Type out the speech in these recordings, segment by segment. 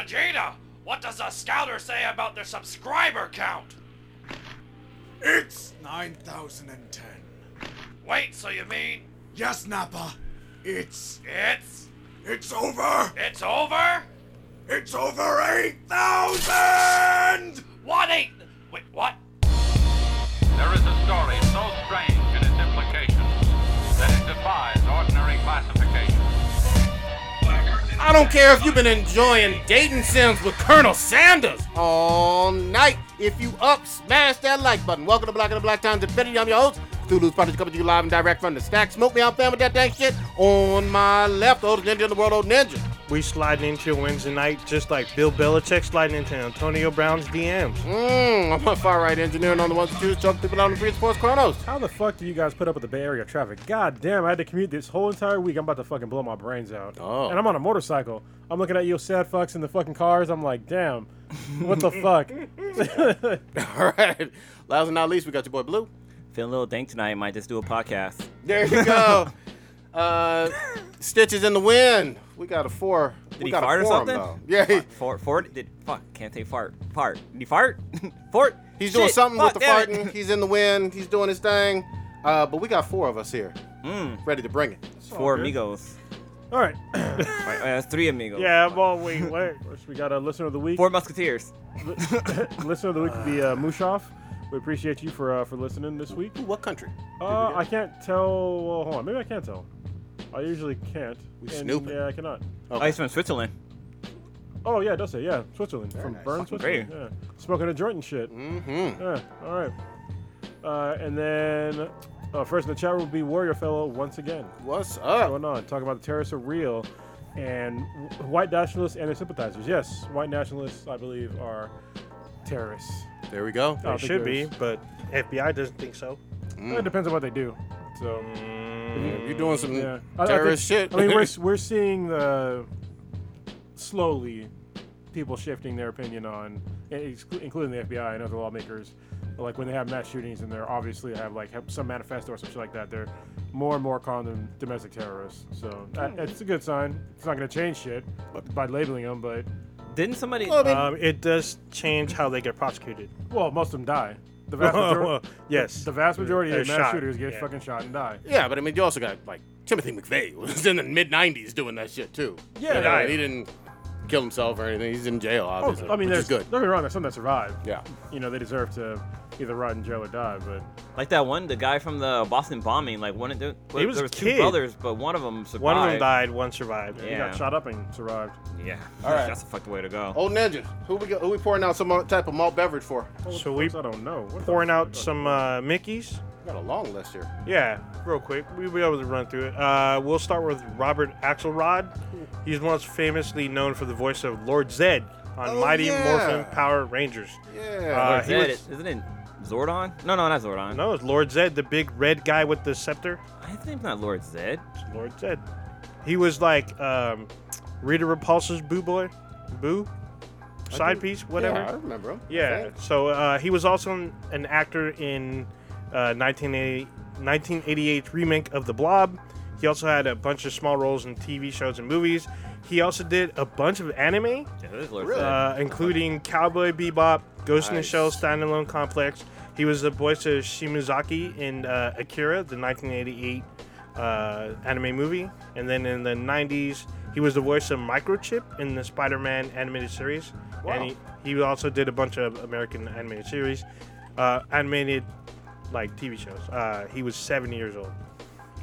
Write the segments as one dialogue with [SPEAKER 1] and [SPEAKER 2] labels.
[SPEAKER 1] Vegeta, what does the scouter say about their subscriber count?
[SPEAKER 2] It's 9,010.
[SPEAKER 1] Wait, so you mean
[SPEAKER 2] Yes, Nappa. It's.
[SPEAKER 1] it's
[SPEAKER 2] It's over!
[SPEAKER 1] it's over?
[SPEAKER 2] It's over 8,000!
[SPEAKER 1] What eight? Wait, what?
[SPEAKER 3] There is a story so strange in its implications that it defies ordinary classification.
[SPEAKER 4] I don't care if you've been enjoying dating sims with Colonel Sanders all night. If you up, smash that like button. Welcome to Black and the Black Times Infinity. I'm your host, Cthulhu's Punch, coming to you live and direct from the stack. Smoke me out, fam, with that dang shit. On my left, the oldest ninja in the world, old ninja.
[SPEAKER 5] We sliding into your Wednesday night just like Bill Belichick sliding into Antonio Brown's DMs.
[SPEAKER 4] Mmm, I'm a far right engineer and on the ones and twos, choking people out on the free sports chronos.
[SPEAKER 6] How the fuck do you guys put up with the Bay Area traffic? God damn, I had to commute this whole entire week. I'm about to fucking blow my brains out.
[SPEAKER 4] Oh.
[SPEAKER 6] And I'm on a motorcycle. I'm looking at you sad fucks in the fucking cars. I'm like, damn, what the fuck?
[SPEAKER 4] All right. Last but not least, we got your boy Blue.
[SPEAKER 7] Feeling a little dank tonight. Might just do a podcast.
[SPEAKER 4] There you go. uh, stitches in the wind. We got a four.
[SPEAKER 7] Did
[SPEAKER 4] we
[SPEAKER 7] he
[SPEAKER 4] got
[SPEAKER 7] fart
[SPEAKER 4] a
[SPEAKER 7] or
[SPEAKER 4] forum,
[SPEAKER 7] something?
[SPEAKER 4] Though. Yeah, he-
[SPEAKER 7] Fuck, Fart. Fart. Did fuck? Can't say fart. Fart. Did he fart? fart.
[SPEAKER 4] He's doing
[SPEAKER 7] Shit,
[SPEAKER 4] something with
[SPEAKER 7] fuck,
[SPEAKER 4] the
[SPEAKER 7] damn
[SPEAKER 4] farting.
[SPEAKER 7] it.
[SPEAKER 4] He's in the wind. He's doing his thing. Uh, but we got four of us here, ready to bring it.
[SPEAKER 7] Four
[SPEAKER 6] good.
[SPEAKER 7] amigos.
[SPEAKER 6] all right.
[SPEAKER 7] Wait, uh, three amigos.
[SPEAKER 6] yeah, well, wait, wait. First, we got a listener of the week.
[SPEAKER 7] Four musketeers.
[SPEAKER 6] listener of the week would be uh, Mushoff. We appreciate you for uh, for listening this week.
[SPEAKER 4] Ooh, what country?
[SPEAKER 6] Uh, I can't tell. Well, hold on. Maybe I can tell. I usually can't.
[SPEAKER 4] We
[SPEAKER 6] and,
[SPEAKER 4] snooping.
[SPEAKER 6] Yeah, I cannot.
[SPEAKER 7] Oh, he's from Switzerland.
[SPEAKER 6] Oh, yeah, it does say. Yeah, Switzerland. from Bern, Switzerland. Yeah. Smoking a joint and shit.
[SPEAKER 4] Mm-hmm.
[SPEAKER 6] Yeah, all right. Uh, and then uh, first in the chat room will be Warrior Fellow once again.
[SPEAKER 4] What's
[SPEAKER 6] What's
[SPEAKER 4] up?
[SPEAKER 6] going on? Talking about the terrorists are real and w- white nationalists and their sympathizers. Yes, white nationalists, I believe, are terrorists.
[SPEAKER 4] There we go.
[SPEAKER 6] I don't
[SPEAKER 5] It should be,
[SPEAKER 6] think
[SPEAKER 5] but FBI doesn't think so. Mm.
[SPEAKER 6] there's- It depends on what they do. So,
[SPEAKER 4] You're doing some
[SPEAKER 6] yeah. I- I
[SPEAKER 4] terrorist
[SPEAKER 6] think-
[SPEAKER 4] shit.
[SPEAKER 6] I mean, we're, s- we're seeing the slowly people shifting their opinion on, and exclu- including the FBI and other lawmakers, like when they have mass shootings and they're obviously have like have some manifesto or some shit like that. They're more and more calling them domestic terrorists. So
[SPEAKER 5] Hmm.
[SPEAKER 6] that, it's a good sign. It's not going to change shit by labeling them, but
[SPEAKER 7] Didn't somebody?
[SPEAKER 6] Uh,
[SPEAKER 5] Um, it does change how they get prosecuted.
[SPEAKER 6] well, most of them die. The vast majority,
[SPEAKER 5] yes.
[SPEAKER 6] the vast majority
[SPEAKER 5] They're
[SPEAKER 6] of mass
[SPEAKER 5] shot,
[SPEAKER 6] shooters get
[SPEAKER 5] yeah.
[SPEAKER 6] fucking shot and die.
[SPEAKER 4] yeah, but I mean, you also got like Timothy McVeigh was in the mid '90s doing that shit too.
[SPEAKER 6] Yeah,
[SPEAKER 4] You know,
[SPEAKER 6] yeah.
[SPEAKER 4] he didn't kill himself or anything. He's in jail,
[SPEAKER 6] Oh,
[SPEAKER 4] obviously.
[SPEAKER 6] I
[SPEAKER 4] which
[SPEAKER 6] mean, there's
[SPEAKER 4] is good.
[SPEAKER 6] don't get me wrong. There's some that survive.
[SPEAKER 4] Yeah.
[SPEAKER 6] You know, they deserve to either rot in jail or die, but.
[SPEAKER 7] Like that one, the guy from the Boston bombing. Like one of the,
[SPEAKER 5] He was
[SPEAKER 7] there
[SPEAKER 5] a
[SPEAKER 7] was two
[SPEAKER 5] kid.
[SPEAKER 7] brothers, but one of them survived.
[SPEAKER 5] One of them died, one survived.
[SPEAKER 6] He got
[SPEAKER 7] Yeah.
[SPEAKER 6] shot up and survived.
[SPEAKER 7] Yeah.
[SPEAKER 4] All right. Oh,
[SPEAKER 7] That's a fucked way to go.
[SPEAKER 4] Old ninjas. Who we go, who we pouring out some uh, type of malt beverage for?
[SPEAKER 5] So we
[SPEAKER 6] I don't know. What the
[SPEAKER 5] pouring
[SPEAKER 6] fuck?
[SPEAKER 5] out some uh, Mickey's.
[SPEAKER 4] We got a long list here.
[SPEAKER 6] Uh,
[SPEAKER 5] Yeah, real quick. We'll be able to run through it. Uh, we'll start with Robert Axelrod. He's most famously known for the voice of Lord Zed on
[SPEAKER 4] Oh,
[SPEAKER 5] Mighty
[SPEAKER 4] yeah.
[SPEAKER 5] Morphin Power Rangers.
[SPEAKER 4] Yeah.
[SPEAKER 5] Uh, he
[SPEAKER 7] Zed,
[SPEAKER 5] was-
[SPEAKER 7] isn't it Zordon? No, no, not Zordon.
[SPEAKER 5] No, it's Lord Zed, the big red guy with the scepter.
[SPEAKER 7] His name's not Lord Zed.
[SPEAKER 5] It's Lord Zed. He was like um, Rita Repulsa's Boo Boy, Boo, side piece, whatever.
[SPEAKER 4] Yeah, I remember him. I
[SPEAKER 5] Yeah.
[SPEAKER 4] think.
[SPEAKER 5] So uh, he was also an, an actor in uh, 1980, 1988 remake of The Blob. He also had a bunch of small roles in TV shows and movies. He also did a bunch of anime,
[SPEAKER 7] Yeah, that is Lord
[SPEAKER 4] Really?
[SPEAKER 7] Zed.
[SPEAKER 5] uh, including Cowboy Bebop, Ghost in the
[SPEAKER 4] Nice.
[SPEAKER 5] Shell Standalone Complex. He was the voice of Shimazaki in uh, Akira, the 1988 uh, anime movie. And then in the 90s, he was the voice of Microchip in the Spider Man animated series. And
[SPEAKER 4] Wow.
[SPEAKER 5] he, he also did a bunch of American animated series, uh, animated like TV shows. Uh, he was seven years old.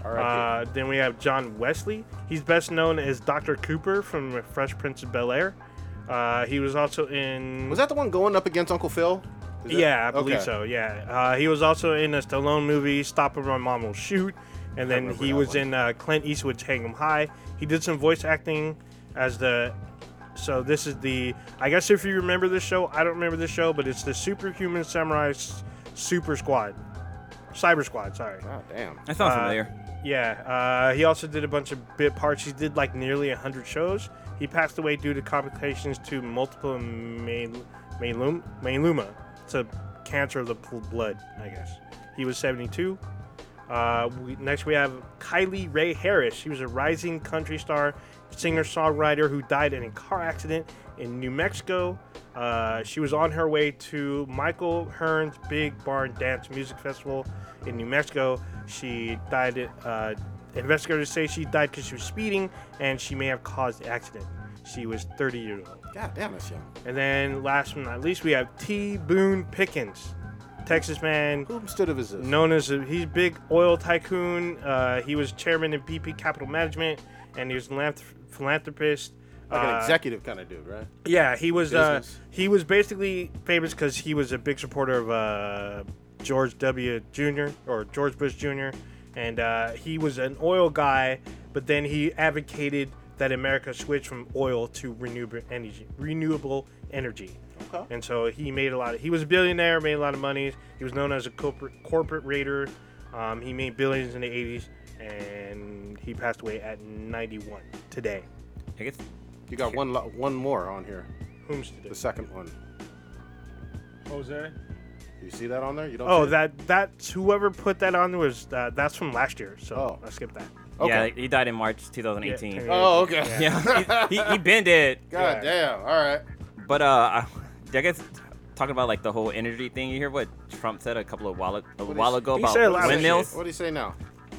[SPEAKER 4] R.I.P.
[SPEAKER 5] Uh, then we have John Wesley. He's best known as Dr. Cooper from Fresh Prince of Bel Air. Uh, he was also in.
[SPEAKER 4] was that the one going up against Uncle Phil? Is that-
[SPEAKER 5] Yeah, I believe
[SPEAKER 4] Okay.
[SPEAKER 5] so. Yeah, uh, he was also in a Stallone movie, Stop or My Mom Will Shoot, and then
[SPEAKER 4] remember
[SPEAKER 5] he
[SPEAKER 4] that
[SPEAKER 5] was
[SPEAKER 4] one.
[SPEAKER 5] in uh, Clint Eastwood's Hang 'Em High. He did some voice acting as the. So this is the. I guess if you remember this show, I don't remember this show, but it's the Superhuman Samurai S- Super Squad, Cyber Squad. Sorry.
[SPEAKER 4] God damn.
[SPEAKER 7] that sounds
[SPEAKER 5] uh,
[SPEAKER 7] familiar.
[SPEAKER 5] Yeah, uh, he also did a bunch of bit parts. He did like nearly 100 shows. He passed away due to complications to multiple mal- malum- maluma. It's a cancer of the pl- blood, I guess. He was 72. Uh, we, next, we have Kylie Ray Harris. She was a rising country star, singer songwriter who died in a car accident in New Mexico. Uh, she was on her way to Michael Hearn's Big Barn Dance Music Festival in New Mexico. She died. Uh, investigators say she died because she was speeding and she may have caused the accident. She was 30 years old.
[SPEAKER 4] God damn it, young.
[SPEAKER 5] And then last but not least, we have T. Boone Pickens, Texas man
[SPEAKER 4] Whom stood of his this?
[SPEAKER 5] known as a, he's a big oil tycoon. Uh, he was chairman of BP Capital Management, and he was a philanthrop- philanthropist.
[SPEAKER 4] Like an
[SPEAKER 5] Uh,
[SPEAKER 4] executive kind of dude, right?
[SPEAKER 5] yeah, he was. Uh,
[SPEAKER 4] business.
[SPEAKER 5] he was basically famous because he was a big supporter of uh, George W. Jr. or George Bush Jr. And uh, he was an oil guy, but then he advocated that America switch from oil to renewable energy. Renewable energy.
[SPEAKER 4] Okay.
[SPEAKER 5] And so he made a lot. Of, he was a billionaire, made a lot of money. He was known as a corporate corporate raider. Um, he made billions in the '80s, and he passed away at 91 today.
[SPEAKER 7] I guess
[SPEAKER 4] You got one lo- one more on here.
[SPEAKER 5] Whom's today?
[SPEAKER 4] The second one.
[SPEAKER 6] Jose.
[SPEAKER 4] You see that on there? You don't.
[SPEAKER 5] Oh,
[SPEAKER 4] see it?
[SPEAKER 5] that that's whoever put that on was uh, that's from last year. So
[SPEAKER 4] Oh.
[SPEAKER 5] I skipped that.
[SPEAKER 4] Okay.
[SPEAKER 7] yeah, like, he died in March 2018.
[SPEAKER 5] Yeah,
[SPEAKER 4] Oh, okay.
[SPEAKER 7] yeah, he, he, he been dead.
[SPEAKER 4] God damn. All right.
[SPEAKER 7] But uh, I, I guess talking about like the whole energy thing. You hear what Trump said a couple of while a
[SPEAKER 4] he
[SPEAKER 7] while
[SPEAKER 4] s-
[SPEAKER 7] ago
[SPEAKER 5] he
[SPEAKER 7] about
[SPEAKER 5] said a lot of
[SPEAKER 7] windmills,
[SPEAKER 4] What do you say now?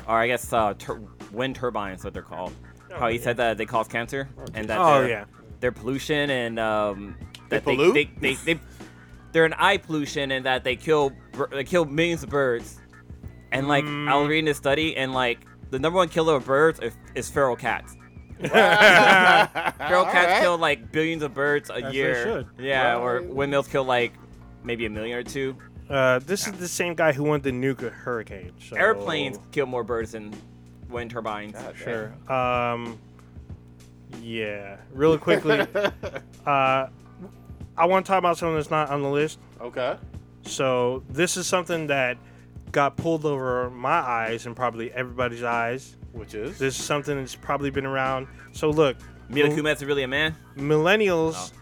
[SPEAKER 7] or I guess uh, tur- wind turbines, what they're called. How he said that they cause cancer and that
[SPEAKER 5] Oh,
[SPEAKER 7] they're,
[SPEAKER 5] yeah.
[SPEAKER 7] they're pollution and um, that
[SPEAKER 4] pollute?
[SPEAKER 7] They, they, they, they, they're an eye pollution and that they kill bir- they kill millions of birds. And like I was reading this study and like the number one killer of birds is, is feral cats. Feral
[SPEAKER 4] All
[SPEAKER 7] cats
[SPEAKER 4] right.
[SPEAKER 7] kill like billions of birds a
[SPEAKER 6] they
[SPEAKER 7] year.
[SPEAKER 6] should.
[SPEAKER 7] Yeah,
[SPEAKER 4] Well, I
[SPEAKER 7] or
[SPEAKER 4] mean-
[SPEAKER 7] windmills kill like maybe a million or two.
[SPEAKER 5] Uh, this is the same guy who wanted to nuke a hurricane. So.
[SPEAKER 4] Oh.
[SPEAKER 7] Airplanes kill more birds than wind turbines.
[SPEAKER 5] Sure. Um, yeah. Really quickly, uh, I want to talk about something that's not on the list.
[SPEAKER 4] Okay.
[SPEAKER 5] So this is something that got pulled over my eyes and probably everybody's eyes.
[SPEAKER 4] Which is?
[SPEAKER 5] This is something that's probably been around. So look,
[SPEAKER 7] Mila
[SPEAKER 5] mil-
[SPEAKER 7] Kunis is really a man.
[SPEAKER 5] millennials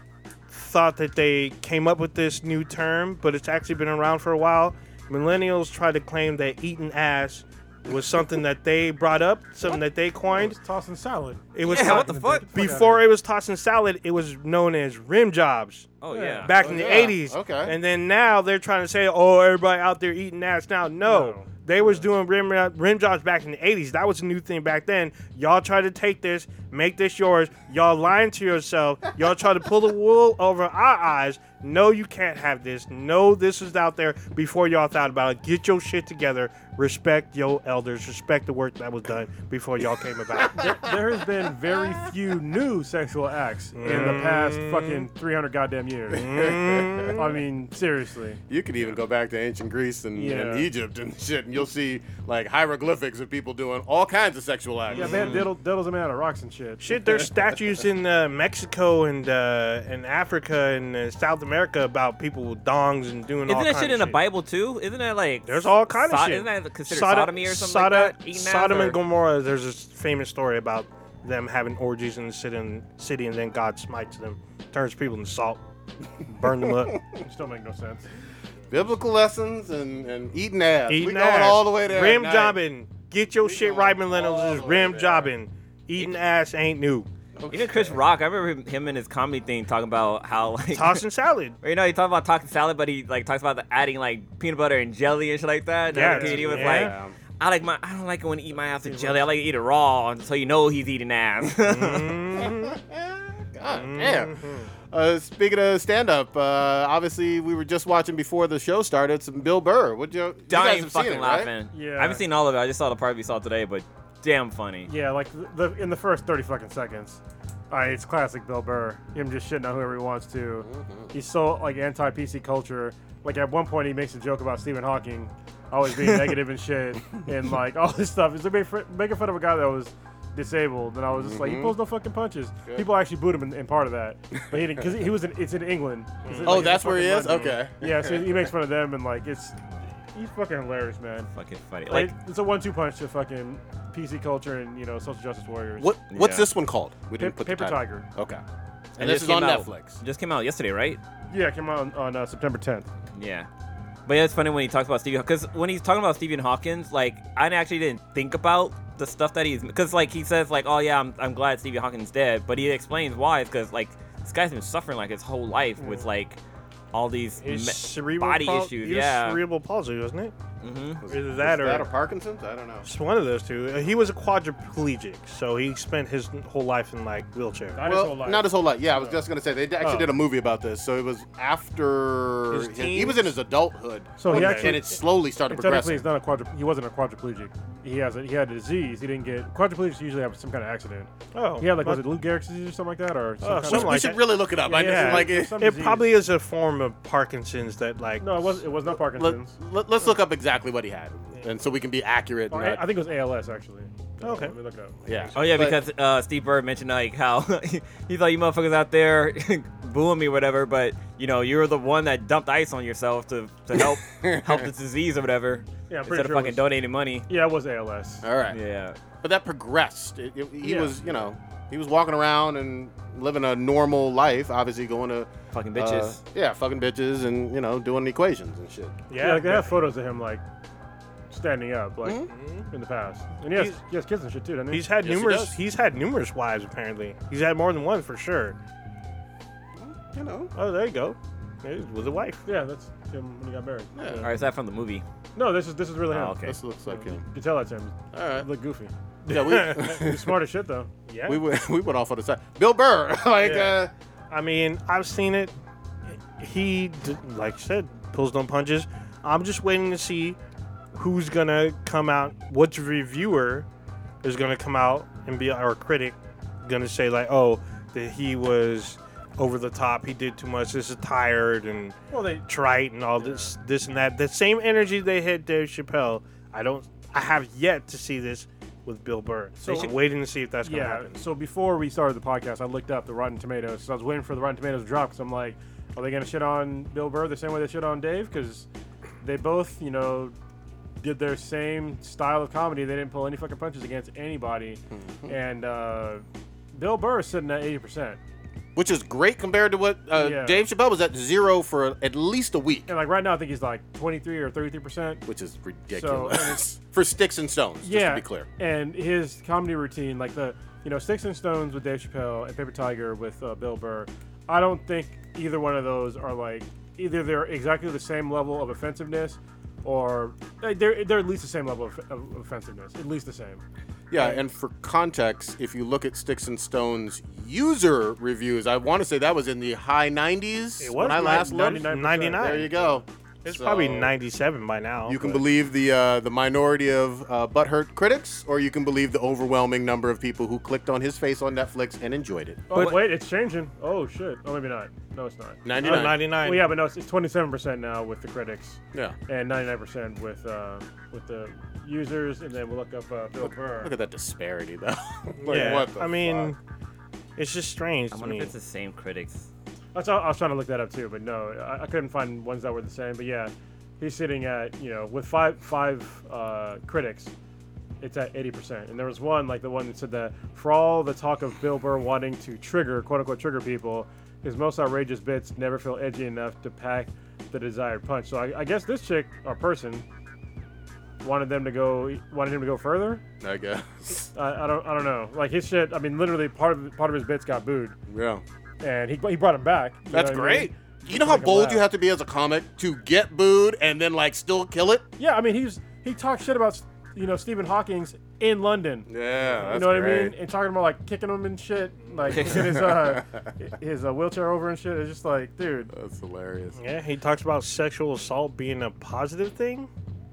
[SPEAKER 5] thought that they came up with this new term, but it's actually been around for a while. Millennials tried to claim that eating ass was something that they brought up, something that they coined.
[SPEAKER 6] tossing salad.
[SPEAKER 5] It was
[SPEAKER 7] Yeah, what
[SPEAKER 5] to-
[SPEAKER 7] the fuck?
[SPEAKER 5] Before it was tossing salad, it was known as rim jobs.
[SPEAKER 7] Oh yeah.
[SPEAKER 5] Back in
[SPEAKER 4] Oh,
[SPEAKER 5] the
[SPEAKER 4] yeah.
[SPEAKER 5] 80s.
[SPEAKER 4] Okay.
[SPEAKER 5] And then now they're trying to say, oh, everybody out there eating ass now. No.
[SPEAKER 6] No.
[SPEAKER 5] They was doing rim, rim jobs back in the 80s. That was a new thing back then. Y'all try to take this, make this yours. Y'all lying to yourself. Y'all try to pull the wool over our eyes. No, you can't have this. No, this is out there before y'all thought about it. Get your shit together. Respect your elders. Respect the work that was done before y'all came about.
[SPEAKER 6] there has been very few new sexual acts in the past
[SPEAKER 5] Mm.
[SPEAKER 6] fucking 300 goddamn years. I mean, seriously.
[SPEAKER 4] You could even go back to ancient Greece and,
[SPEAKER 6] Yeah.
[SPEAKER 4] and Egypt and shit, and you'll see like hieroglyphics of people doing all kinds of sexual acts.
[SPEAKER 6] Yeah, they had diddle, diddles them out of rocks and shit.
[SPEAKER 5] Shit, there's statues in uh, Mexico and uh, and Africa and uh, South America about people with dongs and doing all
[SPEAKER 7] Isn't that
[SPEAKER 5] kind
[SPEAKER 7] shit
[SPEAKER 5] of
[SPEAKER 7] in the Bible too? Isn't that like
[SPEAKER 5] There's all kind of
[SPEAKER 7] so-
[SPEAKER 5] shit.
[SPEAKER 7] Isn't that considered
[SPEAKER 5] Sodom-
[SPEAKER 7] sodomy or something
[SPEAKER 5] Sodom-
[SPEAKER 7] like that? Eating ass
[SPEAKER 5] Sodom
[SPEAKER 7] or-
[SPEAKER 5] and Gomorrah. There's this famous story about them having orgies in the city, and, city, and then God smites them, turns people into salt, burn them up.
[SPEAKER 6] Which don't make no sense.
[SPEAKER 4] Biblical lessons and, and eating ass.
[SPEAKER 5] Eating
[SPEAKER 4] we going
[SPEAKER 5] ass.
[SPEAKER 4] all the way there. at
[SPEAKER 5] Rim
[SPEAKER 4] night.
[SPEAKER 5] jobbing. Get your
[SPEAKER 4] We
[SPEAKER 5] shit
[SPEAKER 4] going
[SPEAKER 5] right,
[SPEAKER 4] all
[SPEAKER 5] millennials. Is
[SPEAKER 4] the way
[SPEAKER 5] rim
[SPEAKER 4] there.
[SPEAKER 5] jobbing. Eating ass ain't new.
[SPEAKER 7] Even Chris Rock, I remember him and his comedy thing talking about how like
[SPEAKER 5] Tossing salad.
[SPEAKER 7] Or, You know, he talked about talking salad, but he like talks about the adding like peanut butter and jelly and shit like that. The
[SPEAKER 5] Yeah,
[SPEAKER 7] other dude, he was
[SPEAKER 5] yeah.
[SPEAKER 7] like, I like my, I don't like it when I eat my ass with jelly. I like to eat it raw, and so you know he's eating ass.
[SPEAKER 4] God damn. Uh, speaking of stand up, uh, obviously we were just watching before the show started some Bill Burr. What you, you guys
[SPEAKER 7] Dying
[SPEAKER 4] have
[SPEAKER 7] fucking
[SPEAKER 4] seen it, right?
[SPEAKER 7] laughing.
[SPEAKER 6] Yeah.
[SPEAKER 7] I haven't seen all of it. I just saw the part we saw today, but damn funny.
[SPEAKER 6] Yeah, like the, in the first 30 fucking seconds. All right, it's classic Bill Burr. Him just shitting on whoever he wants to.
[SPEAKER 4] Mm-hmm.
[SPEAKER 6] He's so like anti PC culture. Like at one point, he makes a joke about Stephen Hawking always being negative and shit, and like all this stuff. He's like make fr- making fun of a guy that was disabled, and I was just like, he
[SPEAKER 4] Mm-hmm.
[SPEAKER 6] pulls no fucking punches. People actually booed him in, in part of that, but he didn't because he was in. It's in England. It's in,
[SPEAKER 4] Oh,
[SPEAKER 6] like, in
[SPEAKER 4] that's where he
[SPEAKER 6] fucking
[SPEAKER 4] is?
[SPEAKER 6] London.
[SPEAKER 4] Okay.
[SPEAKER 6] Yeah, so he makes fun of them, and like it's he's fucking hilarious, man.
[SPEAKER 7] Fucking funny.
[SPEAKER 6] Like
[SPEAKER 7] Like,
[SPEAKER 6] it's a one-two punch to fucking PC culture and you know social justice warriors.
[SPEAKER 4] What What's
[SPEAKER 7] Yeah.
[SPEAKER 4] this one called? We
[SPEAKER 6] Pa-
[SPEAKER 4] didn't put
[SPEAKER 6] Paper
[SPEAKER 4] the title.
[SPEAKER 6] Tiger.
[SPEAKER 4] Okay. And,
[SPEAKER 7] it
[SPEAKER 4] this
[SPEAKER 7] just
[SPEAKER 4] is on
[SPEAKER 7] came out-
[SPEAKER 4] Netflix.
[SPEAKER 7] Just came out yesterday, right?
[SPEAKER 6] Yeah, it came out on, on uh, September 10th.
[SPEAKER 7] Yeah. But yeah, it's funny when he talks about Stephen because when he's talking about Stephen Hawkins, like I actually didn't think about the stuff that he's because like he says like, oh yeah, I'm, I'm glad Stephen Hawkins dead, but he explains why it's because like this guy's been suffering like his whole life with like all these
[SPEAKER 5] His
[SPEAKER 7] me-
[SPEAKER 5] cerebral
[SPEAKER 7] body
[SPEAKER 5] pal-
[SPEAKER 7] issues.
[SPEAKER 5] he was
[SPEAKER 7] Yeah.
[SPEAKER 5] cerebral palsy, wasn't it?
[SPEAKER 7] Mhm.
[SPEAKER 5] Either that or,
[SPEAKER 4] that or Parkinson's? I don't know.
[SPEAKER 5] it's one of those two. Uh, He was a quadriplegic, so he spent his whole life in like wheelchair.
[SPEAKER 6] Not his
[SPEAKER 4] well,
[SPEAKER 6] whole life.
[SPEAKER 4] not his whole life. Yeah, I was just gonna say they actually
[SPEAKER 5] Oh.
[SPEAKER 4] did a movie about this. So it was after
[SPEAKER 5] His
[SPEAKER 4] his- he was
[SPEAKER 5] teens?
[SPEAKER 4] in his adulthood.
[SPEAKER 6] So he
[SPEAKER 4] and-
[SPEAKER 6] actually-
[SPEAKER 4] and it slowly started
[SPEAKER 6] And technically,
[SPEAKER 4] progressing.
[SPEAKER 6] he's not a quadru- He wasn't a quadriplegic. He has a, he had a disease. He didn't get quadriplegics. Usually have some kind of accident.
[SPEAKER 5] Oh,
[SPEAKER 6] He had like was
[SPEAKER 5] but-
[SPEAKER 6] it Lou Gehrig's disease or something like that, or some
[SPEAKER 5] Oh,
[SPEAKER 4] We,
[SPEAKER 6] kind
[SPEAKER 5] something
[SPEAKER 6] of,
[SPEAKER 4] we
[SPEAKER 5] like
[SPEAKER 4] should
[SPEAKER 5] that.
[SPEAKER 4] really look it up. I
[SPEAKER 6] Yeah,
[SPEAKER 4] just,
[SPEAKER 6] yeah,
[SPEAKER 4] Uh, like
[SPEAKER 6] it's
[SPEAKER 4] it,
[SPEAKER 6] some
[SPEAKER 5] It
[SPEAKER 6] disease.
[SPEAKER 5] probably is a form of Parkinson's that like
[SPEAKER 6] no, it was it was not
[SPEAKER 4] let,
[SPEAKER 6] Parkinson's.
[SPEAKER 4] us look up exactly what he had, and so we can be accurate.
[SPEAKER 6] Oh,
[SPEAKER 4] and
[SPEAKER 6] I,
[SPEAKER 4] not-
[SPEAKER 6] I think it was ALS actually.
[SPEAKER 5] Okay.
[SPEAKER 6] Let me look it up.
[SPEAKER 4] yeah.
[SPEAKER 7] Oh yeah,
[SPEAKER 4] But-
[SPEAKER 7] because uh, Steve Bird mentioned like how he's like you motherfuckers out there booing me, whatever. But you know you're the one that dumped ice on yourself to, to help help this disease or whatever.
[SPEAKER 6] Yeah, I'm pretty
[SPEAKER 7] instead
[SPEAKER 6] sure
[SPEAKER 7] of
[SPEAKER 6] it
[SPEAKER 7] fucking
[SPEAKER 6] was-
[SPEAKER 7] donating money.
[SPEAKER 6] Yeah, it was ALS.
[SPEAKER 4] all right.
[SPEAKER 7] Yeah.
[SPEAKER 4] But that progressed. It, it- he
[SPEAKER 6] Yeah.
[SPEAKER 4] was, you know, he was walking around and living a normal life. Obviously, going to
[SPEAKER 7] Fucking
[SPEAKER 4] uh,
[SPEAKER 7] bitches.
[SPEAKER 4] yeah, fucking bitches, and you know, doing equations and shit.
[SPEAKER 6] Yeah, like they have photos of him like standing up, like
[SPEAKER 7] Mm-hmm.
[SPEAKER 6] in the past. And he has,
[SPEAKER 5] He's-
[SPEAKER 6] he has kids and shit too, doesn't he?
[SPEAKER 5] He's had
[SPEAKER 4] Yes, he
[SPEAKER 5] numerous.
[SPEAKER 4] does.
[SPEAKER 5] he's had numerous wives apparently. He's had more than one for sure.
[SPEAKER 4] You know.
[SPEAKER 5] Oh, there you go. It was a wife.
[SPEAKER 6] yeah, that's him when he got married.
[SPEAKER 4] Yeah.
[SPEAKER 7] All right, is that from the movie?
[SPEAKER 6] No, this is this is really
[SPEAKER 7] Oh,
[SPEAKER 6] him.
[SPEAKER 7] okay.
[SPEAKER 4] This looks like
[SPEAKER 6] You
[SPEAKER 4] him.
[SPEAKER 6] can tell that's him.
[SPEAKER 4] All right.
[SPEAKER 6] Look goofy.
[SPEAKER 4] Yeah, we.
[SPEAKER 6] He's smart as shit though.
[SPEAKER 5] Yeah.
[SPEAKER 4] We went, we went off on the side. Bill Burr, like, uh,
[SPEAKER 5] Yeah. I mean, I've seen it. He, d- like you said, pulls no punches. I'm just waiting to see who's gonna come out. Which reviewer is gonna come out and be our critic? Gonna say like, oh, that he was over the top. He did too much. This is tired and
[SPEAKER 6] Well, they
[SPEAKER 5] trite and all this, this and that. The same energy they hit Dave Chappelle. I don't. I have yet to see this with Bill Burr. So I'm waiting to see if that's gonna
[SPEAKER 6] Yeah.
[SPEAKER 5] happen.
[SPEAKER 6] So before we started the podcast, I looked up the Rotten Tomatoes because I was waiting for the Rotten Tomatoes to drop. Because I'm like, are they gonna shit on Bill Burr the same way they shit on Dave? Because they both, you know, did their same style of comedy. They didn't pull any fucking punches against anybody. And uh, Bill Burr is sitting at eighty percent.
[SPEAKER 4] which is great compared to what uh,
[SPEAKER 6] Yeah.
[SPEAKER 4] Dave Chappelle was at zero for at least a week,
[SPEAKER 6] And like right now, I think he's like twenty three or thirty three percent.
[SPEAKER 4] which is ridiculous for sticks and stones. Just to be clear,
[SPEAKER 6] And his comedy routine, like the you know Sticks and Stones with Dave Chappelle and Paper Tiger with uh, Bill Burr, I don't think either one of those are like either they're exactly the same level of offensiveness, or like, they're they're at least the same level of, of offensiveness, at least the same.
[SPEAKER 4] yeah. And for context, if you look at sticks and stones user reviews, I want to say that was in the high 90s
[SPEAKER 5] It was
[SPEAKER 4] when I
[SPEAKER 5] like
[SPEAKER 4] last looked.
[SPEAKER 6] 99%.
[SPEAKER 5] 99.
[SPEAKER 4] There you go.
[SPEAKER 5] It's
[SPEAKER 4] So,
[SPEAKER 5] probably 97 by now.
[SPEAKER 4] You can
[SPEAKER 5] but-
[SPEAKER 4] believe the uh, the minority of uh, butthurt critics, or you can believe the overwhelming number of people who clicked on his face on Netflix and enjoyed it.
[SPEAKER 6] Oh, wait, it's changing. Oh shit. Oh maybe not. No, it's not.
[SPEAKER 5] Oh,
[SPEAKER 4] 99.
[SPEAKER 5] 99.
[SPEAKER 6] Well, yeah, but no, it's twenty seven percent now with the critics.
[SPEAKER 4] Yeah.
[SPEAKER 6] And ninety nine percent with uh, with the users, and then we'll look up uh, Bill Burr.
[SPEAKER 4] Look at that disparity, though. like,
[SPEAKER 5] Yeah,
[SPEAKER 4] what the
[SPEAKER 5] I mean,
[SPEAKER 4] fuck?
[SPEAKER 5] it's just strange
[SPEAKER 7] I
[SPEAKER 5] to
[SPEAKER 7] wonder
[SPEAKER 5] me.
[SPEAKER 7] if it's the same critics.
[SPEAKER 6] That's I was trying to look that up too, but no, I, I couldn't find ones that were the same. But yeah, he's sitting at you know with five five uh, critics, it's at eighty percent. And there was one like the one that said that for all the talk of Bill Burr wanting to trigger quote unquote trigger people, his most outrageous bits never feel edgy enough to pack the desired punch. So I, I guess this chick or person wanted them to go wanted him to go further.
[SPEAKER 4] I guess.
[SPEAKER 6] I, I don't I don't know. Like his shit. I mean, literally part of part of his bits got booed,
[SPEAKER 4] Yeah.
[SPEAKER 6] and he he brought him back. you
[SPEAKER 4] That's
[SPEAKER 6] know what I mean?
[SPEAKER 4] great. You know how
[SPEAKER 6] Make 'em
[SPEAKER 4] bold
[SPEAKER 6] laugh.
[SPEAKER 4] you have to be as a comic to get booed and then like still kill it?
[SPEAKER 6] Yeah, I mean, he's he talked shit about you know Stephen Hawking's in London.
[SPEAKER 4] Yeah,
[SPEAKER 6] you know what I mean? And talking about like kicking him and shit, like in his uh, his uh, wheelchair over and shit. It's just like, dude,
[SPEAKER 4] That's hilarious.
[SPEAKER 5] yeah, he talks about sexual assault being a positive thing,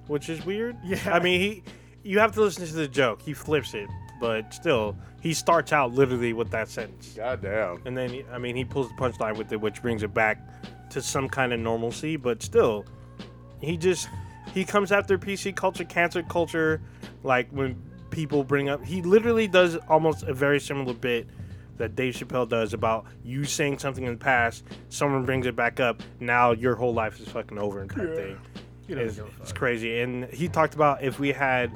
[SPEAKER 5] which is weird.
[SPEAKER 6] Yeah.
[SPEAKER 5] I mean, he, you have to listen to the joke. He flips it, but still, he starts out literally with that sentence.
[SPEAKER 4] God damn.
[SPEAKER 5] And then, I mean, he pulls the punchline with it, which brings it back to some kind of normalcy. But still, he just he comes after PC culture, cancer culture, like when people bring up. He literally does almost a very similar bit that Dave Chappelle does about you saying something in the past, someone brings it back up, now your whole life is fucking over and type thing. It's, it's crazy. And he talked about if we had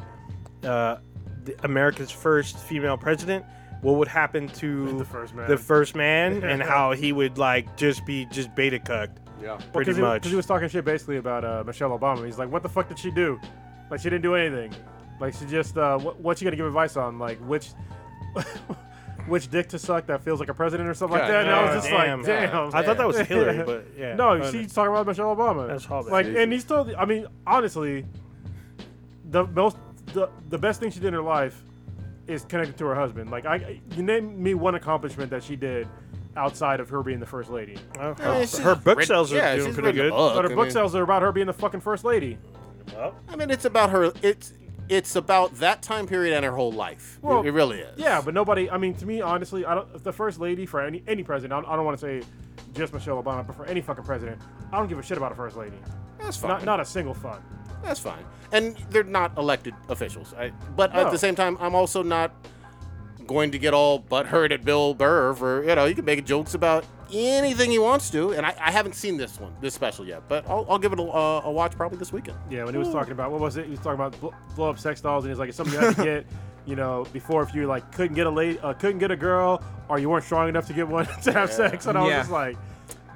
[SPEAKER 5] uh, the, America's first female president, what would happen to
[SPEAKER 6] The first man.
[SPEAKER 5] the first man and how he would like just be just beta cucked.
[SPEAKER 4] Yeah.
[SPEAKER 5] Pretty
[SPEAKER 6] because he,
[SPEAKER 5] much.
[SPEAKER 6] 'cause he was talking shit basically about uh, Michelle Obama. He's like, what the fuck did she do? Like she didn't do anything. Like she just uh, what, what you gonna give advice on? Like which. which dick to suck that feels like a president or something like
[SPEAKER 8] God
[SPEAKER 6] that. And I was
[SPEAKER 5] damn.
[SPEAKER 6] just like,
[SPEAKER 5] Oh, Damn.
[SPEAKER 6] damn.
[SPEAKER 5] I thought that was Hillary, but yeah.
[SPEAKER 6] No,
[SPEAKER 5] I
[SPEAKER 6] she's talking about Michelle Obama.
[SPEAKER 5] That's Hobbit.
[SPEAKER 6] Like, and he's told. I mean, honestly, the most, the, the best thing she did in her life is connected to her husband. Like, I, you name me one accomplishment that she did outside of her being the first lady.
[SPEAKER 5] Well,
[SPEAKER 4] I mean,
[SPEAKER 5] her,
[SPEAKER 4] she's
[SPEAKER 5] Oh, her book
[SPEAKER 4] writ-
[SPEAKER 5] sales are
[SPEAKER 4] yeah,
[SPEAKER 5] doing
[SPEAKER 4] she's
[SPEAKER 5] pretty
[SPEAKER 4] written
[SPEAKER 5] good.
[SPEAKER 4] a book.
[SPEAKER 6] But her
[SPEAKER 4] I
[SPEAKER 6] book
[SPEAKER 4] mean-
[SPEAKER 6] sales are about her being the fucking first lady.
[SPEAKER 5] Well,
[SPEAKER 4] I mean, it's about her. It's it's about that time period and her whole life. It-
[SPEAKER 6] Well,
[SPEAKER 4] it, really is.
[SPEAKER 6] Yeah, but nobody. I mean, to me, honestly, I don't. The first lady for any any president. I don't, I don't want to say just Michelle Obama, but for any fucking president, I don't give a shit about a first lady.
[SPEAKER 4] that's fine.
[SPEAKER 6] Not not a single fuck.
[SPEAKER 4] that's fine. And they're not elected officials. I, but at
[SPEAKER 6] No.
[SPEAKER 4] the same time, I'm also not going to get all butthurt at Bill Burr for you know. You can make jokes about anything he wants to, and I, I haven't seen this one, this special yet. But I'll, I'll give it a, uh, a watch probably this weekend.
[SPEAKER 6] Yeah, when he was talking about what was it? He was talking about bl- blow up sex dolls, and he's like, it's something you have to get. You know, before if you like couldn't get a lady, uh, couldn't get a girl, or you weren't strong enough to get one to have sex, and I was
[SPEAKER 7] Yeah.
[SPEAKER 6] just like,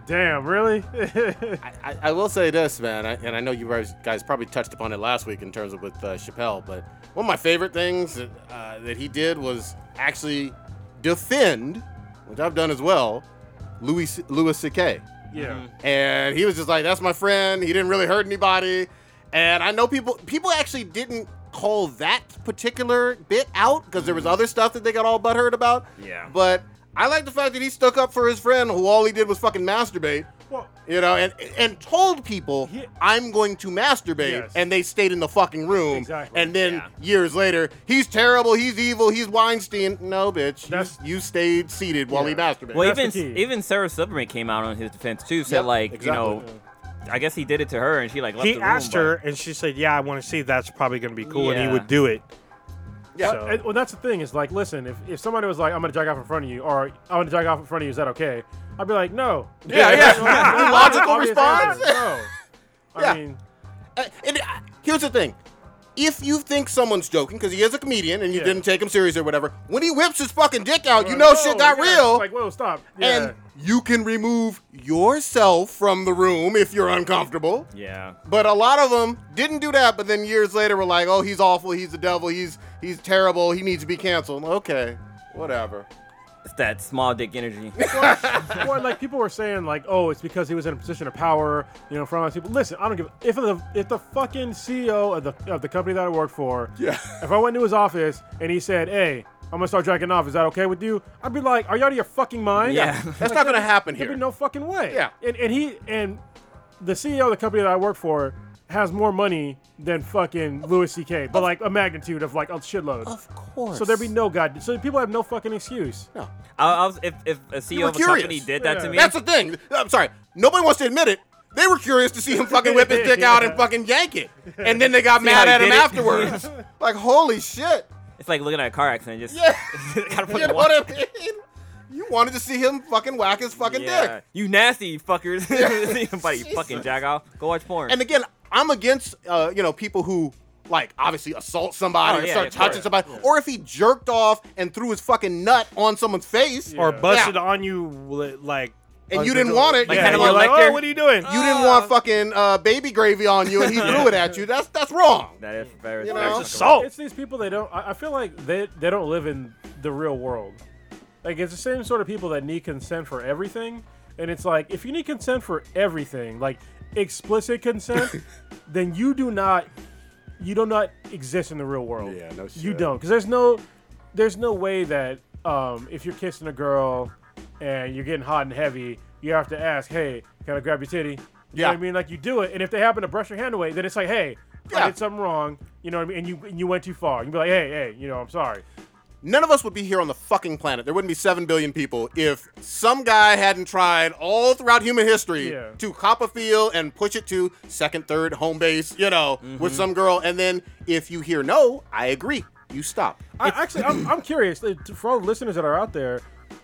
[SPEAKER 6] damn, really?
[SPEAKER 4] I, I, I will say this, man, I, and I know you guys, guys probably touched upon it last week in terms of with uh, Chappelle, but one of my favorite things that, uh, that he did was actually defend, which I've done as well, Louis Louis C.K. Mm-hmm.
[SPEAKER 6] yeah.
[SPEAKER 4] And he was just like, "That's my friend. He didn't really hurt anybody." And I know people people actually didn't call that particular bit out because there was other stuff that they got all butthurt about.
[SPEAKER 8] Mm-hmm. Yeah.
[SPEAKER 4] But I like the fact that he stuck up for his friend who all he did was fucking masturbate
[SPEAKER 6] Well,
[SPEAKER 4] you know, and and told people
[SPEAKER 6] He-
[SPEAKER 4] I'm going to masturbate,
[SPEAKER 6] Yes.
[SPEAKER 4] and they stayed in the fucking room.
[SPEAKER 6] Exactly.
[SPEAKER 4] And then
[SPEAKER 8] Yeah.
[SPEAKER 4] years later, he's terrible, he's evil, he's Weinstein. No, bitch, you-
[SPEAKER 6] That's-
[SPEAKER 4] you, stayed seated while he masturbated.
[SPEAKER 7] Well,
[SPEAKER 6] That's the
[SPEAKER 7] even
[SPEAKER 6] key.
[SPEAKER 7] even Sarah Silverman came out on his defense too. Said
[SPEAKER 4] Yep,
[SPEAKER 7] like,
[SPEAKER 4] exactly.
[SPEAKER 7] you know, I guess he did it to her, and she like left the
[SPEAKER 5] he
[SPEAKER 7] room,
[SPEAKER 5] asked
[SPEAKER 7] but-
[SPEAKER 5] her, and she said, "Yeah, I want to see. That's probably going to be cool." And
[SPEAKER 7] Yeah.
[SPEAKER 5] he would do it.
[SPEAKER 4] Yeah.
[SPEAKER 5] So-
[SPEAKER 6] And- well, that's the thing is like, listen, if, if somebody was like, I'm gonna jack off in front of you, or I'm gonna jack off in front of you, is that okay? I'd be like, no.
[SPEAKER 4] Yeah, yeah. The logical
[SPEAKER 6] Obvious
[SPEAKER 4] response.
[SPEAKER 6] answer, No. I
[SPEAKER 4] Yeah.
[SPEAKER 6] mean,
[SPEAKER 4] Uh, and uh, here's the thing. If you think someone's joking, because he is a comedian and you
[SPEAKER 6] Yeah.
[SPEAKER 4] didn't take him serious or whatever, when he whips his fucking dick out, you know
[SPEAKER 6] whoa,
[SPEAKER 4] shit got
[SPEAKER 6] yeah,
[SPEAKER 4] real.
[SPEAKER 6] Like, whoa, stop. Yeah.
[SPEAKER 4] and you can remove yourself from the room if you're uncomfortable.
[SPEAKER 7] Yeah.
[SPEAKER 4] But a lot of them didn't do that. But then years later, were like, "Oh, he's awful. He's the devil. He's he's terrible. He needs to be canceled." Okay, whatever.
[SPEAKER 7] It's that small dick energy.
[SPEAKER 6] Well, and, like people were saying, like, oh, it's because he was in a position of power, you know, in front of people. Listen, I don't give. a- If the if the fucking CEO of the of the company that I work for,
[SPEAKER 4] Yeah.
[SPEAKER 6] if I went to his office and he said, hey, I'm gonna start jacking off, is that okay with you? I'd be like, are you out of your fucking mind?
[SPEAKER 7] Yeah.
[SPEAKER 4] That's not gonna happen
[SPEAKER 6] There'd
[SPEAKER 4] here.
[SPEAKER 6] be no fucking way.
[SPEAKER 4] Yeah.
[SPEAKER 6] And and he and the CEO of the company that I work for has more money than fucking Louis C.K. But like a magnitude of like a shitload.
[SPEAKER 4] of course.
[SPEAKER 6] so there'd be no god. So people have no fucking excuse.
[SPEAKER 4] no.
[SPEAKER 7] I, I was, if if a
[SPEAKER 4] You were
[SPEAKER 7] CEO of a company
[SPEAKER 4] curious.
[SPEAKER 7] did that to
[SPEAKER 6] Yeah.
[SPEAKER 7] me,
[SPEAKER 4] That's the thing. I'm sorry. Nobody wants to admit it. They were curious to see him fucking whip his dick out and fucking yank it, and then they got
[SPEAKER 7] how
[SPEAKER 4] mad
[SPEAKER 7] he
[SPEAKER 4] at him
[SPEAKER 7] did it?
[SPEAKER 4] afterwards. like, holy shit.
[SPEAKER 7] it's like looking at a car accident. Just
[SPEAKER 4] Yeah.
[SPEAKER 7] gotta
[SPEAKER 4] You
[SPEAKER 7] put
[SPEAKER 4] know
[SPEAKER 7] the
[SPEAKER 4] what I mean? You wanted to see him fucking whack his fucking dick.
[SPEAKER 7] Yeah. You nasty fuckers. Anybody fucking jack off. Go watch porn.
[SPEAKER 4] and again, I'm against uh, you know people who like obviously assault somebody
[SPEAKER 7] Oh,
[SPEAKER 4] or
[SPEAKER 7] yeah,
[SPEAKER 4] start
[SPEAKER 7] of
[SPEAKER 4] touching
[SPEAKER 7] course.
[SPEAKER 4] somebody, or if he jerked off and threw his fucking nut on someone's face,
[SPEAKER 5] or
[SPEAKER 6] Yeah.
[SPEAKER 5] busted
[SPEAKER 4] Yeah.
[SPEAKER 5] on you li- like
[SPEAKER 4] And
[SPEAKER 5] on
[SPEAKER 4] you didn't
[SPEAKER 5] the-
[SPEAKER 4] want it. Like
[SPEAKER 5] yeah,
[SPEAKER 7] Hannibal
[SPEAKER 5] you're like,
[SPEAKER 7] Lecter.
[SPEAKER 5] oh, what are you doing?
[SPEAKER 4] you didn't want fucking uh, baby gravy on you, and he threw it at you. That's that's wrong.
[SPEAKER 7] that is very.
[SPEAKER 4] You know?
[SPEAKER 7] very-
[SPEAKER 4] That's
[SPEAKER 5] Salt.
[SPEAKER 6] It's these people they don't. I I feel like they they don't live in the real world. Like it's the same sort of people that need consent for everything, and it's like if you need consent for everything, like explicit consent, then you do not, you do not exist in the real world.
[SPEAKER 4] Yeah, no
[SPEAKER 6] You
[SPEAKER 4] shit.
[SPEAKER 6] don't, because there's no, there's no way that um, if you're kissing a girl, and you're getting hot and heavy, you have to ask, hey, can I grab your titty? You know
[SPEAKER 4] Yeah.
[SPEAKER 6] what I mean? Like you do it, and if they happen to brush your hand away, then it's like, hey, I
[SPEAKER 4] Yeah.
[SPEAKER 6] did something wrong. You know what I mean? And you and you went too far. You'd be like, hey, hey, you know, I'm sorry.
[SPEAKER 4] None of us would be here on the fucking planet. There wouldn't be seven billion people if some guy hadn't tried all throughout human history
[SPEAKER 6] Yeah.
[SPEAKER 4] to cop a feel and push it to second, third, home base, you know,
[SPEAKER 6] Mm-hmm.
[SPEAKER 4] with some girl, and then if you hear no, I agree, you stop.
[SPEAKER 6] I, actually, I'm, I'm curious uh, to- for all the listeners that are out there,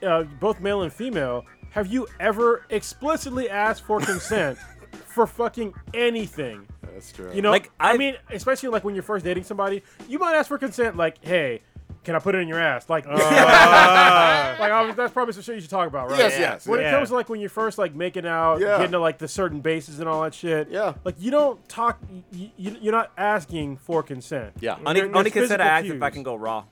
[SPEAKER 6] uh, both male and female. Have you ever explicitly asked for consent for fucking anything?
[SPEAKER 4] That's true.
[SPEAKER 6] You know,
[SPEAKER 7] Like,
[SPEAKER 6] like I,
[SPEAKER 7] I-
[SPEAKER 6] mean, especially like when you're first dating somebody, you might ask for consent. Like, hey, Can I put it in your ass? Like, uh, like obviously, that's probably some shit you should talk about, right?
[SPEAKER 4] Yes, yes,
[SPEAKER 6] When
[SPEAKER 5] yeah.
[SPEAKER 6] it comes to like when you're first like making out,
[SPEAKER 4] Yeah.
[SPEAKER 6] getting to like the certain bases and all that shit.
[SPEAKER 4] Yeah.
[SPEAKER 6] Like you don't talk. You, you, you're not asking for consent.
[SPEAKER 4] Yeah.
[SPEAKER 7] Only,
[SPEAKER 6] There-
[SPEAKER 7] only
[SPEAKER 6] there's
[SPEAKER 7] consent I
[SPEAKER 6] physical
[SPEAKER 7] asked if I
[SPEAKER 6] cues.
[SPEAKER 7] can go raw.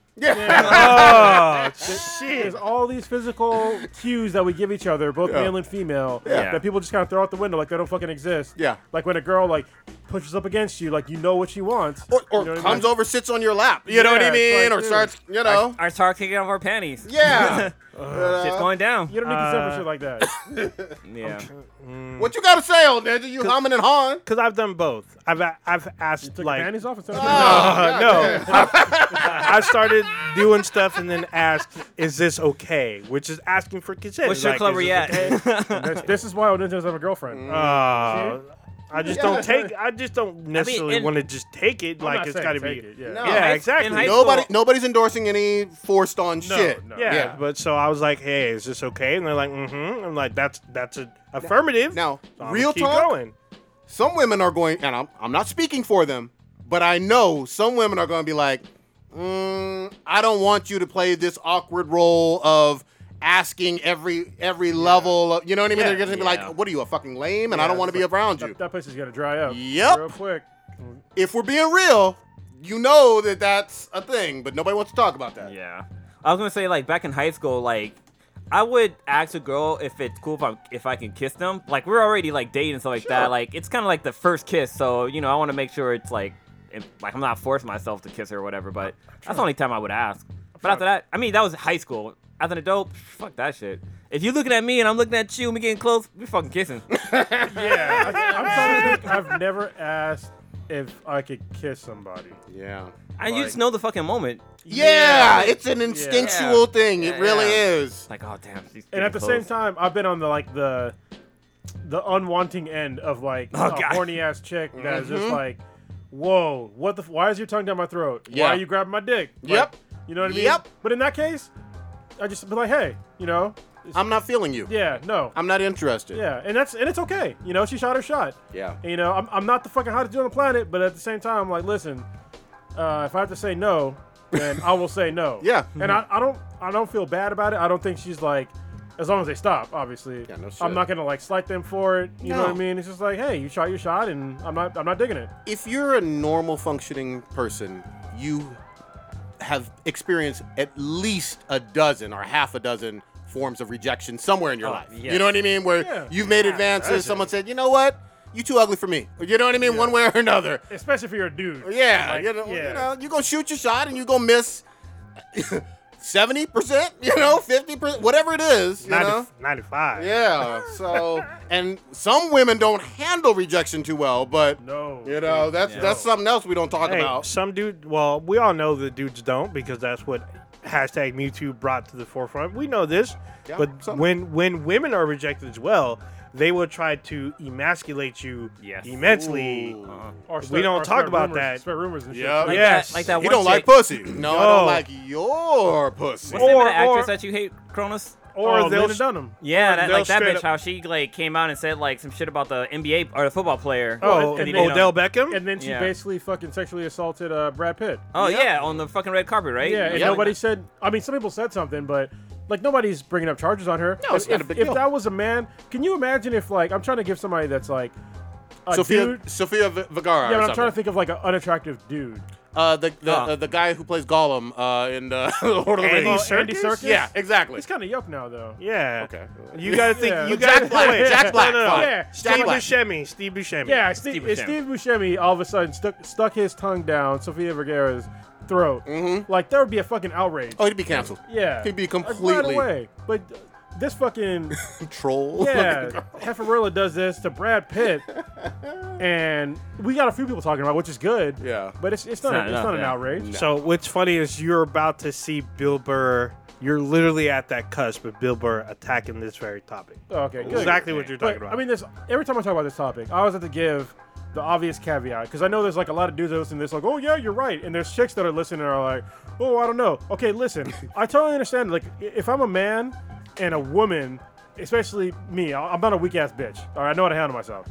[SPEAKER 5] Oh,
[SPEAKER 6] There's all these physical cues that we give each other, both
[SPEAKER 4] Yeah.
[SPEAKER 6] male and female,
[SPEAKER 4] Yeah.
[SPEAKER 6] that people just kind of throw out the window like they don't fucking exist.
[SPEAKER 4] Yeah.
[SPEAKER 6] Like when a girl like pushes up against you, like you know what she wants.
[SPEAKER 4] Or, or
[SPEAKER 6] You know what I mean?
[SPEAKER 4] comes over, sits on your lap. You know what I
[SPEAKER 6] Yeah, it's
[SPEAKER 4] mean?
[SPEAKER 6] like,
[SPEAKER 4] or
[SPEAKER 6] dude.
[SPEAKER 4] starts, you know.
[SPEAKER 7] I start kicking off our panties.
[SPEAKER 4] yeah. Uh,
[SPEAKER 7] Shit's going down.
[SPEAKER 6] You don't need consent for
[SPEAKER 5] Uh,
[SPEAKER 6] shit like that.
[SPEAKER 7] Yeah.
[SPEAKER 4] What you got to say, old ninja? You humming and hawing?
[SPEAKER 5] Because I've done both. I've a- I've asked
[SPEAKER 6] Took
[SPEAKER 5] like uh,
[SPEAKER 6] your panties off and started.
[SPEAKER 4] Oh,
[SPEAKER 5] no. I started doing stuff and then asked, "Is this okay?" Which is asking for consent.
[SPEAKER 7] What's your
[SPEAKER 5] Like,
[SPEAKER 7] club
[SPEAKER 5] is
[SPEAKER 7] were
[SPEAKER 5] this
[SPEAKER 7] you at?
[SPEAKER 6] That's- this is why I doesn't have a
[SPEAKER 4] Mm.
[SPEAKER 6] girlfriend.
[SPEAKER 5] Uh, I just
[SPEAKER 4] Yeah,
[SPEAKER 5] don't
[SPEAKER 4] that's
[SPEAKER 5] take. I just don't necessarily
[SPEAKER 7] and-
[SPEAKER 5] want to just take it.
[SPEAKER 6] I'm
[SPEAKER 5] like
[SPEAKER 6] not
[SPEAKER 5] it's
[SPEAKER 6] saying
[SPEAKER 5] got to be.
[SPEAKER 6] take it, yeah.
[SPEAKER 4] No.
[SPEAKER 5] Yeah,
[SPEAKER 7] high-
[SPEAKER 5] exactly.
[SPEAKER 7] in high
[SPEAKER 5] No,
[SPEAKER 4] Nobody,
[SPEAKER 7] school-
[SPEAKER 4] nobody's endorsing any forced on shit.
[SPEAKER 6] no.
[SPEAKER 5] Yeah,
[SPEAKER 4] Yeah.
[SPEAKER 5] but so I was like, "Hey, is this okay?" And they're like, "Mm-hmm." I'm like, "That's that's an affirmative."
[SPEAKER 4] now,
[SPEAKER 5] So I'ma
[SPEAKER 4] real
[SPEAKER 5] keep
[SPEAKER 4] talk?
[SPEAKER 5] Going.
[SPEAKER 4] Some women are going, and I'm, I'm not speaking for them, but I know some women are going to be like, mm, I don't want you to play this awkward role of asking every every level of, you know what I mean?
[SPEAKER 5] Yeah.
[SPEAKER 4] They're going to be
[SPEAKER 7] Yeah.
[SPEAKER 4] like, what are you, a fucking lame? And I don't want to be around you.
[SPEAKER 6] That, that place is gonna dry up.
[SPEAKER 4] Yep.
[SPEAKER 6] Real quick.
[SPEAKER 4] if we're being real, you know that that's a thing, but nobody wants to talk about that.
[SPEAKER 7] yeah. I was gonna say like back in high school, like I would ask a girl if it's cool if I if I can kiss them. Like we're already like dating and stuff like
[SPEAKER 4] Sure.
[SPEAKER 7] that. Like it's kind of like the first kiss, so you know I want to make sure it's like if, like I'm not forcing myself to kiss her or whatever. But that's the only time I would ask. But after that, I mean that was high school. As an adult, pff, fuck that shit. If you're looking at me and I'm looking at you and we getting close, we fucking kissing.
[SPEAKER 6] Yeah. I'm sorry, I've never asked if I could kiss somebody.
[SPEAKER 4] Yeah.
[SPEAKER 7] and you just know the fucking moment.
[SPEAKER 4] Yeah, it's an instinctual thing.
[SPEAKER 7] Yeah,
[SPEAKER 4] it really
[SPEAKER 7] yeah.
[SPEAKER 4] is.
[SPEAKER 7] It's like oh damn. she's
[SPEAKER 6] And
[SPEAKER 7] getting
[SPEAKER 6] at the
[SPEAKER 7] close.
[SPEAKER 6] same time, I've been on the like the the unwanting end of like
[SPEAKER 7] Oh,
[SPEAKER 6] a
[SPEAKER 7] God.
[SPEAKER 6] horny ass chick that is
[SPEAKER 4] Mm-hmm.
[SPEAKER 6] just like, whoa, what the? F- why is your tongue down my throat?
[SPEAKER 4] Yeah.
[SPEAKER 6] Why are you grabbing my dick? Like,
[SPEAKER 4] Yep.
[SPEAKER 6] You know what I mean?
[SPEAKER 4] Yep.
[SPEAKER 6] But in that case, I just be like, hey, you know,
[SPEAKER 4] I'm not feeling you.
[SPEAKER 6] yeah, no,
[SPEAKER 4] I'm not interested.
[SPEAKER 6] yeah, and that's and it's okay. You know, she shot her shot.
[SPEAKER 4] Yeah.
[SPEAKER 6] And, you know, I'm, I'm not the fucking hottest dude on the planet, but at the same time, I'm like, listen, uh, if I have to say no, then I will say no.
[SPEAKER 4] Yeah.
[SPEAKER 6] And I, I don't I don't feel bad about it. I don't think she's like, as long as they stop, obviously.
[SPEAKER 4] Yeah, no shit.
[SPEAKER 6] I'm not gonna like slight them for it. You know what
[SPEAKER 4] No.
[SPEAKER 6] I mean? It's just like, hey, you shot your shot, and I'm not I'm not digging it.
[SPEAKER 4] If you're a normal functioning person, you have experienced at least a dozen or half a dozen forms of rejection somewhere in your
[SPEAKER 7] Oh,
[SPEAKER 4] life.
[SPEAKER 7] yes.
[SPEAKER 4] You know what I mean? Where
[SPEAKER 6] Yeah.
[SPEAKER 4] you've made advances, someone said, you know what? You too ugly for me. You know what I mean? One way or another.
[SPEAKER 6] Especially if you're a dude.
[SPEAKER 4] Yeah,
[SPEAKER 6] Like,
[SPEAKER 4] you know,
[SPEAKER 6] yeah.
[SPEAKER 4] you know, you gonna shoot your shot and you gonna miss seventy percent, you know, fifty percent, whatever it is, you
[SPEAKER 5] 90,
[SPEAKER 4] know.
[SPEAKER 5] 95.
[SPEAKER 4] Yeah. So, and some women don't handle rejection too well, but
[SPEAKER 6] No.
[SPEAKER 4] you know, that's
[SPEAKER 7] Yeah.
[SPEAKER 4] that's something else we don't talk
[SPEAKER 5] Hey,
[SPEAKER 4] about.
[SPEAKER 5] some dude. Well, we all know the dudes don't because that's what hashtag Mewtwo brought to the forefront. We know this,
[SPEAKER 4] Yeah,
[SPEAKER 5] but
[SPEAKER 4] some-
[SPEAKER 5] when when women are rejected as well, they will try to emasculate you
[SPEAKER 7] Yes.
[SPEAKER 5] immensely.
[SPEAKER 4] Uh-huh.
[SPEAKER 6] Or
[SPEAKER 5] We
[SPEAKER 6] spread-
[SPEAKER 5] don't
[SPEAKER 6] or
[SPEAKER 5] talk
[SPEAKER 6] spread
[SPEAKER 5] about
[SPEAKER 6] rumors-
[SPEAKER 5] that.
[SPEAKER 6] Spread rumors and shit.
[SPEAKER 4] Yep.
[SPEAKER 7] Like
[SPEAKER 5] Yes.
[SPEAKER 7] that, like that
[SPEAKER 4] You
[SPEAKER 7] one
[SPEAKER 4] don't like
[SPEAKER 7] chick.
[SPEAKER 4] pussy. No, I
[SPEAKER 5] No.
[SPEAKER 4] don't like your pussy.
[SPEAKER 7] What's the name of
[SPEAKER 5] Or-
[SPEAKER 7] the actress
[SPEAKER 5] or-
[SPEAKER 7] that you hate, Cronus?
[SPEAKER 5] Or
[SPEAKER 6] oh,
[SPEAKER 5] they'll
[SPEAKER 6] Lena Dunham.
[SPEAKER 7] Yeah, that,
[SPEAKER 5] they'll
[SPEAKER 7] like that
[SPEAKER 5] straight
[SPEAKER 7] bitch,
[SPEAKER 5] up-
[SPEAKER 7] how she like came out and said like some shit about the NBA or the football player.
[SPEAKER 5] Oh,
[SPEAKER 6] and-
[SPEAKER 7] he
[SPEAKER 6] and
[SPEAKER 7] didn't
[SPEAKER 5] Odell
[SPEAKER 7] know.
[SPEAKER 5] Beckham.
[SPEAKER 6] And then she
[SPEAKER 7] Yeah.
[SPEAKER 6] basically fucking sexually assaulted uh, Brad Pitt.
[SPEAKER 7] Oh yeah, on the fucking red carpet, right?
[SPEAKER 6] Yeah, and
[SPEAKER 4] Yeah.
[SPEAKER 6] nobody said. I mean, some people said something, but like nobody's bringing up charges on her.
[SPEAKER 4] No, it's
[SPEAKER 6] if,
[SPEAKER 4] not a
[SPEAKER 6] if-
[SPEAKER 4] big
[SPEAKER 6] if
[SPEAKER 4] deal.
[SPEAKER 6] that was a man, can you imagine if like I'm trying to give somebody that's like a
[SPEAKER 4] Sophia
[SPEAKER 6] dude?
[SPEAKER 4] Sophia V- Vergara.
[SPEAKER 6] Yeah,
[SPEAKER 4] or
[SPEAKER 6] but I'm
[SPEAKER 4] something.
[SPEAKER 6] trying to think of like an unattractive dude.
[SPEAKER 4] Uh, the the,
[SPEAKER 7] Huh.
[SPEAKER 4] uh, the guy who plays Gollum uh, in uh, Lord of the
[SPEAKER 5] Andy
[SPEAKER 6] Oh,
[SPEAKER 4] Rings.
[SPEAKER 6] Andy
[SPEAKER 5] Serkis?
[SPEAKER 6] Serkis?
[SPEAKER 4] Yeah, exactly.
[SPEAKER 6] He's kind of yuck now though.
[SPEAKER 5] yeah.
[SPEAKER 4] Okay.
[SPEAKER 5] You gotta think.
[SPEAKER 6] Yeah.
[SPEAKER 5] You
[SPEAKER 6] But
[SPEAKER 5] gotta
[SPEAKER 4] Jack Black.
[SPEAKER 5] wait.
[SPEAKER 4] Jack Black.
[SPEAKER 5] No, no, no.
[SPEAKER 4] fine.
[SPEAKER 6] Yeah.
[SPEAKER 5] Steve
[SPEAKER 4] Jack Black.
[SPEAKER 5] Buscemi. Steve Buscemi.
[SPEAKER 6] Yeah, Steve,
[SPEAKER 7] Steve
[SPEAKER 6] Steve,
[SPEAKER 7] Buscemi.
[SPEAKER 6] Steve Buscemi all of a sudden stuck stuck his tongue down Sofia Vergara's throat. Mm-hmm. Like there would be a fucking outrage.
[SPEAKER 4] Oh, he'd be canceled.
[SPEAKER 6] yeah,
[SPEAKER 4] He'd be
[SPEAKER 6] Like, right
[SPEAKER 4] completely
[SPEAKER 6] away. But uh, this fucking
[SPEAKER 4] troll.
[SPEAKER 6] Yeah, Heffarilla does this to Brad Pitt, and we got a few people talking about, it, which is good.
[SPEAKER 4] Yeah.
[SPEAKER 6] but it's, it's not
[SPEAKER 7] not
[SPEAKER 6] it's
[SPEAKER 7] enough,
[SPEAKER 6] not an
[SPEAKER 7] yeah.
[SPEAKER 6] outrage.
[SPEAKER 5] So what's funny is you're about to see Bill Burr. You're literally at that cusp of Bill Burr attacking this very topic.
[SPEAKER 6] Okay, good.
[SPEAKER 5] Exactly what you're talking
[SPEAKER 6] But,
[SPEAKER 5] about.
[SPEAKER 6] I mean, there's every time I talk about this topic, I always have to give the obvious caveat because I know there's like a lot of dudes that listen to this, like, oh yeah, you're right, and there's chicks that are listening and are like, oh, I don't know. Okay, listen, I totally understand. Like, i- if I'm a man and a woman, especially me, I- I'm not a weak ass bitch. All right, I know how to handle myself.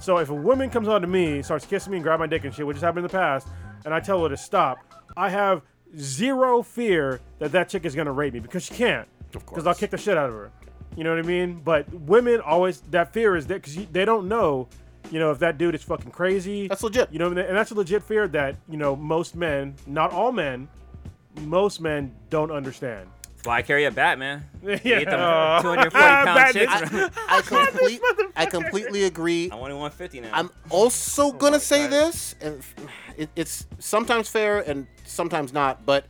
[SPEAKER 6] So if a woman comes on to me, starts kissing me and grab my dick and shit, which has happened in the past, and I tell her to stop, I have zero fear that that chick is gonna rape me because she can't. Of course. Because I'll kick the shit out of her. You know what I mean? But women always that fear is there because they don't know, you know, if that dude is fucking crazy.
[SPEAKER 4] That's legit.
[SPEAKER 6] You know, and that's a legit fear that you know most men, not all men, most men don't understand.
[SPEAKER 7] That's why I carry a bat, man. You Get them
[SPEAKER 6] Yeah.
[SPEAKER 7] 240
[SPEAKER 6] Bat
[SPEAKER 7] pound chicks.
[SPEAKER 6] bitch.
[SPEAKER 7] I,
[SPEAKER 4] I complete, I completely agree.
[SPEAKER 7] I want 150 now.
[SPEAKER 4] I'm also gonna say this, and it, it's sometimes fair and sometimes not, but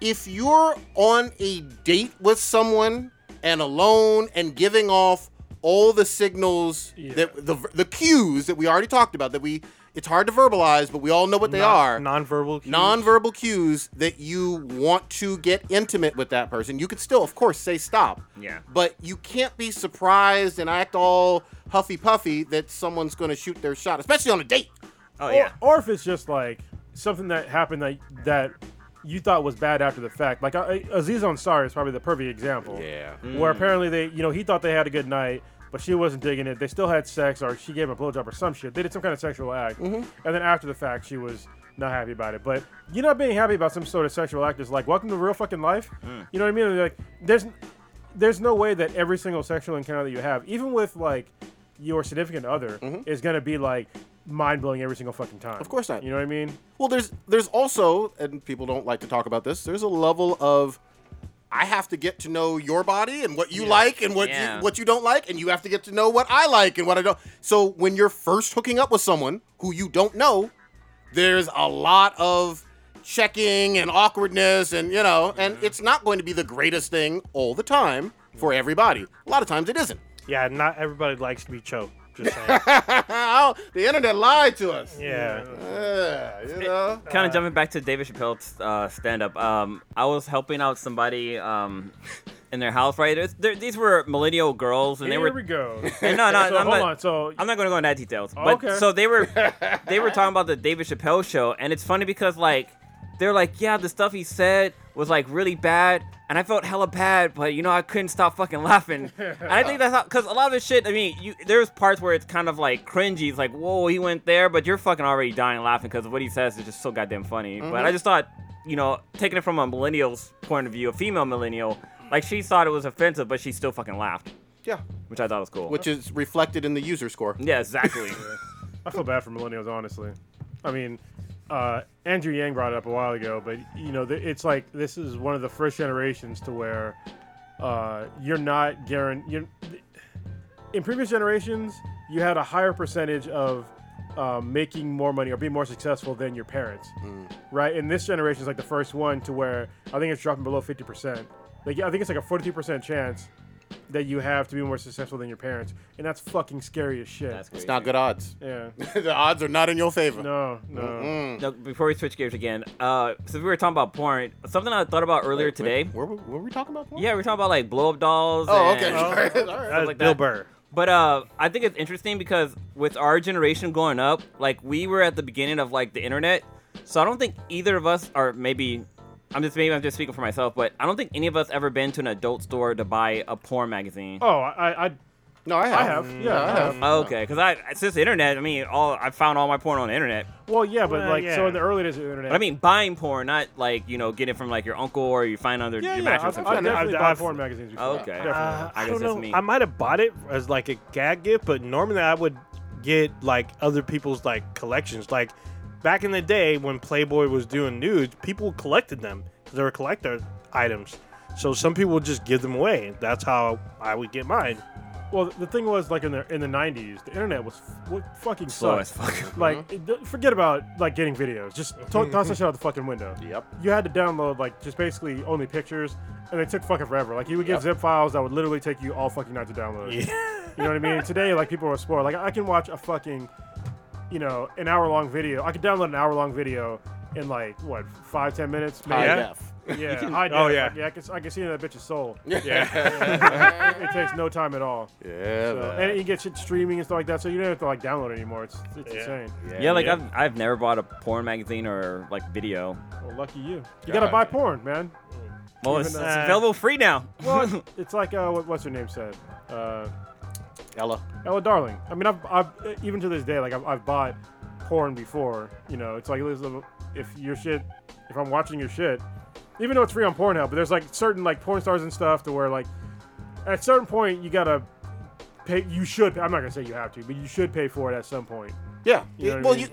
[SPEAKER 4] if you're on a date with someone and alone and giving off all the signals that the the cues that we already talked about that we it's hard to verbalize, but we all know what they are.
[SPEAKER 5] nonverbal. cues.
[SPEAKER 4] nonverbal cues that you want to get intimate with that person. You could still, of course, say stop.
[SPEAKER 7] Yeah.
[SPEAKER 4] But you can't be surprised and act all huffy puffy that someone's going to shoot their shot, especially on a date.
[SPEAKER 7] oh,
[SPEAKER 6] or,
[SPEAKER 7] yeah.
[SPEAKER 6] or if it's just like something that happened that that you thought was bad after the fact. Like I, I- Aziz Ansari is probably the perfect example. Yeah. Where apparently they, you know, he thought they had a good night, but she wasn't digging it. They still had sex, or she gave him a blowjob or some shit. They did some kind of sexual act, and then after the fact, she was not happy about it. But you not being happy about some sort of sexual act is like welcome to real fucking life.
[SPEAKER 7] Mm.
[SPEAKER 6] You know what I mean? Like there's there's no way that every single sexual encounter that you have, even with like your significant other,
[SPEAKER 7] Mm-hmm.
[SPEAKER 6] is gonna be like mind blowing every single fucking time.
[SPEAKER 4] Of course not.
[SPEAKER 6] You know what I mean?
[SPEAKER 4] Well, there's there's also, and people don't like to talk about this. There's a level of I have to get to know your body and what you like and what
[SPEAKER 7] Yeah.
[SPEAKER 4] you what you don't like, and you have to get to know what I like and what I don't. So when you're first hooking up with someone who you don't know, there's a lot of checking and awkwardness, and you know, and it's not going to be the greatest thing all the time for everybody. A lot of times it isn't.
[SPEAKER 5] Yeah, not everybody likes to be choked. Just saying.
[SPEAKER 4] Oh, the internet lied to us.
[SPEAKER 5] yeah.
[SPEAKER 4] Yeah, you know.
[SPEAKER 7] kind of jumping back to David Chappelle's uh, stand up. Um, I was helping out somebody um, in their house, right? It's- they're- These were millennial girls, and
[SPEAKER 6] Here
[SPEAKER 7] they were.
[SPEAKER 6] we go.
[SPEAKER 7] and no, no,
[SPEAKER 6] so
[SPEAKER 7] I'm
[SPEAKER 6] hold
[SPEAKER 7] not,
[SPEAKER 6] on. So
[SPEAKER 7] I'm not going to go into that details. But
[SPEAKER 6] Okay.
[SPEAKER 7] so they were they were talking about the David Chappelle show, and it's funny because like they're like, yeah, the stuff he said was like really bad, and I felt hella bad, but you know I couldn't stop fucking laughing. and I think that's how because a lot of this shit. I mean, you, there's parts where it's kind of like cringy. It's like, whoa, he went there, but you're fucking already dying laughing because what he says is just so goddamn funny. But
[SPEAKER 4] Mm-hmm.
[SPEAKER 7] I just thought, you know, taking it from a millennial's point of view, a female millennial. Like she thought it was offensive, but she still fucking laughed,
[SPEAKER 4] Yeah.
[SPEAKER 7] which I thought was cool.
[SPEAKER 4] Which is reflected in the user score.
[SPEAKER 7] yeah, exactly.
[SPEAKER 6] I feel bad for millennials, honestly. I mean, uh, Andrew Yang brought it up a while ago, but you know, th- it's like this is one of the first generations to where uh, you're not guaranteed. In previous generations, you had a higher percentage of uh, making more money or being more successful than your parents, right? And this generation is like the first one to where I think it's dropping below fifty percent. Like I think it's like a forty-three percent chance that you have to be more successful than your parents, and that's fucking scary as shit.
[SPEAKER 7] That's
[SPEAKER 4] It's
[SPEAKER 7] crazy.
[SPEAKER 4] not good odds.
[SPEAKER 6] yeah.
[SPEAKER 4] the odds are not in your favor.
[SPEAKER 6] No, no.
[SPEAKER 7] Now, before we switch gears again, uh, so we were talking about porn. Something I thought about earlier today.
[SPEAKER 4] Wait, were, we- were we talking about porn?
[SPEAKER 7] yeah, we were talking about like blow up dolls.
[SPEAKER 4] Oh,
[SPEAKER 7] and-
[SPEAKER 4] okay. All right, all right.
[SPEAKER 5] That's
[SPEAKER 7] like
[SPEAKER 5] Bill
[SPEAKER 7] that.
[SPEAKER 5] Burr.
[SPEAKER 7] But uh, I think it's interesting because with our generation growing up, like we were at the beginning of like the internet, so I don't think either of us are maybe. I'm just maybe I'm just speaking for myself, but I don't think any of us ever been to an adult store to buy a porn magazine.
[SPEAKER 6] Oh, I, I,
[SPEAKER 4] No, I have.
[SPEAKER 6] I have. Yeah, I have.
[SPEAKER 7] Okay, because I since the internet, I mean, all I found all my porn on the internet.
[SPEAKER 6] Well, yeah, but
[SPEAKER 5] Well,
[SPEAKER 6] like,
[SPEAKER 5] yeah.
[SPEAKER 6] so in the early days of the internet,
[SPEAKER 7] But I mean, buying porn, not like you know, getting it from like your uncle or you find under
[SPEAKER 6] yeah,
[SPEAKER 7] your
[SPEAKER 6] yeah,
[SPEAKER 7] mattress.
[SPEAKER 6] I've, I've
[SPEAKER 7] and shit.
[SPEAKER 5] I've-
[SPEAKER 6] definitely
[SPEAKER 5] I've-
[SPEAKER 6] bought
[SPEAKER 5] I've-
[SPEAKER 6] porn magazines before.
[SPEAKER 7] Okay.
[SPEAKER 6] Definitely.
[SPEAKER 5] Uh,
[SPEAKER 7] I
[SPEAKER 5] I,
[SPEAKER 7] guess
[SPEAKER 5] don't
[SPEAKER 7] that's
[SPEAKER 5] know.
[SPEAKER 7] me.
[SPEAKER 5] I might have bought it as like a gag gift, but normally I would get like other people's like collections. Like back in the day when Playboy was doing nudes, people collected them 'cause they were collector items. So some people would just give them away. That's how I would get mine.
[SPEAKER 6] Well, the thing was like in the in the '90s, the internet was f- w- fucking
[SPEAKER 7] Slow
[SPEAKER 6] sucked.
[SPEAKER 7] as fuck.
[SPEAKER 6] Like,
[SPEAKER 4] Mm-hmm.
[SPEAKER 6] it- th- forget about like getting videos. Just to- toss that shit out the fucking window.
[SPEAKER 4] Yep.
[SPEAKER 6] You had to download like just basically only pictures, and they took fucking forever. Like you would get zip files that would literally take you all fucking night to download. You know what I mean? Today, like people are spoiled. Like I can watch a fucking, you know, an hour long video. I could download an hour long video in like what five ten minutes.
[SPEAKER 4] High
[SPEAKER 6] maybe?
[SPEAKER 4] def.
[SPEAKER 6] Yeah, high
[SPEAKER 5] oh,
[SPEAKER 6] def.
[SPEAKER 5] yeah.
[SPEAKER 6] Like, yeah, I can, I can see that bitch's soul. Yeah. it takes no time at all.
[SPEAKER 4] Yeah,
[SPEAKER 6] So,
[SPEAKER 4] man.
[SPEAKER 6] and you can get shit streaming and stuff like that, so you don't have to like download it anymore. It's, it's insane.
[SPEAKER 7] Yeah, like
[SPEAKER 5] yeah.
[SPEAKER 7] I've, I've never bought a porn magazine or like video.
[SPEAKER 6] Well, lucky you. You gotta buy porn, man.
[SPEAKER 7] Well, it's,
[SPEAKER 6] Even,
[SPEAKER 7] it's
[SPEAKER 5] uh,
[SPEAKER 7] available free now.
[SPEAKER 6] Well, it's like uh, what, what's her name said, uh,
[SPEAKER 4] Ella.
[SPEAKER 6] Ella Darling. I mean, I've, I've even to this day, like I've, I've bought porn before. You know, it's like it was a- if your shit, if I'm watching your shit, even though it's free on Pornhub, but there's like certain like porn stars and stuff to where like at a certain point you gotta pay. You should. I'm not gonna say you have to, but you should pay for it at some point.
[SPEAKER 4] Yeah.
[SPEAKER 6] You know
[SPEAKER 4] It-
[SPEAKER 6] what
[SPEAKER 4] well,
[SPEAKER 6] I
[SPEAKER 4] you,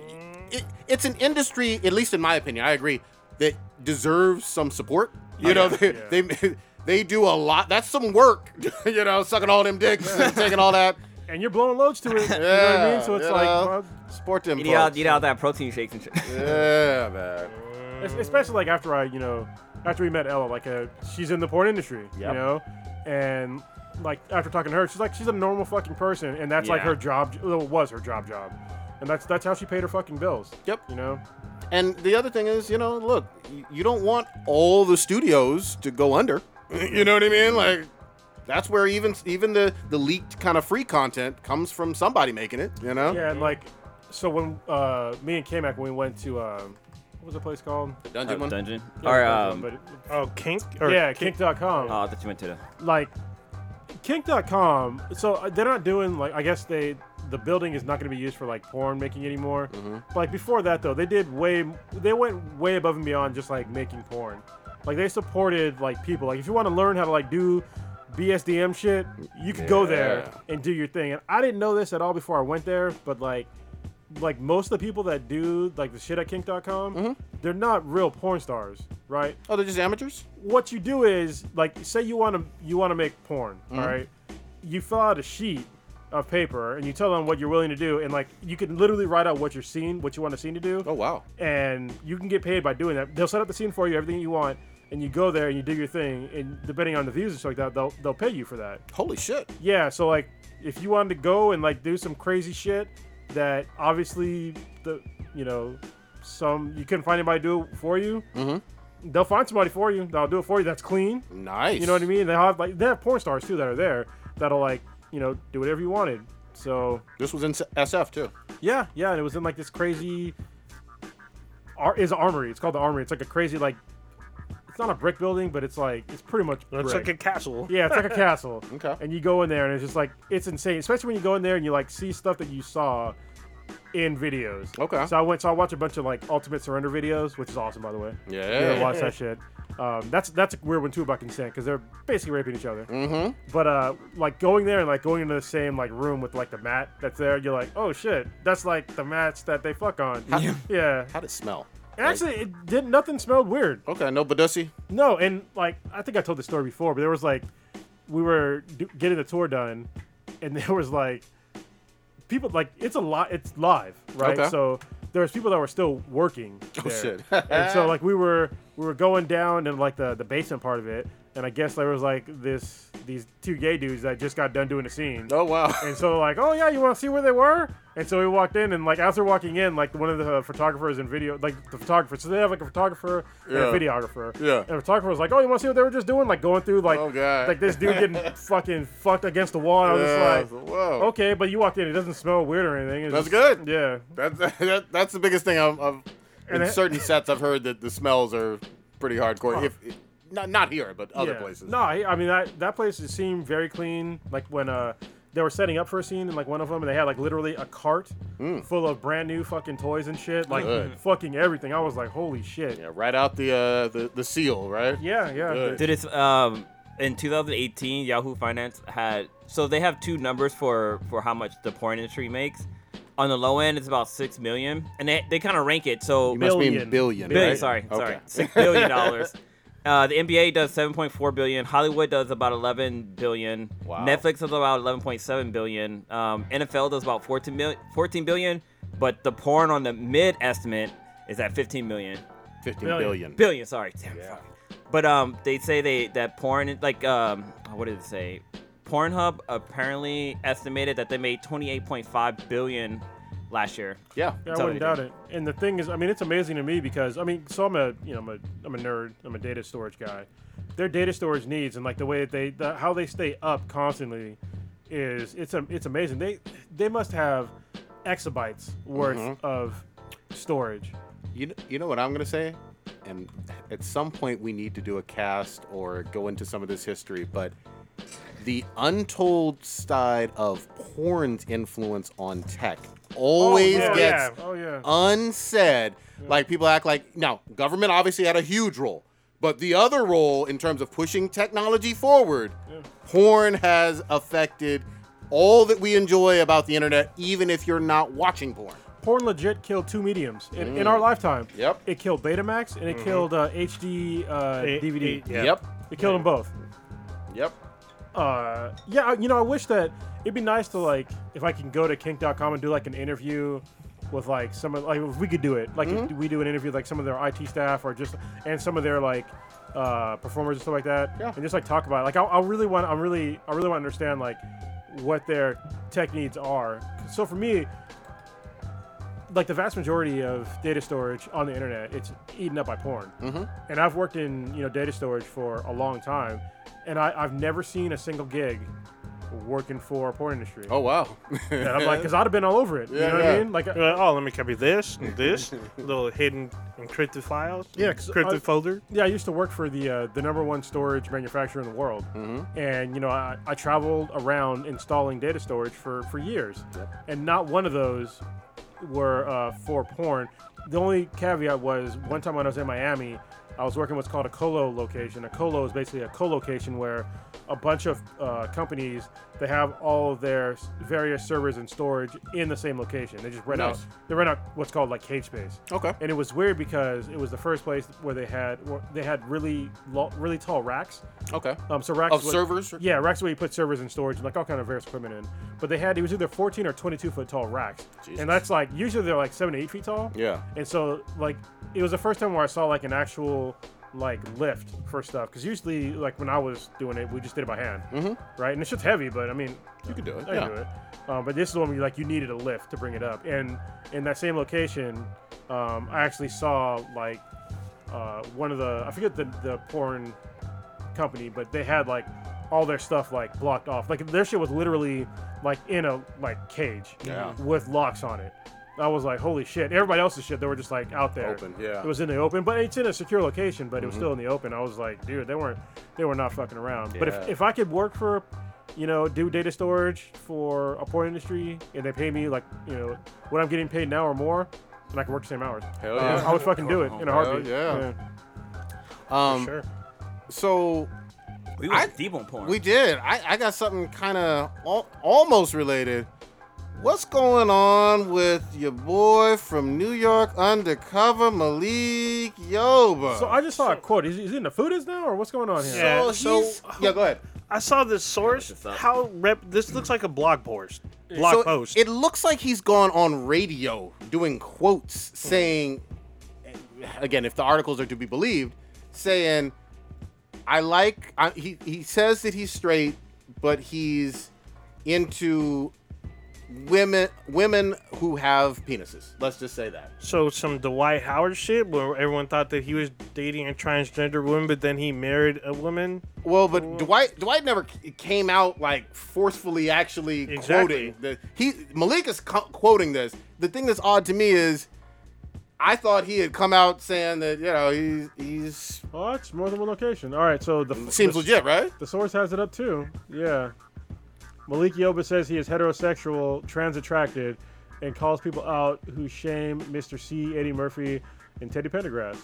[SPEAKER 4] it, it's an industry, at least in my opinion, I agree, that deserves some support. You know, they, they they do a lot. That's some work. you know, sucking all them dicks and taking all that.
[SPEAKER 6] And you're blowing loads to it. You know what I
[SPEAKER 4] Yeah,
[SPEAKER 6] mean? So it's
[SPEAKER 4] you
[SPEAKER 6] like,
[SPEAKER 4] know.
[SPEAKER 6] well,
[SPEAKER 4] Sport them.
[SPEAKER 7] Eat out,
[SPEAKER 4] folks.
[SPEAKER 7] eat out that protein shakes and shit.
[SPEAKER 4] Yeah, man.
[SPEAKER 6] Es- especially like after I, you know, after we met Ella, like uh she's in the porn industry, you
[SPEAKER 7] Yep.
[SPEAKER 6] know, and like after talking to her, she's like she's a normal fucking person, and that's like
[SPEAKER 7] Yeah.
[SPEAKER 6] her job, well, it was her job job, and that's that's how she paid her fucking bills.
[SPEAKER 4] Yep.
[SPEAKER 6] You know,
[SPEAKER 4] And the other thing is, you know, look, y- you don't want all the studios to go under. You know what I mean? Like, that's where even even the the leaked kind of free content comes from somebody making it. You know?
[SPEAKER 6] yeah, and like so when uh me and K-Mac, when we went to um what was the place called?
[SPEAKER 4] Dungeon one.
[SPEAKER 7] Dungeon.
[SPEAKER 6] Yeah,
[SPEAKER 7] or
[SPEAKER 6] it was
[SPEAKER 7] um,
[SPEAKER 6] Dungeon,
[SPEAKER 5] Oh, kink.
[SPEAKER 6] but
[SPEAKER 5] Or
[SPEAKER 6] it- yeah,
[SPEAKER 5] kink.
[SPEAKER 6] kink.com.
[SPEAKER 7] oh, I thought you went to the.
[SPEAKER 6] like kink.com so uh, they're not doing like i guess they the building is not going to be used for like porn making anymore but like before that though they did way they went way above and beyond just like making porn like they supported like people like if you want to learn how to like do bsdm shit you could go there and do your thing and i didn't know this at all before i went there but like like most of the people that do like the shit at kink.com they're not real porn stars right
[SPEAKER 4] Oh, they're just amateurs.
[SPEAKER 6] what you do is like say you want to you want to make porn all right you fill out a sheet of paper and you tell them what you're willing to do and like you can literally write out what you're seeing what you want a scene to do
[SPEAKER 4] Oh wow.
[SPEAKER 6] and you can get paid by doing that they'll set up the scene for you everything you want and you go there and you do your thing and depending on the views and stuff like that they'll, they'll pay you for that
[SPEAKER 4] Holy shit.
[SPEAKER 6] yeah so like if you wanted to go and like do some crazy shit that obviously the you know some you couldn't find anybody to do it for you they'll find somebody for you that'll do it for you that's clean
[SPEAKER 4] Nice.
[SPEAKER 6] you know what I mean? They have like they have porn stars too that are there that'll like you know do whatever you wanted. So
[SPEAKER 4] This was in S- SF too.
[SPEAKER 6] yeah, yeah, and it was in like this crazy. Ar- is armory? It's called the armory. It's like a crazy like. It's not a brick building, but it's like it's pretty much. Brick.
[SPEAKER 5] It's like a castle.
[SPEAKER 6] yeah, it's like a castle.
[SPEAKER 4] Okay.
[SPEAKER 6] And you go in there, and it's just like it's insane. Especially when you go in there and you like see stuff that you saw in videos.
[SPEAKER 4] Okay.
[SPEAKER 6] So I went. So I watched a bunch of like Ultimate Surrender videos, which is awesome, by the way. Yeah,
[SPEAKER 4] Yeah.
[SPEAKER 6] watch that shit. Um, that's that's a weird one too about consent because they're basically raping each other.
[SPEAKER 4] Mm-hmm.
[SPEAKER 6] But uh, like going there and like going into the same like room with like the mat that's there, you're like, oh shit, that's like the mats that they fuck on.
[SPEAKER 4] How-
[SPEAKER 6] yeah.
[SPEAKER 4] How'd it smell?
[SPEAKER 6] And actually, it did nothing smelled weird.
[SPEAKER 4] Okay, no Badussy.
[SPEAKER 6] No, and like I think I told this story before, but there was like we were do- getting the tour done, and there was like people like it's a lot. It's live, right?
[SPEAKER 4] Okay.
[SPEAKER 6] So there was people that were still working.
[SPEAKER 4] Oh,
[SPEAKER 6] there.
[SPEAKER 4] shit.
[SPEAKER 6] and so like we were we were going down in like the the basement part of it, and I guess there was like this these two gay dudes that just got done doing a scene.
[SPEAKER 4] Oh wow.
[SPEAKER 6] And so like, oh yeah, you want to see where they were? And so we walked in, and like after walking in, like one of the photographers and video, like the photographer. So they have like a photographer and a
[SPEAKER 4] Yeah.
[SPEAKER 6] videographer.
[SPEAKER 4] Yeah.
[SPEAKER 6] And the photographer was like, oh, you want to see what they were just doing? Like going through like,
[SPEAKER 4] Oh, God.
[SPEAKER 6] like this dude getting fucking fucked against the wall. And I was
[SPEAKER 4] Yeah,
[SPEAKER 6] just like,
[SPEAKER 4] whoa.
[SPEAKER 6] okay, but you walked in, it doesn't smell weird or anything. It's
[SPEAKER 4] That's
[SPEAKER 6] just-
[SPEAKER 4] good.
[SPEAKER 6] Yeah.
[SPEAKER 4] That's that, that's the biggest thing I've, I've in
[SPEAKER 6] And it-
[SPEAKER 4] certain sets I've heard that the smells are pretty hardcore. If not not here, but other
[SPEAKER 6] Yeah.
[SPEAKER 4] places.
[SPEAKER 6] No, I, I mean that that place it seemed very clean. Like when uh they were setting up for a scene in like one of them, and they had like literally a cart
[SPEAKER 4] Hmm.
[SPEAKER 6] full of brand new fucking toys and shit, like
[SPEAKER 4] Good.
[SPEAKER 6] fucking everything. I was like, holy shit.
[SPEAKER 4] Yeah, right out the uh the, the seal, right?
[SPEAKER 6] Yeah, yeah.
[SPEAKER 4] Good.
[SPEAKER 7] Did it's um in 2018 Yahoo Finance had so they have two numbers for for how much the porn industry makes. On the low end, it's about six million, and they, they kind of rank it. So
[SPEAKER 4] You must mean
[SPEAKER 6] Billion.
[SPEAKER 4] billion,
[SPEAKER 7] billion,
[SPEAKER 4] right?
[SPEAKER 7] sorry,
[SPEAKER 4] Okay.
[SPEAKER 7] sorry, six billion dollars. Uh, the NBA does 7.4 billion. Hollywood does about 11 billion.
[SPEAKER 4] Wow.
[SPEAKER 7] Netflix does about 11.7 billion. Um, NFL does about 14 mil- 14 billion, but the porn on the mid estimate is at 15 million.
[SPEAKER 4] Fifteen
[SPEAKER 6] Billion.
[SPEAKER 4] billion.
[SPEAKER 7] Billion, sorry. Damn, fuck. But um, they say they that porn like um, what did it say? Pornhub apparently estimated that they made 28.5 billion last year.
[SPEAKER 4] Yeah.
[SPEAKER 6] Yeah,
[SPEAKER 7] That's
[SPEAKER 6] I
[SPEAKER 7] how
[SPEAKER 6] wouldn't
[SPEAKER 7] they
[SPEAKER 6] doubt
[SPEAKER 7] do
[SPEAKER 6] it. And the thing is, I mean, it's amazing to me because I mean, so I'm a you know I'm a I'm a nerd. I'm a data storage guy. Their data storage needs and like the way that they the, how they stay up constantly is it's a, it's amazing. They they must have exabytes worth
[SPEAKER 5] Mm-hmm.
[SPEAKER 6] of storage.
[SPEAKER 4] You kn- you know what I'm gonna say, and at some point we need to do a cast or go into some of this history, but the untold side of porn's influence on tech always
[SPEAKER 5] yeah.
[SPEAKER 4] gets
[SPEAKER 5] Yeah.
[SPEAKER 6] Oh yeah.
[SPEAKER 4] unsaid. Like people act like now government obviously had a huge role, but the other role in terms of pushing technology forward, porn has affected all that we enjoy about the internet, even if you're not watching porn.
[SPEAKER 6] porn legit killed two mediums in, in our lifetime.
[SPEAKER 4] Yep.
[SPEAKER 6] It killed Betamax and it killed uh, HD uh,
[SPEAKER 5] It-
[SPEAKER 6] DVD.
[SPEAKER 5] it- yeah.
[SPEAKER 4] Yep.
[SPEAKER 6] It killed them both.
[SPEAKER 4] Yep.
[SPEAKER 6] Uh, yeah, I- you know, I wish that it'd be nice to like if I can go to kink.com and do like an interview with like some of like if we could do it like if we do an interview with, like some of their IT staff or just and some of their like uh, performers and stuff like that.
[SPEAKER 4] Yeah.
[SPEAKER 6] And just like talk about it. like I, I really want I'm really I really want to understand like what their tech needs are. So for me, like the vast majority of data storage on the internet, it's eaten up by porn. Mm-hmm. And I've worked in you know data storage for a long time, and I, I've never seen a single gig working for a porn industry.
[SPEAKER 4] Oh wow.
[SPEAKER 6] And I'm like, because I'd have been all over it. you
[SPEAKER 4] Yeah,
[SPEAKER 6] know what
[SPEAKER 4] yeah.
[SPEAKER 6] I mean? Like,
[SPEAKER 5] You're like, oh, let me copy this and this little hidden encrypted files.
[SPEAKER 6] Yeah, 'cause
[SPEAKER 5] encrypted
[SPEAKER 6] I-
[SPEAKER 5] folder.
[SPEAKER 6] yeah, I used to work for the uh, the number one storage manufacturer in the world, and you know I, I traveled around installing data storage for for years, and not one of those were uh, for porn. The only caveat was one time when I was in Miami, I was working what's called a colo location. A colo is basically a co-location where a bunch of uh, companies they have all of their s- various servers and storage in the same location. They just rent
[SPEAKER 4] Nice.
[SPEAKER 6] out they rent out what's called like cage space.
[SPEAKER 4] Okay.
[SPEAKER 6] And it was weird because it was the first place where they had where they had really lo- really tall racks.
[SPEAKER 4] okay.
[SPEAKER 6] Um, so racks
[SPEAKER 4] Of
[SPEAKER 6] would-
[SPEAKER 4] servers?
[SPEAKER 6] Yeah, racks where you put servers and storage and like all kind of various equipment in. But they had it was either 14 or 22 foot tall racks,
[SPEAKER 4] Jesus.
[SPEAKER 6] and that's like usually they're like seven to eight feet tall.
[SPEAKER 4] Yeah.
[SPEAKER 6] And so like it was the first time where I saw like an actual like lift for stuff because usually like when I was doing it we just did it by hand, mm-hmm. right? And it's just heavy, but I mean
[SPEAKER 4] You could do it.
[SPEAKER 6] I
[SPEAKER 4] yeah.
[SPEAKER 6] knew it. Um, but this is the one where you, like you needed a lift to bring it up, and in that same location, um, I actually saw like uh, one of the I forget the the porn company, but they had like all their stuff like blocked off. Like their shit was literally like in a like cage
[SPEAKER 4] Yeah.
[SPEAKER 6] with locks on it. I was like, holy shit! Everybody else's shit they were just like out there.
[SPEAKER 4] Open, yeah.
[SPEAKER 6] It was in the open, but it's in a secure location, but it was still in the open. I was like, dude, they weren't they were not fucking around. But if
[SPEAKER 4] Yeah.
[SPEAKER 6] if I could work for, you know, do data storage for a porn industry and they pay me like, you know, what I'm getting paid now or more, then I can work the same hours.
[SPEAKER 4] Hell
[SPEAKER 6] Uh,
[SPEAKER 4] yeah.
[SPEAKER 6] I would fucking do it in a
[SPEAKER 4] Hell
[SPEAKER 6] heartbeat.
[SPEAKER 4] yeah.
[SPEAKER 5] For
[SPEAKER 4] Um,
[SPEAKER 5] sure.
[SPEAKER 4] So
[SPEAKER 7] We went
[SPEAKER 4] I-
[SPEAKER 7] deep on porn.
[SPEAKER 4] We did. I, I got something kind of al- almost related. What's going on with your boy from New York undercover, Malik Yoba?
[SPEAKER 6] So I just saw a quote. Is, is he in the foodies now or what's going on here?
[SPEAKER 5] Yeah, so-
[SPEAKER 4] he's- yeah, go ahead.
[SPEAKER 5] I saw this source.
[SPEAKER 7] this up.
[SPEAKER 5] How rep? This looks like a blog post. Blog
[SPEAKER 4] so
[SPEAKER 5] post.
[SPEAKER 4] It looks like he's gone on radio doing quotes saying, again, if the articles are to be believed, saying, I like, I, he, he says that he's straight, but he's into women women who have penises. Let's just say that.
[SPEAKER 5] so some Dwight Howard shit, where everyone thought that he was dating a transgender woman, but then he married a woman.
[SPEAKER 4] Well, but Dwight Dwight never c- came out like forcefully actually
[SPEAKER 5] Exactly.
[SPEAKER 4] quoting. The, he Malik is co- quoting this. The thing that's odd to me is, I thought he had come out saying that you know he's he's
[SPEAKER 6] Oh, it's more than one location. All right, so the
[SPEAKER 4] seems
[SPEAKER 6] the,
[SPEAKER 4] legit, right?
[SPEAKER 6] The source has it up too. Yeah. Malik Yoba says he is heterosexual, trans attracted, and calls people out who shame Mr. C, Eddie Murphy, and Teddy Pendergrass.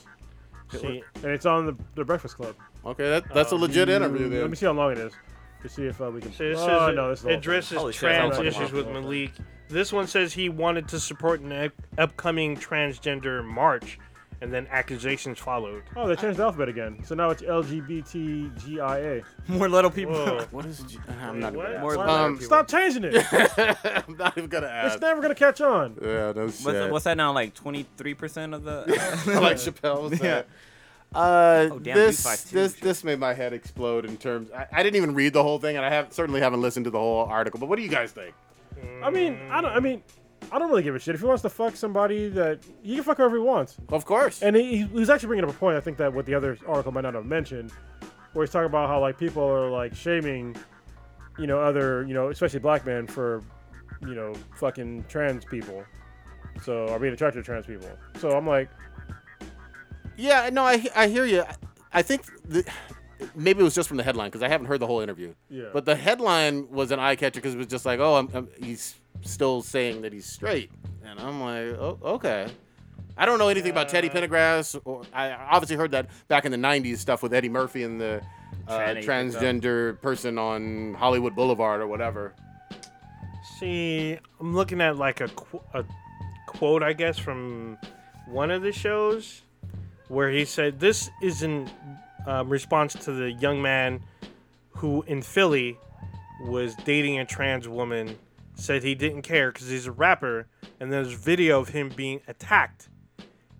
[SPEAKER 5] See,
[SPEAKER 6] And it's on the, the Breakfast Club.
[SPEAKER 4] Okay, that, that's a legit interview
[SPEAKER 6] Mm, Let
[SPEAKER 4] then.
[SPEAKER 6] me see how long it is to see if uh, we can.
[SPEAKER 5] so it says
[SPEAKER 6] oh,
[SPEAKER 5] it
[SPEAKER 6] no, this is
[SPEAKER 5] addresses
[SPEAKER 7] Holy shit, that
[SPEAKER 5] trans
[SPEAKER 7] was like a
[SPEAKER 5] issues
[SPEAKER 7] month
[SPEAKER 5] with
[SPEAKER 7] ago.
[SPEAKER 5] Malik. This one says he wanted to support an up- upcoming transgender march, and then accusations followed.
[SPEAKER 6] Oh, they changed the alphabet again. So now it's LGBTGIA.
[SPEAKER 7] More little people.
[SPEAKER 5] Whoa.
[SPEAKER 4] What is? it? I'm not.
[SPEAKER 5] What?
[SPEAKER 4] Even
[SPEAKER 7] More
[SPEAKER 5] Why-
[SPEAKER 7] little
[SPEAKER 4] Um,
[SPEAKER 7] people.
[SPEAKER 6] Stop changing it. it's
[SPEAKER 4] gonna, Um, I'm not even gonna ask.
[SPEAKER 6] never gonna catch on.
[SPEAKER 4] Yeah, no shit.
[SPEAKER 7] What's, what's that now? Like 23% of the.
[SPEAKER 4] like Chappelle was
[SPEAKER 7] Yeah.
[SPEAKER 4] yeah. Uh,
[SPEAKER 7] Oh, damn,
[SPEAKER 4] this
[SPEAKER 7] 352,
[SPEAKER 4] this
[SPEAKER 7] shit.
[SPEAKER 4] this made my head explode in terms. I, I didn't even read the whole thing, and I have certainly haven't listened to the whole article. But what do you guys think?
[SPEAKER 6] I mean, I don't. I mean, I don't really give a shit. If he wants to fuck somebody, that he can fuck whoever he wants.
[SPEAKER 4] Of course.
[SPEAKER 6] And he, he was actually bringing up a point. I think that what the other article might not have mentioned, where he's talking about how like people are like shaming, you know, other, you know, especially black men for, you know, fucking trans people. So are being attracted to trans people. So I'm like,
[SPEAKER 4] Yeah, no, I, I hear you. I think the, maybe it was just from the headline because I haven't heard the whole interview.
[SPEAKER 6] Yeah.
[SPEAKER 4] But the headline was an eye catcher because it was just like, oh, I'm, I'm, he's still saying that he's straight, and I'm like, oh, okay. I don't know anything about Teddy Pendergrass. Or I obviously heard that back in the '90s stuff with Eddie Murphy and the uh,
[SPEAKER 7] Tranny stuff.
[SPEAKER 4] transgender person on Hollywood Boulevard or whatever.
[SPEAKER 5] See, I'm looking at like a, qu- a quote, I guess, from one of the shows where he said, This is in um, response to the young man who in Philly was dating a trans woman, said he didn't care because he's a rapper, and there's video of him being attacked.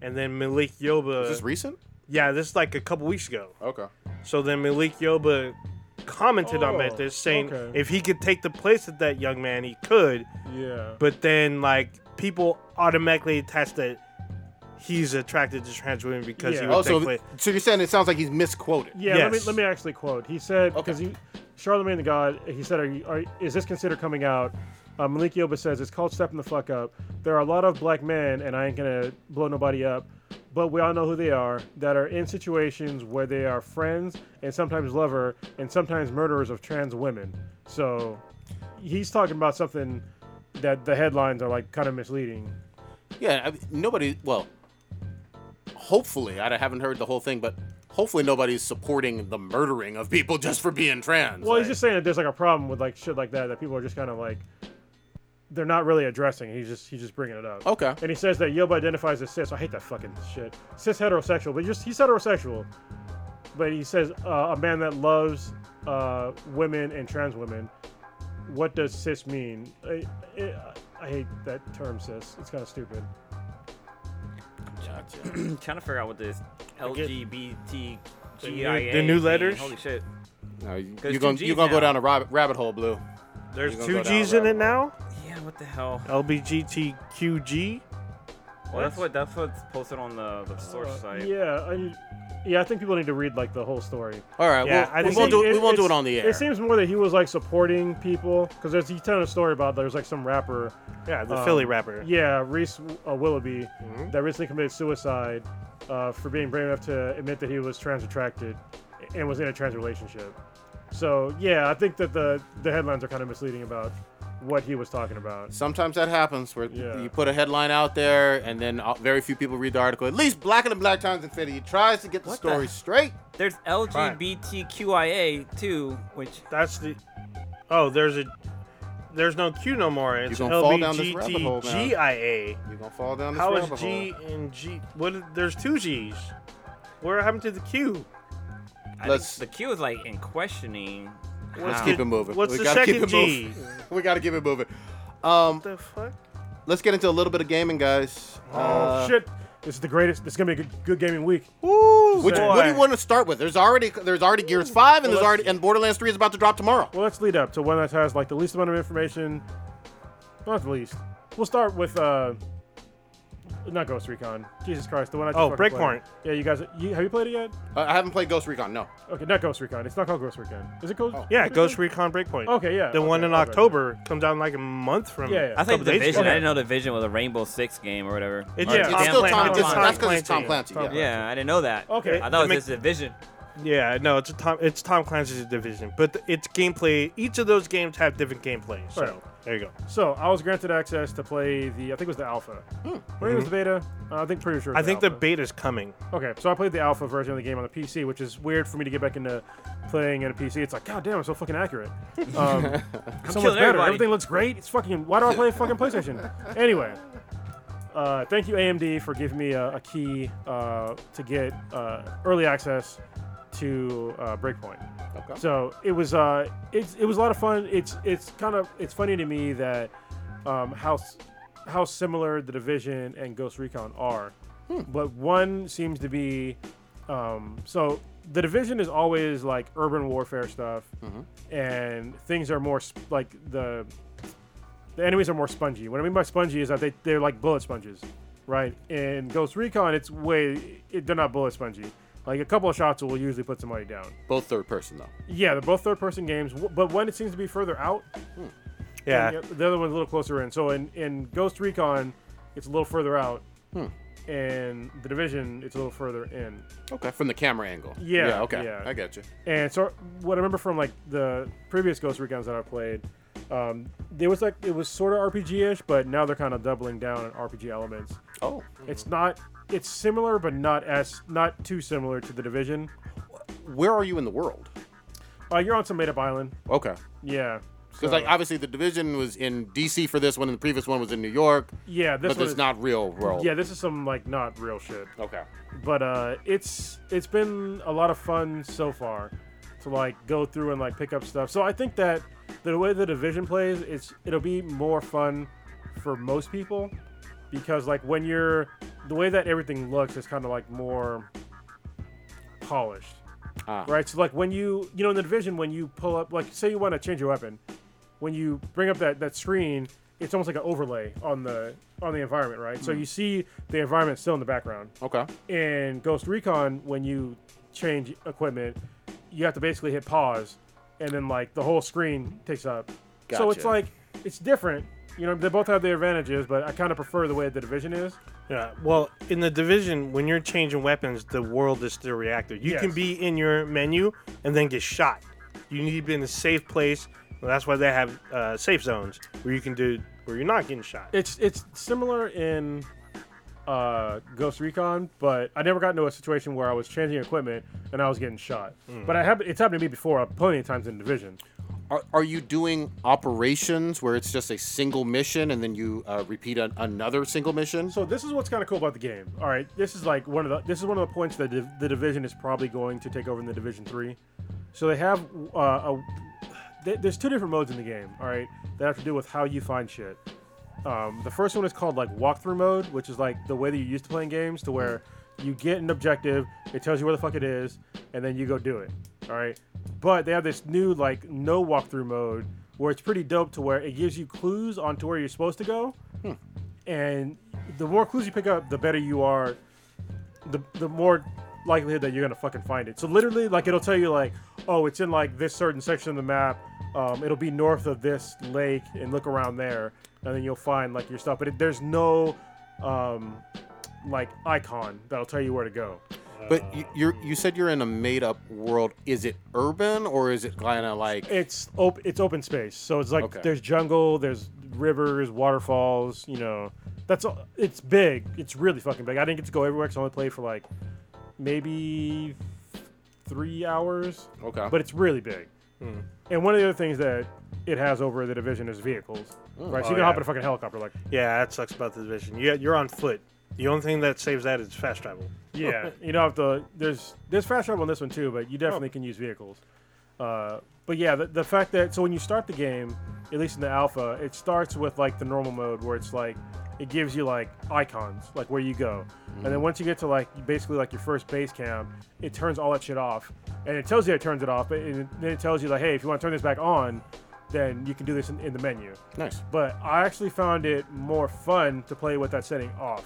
[SPEAKER 5] And then Malik Yoba.
[SPEAKER 4] Is this recent? Oh,
[SPEAKER 5] yeah, this is like a couple weeks ago.
[SPEAKER 4] Okay.
[SPEAKER 5] So then Malik Yoba commented on
[SPEAKER 6] Oh,
[SPEAKER 5] that, this, saying
[SPEAKER 6] okay.
[SPEAKER 5] if he could take the place of that young man, he could.
[SPEAKER 6] Yeah.
[SPEAKER 5] But then, like, people automatically attach that he's attracted to trans women because he
[SPEAKER 6] Yeah.
[SPEAKER 5] would
[SPEAKER 4] Also,
[SPEAKER 5] take place.
[SPEAKER 4] so you're saying it sounds like he's misquoted.
[SPEAKER 6] Yeah, let me
[SPEAKER 5] Yes.
[SPEAKER 6] let me actually quote. He said because he, Charlemagne the God, he said, "Are you? Are, is this considered coming out?" Uh, Malik Yoba says it's called stepping the fuck up. There are a lot of black men, and I ain't gonna blow nobody up, but we all know who they are that are in situations where they are friends and sometimes lover and sometimes murderers of trans women. So he's talking about something that the headlines are like kind of misleading.
[SPEAKER 4] Yeah, I, nobody. Well, hopefully, I haven't heard the whole thing, but hopefully nobody's supporting the murdering of people just for being trans.
[SPEAKER 6] Well,
[SPEAKER 4] like,
[SPEAKER 6] he's just saying that there's like a problem with like shit like that that people are just kind of like they're not really addressing. He's just he's just bringing it up.
[SPEAKER 4] Okay.
[SPEAKER 6] And he says that Yoba identifies as cis. I hate that fucking shit. Cis heterosexual, but just he's heterosexual. But he says uh, a man that loves uh, women and trans women. What does cis mean? I, I, I hate that term cis. It's kind of stupid.
[SPEAKER 4] Gotcha.
[SPEAKER 7] I'm trying to figure out what this LGBTQIA.
[SPEAKER 5] The new- the new letters?
[SPEAKER 7] Holy shit.
[SPEAKER 4] No, you,
[SPEAKER 7] Goes
[SPEAKER 4] you're
[SPEAKER 7] two
[SPEAKER 4] gonna
[SPEAKER 7] Gs
[SPEAKER 4] you're gonna
[SPEAKER 7] now.
[SPEAKER 4] go down a rabbit, rabbit hole, Blue.
[SPEAKER 5] There's
[SPEAKER 4] gonna
[SPEAKER 5] two
[SPEAKER 4] go down
[SPEAKER 5] G's in
[SPEAKER 4] that
[SPEAKER 5] it now?
[SPEAKER 7] Yeah, what the hell?
[SPEAKER 5] LBGTQG?
[SPEAKER 7] Well, that's what that's what's posted on the, the source
[SPEAKER 6] Uh,
[SPEAKER 7] site.
[SPEAKER 6] Yeah, I, yeah. I think people need to read like the whole story.
[SPEAKER 4] All right.
[SPEAKER 5] Yeah,
[SPEAKER 4] well,
[SPEAKER 5] I
[SPEAKER 4] we
[SPEAKER 5] think-
[SPEAKER 4] won't do it, we
[SPEAKER 6] It-
[SPEAKER 4] won't do
[SPEAKER 6] it's-
[SPEAKER 4] it on the air.
[SPEAKER 6] It seems more that he was like supporting people because there's he's telling a story about there's like some rapper,
[SPEAKER 5] Yeah, the
[SPEAKER 6] um,
[SPEAKER 5] Philly rapper.
[SPEAKER 6] yeah, Reese uh, Willoughby,
[SPEAKER 5] Mm-hmm.
[SPEAKER 6] that recently committed suicide uh, for being brave enough to admit that he was trans attracted and was in a trans relationship. So yeah, I think that the the headlines are kind of misleading about what he was talking about.
[SPEAKER 4] Sometimes that happens where
[SPEAKER 6] Yeah.
[SPEAKER 4] you put a headline out there and then uh, very few people read the article. At least Black and the Black Times and Fitty tries to get the
[SPEAKER 7] What the-
[SPEAKER 4] story straight.
[SPEAKER 7] There's LGBTQIA too, which
[SPEAKER 5] That's the. Oh, there's a. There's no Q no more. It's
[SPEAKER 4] gonna fall down this rabbit hole, man.
[SPEAKER 5] LBGTGIA.
[SPEAKER 4] You're gonna fall down this
[SPEAKER 5] How
[SPEAKER 4] rabbit
[SPEAKER 5] is G and G? What? are- There's two G's. What happened to the Q?
[SPEAKER 7] I
[SPEAKER 4] Let's-
[SPEAKER 7] think the Q is like in questioning.
[SPEAKER 4] hole. Let's
[SPEAKER 7] how-
[SPEAKER 4] keep it moving.
[SPEAKER 5] What's
[SPEAKER 4] we
[SPEAKER 5] the
[SPEAKER 4] gotta
[SPEAKER 5] second
[SPEAKER 4] keep it
[SPEAKER 5] G?
[SPEAKER 4] moving. We gotta keep it moving. Um,
[SPEAKER 5] What the fuck?
[SPEAKER 4] let's get into a little bit of gaming, guys.
[SPEAKER 6] Oh
[SPEAKER 4] Uh,
[SPEAKER 6] shit! This is the greatest. This is gonna be a good, good gaming week.
[SPEAKER 5] Ooh,
[SPEAKER 4] Which, what do you want to start with? There's already there's already Gears Five, and there's already and Borderlands Three is about to drop tomorrow.
[SPEAKER 6] Well, let's lead up to one that has like the least amount of information. Not the least. We'll start with uh, not Ghost Recon. Jesus Christ, the one I just
[SPEAKER 5] Oh,
[SPEAKER 6] fucking played.
[SPEAKER 5] Breakpoint.
[SPEAKER 6] Yeah, you guys, you, have you played it yet?
[SPEAKER 4] Uh, I haven't played Ghost Recon. No,
[SPEAKER 6] Okay, not Ghost Recon. It's not called Ghost Recon. Is it Ghost?
[SPEAKER 5] Oh. Yeah, Ghost Recon Breakpoint.
[SPEAKER 6] Okay, yeah.
[SPEAKER 5] The one
[SPEAKER 6] okay,
[SPEAKER 5] in
[SPEAKER 6] okay.
[SPEAKER 5] October comes out in like a month from.
[SPEAKER 6] Yeah, yeah.
[SPEAKER 7] I think
[SPEAKER 5] Couple days
[SPEAKER 7] Division.
[SPEAKER 5] ago.
[SPEAKER 7] I didn't know Division was a Rainbow Six game or whatever.
[SPEAKER 5] It's,
[SPEAKER 7] Or a
[SPEAKER 5] yeah,
[SPEAKER 4] it's
[SPEAKER 7] damn
[SPEAKER 4] still
[SPEAKER 7] plan-
[SPEAKER 4] Tom.
[SPEAKER 5] Clancy.
[SPEAKER 4] It's, that's
[SPEAKER 5] Tom
[SPEAKER 4] because it's Tom
[SPEAKER 5] Clancy.
[SPEAKER 4] Clancy.
[SPEAKER 6] Tom
[SPEAKER 4] yeah.
[SPEAKER 7] Yeah, I didn't know that.
[SPEAKER 6] Okay.
[SPEAKER 7] I thought it was
[SPEAKER 5] They
[SPEAKER 7] just Division.
[SPEAKER 5] Yeah, no, it's a Tom. It's Tom Clancy's Division, but th- it's gameplay. Each of those games have different gameplay. So
[SPEAKER 6] Right.
[SPEAKER 5] there you go.
[SPEAKER 6] So I was granted access to play the. I think it was the alpha. Where was the beta? Uh, I think pretty sure. it
[SPEAKER 5] I
[SPEAKER 6] was
[SPEAKER 5] think the
[SPEAKER 6] alpha.
[SPEAKER 5] beta's coming.
[SPEAKER 6] Okay, so I played the alpha version of the game on the PC, which is weird for me to get back into playing on a PC. It's like, god damn, it's so fucking accurate. Um, so much
[SPEAKER 7] killing
[SPEAKER 6] better.
[SPEAKER 7] everybody.
[SPEAKER 6] Everything looks great. It's fucking. Why do I play a fucking PlayStation? Anyway, uh, thank you AMD for giving me a, a key uh, to get uh, early access to uh, Breakpoint.
[SPEAKER 4] Okay.
[SPEAKER 6] So it was uh, it's it was a lot of fun. It's it's kind of it's funny to me that um, how s- how similar the Division and Ghost Recon are, but one seems to be um, so the Division is always like urban warfare stuff, and things are more sp- like the the enemies are more spongy. What I mean by spongy is that they they're like bullet sponges, right? In Ghost Recon, it's way it, they're not bullet spongy. Like a couple of shots will usually put somebody down.
[SPEAKER 4] Both third person though.
[SPEAKER 6] Yeah, they're both third-person games, w- but one it seems to be further out.
[SPEAKER 5] Yeah,
[SPEAKER 6] and The the other one's a little closer in. So in, in Ghost Recon, it's a little further out,
[SPEAKER 4] Hmm.
[SPEAKER 6] And the division, it's a little further in.
[SPEAKER 4] Okay, from the camera angle.
[SPEAKER 6] Yeah,
[SPEAKER 4] okay.
[SPEAKER 6] yeah.
[SPEAKER 4] I got you.
[SPEAKER 6] And so what I remember from like the previous Ghost Recon's that I played, um, it was like it was sort of RPG-ish, but now they're kind of doubling down on RPG elements.
[SPEAKER 4] Oh,
[SPEAKER 6] It's not, it's similar, but not as not too similar to the division.
[SPEAKER 4] where are you in the world?
[SPEAKER 6] Uh, you're on some made-up island.
[SPEAKER 4] Okay.
[SPEAKER 6] Yeah.
[SPEAKER 4] Because
[SPEAKER 6] so-
[SPEAKER 4] like obviously the division was in D.C. for this one, and the previous one was in New York,
[SPEAKER 6] yeah, this
[SPEAKER 4] but
[SPEAKER 6] one
[SPEAKER 4] it's
[SPEAKER 6] is-
[SPEAKER 4] not real world.
[SPEAKER 6] Yeah, this is some like not real shit.
[SPEAKER 4] Okay.
[SPEAKER 6] but uh, it's it's been a lot of fun so far to like go through and like pick up stuff. So I think that the way the division plays, it's it'll be more fun for most people because like when you're the way that everything looks is kind of like more polished,
[SPEAKER 4] Ah.
[SPEAKER 6] right? So like when you you know in the division when you pull up like say you want to change your weapon, when you bring up that, that screen, it's almost like an overlay on the on the environment, right? So you see the environment still in the background
[SPEAKER 4] Okay.
[SPEAKER 6] in Ghost Recon, when you change equipment, you have to basically hit pause, and then like the whole screen takes up. So it's
[SPEAKER 4] Gotcha.
[SPEAKER 6] like it's different. You know, they both have their advantages, but I kind of prefer the way the division is.
[SPEAKER 5] Yeah. Well, in the division, when you're changing weapons, the world is still reactive. You can
[SPEAKER 6] Yes.
[SPEAKER 5] be in your menu and then get shot. You need to be in a safe place. Well, that's why they have uh, safe zones where you can do where you're not getting shot.
[SPEAKER 6] It's it's similar in uh, Ghost Recon, but I never got into a situation where I was changing equipment and I was getting shot. But I have it's happened to me before, uh, plenty of times in division.
[SPEAKER 4] Are, are you doing operations where it's just a single mission and then you uh, repeat an, another single mission?
[SPEAKER 6] So this is what's kind of cool about the game. All right, this is like one of the this is one of the points that div- the division is probably going to take over in the division three. So they have uh, a th- there's two different modes in the game. All right, that have to do with how you find shit. Um, the first one is called like walkthrough mode, which is like the way that you're used to playing games, to where you get an objective, it tells you where the fuck it is, and then you go do it. All right. But they have this new like no walkthrough mode where it's pretty dope to where it gives you clues onto where you're supposed to go, and the more clues you pick up, the better you are. The the more likelihood that you're gonna fucking find it. So literally, like it'll tell you like, oh, it's in like this certain section of the map. Um, it'll be north of this lake, and look around there, and then you'll find like your stuff. But it, there's no um, like icon that'll tell you where to go.
[SPEAKER 4] But you, you're you said you're in a made up world. Is it urban or is it kind of like
[SPEAKER 6] It's open. It's open space, so it's like
[SPEAKER 4] Okay.
[SPEAKER 6] there's jungle, there's rivers, waterfalls. You know, that's all. It's big. It's really fucking big. I didn't get to go everywhere because I only played for like maybe three hours,
[SPEAKER 4] okay?
[SPEAKER 6] but it's really big.
[SPEAKER 5] Hmm.
[SPEAKER 6] And one of the other things that it has over the division is vehicles, right? So you
[SPEAKER 5] Oh,
[SPEAKER 6] can hop
[SPEAKER 5] yeah.
[SPEAKER 6] in a fucking helicopter, like
[SPEAKER 5] Yeah, that sucks about the division. You, you're on foot. The only thing that saves that is fast travel.
[SPEAKER 6] Yeah, you don't have to. There's there's fast travel on this one too, but you definitely can use vehicles. Uh, but yeah, the, the fact that so when you start the game, at least in the alpha, it starts with like the normal mode where it's like it gives you like icons like where you go, and then once you get to like basically like your first base camp, it turns all that shit off, and it tells you it turns it off, but and then it tells you like hey, if you want to turn this back on, then you can do this in, in the menu.
[SPEAKER 4] nice.
[SPEAKER 6] But I actually found it more fun to play with that setting off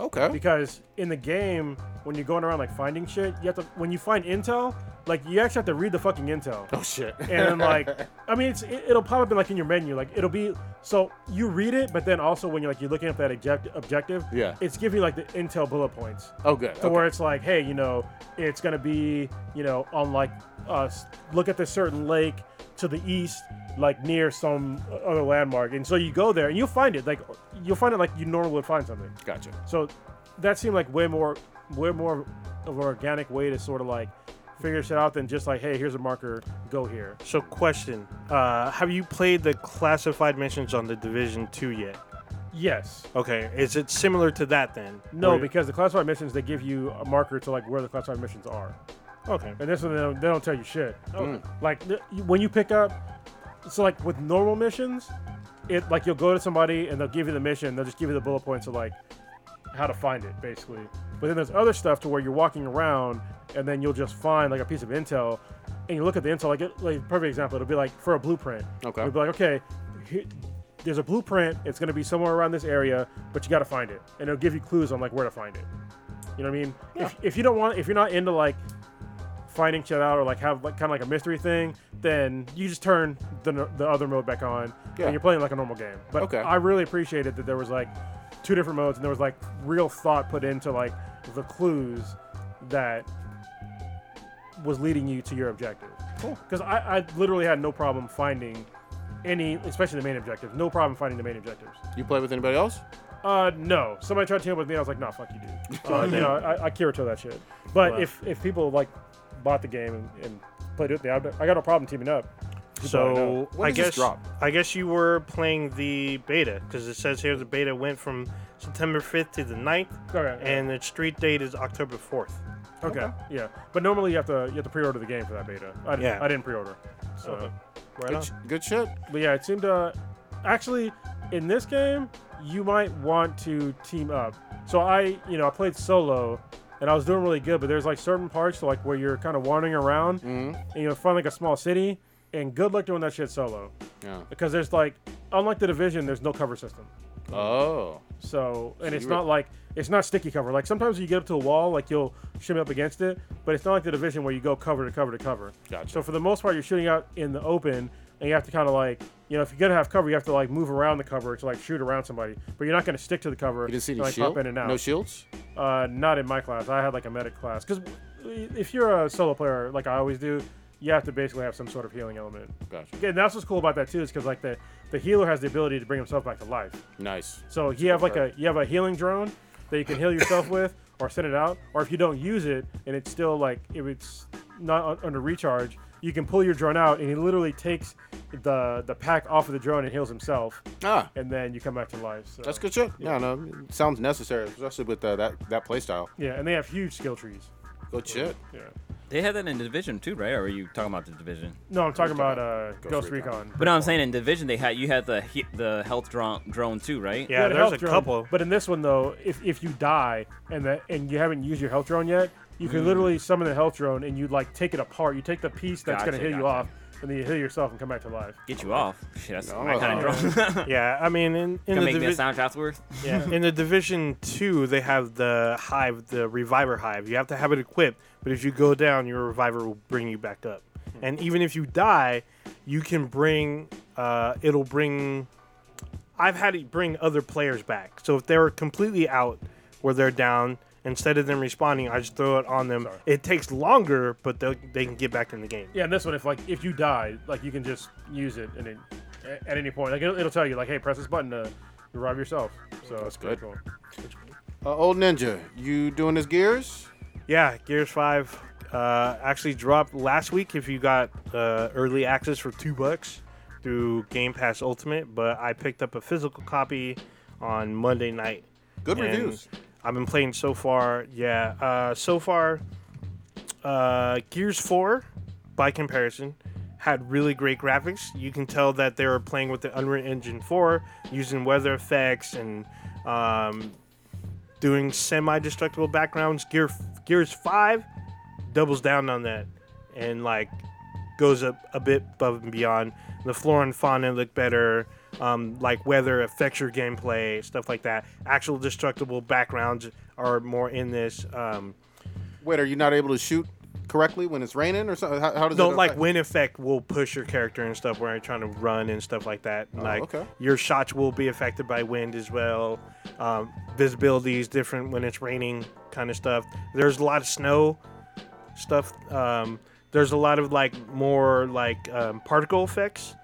[SPEAKER 4] Okay.
[SPEAKER 6] because in the game when you're going around like finding shit you have to when you find intel like you actually have to read the fucking intel
[SPEAKER 4] Oh shit.
[SPEAKER 6] and then, like i mean it's it, it'll pop up in like in your menu like it'll be so you read it but then also when you're like you're looking at that object, objective
[SPEAKER 4] Yeah.
[SPEAKER 6] it's giving you like the intel bullet points
[SPEAKER 4] oh good.
[SPEAKER 6] to
[SPEAKER 4] Okay.
[SPEAKER 6] where it's like, hey, you know, it's gonna be, you know, on like us look at this certain lake to the east, like near some other landmark, and so you go there and you'll find it, like you'll find it like you normally would find something.
[SPEAKER 4] Gotcha.
[SPEAKER 6] So that seemed like way more, way more of an organic way to sort of like figure shit out than just like, hey, here's a marker, go here.
[SPEAKER 5] So, question: uh, Have you played the classified missions on the Division Two yet?
[SPEAKER 6] Yes.
[SPEAKER 5] Okay, is it similar to that then?
[SPEAKER 6] No,
[SPEAKER 5] Where-
[SPEAKER 6] because the classified missions they give you a marker to like where the classified missions are.
[SPEAKER 5] okay,
[SPEAKER 6] And this one, they don't, they don't tell you shit. Like th- you- when you pick up, so like with normal missions, it like you'll go to somebody and they'll give you the mission. They'll just give you the bullet points of like how to find it, basically. But then there's other stuff to where you're walking around and then you'll just find like a piece of intel, and you look at the intel. Like, it, like perfect example, it'll be like for a blueprint.
[SPEAKER 4] Okay.
[SPEAKER 6] It'll be like okay. Here, there's a blueprint. It's going to be somewhere around this area, but you got to find it, and it'll give you clues on like where to find it. You know what I mean? If, if you don't want, if you're not into like finding shit out or like have like kind of like a mystery thing, then you just turn the the other mode back on
[SPEAKER 4] Yeah.
[SPEAKER 6] and you're playing like a normal game. But
[SPEAKER 4] Okay.
[SPEAKER 6] I really appreciated that there was like two different modes, and there was like real thought put into like the clues that was leading you to your objective. Cool. Because I, I literally had no problem finding any, especially the main objectives. No problem finding the main objectives.
[SPEAKER 4] You play with anybody else?
[SPEAKER 6] Uh, no. Somebody tried to team up with me, and I was like, nah, fuck you, dude. Uh, you know, I, I Kirito that shit. But
[SPEAKER 5] Wow.
[SPEAKER 6] if if people like bought the game and, and played with me, I, I got no problem teaming up. People I know.
[SPEAKER 5] So
[SPEAKER 4] When
[SPEAKER 5] I
[SPEAKER 4] does this
[SPEAKER 5] guess
[SPEAKER 4] drop?
[SPEAKER 5] I guess you were playing the beta because it says here the beta went from September 5th to the 9th,
[SPEAKER 6] Okay, yeah.
[SPEAKER 5] and the street date is October 4th.
[SPEAKER 6] Okay. Yeah. But normally you have to you have to pre-order the game for that beta. I,
[SPEAKER 5] Yeah.
[SPEAKER 6] I didn't pre-order. So,
[SPEAKER 5] Right
[SPEAKER 4] Good,
[SPEAKER 5] on.
[SPEAKER 4] sh- good shit.
[SPEAKER 6] but yeah, it seemed to actually in this game you might want to team up. So I, you know, I played solo and I was doing really good, but there's like certain parts like where you're kind of wandering around
[SPEAKER 5] Mm-hmm.
[SPEAKER 6] and you know find like a small city and good luck doing that shit solo
[SPEAKER 4] Yeah.
[SPEAKER 6] because there's like unlike the division there's no cover system.
[SPEAKER 4] Oh.
[SPEAKER 6] So, and it's
[SPEAKER 4] you were-
[SPEAKER 6] not like it's not sticky cover. Like sometimes you get up to a wall, like you'll shimmy up against it, but it's not like the division where you go cover to cover to cover.
[SPEAKER 4] Gotcha.
[SPEAKER 6] So for the most part, you're shooting out in the open, and you have to kind of like, you know, if you're gonna have cover, you have to like move around the cover to like shoot around somebody, but you're not gonna stick to the cover.
[SPEAKER 4] You didn't see
[SPEAKER 6] and,
[SPEAKER 4] any
[SPEAKER 6] like
[SPEAKER 4] shield?
[SPEAKER 6] pop in and out.
[SPEAKER 4] No shields?
[SPEAKER 6] Uh, not in my class. I had like a medic class because if you're a solo player, like I always do, you have to basically have some sort of healing element.
[SPEAKER 4] Gotcha.
[SPEAKER 6] And that's what's cool about that too, is because like the the healer has the ability to bring himself back to life.
[SPEAKER 4] Nice.
[SPEAKER 6] So you have like a you have a healing drone that you can heal yourself with, or send it out, or if you don't use it and it's still like if it's not un- under recharge, you can pull your drone out and he literally takes the the pack off of the drone and heals himself,
[SPEAKER 4] Ah,
[SPEAKER 6] and then you come back to life. So.
[SPEAKER 4] that's good shit. Yeah, no, it sounds necessary, especially with uh, that that play style.
[SPEAKER 6] Yeah, and they have huge skill trees.
[SPEAKER 4] Good shit.
[SPEAKER 6] Yeah.
[SPEAKER 8] They had that in Division too, right? Or are you talking about the Division?
[SPEAKER 6] No, I'm talking about uh, Ghost Recon.
[SPEAKER 8] But no, I'm saying in Division they had you had the he- the health drone drone too, right?
[SPEAKER 5] Yeah,
[SPEAKER 6] the
[SPEAKER 5] there's
[SPEAKER 6] health
[SPEAKER 5] a
[SPEAKER 6] drone,
[SPEAKER 5] couple.
[SPEAKER 6] But in this one though, if, if you die and that and you haven't used your health drone yet, you can literally summon the health drone and you like take it apart. You take the piece that's
[SPEAKER 8] Gotcha,
[SPEAKER 6] gonna heal you
[SPEAKER 8] gotcha.
[SPEAKER 6] off, and then you heal yourself and come back to life.
[SPEAKER 8] Get you off. Shit, that's
[SPEAKER 4] No,
[SPEAKER 8] my kind of drone.
[SPEAKER 5] yeah, I mean, in, in
[SPEAKER 8] Gonna
[SPEAKER 5] the
[SPEAKER 8] make me a
[SPEAKER 5] divi-
[SPEAKER 8] sound afterwards.
[SPEAKER 5] yeah, in the division two, they have the hive, the reviver hive. You have to have it equipped, but if you go down, your reviver will bring you back up. And even if you die, you can bring. Uh, it'll bring. I've had it bring other players back. So if they're completely out, where they're down, instead of them responding, I just throw it on them. It takes longer, but they they can get back in the game.
[SPEAKER 6] Yeah, and this one, if like if you die, like you can just use it and it, a- at any point, like it'll, it'll tell you, like, hey, press this button to revive yourself. So that's pretty
[SPEAKER 4] good.
[SPEAKER 6] Cool.
[SPEAKER 4] Uh, old Ninja, you doing this Gears?
[SPEAKER 5] Yeah, Gears Five uh, actually dropped last week. If you got uh, early access for two bucks through Game Pass Ultimate, but I picked up a physical copy on Monday night.
[SPEAKER 4] Good
[SPEAKER 5] and
[SPEAKER 4] reviews.
[SPEAKER 5] I've been playing so far. Yeah, uh, so far, uh, Gears Four, by comparison, had really great graphics. You can tell that they were playing with the Unreal Engine Four, using weather effects and um, doing semi-destructible backgrounds. Gear Gears Five doubles down on that and like goes up a bit above and beyond. The flora and fauna look better. Um, like weather affects your gameplay, stuff like that. Actual destructible backgrounds are more in this. Um,
[SPEAKER 4] Wait, are you not able to shoot correctly when it's raining or something? How, how does
[SPEAKER 5] no,
[SPEAKER 4] it
[SPEAKER 5] like
[SPEAKER 4] affect-
[SPEAKER 5] wind effect will push your character and stuff where you're trying to run and stuff like that. And, like
[SPEAKER 4] Oh, okay.
[SPEAKER 5] your shots will be affected by wind as well. Um, visibility is different when it's raining, kind of stuff. There's a lot of snow stuff. Um, there's a lot of like more like um, particle effects,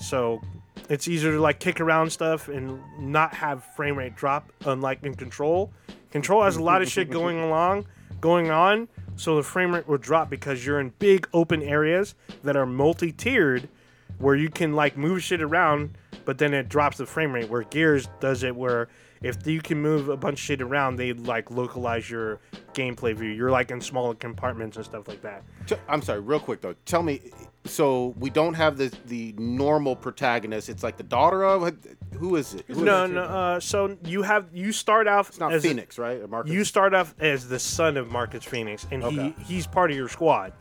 [SPEAKER 5] so it's easier to like kick around stuff and not have frame rate drop. Unlike in Control, Control has a lot of shit going along, going on, so the frame rate will drop because you're in big open areas that are multi-tiered, where you can like move shit around, but then it drops the frame rate. Where Gears does it, where if you can move a bunch of shit around, they like localize your gameplay view. You're like in smaller compartments and stuff like that.
[SPEAKER 4] T- I'm sorry, real quick though. Tell me, so we don't have the the normal protagonist. It's like the daughter of who is it? Who is
[SPEAKER 5] No,
[SPEAKER 4] it?
[SPEAKER 5] no. Uh, so you have you start off
[SPEAKER 4] it's not
[SPEAKER 5] as
[SPEAKER 4] Phoenix, right? Or Marcus?
[SPEAKER 5] You start off as the son of Marcus Phoenix, and
[SPEAKER 4] Okay.
[SPEAKER 5] he he's part of your squad.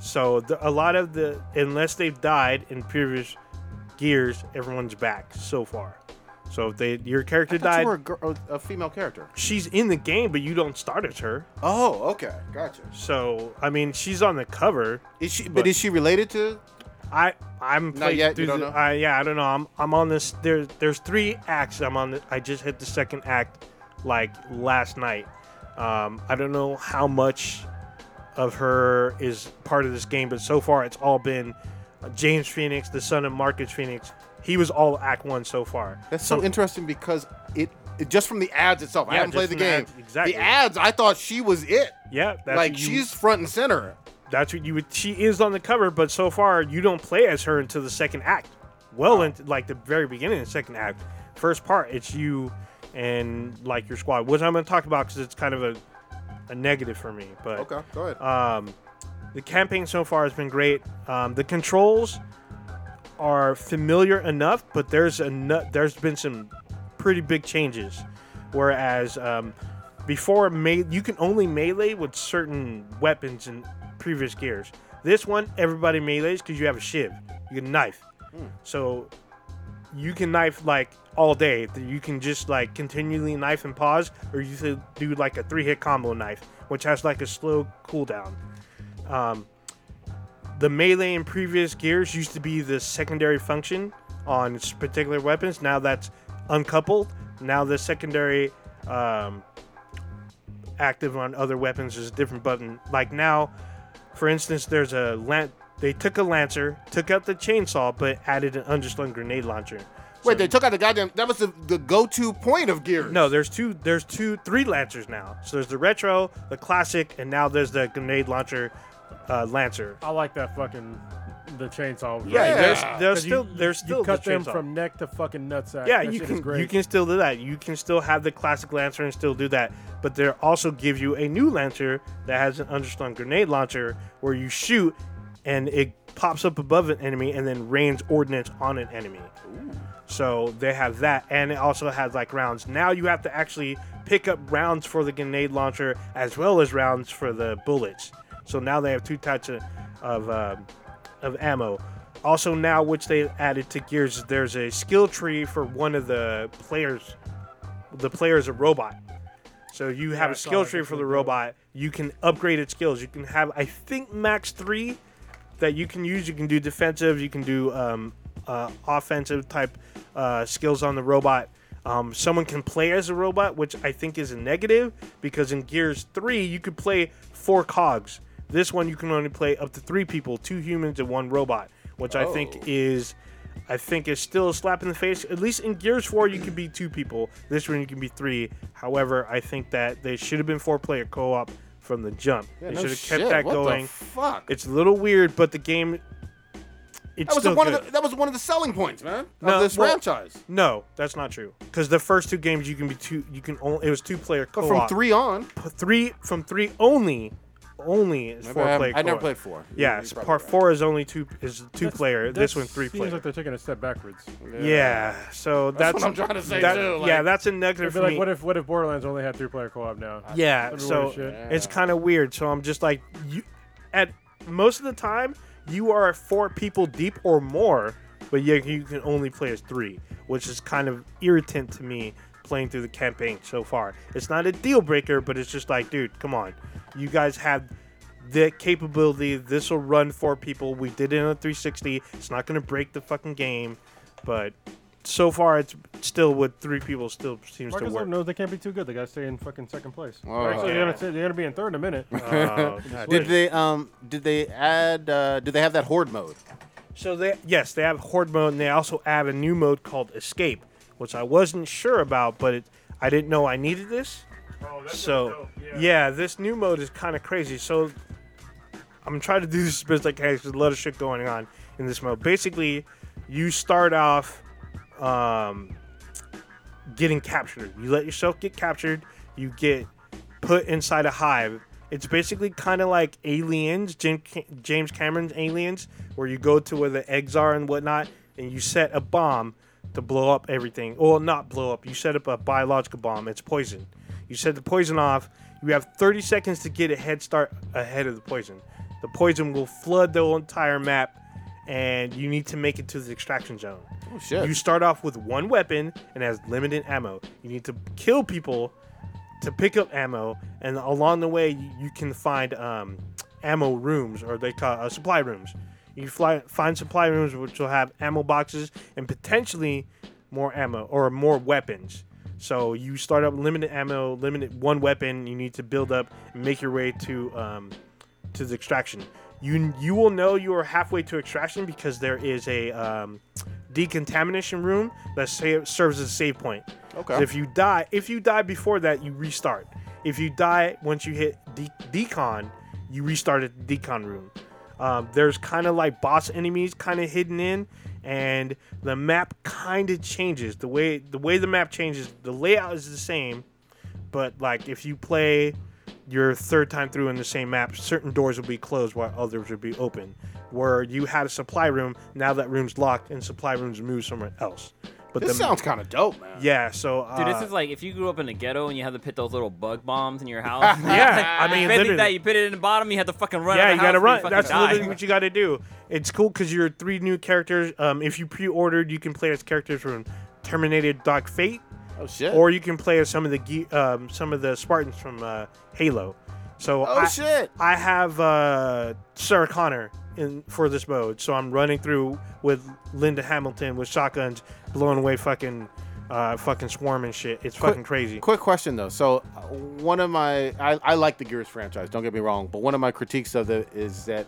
[SPEAKER 5] So the, a lot of the unless they've died in previous gears, everyone's back so far. So if they your character
[SPEAKER 4] I thought
[SPEAKER 5] died,
[SPEAKER 4] you were a, girl, a female character.
[SPEAKER 5] she's in the game, but you don't start as her.
[SPEAKER 4] Oh, okay, gotcha.
[SPEAKER 5] So I mean, she's on the cover.
[SPEAKER 4] Is she? But,
[SPEAKER 5] But-
[SPEAKER 4] is she related to?
[SPEAKER 5] I I'm played
[SPEAKER 4] yet, you
[SPEAKER 5] through
[SPEAKER 4] don't
[SPEAKER 5] the-
[SPEAKER 4] know?
[SPEAKER 5] I, yeah, I don't know. I'm I'm on this. There's there's three acts. I'm on. The, I just hit the second act, like last night. Um, I don't know how much of her is part of this game, but so far it's all been uh, James Phoenix, the son of Marcus Phoenix. He was all Act One so far.
[SPEAKER 4] That's so interesting because it, it just from the ads itself. I
[SPEAKER 5] Yeah,
[SPEAKER 4] haven't
[SPEAKER 5] just
[SPEAKER 4] played the
[SPEAKER 5] from the
[SPEAKER 4] game.
[SPEAKER 5] ads, exactly.
[SPEAKER 4] The ads, I thought she was it.
[SPEAKER 5] Yeah, that's
[SPEAKER 4] like
[SPEAKER 5] what you-
[SPEAKER 4] she's front and center.
[SPEAKER 5] That's what you would. She is on the cover, but so far you don't play as her until the second act. Well, into like the very beginning of the second act, first part, it's you and like your squad, which I'm going to talk about because it's kind of a, a negative for me. But
[SPEAKER 4] Okay, go ahead.
[SPEAKER 5] Uh, the campaign so far has been great. Um, the controls are familiar enough, but there's a nu- there's been some pretty big changes. Whereas um, before, me- you can only melee with certain weapons in previous gears. This one, everybody melees because you have a shiv, you can knife. So you can knife like all day. Th- You can just like continually knife and pause, or you could do like a three hit combo knife, which has like a slow cooldown the melee in previous gears used to be the secondary function on s- particular weapons. Now that's uncoupled. Now the secondary um, active on other weapons is a different button. Like now, for instance, there's a lan- they took a lancer, took out the chainsaw, but added an underslung grenade launcher.
[SPEAKER 4] Wait, they took out the goddamn. That was the, the go to point of Gears.
[SPEAKER 5] No, there's two. There's two, three lancers now. So there's the retro, the classic, and now there's the grenade launcher uh, lancer.
[SPEAKER 6] I like that fucking the chainsaw.
[SPEAKER 5] Yeah, there's, there's
[SPEAKER 6] 'Cause you-
[SPEAKER 5] still
[SPEAKER 6] you-
[SPEAKER 5] there's
[SPEAKER 6] you
[SPEAKER 5] still
[SPEAKER 6] cut
[SPEAKER 5] the
[SPEAKER 6] them
[SPEAKER 5] chainsaw.
[SPEAKER 6] from neck to fucking nutsack.
[SPEAKER 5] Yeah,
[SPEAKER 6] That
[SPEAKER 5] you
[SPEAKER 6] shit
[SPEAKER 5] can
[SPEAKER 6] is great.
[SPEAKER 5] you can still do that. You can still have the classic lancer and still do that, but they also give you a new lancer that has an underslung grenade launcher where you shoot and it pops up above an enemy and then rains ordnance on an enemy. So they have that, and it also has like rounds. Now you have to actually pick up rounds for the grenade launcher as well as rounds for the bullets. So now they have two types of of, um, of ammo. Also now, which they added to Gears, is there's a skill tree for one of the players. The player is a robot, so you have
[SPEAKER 6] I
[SPEAKER 5] a
[SPEAKER 6] saw
[SPEAKER 5] skill
[SPEAKER 6] that.
[SPEAKER 5] tree
[SPEAKER 6] That's
[SPEAKER 5] for the
[SPEAKER 6] really dope.
[SPEAKER 5] robot. You can upgrade its skills. You can have, I think, max three that you can use. You can do defensive, you can do um, uh, offensive type uh, skills on the robot. Um, someone can play as a robot, which I think is a negative because in Gears 3, you could play four cogs. This one, you can only play up to three people two humans and one robot, which I
[SPEAKER 4] Oh.
[SPEAKER 5] think is. I think is still a slap in the face. At least in Gears 4, you can be two people. This one, you can be three. However, I think that they should have been four player co op from the jump. they
[SPEAKER 4] no
[SPEAKER 5] should have
[SPEAKER 4] shit,
[SPEAKER 5] kept that
[SPEAKER 4] what the
[SPEAKER 5] going.
[SPEAKER 4] fuck?
[SPEAKER 5] It's a little weird, but the game.
[SPEAKER 4] that
[SPEAKER 5] It's
[SPEAKER 4] was
[SPEAKER 5] still
[SPEAKER 4] one
[SPEAKER 5] good.
[SPEAKER 4] of the, that was one of the selling points, man,
[SPEAKER 5] No,
[SPEAKER 4] of this
[SPEAKER 5] well-
[SPEAKER 4] franchise.
[SPEAKER 5] No, that's not true. Because the first two games you can be two. You can only. It was two player
[SPEAKER 4] But from
[SPEAKER 5] co-op.
[SPEAKER 4] three on,
[SPEAKER 5] P- three from three only, only is
[SPEAKER 4] I
[SPEAKER 5] four
[SPEAKER 4] haven't-
[SPEAKER 5] player.
[SPEAKER 4] I never
[SPEAKER 5] co-op.
[SPEAKER 4] played four.
[SPEAKER 5] Yeah,
[SPEAKER 4] You-
[SPEAKER 5] it's-
[SPEAKER 4] you're probably
[SPEAKER 5] part
[SPEAKER 4] right.
[SPEAKER 5] four is only two. Is two
[SPEAKER 6] That's-
[SPEAKER 5] player. This
[SPEAKER 6] that
[SPEAKER 5] one three player.
[SPEAKER 6] Seems like they're taking a step backwards.
[SPEAKER 5] yeah. So that's,
[SPEAKER 4] That's what I'm trying to say
[SPEAKER 5] that-
[SPEAKER 4] too. Like,
[SPEAKER 5] yeah, that's a
[SPEAKER 6] It'd
[SPEAKER 5] negative
[SPEAKER 6] be
[SPEAKER 5] for
[SPEAKER 6] like,
[SPEAKER 5] me.
[SPEAKER 6] what if what if Borderlands only had three player co-op now?
[SPEAKER 5] Yeah,
[SPEAKER 6] Everywhere
[SPEAKER 5] so
[SPEAKER 6] and shit.
[SPEAKER 5] it's kind of weird. So I'm just like, you, at most of the time, you are four people deep or more, but you, you can only play as three, which is kind of irritant to me playing through the campaign so far. It's not a deal breaker, but it's just like, dude, come on. You guys have the capability. This will run four people. We did it on 360. It's not going to break the fucking game, but. So far, it's still with three people. Still seems to
[SPEAKER 6] Microsoft
[SPEAKER 5] work.
[SPEAKER 6] knows they can't be too good. They gotta stay in fucking second place.
[SPEAKER 4] Oh,
[SPEAKER 6] Actually,
[SPEAKER 4] yeah.
[SPEAKER 6] they're, gonna, they're gonna be in third in a minute.
[SPEAKER 5] Oh,
[SPEAKER 4] Did they um did they add uh did they have that horde mode?
[SPEAKER 5] So they yes, they have horde mode, and they also add a new mode called escape, which I wasn't sure about, but it, I didn't know I needed this. so yeah. this new mode is kind of crazy. So I'm trying to do this as best I can. 'cause There's a lot of shit going on in this mode. Basically, you start off um, getting captured. You let yourself get captured. You get put inside a hive. It's basically kind of like Aliens, Jim, James Cameron's Aliens, where you go to where the eggs are and whatnot, and you set a bomb to blow up everything. Well, not blow up. You set up a biological bomb. It's poison. You set the poison off. You have 30 seconds to get a head start ahead of the poison. The poison will flood the whole entire map, and you need to make it to the extraction zone. Oh
[SPEAKER 4] shit.
[SPEAKER 5] You start off with one weapon and has limited ammo. You need to kill people to pick up ammo, and along the way you, you can find um, ammo rooms, or they call uh, supply rooms. You can fly, find supply rooms which will have ammo boxes and potentially more ammo or more weapons. So you start up limited ammo, limited one weapon. You need to build up and make your way to um, to the extraction. You you will know you are halfway to extraction because there is a um, decontamination room that sa- serves as a save point.
[SPEAKER 4] Okay.
[SPEAKER 5] So if you die, if you die before that, you restart. If you die once you hit de- decon, you restart at the decon room. Um, there's kind of like boss enemies kind of hidden in, and the map kind of changes. The way the way the map changes, the layout is the same, but like if you play your third time through in the same map, certain doors will be closed while others will be open. Where you had a supply room, now that room's locked and supply rooms moved somewhere else. But
[SPEAKER 4] This
[SPEAKER 5] the,
[SPEAKER 4] sounds kind of dope, man.
[SPEAKER 5] yeah, so uh,
[SPEAKER 8] Dude, this is like if you grew up in the ghetto and you had to put those little bug bombs in your house.
[SPEAKER 5] Yeah, I mean,
[SPEAKER 8] basically
[SPEAKER 5] literally.
[SPEAKER 8] that you put it in the bottom, you had to fucking run.
[SPEAKER 5] yeah,
[SPEAKER 8] out
[SPEAKER 5] you
[SPEAKER 8] of the
[SPEAKER 5] gotta
[SPEAKER 8] house
[SPEAKER 5] run.
[SPEAKER 8] and you
[SPEAKER 5] That's
[SPEAKER 8] fucking
[SPEAKER 5] literally
[SPEAKER 8] died.
[SPEAKER 5] what you gotta do. It's cool because you're three new characters. Um, if you pre-ordered, you can play as characters from Terminator: Dark Fate,
[SPEAKER 4] Oh shit.
[SPEAKER 5] or you can play as some of the ge- um, some of the Spartans from uh, Halo. So
[SPEAKER 4] oh
[SPEAKER 5] I,
[SPEAKER 4] shit.
[SPEAKER 5] I have uh, Sarah Connor in for this mode, so I'm running through with Linda Hamilton with shotguns, blowing away fucking uh, fucking swarm and shit. It's fucking crazy.
[SPEAKER 4] Quick question though. So uh, one of my I, I like the Gears franchise. Don't get me wrong, but one of my critiques of it is that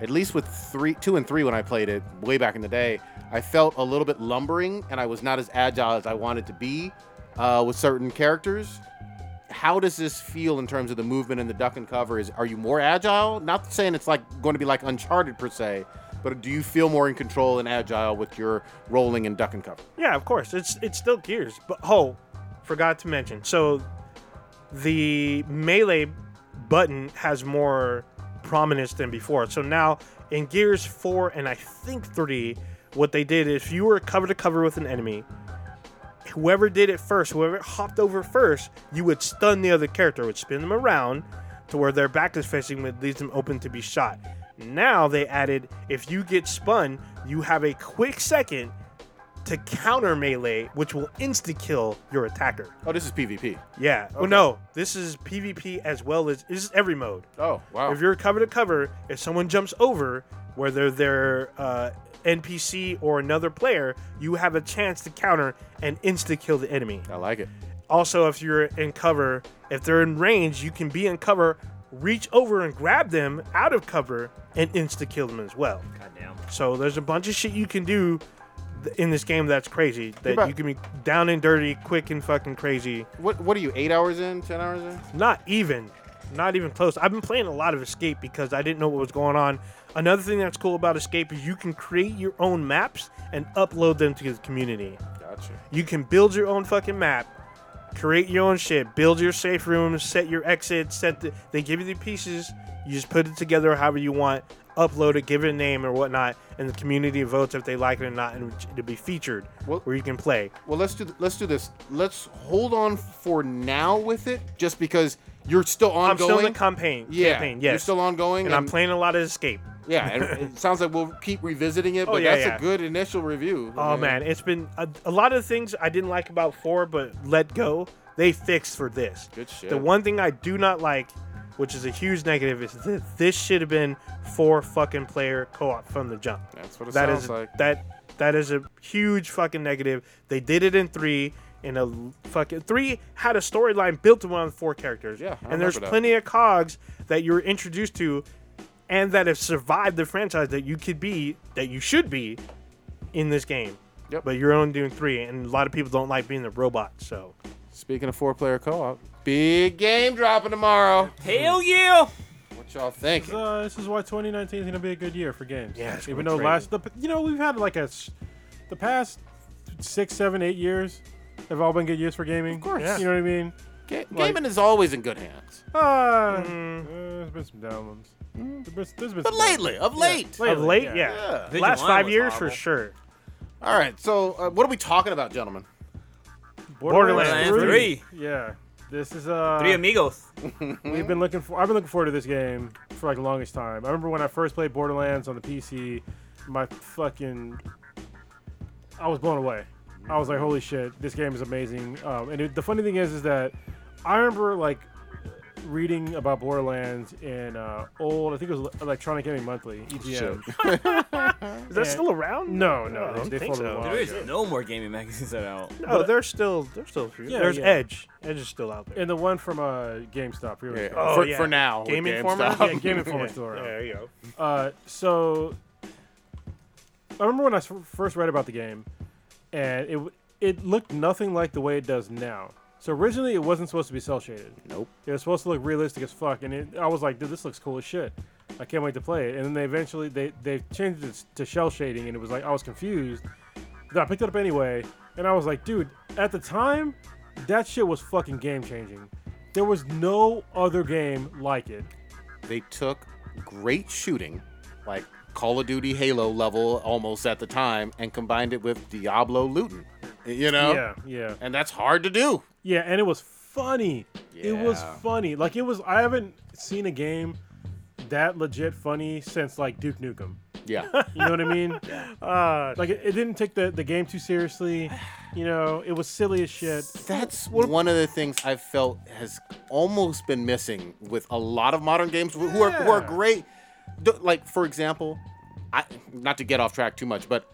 [SPEAKER 4] at least with three, two and three when I played it way back in the day, I felt a little bit lumbering and I was not as agile as I wanted to be uh, with certain characters. How does this feel in terms of the movement and the duck and cover? Is are you more agile? Not saying it's like going to be like Uncharted per se, but do you feel more in control and agile with your rolling and duck and cover?
[SPEAKER 5] Yeah, of course. It's it's still Gears, but oh, forgot to mention. So the melee button has more prominence than before. So now in Gears 4 and I think 3, what they did is if you were cover to cover with an enemy, whoever did it first, whoever hopped over first, you would stun the other character, would spin them around to where their back is facing, would leaves them open to be shot. Now they added if you get spun, you have a quick second to counter melee, which will insta kill your attacker.
[SPEAKER 4] Oh, this is PvP.
[SPEAKER 5] Yeah. Well, no, this is PvP as well as this is every mode.
[SPEAKER 4] Oh wow.
[SPEAKER 5] If you're cover to cover, if someone jumps over, whether they're uh, NPC or another player, you have a chance to counter and insta kill the enemy.
[SPEAKER 4] I like it.
[SPEAKER 5] Also, if you're in cover, if they're in range, you can be in cover, reach over and grab them out of cover and insta kill them as well.
[SPEAKER 8] Goddamn.
[SPEAKER 5] So there's a bunch of shit you can do th- in this game that's crazy. That
[SPEAKER 4] bet.
[SPEAKER 5] you can be down and dirty, quick and fucking crazy.
[SPEAKER 4] What What are you? Eight hours in? Ten hours in?
[SPEAKER 5] Not even, not even close. I've been playing a lot of Escape because I didn't know what was going on. Another thing that's cool about Escape is you can create your own maps and upload them to the community.
[SPEAKER 4] Gotcha.
[SPEAKER 5] You can build your own fucking map, create your own shit, build your safe rooms, set your exits, set the, they give you the pieces. You just put it together however you want, upload it, give it a name or whatnot, and the community votes if they like it or not, and it'll be featured
[SPEAKER 4] Well-
[SPEAKER 5] where you can play.
[SPEAKER 4] Well, let's do th- let's do this. Let's hold on for now with it, just because you're still ongoing.
[SPEAKER 5] I'm still in the campaign.
[SPEAKER 4] yeah,
[SPEAKER 5] campaign,
[SPEAKER 4] you're
[SPEAKER 5] yes.
[SPEAKER 4] still ongoing,
[SPEAKER 5] and I'm playing a lot of Escape.
[SPEAKER 4] Yeah, and it sounds like we'll keep revisiting it,
[SPEAKER 5] Oh,
[SPEAKER 4] but
[SPEAKER 5] yeah,
[SPEAKER 4] that's
[SPEAKER 5] yeah.
[SPEAKER 4] a good initial review. I
[SPEAKER 5] Oh
[SPEAKER 4] mean,
[SPEAKER 5] man, it's been a, a lot of things I didn't like about four, but let go. They fixed for this.
[SPEAKER 4] Good shit.
[SPEAKER 5] The one thing I do not like, which is a huge negative, is that this should have been four fucking player co-op from the jump.
[SPEAKER 4] That's what it
[SPEAKER 5] That
[SPEAKER 4] sounds
[SPEAKER 5] is a-
[SPEAKER 4] like.
[SPEAKER 5] that that is a huge fucking negative. They did it in three. In a fucking three had a storyline built around four characters.
[SPEAKER 4] Yeah, I
[SPEAKER 5] and there's
[SPEAKER 4] remember that.
[SPEAKER 5] plenty of cogs that you were introduced to, and that have survived the franchise that you could be, that you should be, in this game.
[SPEAKER 4] Yep.
[SPEAKER 5] But you're only doing three, and a lot of people don't like being the robot. So
[SPEAKER 4] Speaking of four-player co-op, big game dropping tomorrow.
[SPEAKER 8] Hell yeah!
[SPEAKER 4] What y'all think?
[SPEAKER 6] Uh, this is why 2019 is going to be a good year for games.
[SPEAKER 5] Yeah, it's
[SPEAKER 6] even
[SPEAKER 5] gonna
[SPEAKER 6] though
[SPEAKER 5] be
[SPEAKER 6] last, the, you know, we've had like a, s- the past six, seven, eight years have all been good years for gaming. Of
[SPEAKER 4] course. Yeah.
[SPEAKER 6] you know what I mean.
[SPEAKER 4] Ga- gaming is always in good hands,
[SPEAKER 6] Uh, uh, there's been some down ones. There's been, there's been
[SPEAKER 4] but
[SPEAKER 6] some down
[SPEAKER 4] lately, of
[SPEAKER 6] ones.
[SPEAKER 4] late.
[SPEAKER 6] Yeah,
[SPEAKER 5] of late, yeah,
[SPEAKER 4] Yeah.
[SPEAKER 8] Vision
[SPEAKER 5] last
[SPEAKER 8] One
[SPEAKER 5] five
[SPEAKER 8] was
[SPEAKER 5] years for
[SPEAKER 8] horrible.
[SPEAKER 5] sure.
[SPEAKER 4] All right, so uh, what are we talking about, gentlemen?
[SPEAKER 5] Borderlands
[SPEAKER 8] Borderlands three.
[SPEAKER 6] Yeah, this is uh,
[SPEAKER 8] Three amigos.
[SPEAKER 6] We've been looking for. I've been looking forward to this game for like the longest time. I remember when I first played Borderlands on the PC, my fucking, I was blown away. I was like, holy shit, this game is amazing. Um, and it, the funny thing is, is that I remember like reading about Borderlands in uh, old, I think it was Electronic Gaming Monthly, E EGM.
[SPEAKER 5] Is that still around?
[SPEAKER 6] No, no,
[SPEAKER 5] I
[SPEAKER 6] they-
[SPEAKER 5] don't
[SPEAKER 6] they
[SPEAKER 5] think
[SPEAKER 6] followed
[SPEAKER 5] so.
[SPEAKER 6] along.
[SPEAKER 7] There is no more gaming magazines that are out.
[SPEAKER 5] No, they're still they're still. a few.
[SPEAKER 6] Yeah,
[SPEAKER 5] There's
[SPEAKER 6] yeah.
[SPEAKER 5] Edge. Edge is still out there.
[SPEAKER 6] And the one from uh, GameStop. Here we
[SPEAKER 4] Yeah.
[SPEAKER 6] go.
[SPEAKER 5] Oh,
[SPEAKER 4] for,
[SPEAKER 5] yeah.
[SPEAKER 4] for now. with
[SPEAKER 5] Game Informer?
[SPEAKER 4] GameStop.
[SPEAKER 6] Yeah, Game Informer's still around.
[SPEAKER 5] There you go.
[SPEAKER 6] Uh, so I remember when I s- first read about the game, and it w- it looked nothing like the way it does now. So originally, it wasn't supposed to be cel shaded.
[SPEAKER 4] Nope.
[SPEAKER 6] It was supposed to look realistic as fuck, and it, I was like, dude, this looks cool as shit. I can't wait to play it. And then they eventually they they changed it to shell shading, and it was like I was confused. But I picked it up anyway, and I was like, dude, at the time, that shit was fucking game changing. There was no other game like it.
[SPEAKER 4] They took great shooting, like Call of Duty Halo level almost at the time, and combined it with Diablo looting. You know?
[SPEAKER 6] Yeah, yeah.
[SPEAKER 4] And that's hard to do.
[SPEAKER 6] Yeah, and it was funny. It was
[SPEAKER 4] Yeah.
[SPEAKER 6] funny. Like it was. I haven't seen a game that legit funny since like Duke Nukem.
[SPEAKER 4] Yeah.
[SPEAKER 6] You know what I mean?
[SPEAKER 5] Uh,
[SPEAKER 6] Like it, it didn't take the, the game too seriously. You know, it was silly as shit.
[SPEAKER 4] That's one of the things I've felt has almost been missing with a lot of modern games who who are, who are
[SPEAKER 6] Yeah.
[SPEAKER 4] great. D- Like for example, I not to get off track too much, but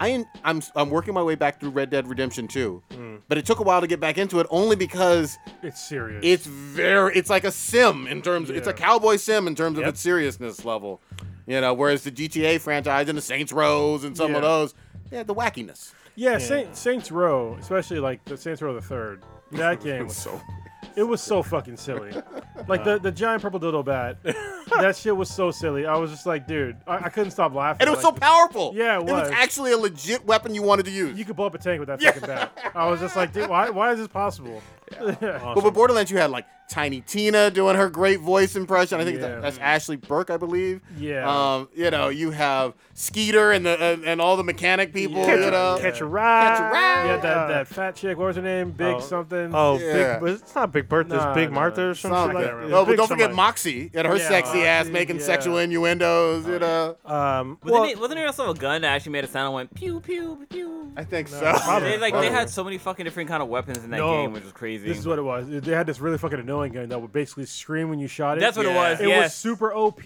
[SPEAKER 4] I en- I'm I'm working my way back through Red Dead Redemption 2.
[SPEAKER 6] Hmm.
[SPEAKER 4] But it took a while to get back into it only because
[SPEAKER 6] It's serious.
[SPEAKER 4] it's very it's like a sim in terms it's a
[SPEAKER 6] Yeah.
[SPEAKER 4] cowboy sim in terms of its seriousness level. You know, whereas the GTA franchise and the Saints Rows and some
[SPEAKER 6] Yeah.
[SPEAKER 4] of those, they had the wackiness.
[SPEAKER 6] yeah, Saint, Saints Row, especially like the Saints Row the Third. That game was so. It was so fucking silly. Like
[SPEAKER 4] Uh.
[SPEAKER 6] the, the giant purple dildo bat. that shit was so silly. I was just like, dude, I, I couldn't stop laughing.
[SPEAKER 4] And it was so
[SPEAKER 6] like,
[SPEAKER 4] powerful.
[SPEAKER 6] Yeah, it was.
[SPEAKER 4] actually a legit weapon you wanted to use.
[SPEAKER 6] You could blow up a tank with that fucking bat. I was just like, dude, why, why is this possible?
[SPEAKER 4] But with Borderlands, you had like Tiny Tina doing her great voice impression. I think uh,
[SPEAKER 6] Yeah.
[SPEAKER 4] that's Ashley Burke, I believe.
[SPEAKER 6] Yeah.
[SPEAKER 4] Um, you know, you have Skeeter and the and, and all the mechanic people.
[SPEAKER 6] Yeah.
[SPEAKER 4] You know.
[SPEAKER 5] catch a ride.
[SPEAKER 4] Catch a ride.
[SPEAKER 6] Yeah, that, that fat chick, what was her name? Big
[SPEAKER 5] Oh.
[SPEAKER 6] something.
[SPEAKER 5] Oh,
[SPEAKER 4] Yeah.
[SPEAKER 5] big, but it's not Big Bertha.
[SPEAKER 6] Nah,
[SPEAKER 5] it's Big
[SPEAKER 6] nah,
[SPEAKER 5] Martha or something
[SPEAKER 4] Something.
[SPEAKER 5] like
[SPEAKER 6] like
[SPEAKER 5] that.
[SPEAKER 6] that.
[SPEAKER 4] Oh, but
[SPEAKER 5] Big
[SPEAKER 4] don't forget
[SPEAKER 5] somebody.
[SPEAKER 4] Moxie and her
[SPEAKER 6] Yeah,
[SPEAKER 4] sexy ass
[SPEAKER 6] Moxie,
[SPEAKER 4] making
[SPEAKER 6] yeah. Oh,
[SPEAKER 4] sexual innuendos. You know.
[SPEAKER 5] Um,
[SPEAKER 7] Wasn't,
[SPEAKER 5] well,
[SPEAKER 7] it, wasn't there also a gun that actually made a sound that went pew pew pew?
[SPEAKER 4] I think so.
[SPEAKER 5] probably.
[SPEAKER 7] They like
[SPEAKER 5] Oh.
[SPEAKER 7] they had so many fucking different kind of weapons in that
[SPEAKER 6] No.
[SPEAKER 7] game, which was crazy.
[SPEAKER 6] This is what it was. They had this really fucking annoying gun that would basically scream when you shot it.
[SPEAKER 7] That's what
[SPEAKER 4] Yeah.
[SPEAKER 7] it was.
[SPEAKER 6] It was
[SPEAKER 7] yes.
[SPEAKER 6] super OP,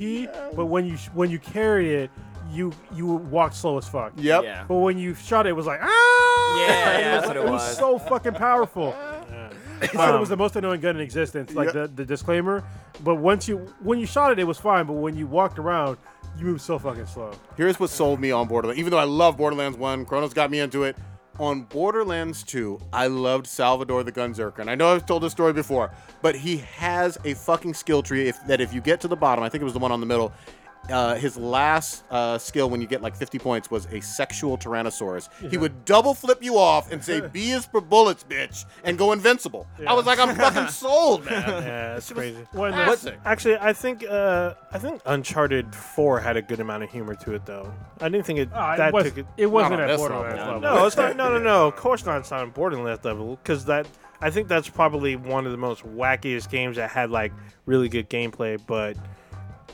[SPEAKER 6] but when you sh- when you carried it, you you walked slow as fuck.
[SPEAKER 4] Yep.
[SPEAKER 7] Yeah.
[SPEAKER 6] But when you shot it, it was like ah.
[SPEAKER 7] Yeah, yeah, that's what it
[SPEAKER 6] It was
[SPEAKER 7] was.
[SPEAKER 6] so fucking powerful. I said it was the most annoying gun in existence, like
[SPEAKER 4] Yep.
[SPEAKER 6] the, the disclaimer. But once you when you shot it, it was fine. But when you walked around, you moved so fucking slow.
[SPEAKER 4] Here's what sold me on Borderlands. Even though I love Borderlands 1, Chronos got me into it. On Borderlands 2, I loved Salvador the Gunzerker. And I know I've told this story before, but he has a fucking skill tree if, that if you get to the bottom, I think it was the one on the middle, uh, his last uh, skill when you get like 50 points was a sexual Tyrannosaurus. He would double flip you off and say, B is for bullets, bitch, and go invincible. I was like, I'm fucking sold, man.
[SPEAKER 5] yeah, that's crazy.
[SPEAKER 6] When the-
[SPEAKER 4] Classic.
[SPEAKER 5] Actually, I think uh, I think Uncharted Four had a good amount of humor to it, though. Oh, I didn't think it
[SPEAKER 6] Ah,
[SPEAKER 5] that
[SPEAKER 6] it, was,
[SPEAKER 5] took it.
[SPEAKER 6] it wasn't
[SPEAKER 4] No,
[SPEAKER 6] at
[SPEAKER 4] that's not
[SPEAKER 6] Borderlands level.
[SPEAKER 4] bad.
[SPEAKER 5] No, it's not. No, no, no. Of course not. It's not on Borderlands level because that I think that's probably one of the most wackiest games that had like really good gameplay, but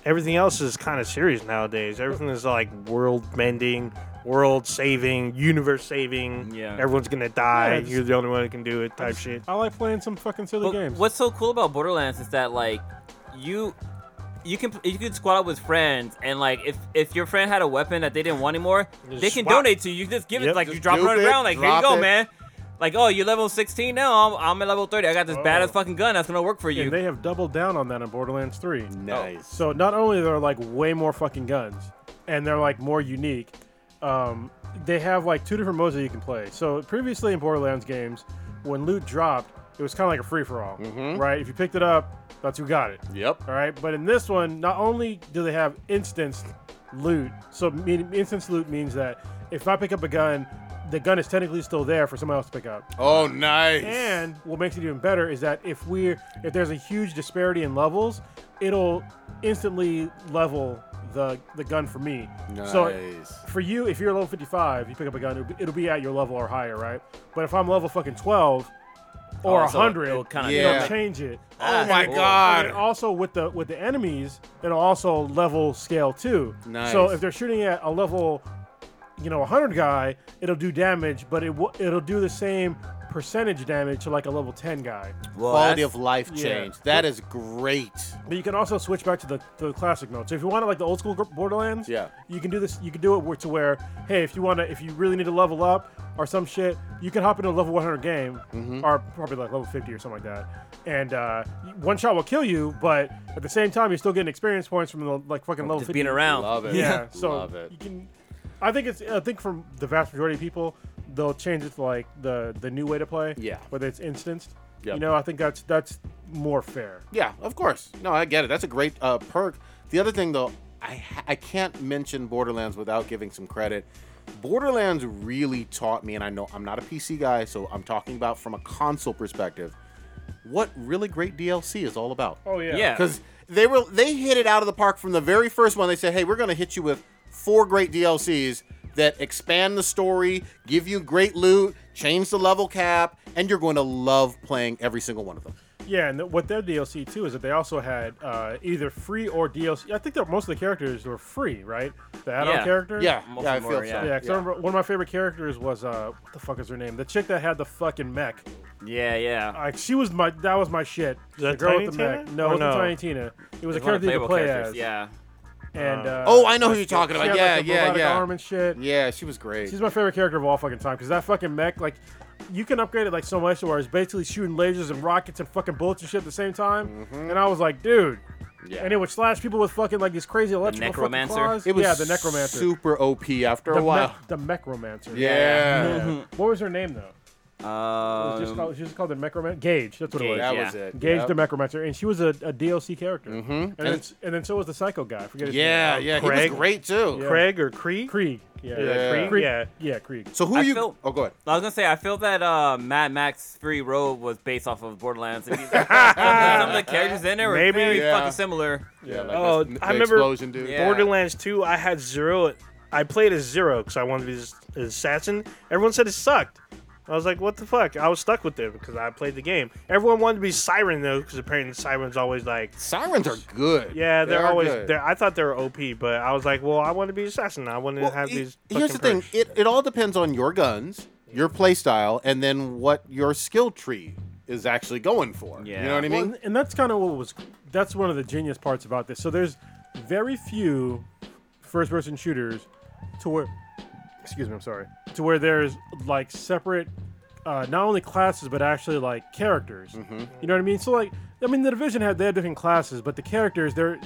[SPEAKER 5] everything else is kind of serious nowadays. Everything is like world mending, world saving, universe saving.
[SPEAKER 7] Yeah.
[SPEAKER 5] everyone's gonna die.
[SPEAKER 6] Yeah, just-
[SPEAKER 5] You're the only one who can do it. Type shit.
[SPEAKER 6] I like playing some fucking silly
[SPEAKER 7] But
[SPEAKER 6] games.
[SPEAKER 7] What's so cool about Borderlands is that like you you can you can squad up with friends and like if if your friend had a weapon that they didn't want anymore,
[SPEAKER 5] Just
[SPEAKER 7] they can
[SPEAKER 5] swap.
[SPEAKER 7] donate to you. You Just give it
[SPEAKER 5] Yep.
[SPEAKER 7] like you
[SPEAKER 4] Just
[SPEAKER 7] drop it
[SPEAKER 4] dupe
[SPEAKER 7] on the
[SPEAKER 4] it,
[SPEAKER 7] ground. Like here you
[SPEAKER 4] drop
[SPEAKER 7] go,
[SPEAKER 4] it."
[SPEAKER 7] man. Like oh, you're level 16 now. I'm, I'm at level 30. I got this badass fucking gun that's gonna work for you.
[SPEAKER 6] and they have doubled down on that in Borderlands 3.
[SPEAKER 4] Nice.
[SPEAKER 6] So not only they're like way more fucking guns, and they're like more unique. Um, they have like two different modes that you can play. So previously in Borderlands games, when loot dropped, it was kind of like a free for all, right? If you picked it up, that's who got it.
[SPEAKER 4] Yep.
[SPEAKER 6] All right, but in this one, not only do they have instance loot, so mean, instance loot means that if I pick up a gun, the gun is technically still there for someone else to pick up.
[SPEAKER 4] Oh, nice.
[SPEAKER 6] And what makes it even better is that if we're if there's a huge disparity in levels, it'll instantly level the the gun for me. So
[SPEAKER 4] Nice.
[SPEAKER 6] for you, if you're level 55, you pick up a gun, it'll be, it'll be at your level or higher, right? But if I'm level fucking 12 or
[SPEAKER 7] Oh, so
[SPEAKER 6] 100,
[SPEAKER 7] it'll kinda-
[SPEAKER 6] it'll
[SPEAKER 4] Yeah.
[SPEAKER 6] change it.
[SPEAKER 4] oh, my
[SPEAKER 7] cool.
[SPEAKER 4] God.
[SPEAKER 6] And also with the with the enemies, it'll also level scale too.
[SPEAKER 4] Nice.
[SPEAKER 6] So if they're shooting at a level you know, a hundred guy, it'll do damage, but it w- it'll do the same percentage damage to like a level ten guy.
[SPEAKER 7] Well,
[SPEAKER 4] Quality
[SPEAKER 7] that's-
[SPEAKER 4] of life
[SPEAKER 6] yeah.
[SPEAKER 4] change. That is great.
[SPEAKER 6] But you can also switch back to the, to the classic mode. So if you want to like the old school gr- Borderlands,
[SPEAKER 4] Yeah.
[SPEAKER 6] you can do this. You can do it where- to where, hey, if you want to, if you really need to level up or some shit, you can hop into a level 100 game
[SPEAKER 4] Mm-hmm.
[SPEAKER 6] or probably like level 50 or something like that. And uh, one shot will kill you, but at the same time, you're still getting experience points from the like fucking level
[SPEAKER 8] Just
[SPEAKER 6] 50.
[SPEAKER 8] being around.
[SPEAKER 4] Love it.
[SPEAKER 6] Yeah, so
[SPEAKER 4] love it.
[SPEAKER 6] you can. I think it's. I think for the vast majority of people, they'll change it to like the the new way to play.
[SPEAKER 4] Yeah.
[SPEAKER 6] whether it's instanced.
[SPEAKER 4] Yep.
[SPEAKER 6] You know, I think that's that's more fair.
[SPEAKER 4] Yeah, of course. No, I get it. That's a great uh, perk. The other thing, though, I ha- I can't mention Borderlands without giving some credit. Borderlands really taught me, and I know I'm not a PC guy, so I'm talking about from a console perspective, what really great DLC is all about.
[SPEAKER 6] Oh yeah.
[SPEAKER 8] Yeah.
[SPEAKER 4] because they were they hit it out of the park from the very first one. They said, "Hey, we're going to hit you with four great DLCs that expand the story, give you great loot, change the level cap, and you're going to love playing every single one of them."
[SPEAKER 6] Yeah, and th- what their DLC too is that they also had uh, either free or DLC. I think that most of the characters were free, right? The add-on
[SPEAKER 8] Yeah.
[SPEAKER 6] characters.
[SPEAKER 4] Yeah,
[SPEAKER 8] Most
[SPEAKER 4] yeah, I
[SPEAKER 8] of them
[SPEAKER 4] feel
[SPEAKER 8] were,
[SPEAKER 4] so.
[SPEAKER 8] yeah.
[SPEAKER 6] Yeah, 'cause I remember one of my favorite characters was uh, what the fuck is her name? The chick that had the fucking mech.
[SPEAKER 8] Yeah, yeah.
[SPEAKER 6] Like she was my that was my shit.
[SPEAKER 5] that
[SPEAKER 6] the girl
[SPEAKER 5] Tiny
[SPEAKER 6] with the mech.
[SPEAKER 5] Tina?
[SPEAKER 6] No,
[SPEAKER 5] Or
[SPEAKER 6] it wasn't
[SPEAKER 5] no?
[SPEAKER 6] Tiny Tina. It was a
[SPEAKER 8] It's one of
[SPEAKER 6] character
[SPEAKER 8] the
[SPEAKER 6] you could
[SPEAKER 8] playable
[SPEAKER 6] play
[SPEAKER 8] characters,
[SPEAKER 6] as.
[SPEAKER 8] Yeah.
[SPEAKER 6] And uh,
[SPEAKER 4] Oh, I know who you're talking
[SPEAKER 6] she
[SPEAKER 4] about.
[SPEAKER 6] had,
[SPEAKER 4] Yeah,
[SPEAKER 6] like, a
[SPEAKER 4] yeah,
[SPEAKER 6] robotic
[SPEAKER 4] yeah.
[SPEAKER 6] Arm and shit.
[SPEAKER 4] Yeah, she was great.
[SPEAKER 6] She's my favorite character of all fucking time because that fucking mech, like, you can upgrade it like so much to where it's basically shooting lasers and rockets and fucking bullets and shit at the same time. And I was like, dude.
[SPEAKER 4] Mm-hmm. Yeah.
[SPEAKER 6] And it would slash people with fucking like these crazy electrical fucking
[SPEAKER 8] necromancer.
[SPEAKER 6] claws.
[SPEAKER 4] it was
[SPEAKER 6] yeah, the necromancer.
[SPEAKER 4] super OP after
[SPEAKER 6] the,
[SPEAKER 4] a while.
[SPEAKER 6] mech- the mechromancer.
[SPEAKER 4] yeah.
[SPEAKER 6] Yeah. what was her name though? It was just
[SPEAKER 8] Um,
[SPEAKER 6] called, she was called the Mechromancer. Gage, that's what it was.
[SPEAKER 8] Gage,
[SPEAKER 4] that
[SPEAKER 8] Yeah.
[SPEAKER 4] was it.
[SPEAKER 6] Gage
[SPEAKER 4] Yep.
[SPEAKER 6] the Mechromancer, and she was a, a DLC character. Mm-hmm. And, then,
[SPEAKER 4] it's-
[SPEAKER 6] and then so was the Psycho guy. I forget his
[SPEAKER 4] Yeah,
[SPEAKER 6] name.
[SPEAKER 4] yeah, he
[SPEAKER 5] Craig.
[SPEAKER 4] was great too.
[SPEAKER 6] Yeah.
[SPEAKER 5] Craig or Cree?
[SPEAKER 6] Krieg. Yeah.
[SPEAKER 5] Yeah, Krieg,
[SPEAKER 6] Krieg.
[SPEAKER 5] yeah.
[SPEAKER 6] Yeah, Krieg.
[SPEAKER 4] So who
[SPEAKER 7] I
[SPEAKER 4] you?
[SPEAKER 7] felt-
[SPEAKER 4] oh, go ahead.
[SPEAKER 7] I was gonna say I feel that uh, Mad Max Free Road was based off of Borderlands. If you- some, of the, some of the characters in there were
[SPEAKER 5] Maybe,
[SPEAKER 7] very
[SPEAKER 4] yeah.
[SPEAKER 7] fucking similar.
[SPEAKER 4] Yeah, like
[SPEAKER 5] Oh,
[SPEAKER 4] that's-
[SPEAKER 5] I
[SPEAKER 4] the
[SPEAKER 5] remember-
[SPEAKER 4] explosion, dude.
[SPEAKER 7] Yeah.
[SPEAKER 5] Borderlands 2, I had zero. I played as zero because I wanted to be s- an assassin. Everyone said it sucked. I was like, what the fuck? I was stuck with it because I played the game. Everyone wanted to be Siren though, because apparently Siren's always like,
[SPEAKER 4] Sirens are good.
[SPEAKER 5] yeah,
[SPEAKER 4] They
[SPEAKER 5] they're
[SPEAKER 4] are
[SPEAKER 5] always.
[SPEAKER 4] good.
[SPEAKER 5] They're, I thought they were OP, but I was like, well, I want to be an assassin. I want to
[SPEAKER 4] Well,
[SPEAKER 5] have
[SPEAKER 4] it-
[SPEAKER 5] these.
[SPEAKER 4] Here's the
[SPEAKER 5] fucking
[SPEAKER 4] thing:
[SPEAKER 5] perks."
[SPEAKER 4] it, it all depends on your guns, your play style, and then what your skill tree is actually going for. you
[SPEAKER 7] Yeah.
[SPEAKER 4] know what I
[SPEAKER 6] Well,
[SPEAKER 4] mean?
[SPEAKER 6] and- and that's kind of what was that's one of the genius parts about this. So there's very few first person shooters to where excuse me, I'm sorry. To where there's like separate uh, not only classes but actually like characters.
[SPEAKER 5] Mm-hmm.
[SPEAKER 6] You know what I mean? So like I mean the division had they had different classes, but the characters they're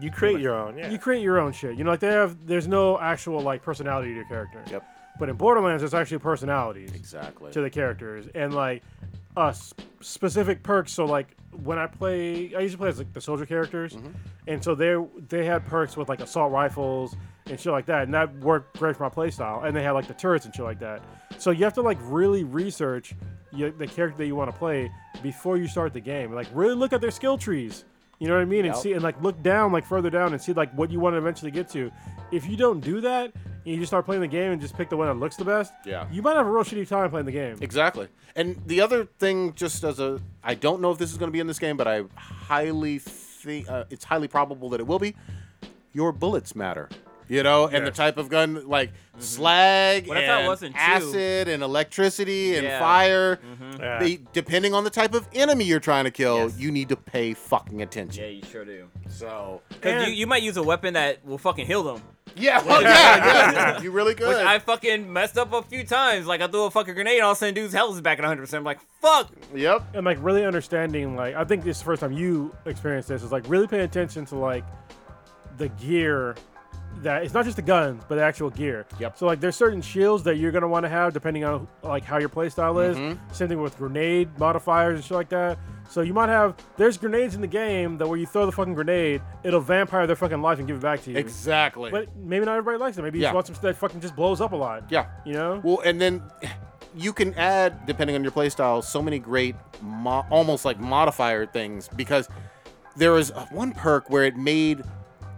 [SPEAKER 5] You create your own, yeah.
[SPEAKER 6] you create your own shit. You know like they have there's no actual like personality to your character.
[SPEAKER 4] Yep.
[SPEAKER 6] But in Borderlands there's actually personalities
[SPEAKER 4] Exactly.
[SPEAKER 6] to the characters and like uh s- specific perks so like when i play i usually play as like the soldier characters
[SPEAKER 4] Mm-hmm.
[SPEAKER 6] and so they they had perks with like assault rifles and shit like that and that worked great for my playstyle and they had like the turrets and shit like that so you have to like really research y the character that you want to play before you start the game like really look at their skill trees you know what I mean? And see and like look down, like further down, and see like what you want to eventually get to. If you don't do that, and you just start playing the game and just pick the one that looks the best,
[SPEAKER 4] Yeah.
[SPEAKER 6] you might have a real shitty time playing the game.
[SPEAKER 4] Exactly. And the other thing, just as a, I don't know if this is going to be in this game, but I highly think uh, it's highly probable that it will be. Your bullets matter, you know, and the type of gun, like slag,
[SPEAKER 7] Mm-hmm. What I thought
[SPEAKER 4] and
[SPEAKER 7] wasn't too-
[SPEAKER 4] acid, and electricity, and
[SPEAKER 7] Yeah. Mm-hmm.
[SPEAKER 4] fire.
[SPEAKER 5] Yeah.
[SPEAKER 4] They, depending on the type of enemy you're trying to kill,
[SPEAKER 7] Yes.
[SPEAKER 4] you need to pay fucking attention.
[SPEAKER 7] Yeah, you sure do.
[SPEAKER 4] So
[SPEAKER 7] Because you,
[SPEAKER 6] And-
[SPEAKER 7] you might use a weapon that will fucking heal them.
[SPEAKER 4] yeah, well, yeah, yeah, you really could.
[SPEAKER 7] Which I fucking messed up a few times. Like I threw a fucking grenade, all of a sudden dude's health is back at 100. percent I'm like, fuck.
[SPEAKER 4] yep.
[SPEAKER 6] And like really understanding, like I think this is the first time you experienced this is like really paying attention to like the gear that it's not just the guns, but the actual gear.
[SPEAKER 4] Yep.
[SPEAKER 6] So like there's certain shields that you're gonna want to have depending on like how your playstyle is. Same thing with grenade modifiers and shit like that. So you might have there's grenades in the game that where you throw the fucking grenade, it'll vampire their fucking life and give it back to you.
[SPEAKER 4] Exactly.
[SPEAKER 6] But maybe not everybody likes it. Maybe you
[SPEAKER 4] Yeah.
[SPEAKER 6] just want some stuff that fucking just blows up a lot.
[SPEAKER 4] Yeah.
[SPEAKER 6] You know?
[SPEAKER 4] Well, and then you can add, depending on your playstyle, so many great, mo- almost like modifier things because there was one perk where it made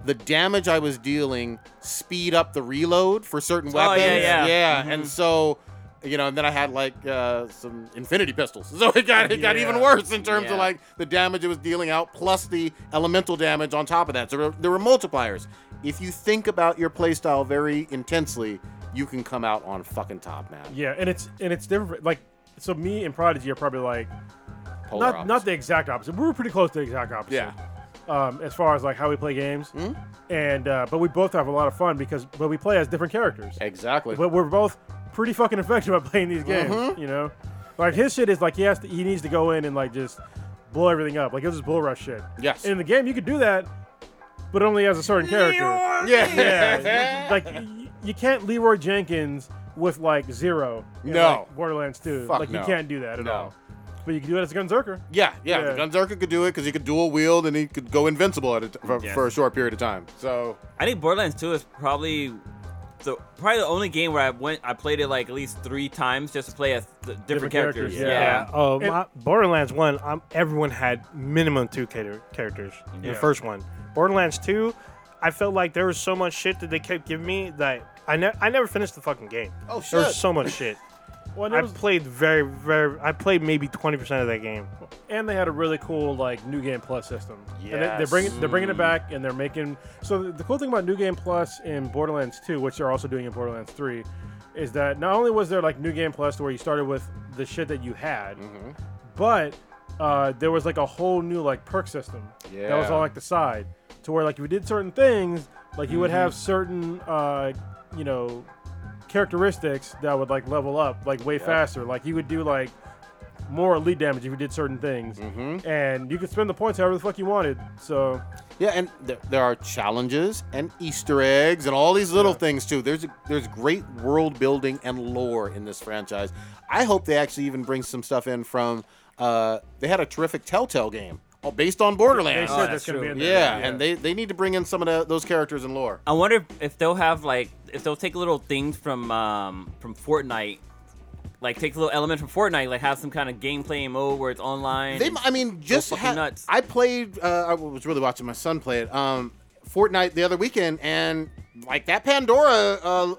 [SPEAKER 4] the damage I was dealing speed up the reload for certain
[SPEAKER 6] Oh,
[SPEAKER 7] yeah,
[SPEAKER 4] weapons.
[SPEAKER 7] yeah.
[SPEAKER 6] Mm-hmm.
[SPEAKER 4] and so. You know, and then I had like uh, some infinity pistols, so it got it got even
[SPEAKER 6] Yeah.
[SPEAKER 4] worse in terms
[SPEAKER 7] Yeah.
[SPEAKER 4] of like the damage it was dealing out, plus the elemental damage on top of that. So there were- there were multipliers. If you think about your playstyle very intensely, you can come out on fucking top, man.
[SPEAKER 6] Yeah, and it's and it's different. Like, so me and Prodigy are probably like
[SPEAKER 4] Polar
[SPEAKER 6] not not
[SPEAKER 4] opposite.
[SPEAKER 6] the exact opposite. We were pretty close to the exact opposite.
[SPEAKER 4] Yeah.
[SPEAKER 6] Um, as far as like how we play games,
[SPEAKER 4] Hmm?
[SPEAKER 6] and uh, but we both have a lot of fun because but we play as different characters.
[SPEAKER 4] Exactly.
[SPEAKER 6] But we're both pretty fucking effective at playing these games.
[SPEAKER 4] Mm-hmm.
[SPEAKER 6] You know, like his shit is like he has to he needs to go in and like just blow everything up. Like it was just bull rush shit.
[SPEAKER 4] Yes.
[SPEAKER 6] In the game, you could do that, but only as a certain character.
[SPEAKER 4] yeah.
[SPEAKER 6] Yeah, like y- you can't Leroy Jenkins with like zero. in,
[SPEAKER 4] No.
[SPEAKER 6] like, Borderlands Two.
[SPEAKER 4] Fuck
[SPEAKER 6] like
[SPEAKER 4] no.
[SPEAKER 6] you can't do that at
[SPEAKER 4] No.
[SPEAKER 6] all. But you can do it as a Gunzerker.
[SPEAKER 4] Yeah, yeah.
[SPEAKER 6] Yeah.
[SPEAKER 4] Gunzerker could do it because he could dual wield and he could go invincible at a t- for,
[SPEAKER 7] Yes.
[SPEAKER 4] for a short period of time. So
[SPEAKER 7] I think Borderlands 2 is probably the probably the only game where I went I played it like at least three times just to play as the different, characters.
[SPEAKER 6] yeah.
[SPEAKER 5] Oh,
[SPEAKER 6] And-
[SPEAKER 5] my, Borderlands One. Um, everyone had minimum two char- characters. in The first one, Borderlands Two. I felt like there was so much shit that they kept giving me that I ne- I never finished the fucking game.
[SPEAKER 4] Oh,
[SPEAKER 5] There
[SPEAKER 4] shit.
[SPEAKER 5] was so much shit.
[SPEAKER 6] Well, and,
[SPEAKER 5] I
[SPEAKER 6] it was,
[SPEAKER 5] played very, very. I played maybe twenty percent of that game.
[SPEAKER 6] and they had a really cool like New Game Plus system. And they, they're
[SPEAKER 4] Yes.
[SPEAKER 6] bringing they're bringing it back, and they're making. So the, the cool thing about New Game Plus in Borderlands Two, which they're also doing in Borderlands Three, is that not only was there like New Game Plus, where you started with the shit that you had,
[SPEAKER 4] Mm-hmm.
[SPEAKER 6] but uh, there was like a whole new like perk system that was
[SPEAKER 4] Yeah.
[SPEAKER 6] on like the side to where like if you did certain things like you would have
[SPEAKER 4] Mm-hmm.
[SPEAKER 6] certain uh, you know characteristics that would like level up like way faster like you would do like more elite damage if you did certain things and you could spend the points however the fuck you wanted so
[SPEAKER 4] yeah, and there, there are challenges and Easter eggs and all these little things too. There's a, there's great world building and lore in this franchise. I hope they actually even bring some stuff in from. Uh, they had a terrific Telltale game, all based on
[SPEAKER 6] they
[SPEAKER 4] Borderlands.
[SPEAKER 6] said
[SPEAKER 7] Oh, that's
[SPEAKER 6] that's, gonna be
[SPEAKER 7] true.
[SPEAKER 6] in there
[SPEAKER 4] yeah, and they, they need to bring in some of the, those characters and lore.
[SPEAKER 7] I wonder if, if they'll have like if they'll take little things from um from Fortnite, like take a little element from Fortnite, like have some kind of gameplay mode where it's online.
[SPEAKER 4] They,
[SPEAKER 7] and-
[SPEAKER 4] I mean, just
[SPEAKER 7] fucking
[SPEAKER 4] ha-
[SPEAKER 7] nuts.
[SPEAKER 4] I played. Uh, I was really watching my son play it. Um, Fortnite the other weekend, and like that Pandora uh,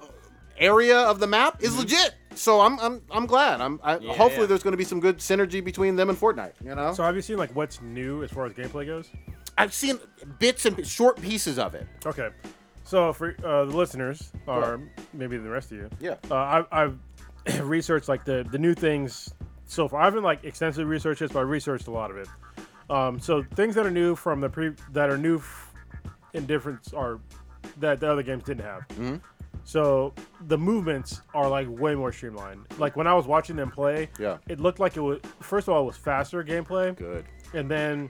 [SPEAKER 4] area of the map is legit. So I'm I'm, I'm glad. I'm I,
[SPEAKER 7] Mm-hmm. Yeah,
[SPEAKER 4] hopefully
[SPEAKER 7] yeah.
[SPEAKER 4] there's going to be some good synergy between them and Fortnite. You know,
[SPEAKER 6] so have you seen like what's new as far as gameplay goes
[SPEAKER 4] I've seen bits and short pieces of it.
[SPEAKER 6] Okay, so for uh, the listeners, or maybe the rest of you,
[SPEAKER 4] Yeah.
[SPEAKER 6] uh, I, I've researched like the the new things so far. I haven't like extensively researched this, but I researched a lot of it. Um, so things that are new from the pre that are new f- in difference are that the other games didn't have. So the movements are like way more streamlined. Like when I was watching them play,
[SPEAKER 4] Yeah.
[SPEAKER 6] it looked like it was first of all it was faster gameplay
[SPEAKER 4] Good.
[SPEAKER 6] and then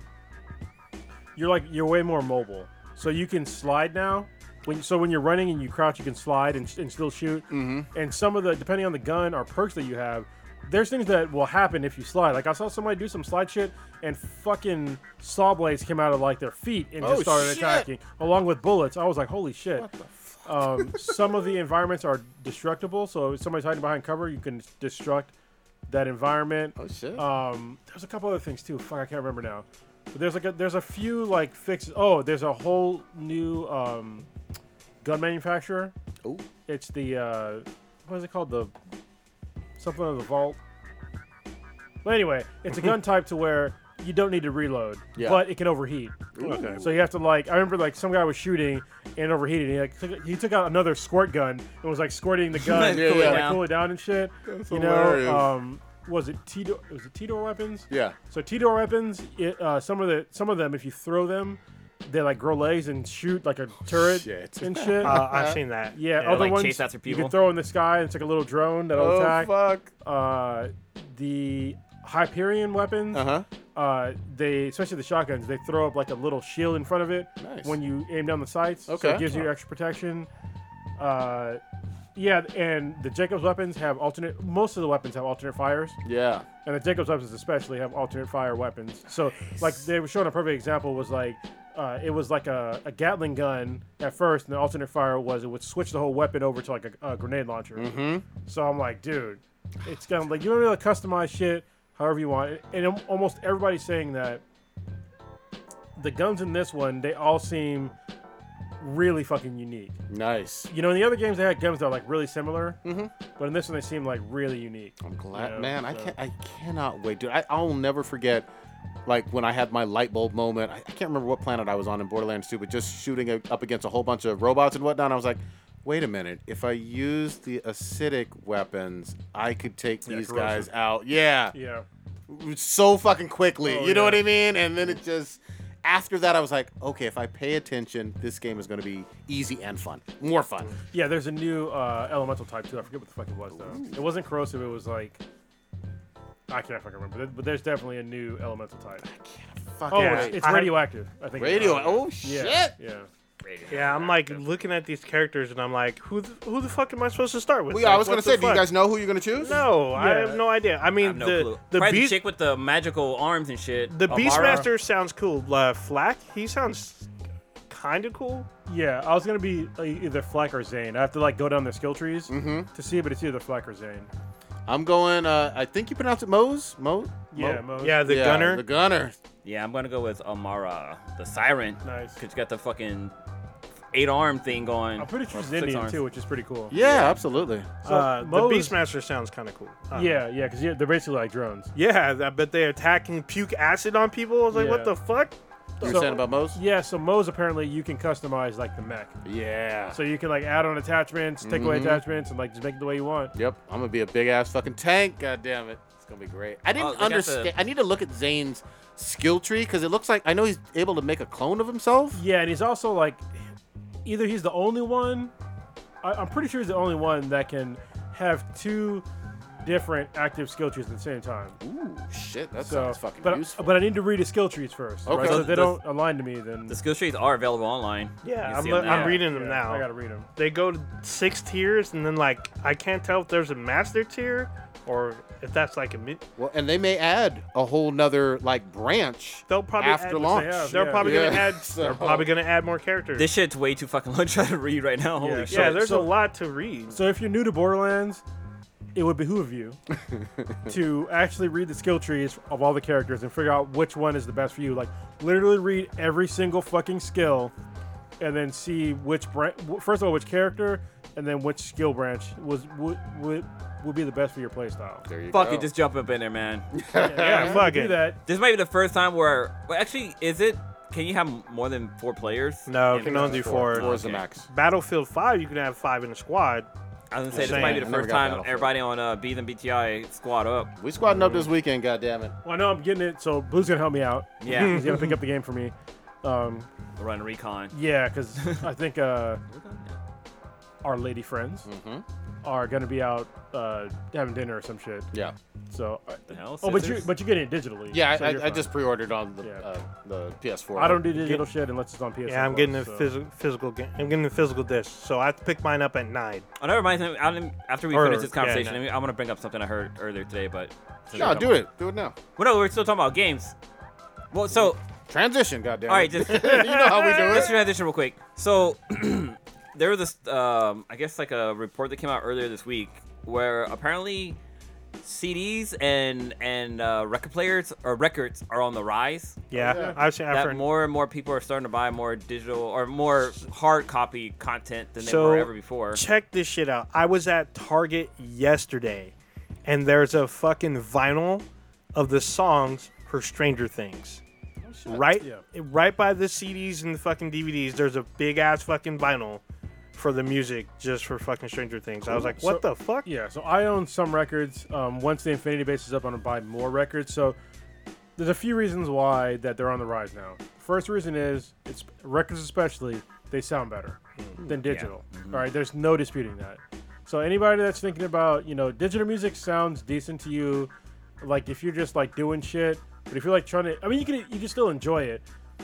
[SPEAKER 6] you're like you're way more mobile so you can slide now when so when you're running and you crouch you can slide and, and still shoot mm-hmm. and some of the depending on the gun or perks that you have there's things that will happen if you slide like i saw somebody do some slide shit and fucking saw blades came out of like their feet and
[SPEAKER 4] Oh,
[SPEAKER 6] just started
[SPEAKER 4] shit.
[SPEAKER 6] attacking along with bullets i was like holy shit um, some of the environments are destructible so if somebody's hiding behind cover you can destruct that environment
[SPEAKER 4] Oh shit.
[SPEAKER 6] um, there's a couple other things too. Fuck, I can't remember now. But there's like a, there's a few like fixes. Oh, there's a whole new um, gun manufacturer.
[SPEAKER 4] Ooh.
[SPEAKER 6] It's the uh, what is it called? The something of the vault. But anyway, it's a gun type to where you don't need to reload,
[SPEAKER 4] Yeah.
[SPEAKER 6] but it can overheat.
[SPEAKER 4] Okay.
[SPEAKER 6] So you have to like. I remember like some guy was shooting and overheated. And he like took, he took out another squirt gun and was like squirting the gun,
[SPEAKER 4] Yeah,
[SPEAKER 6] to,
[SPEAKER 4] yeah.
[SPEAKER 6] like cool it down and shit. you
[SPEAKER 4] hilarious.
[SPEAKER 6] know, um, was it T was it T door weapons?
[SPEAKER 4] yeah.
[SPEAKER 6] So T-door weapons, it, uh, some of the some of them, if you throw them, they like grow legs and shoot like a turret
[SPEAKER 4] shit.
[SPEAKER 6] and shit.
[SPEAKER 5] Uh, I've seen that.
[SPEAKER 6] yeah, other
[SPEAKER 7] like,
[SPEAKER 6] ones
[SPEAKER 7] chase after
[SPEAKER 6] you
[SPEAKER 7] people.
[SPEAKER 6] can throw in the sky. and It's like a little drone that'll
[SPEAKER 4] Oh
[SPEAKER 6] attack.
[SPEAKER 4] fuck.
[SPEAKER 6] Uh, the Hyperion weapons,
[SPEAKER 4] Uh huh.
[SPEAKER 6] uh, they especially the shotguns, they throw up like a little shield in front of it
[SPEAKER 4] Nice.
[SPEAKER 6] when you aim down the sights. so
[SPEAKER 4] Okay.
[SPEAKER 6] it gives you extra protection. Uh, yeah, and the Jacob's weapons have alternate. Most of the weapons have alternate fires
[SPEAKER 4] Yeah.
[SPEAKER 6] and the Jacob's weapons especially have alternate fire weapons. So like they were showing a perfect example was like uh, it was like a, a Gatling gun at first, and the alternate fire was it would switch the whole weapon over to like a, a grenade launcher. Mm-hmm. So I'm like, dude, it's gonna like you're gonna be able to customize shit however you want. And al- almost everybody's saying that the guns in this one they all seem really fucking unique.
[SPEAKER 4] Nice.
[SPEAKER 6] You know, in the other games they had guns that are like really similar, mm-hmm. but in this one they seem like really unique.
[SPEAKER 4] I'm glad,
[SPEAKER 6] Yeah,
[SPEAKER 4] man. I
[SPEAKER 6] so-
[SPEAKER 4] can I cannot wait, dude. I, I'll never forget, like when I had my light bulb moment. I, I can't remember what planet I was on in Borderlands 2, but just shooting a, up against a whole bunch of robots and whatnot. I was like, wait a minute. If I use the acidic weapons, I could take these guys out. Yeah.
[SPEAKER 6] Yeah.
[SPEAKER 4] so fucking quickly.
[SPEAKER 6] Oh,
[SPEAKER 4] you know
[SPEAKER 6] yeah.
[SPEAKER 4] what I mean? And then it just after that I was like, okay, if I pay attention, this game is going to be easy and fun. More fun.
[SPEAKER 6] Yeah, there's a new uh, elemental type too. I forget what the fuck it was though. It wasn't corrosive. It was like I can't fucking remember. But there's definitely a new elemental type.
[SPEAKER 4] Fuck
[SPEAKER 6] Oh,
[SPEAKER 5] Yeah,
[SPEAKER 6] it's, it's
[SPEAKER 5] I-
[SPEAKER 6] radioactive. I think. it's
[SPEAKER 4] Radio.
[SPEAKER 6] called.
[SPEAKER 4] Oh
[SPEAKER 6] yeah,
[SPEAKER 4] shit.
[SPEAKER 6] Yeah.
[SPEAKER 5] Yeah, I'm like looking at these characters and I'm like, who the, who the fuck am I supposed to start with?
[SPEAKER 4] Well,
[SPEAKER 5] Like,
[SPEAKER 4] yeah, I was
[SPEAKER 5] what
[SPEAKER 4] going to
[SPEAKER 5] the
[SPEAKER 4] say, do you
[SPEAKER 5] fuck?
[SPEAKER 4] guys know who you're going to choose?
[SPEAKER 5] No, I
[SPEAKER 6] Yeah.
[SPEAKER 5] have no idea. I mean,
[SPEAKER 8] have no
[SPEAKER 5] the
[SPEAKER 8] clue.
[SPEAKER 5] the
[SPEAKER 8] Probably
[SPEAKER 5] beast
[SPEAKER 8] the chick with the magical arms and shit.
[SPEAKER 5] the
[SPEAKER 8] Amara.
[SPEAKER 5] beastmaster sounds cool. Uh, Flack, he sounds kind of cool.
[SPEAKER 6] Yeah, I was gonna be uh, either Flack or Zane. I have to like go down the skill trees
[SPEAKER 4] Mm-hmm.
[SPEAKER 6] to see, but it's either Flack or Zane.
[SPEAKER 4] I'm going uh I think you pronounce it Mose? Mo?
[SPEAKER 6] Yeah,
[SPEAKER 4] Mo?
[SPEAKER 6] most.
[SPEAKER 5] Yeah, the
[SPEAKER 4] Yeah,
[SPEAKER 5] gunner.
[SPEAKER 4] The gunner.
[SPEAKER 8] Yeah, I'm gonna go with Amara, the siren.
[SPEAKER 6] Nice.
[SPEAKER 8] Cause you got the fucking eight arm thing going.
[SPEAKER 6] I'm pretty sure
[SPEAKER 8] Or
[SPEAKER 6] it's
[SPEAKER 8] six
[SPEAKER 6] Indian
[SPEAKER 8] arms.
[SPEAKER 6] too, which is pretty cool.
[SPEAKER 4] Yeah, absolutely.
[SPEAKER 6] So,
[SPEAKER 5] uh, the
[SPEAKER 6] Moe's-
[SPEAKER 5] beastmaster sounds kind of cool. Uh,
[SPEAKER 6] Yeah, yeah, because they're basically like drones.
[SPEAKER 5] yeah. I bet they're attacking puke acid on people. I was like,
[SPEAKER 6] Yeah.
[SPEAKER 5] what the fuck?
[SPEAKER 4] You were
[SPEAKER 6] So-
[SPEAKER 4] saying about Mose?
[SPEAKER 6] Yeah, so Moe's apparently you can customize like the mech.
[SPEAKER 4] Yeah.
[SPEAKER 6] So you can like add on attachments, take away attachments, and like just make it the way you want.
[SPEAKER 4] Yep, I'm gonna be a big ass fucking tank. God damn it, it's gonna be great. I
[SPEAKER 8] Oh,
[SPEAKER 4] didn't
[SPEAKER 8] they got
[SPEAKER 4] understand.
[SPEAKER 8] the-
[SPEAKER 4] I need to look at Zane's skill tree because it looks like I know he's able to make a clone of himself.
[SPEAKER 6] Yeah, and he's also like, either he's the only one. I, I'm pretty sure he's the only one that can have two different active skill trees at the same time.
[SPEAKER 4] Ooh, shit, that
[SPEAKER 6] so,
[SPEAKER 4] sounds fucking
[SPEAKER 6] but uh,
[SPEAKER 4] useful.
[SPEAKER 6] but I need to read his skill trees first. Okay.
[SPEAKER 4] Okay.
[SPEAKER 6] So
[SPEAKER 4] So
[SPEAKER 6] if they
[SPEAKER 8] does-
[SPEAKER 6] don't align to me, then
[SPEAKER 8] The skill trees are available online. You
[SPEAKER 5] Yeah,
[SPEAKER 8] can
[SPEAKER 5] I'm,
[SPEAKER 8] see
[SPEAKER 5] lo-
[SPEAKER 8] 'em there.
[SPEAKER 5] I'm reading them
[SPEAKER 6] yeah,
[SPEAKER 5] now.
[SPEAKER 6] I gotta read them.
[SPEAKER 5] they go to six tiers, and then like I can't tell if there's a master tier or if that's like a mid.
[SPEAKER 4] well, and they may add a whole nother like branch.
[SPEAKER 5] They'll probably
[SPEAKER 4] after
[SPEAKER 5] add-
[SPEAKER 4] launch.
[SPEAKER 6] They have,
[SPEAKER 5] They're
[SPEAKER 6] yeah.
[SPEAKER 5] probably
[SPEAKER 4] Yeah,
[SPEAKER 5] gonna add. They're
[SPEAKER 4] so-
[SPEAKER 5] probably gonna add more characters.
[SPEAKER 8] This shit's way too fucking long to try to read right now. Holy
[SPEAKER 6] Yeah.
[SPEAKER 8] shit.
[SPEAKER 5] yeah, there's
[SPEAKER 6] so-
[SPEAKER 5] a lot to read.
[SPEAKER 6] So if you're new to Borderlands, it would behoove you to actually read the skill trees of all the characters and figure out which one is the best for you. Like literally read every single fucking skill, and then see which branch. First of all, which character, and then which skill branch was would would, would be the best for your playstyle.
[SPEAKER 4] There you
[SPEAKER 8] Fuck
[SPEAKER 4] go.
[SPEAKER 8] it, just jump up in there, man.
[SPEAKER 6] Yeah, you
[SPEAKER 5] fuck
[SPEAKER 6] can
[SPEAKER 5] it.
[SPEAKER 6] Do that.
[SPEAKER 8] this might be the first time where. Well, actually, is it? Can you have more than four players?
[SPEAKER 5] no,
[SPEAKER 8] Yeah,
[SPEAKER 5] can only do four.
[SPEAKER 4] Four is the
[SPEAKER 8] Okay.
[SPEAKER 4] max.
[SPEAKER 5] Battlefield Five, you can have five in a squad.
[SPEAKER 8] I was gonna say
[SPEAKER 5] Same.
[SPEAKER 8] this might be
[SPEAKER 4] I
[SPEAKER 8] the
[SPEAKER 4] never
[SPEAKER 8] first
[SPEAKER 4] got
[SPEAKER 8] time
[SPEAKER 4] Battlefield.
[SPEAKER 8] everybody on uh, Beat and BTI squad up.
[SPEAKER 4] We squatting up this weekend. God damn it.
[SPEAKER 6] Well, I know I'm getting it, so Blue's gonna help me out.
[SPEAKER 8] Yeah.
[SPEAKER 6] he's gonna pick up the game for me. Um,
[SPEAKER 8] Run recon.
[SPEAKER 6] Yeah, because I think uh, our lady friends
[SPEAKER 4] Mm-hmm.
[SPEAKER 6] are gonna be out uh, having dinner or some shit.
[SPEAKER 4] Yeah.
[SPEAKER 6] So, uh,
[SPEAKER 8] The hell?
[SPEAKER 6] oh, but you
[SPEAKER 8] Scissors?
[SPEAKER 6] but you're getting it digitally.
[SPEAKER 4] Yeah,
[SPEAKER 6] so
[SPEAKER 4] I,
[SPEAKER 6] you're
[SPEAKER 4] I, I
[SPEAKER 6] fine.
[SPEAKER 4] just pre-ordered on the
[SPEAKER 6] Yeah.
[SPEAKER 4] uh, the PS4.
[SPEAKER 6] I don't do digital shit unless it's on PS.
[SPEAKER 5] Yeah, I'm getting a
[SPEAKER 6] so.
[SPEAKER 5] phys- physical game. I'm getting a physical disc, so I have to pick mine up at nine.
[SPEAKER 8] Oh, never mind. I didn't- After we
[SPEAKER 5] Or-
[SPEAKER 8] finish this
[SPEAKER 5] yeah,
[SPEAKER 8] conversation,
[SPEAKER 5] no.
[SPEAKER 8] I am gonna bring up something I heard earlier today, but.
[SPEAKER 4] No, do it. Do it now.
[SPEAKER 8] Well, no, we're still talking about games. Well, so
[SPEAKER 4] Transition. God damn.
[SPEAKER 8] all right,
[SPEAKER 4] it.
[SPEAKER 8] just
[SPEAKER 4] you know how we do
[SPEAKER 8] let's
[SPEAKER 4] it.
[SPEAKER 8] transition real quick. So there was this, um, I guess, like a report that came out earlier this week where apparently CDs and and uh, record players or records are on the rise.
[SPEAKER 5] Yeah, I've seen. I've
[SPEAKER 8] That
[SPEAKER 5] heard-
[SPEAKER 8] more and more people are starting to buy more digital or more hard copy content than they
[SPEAKER 5] So-
[SPEAKER 8] were ever before.
[SPEAKER 5] check this shit out. I was at Target yesterday, and there's a fucking vinyl of the songs for Stranger Things.
[SPEAKER 4] Oh,
[SPEAKER 5] Right,
[SPEAKER 6] Yeah.
[SPEAKER 5] right by the CDs and the fucking DVDs. There's a big ass fucking vinyl for the music just for fucking Stranger Things. I was like, what
[SPEAKER 6] So-
[SPEAKER 5] the fuck?
[SPEAKER 6] Yeah, so I own some records. Um, once the Infinity Base is up, I'm gonna buy more records. So there's a few reasons why that they're on the rise now. First reason is it's records, especially they sound better than digital. All right, there's no disputing that. So anybody that's thinking about you know digital music sounds decent to you, like if you're just like doing shit, but if you're like trying to, I mean, you can you can still enjoy it.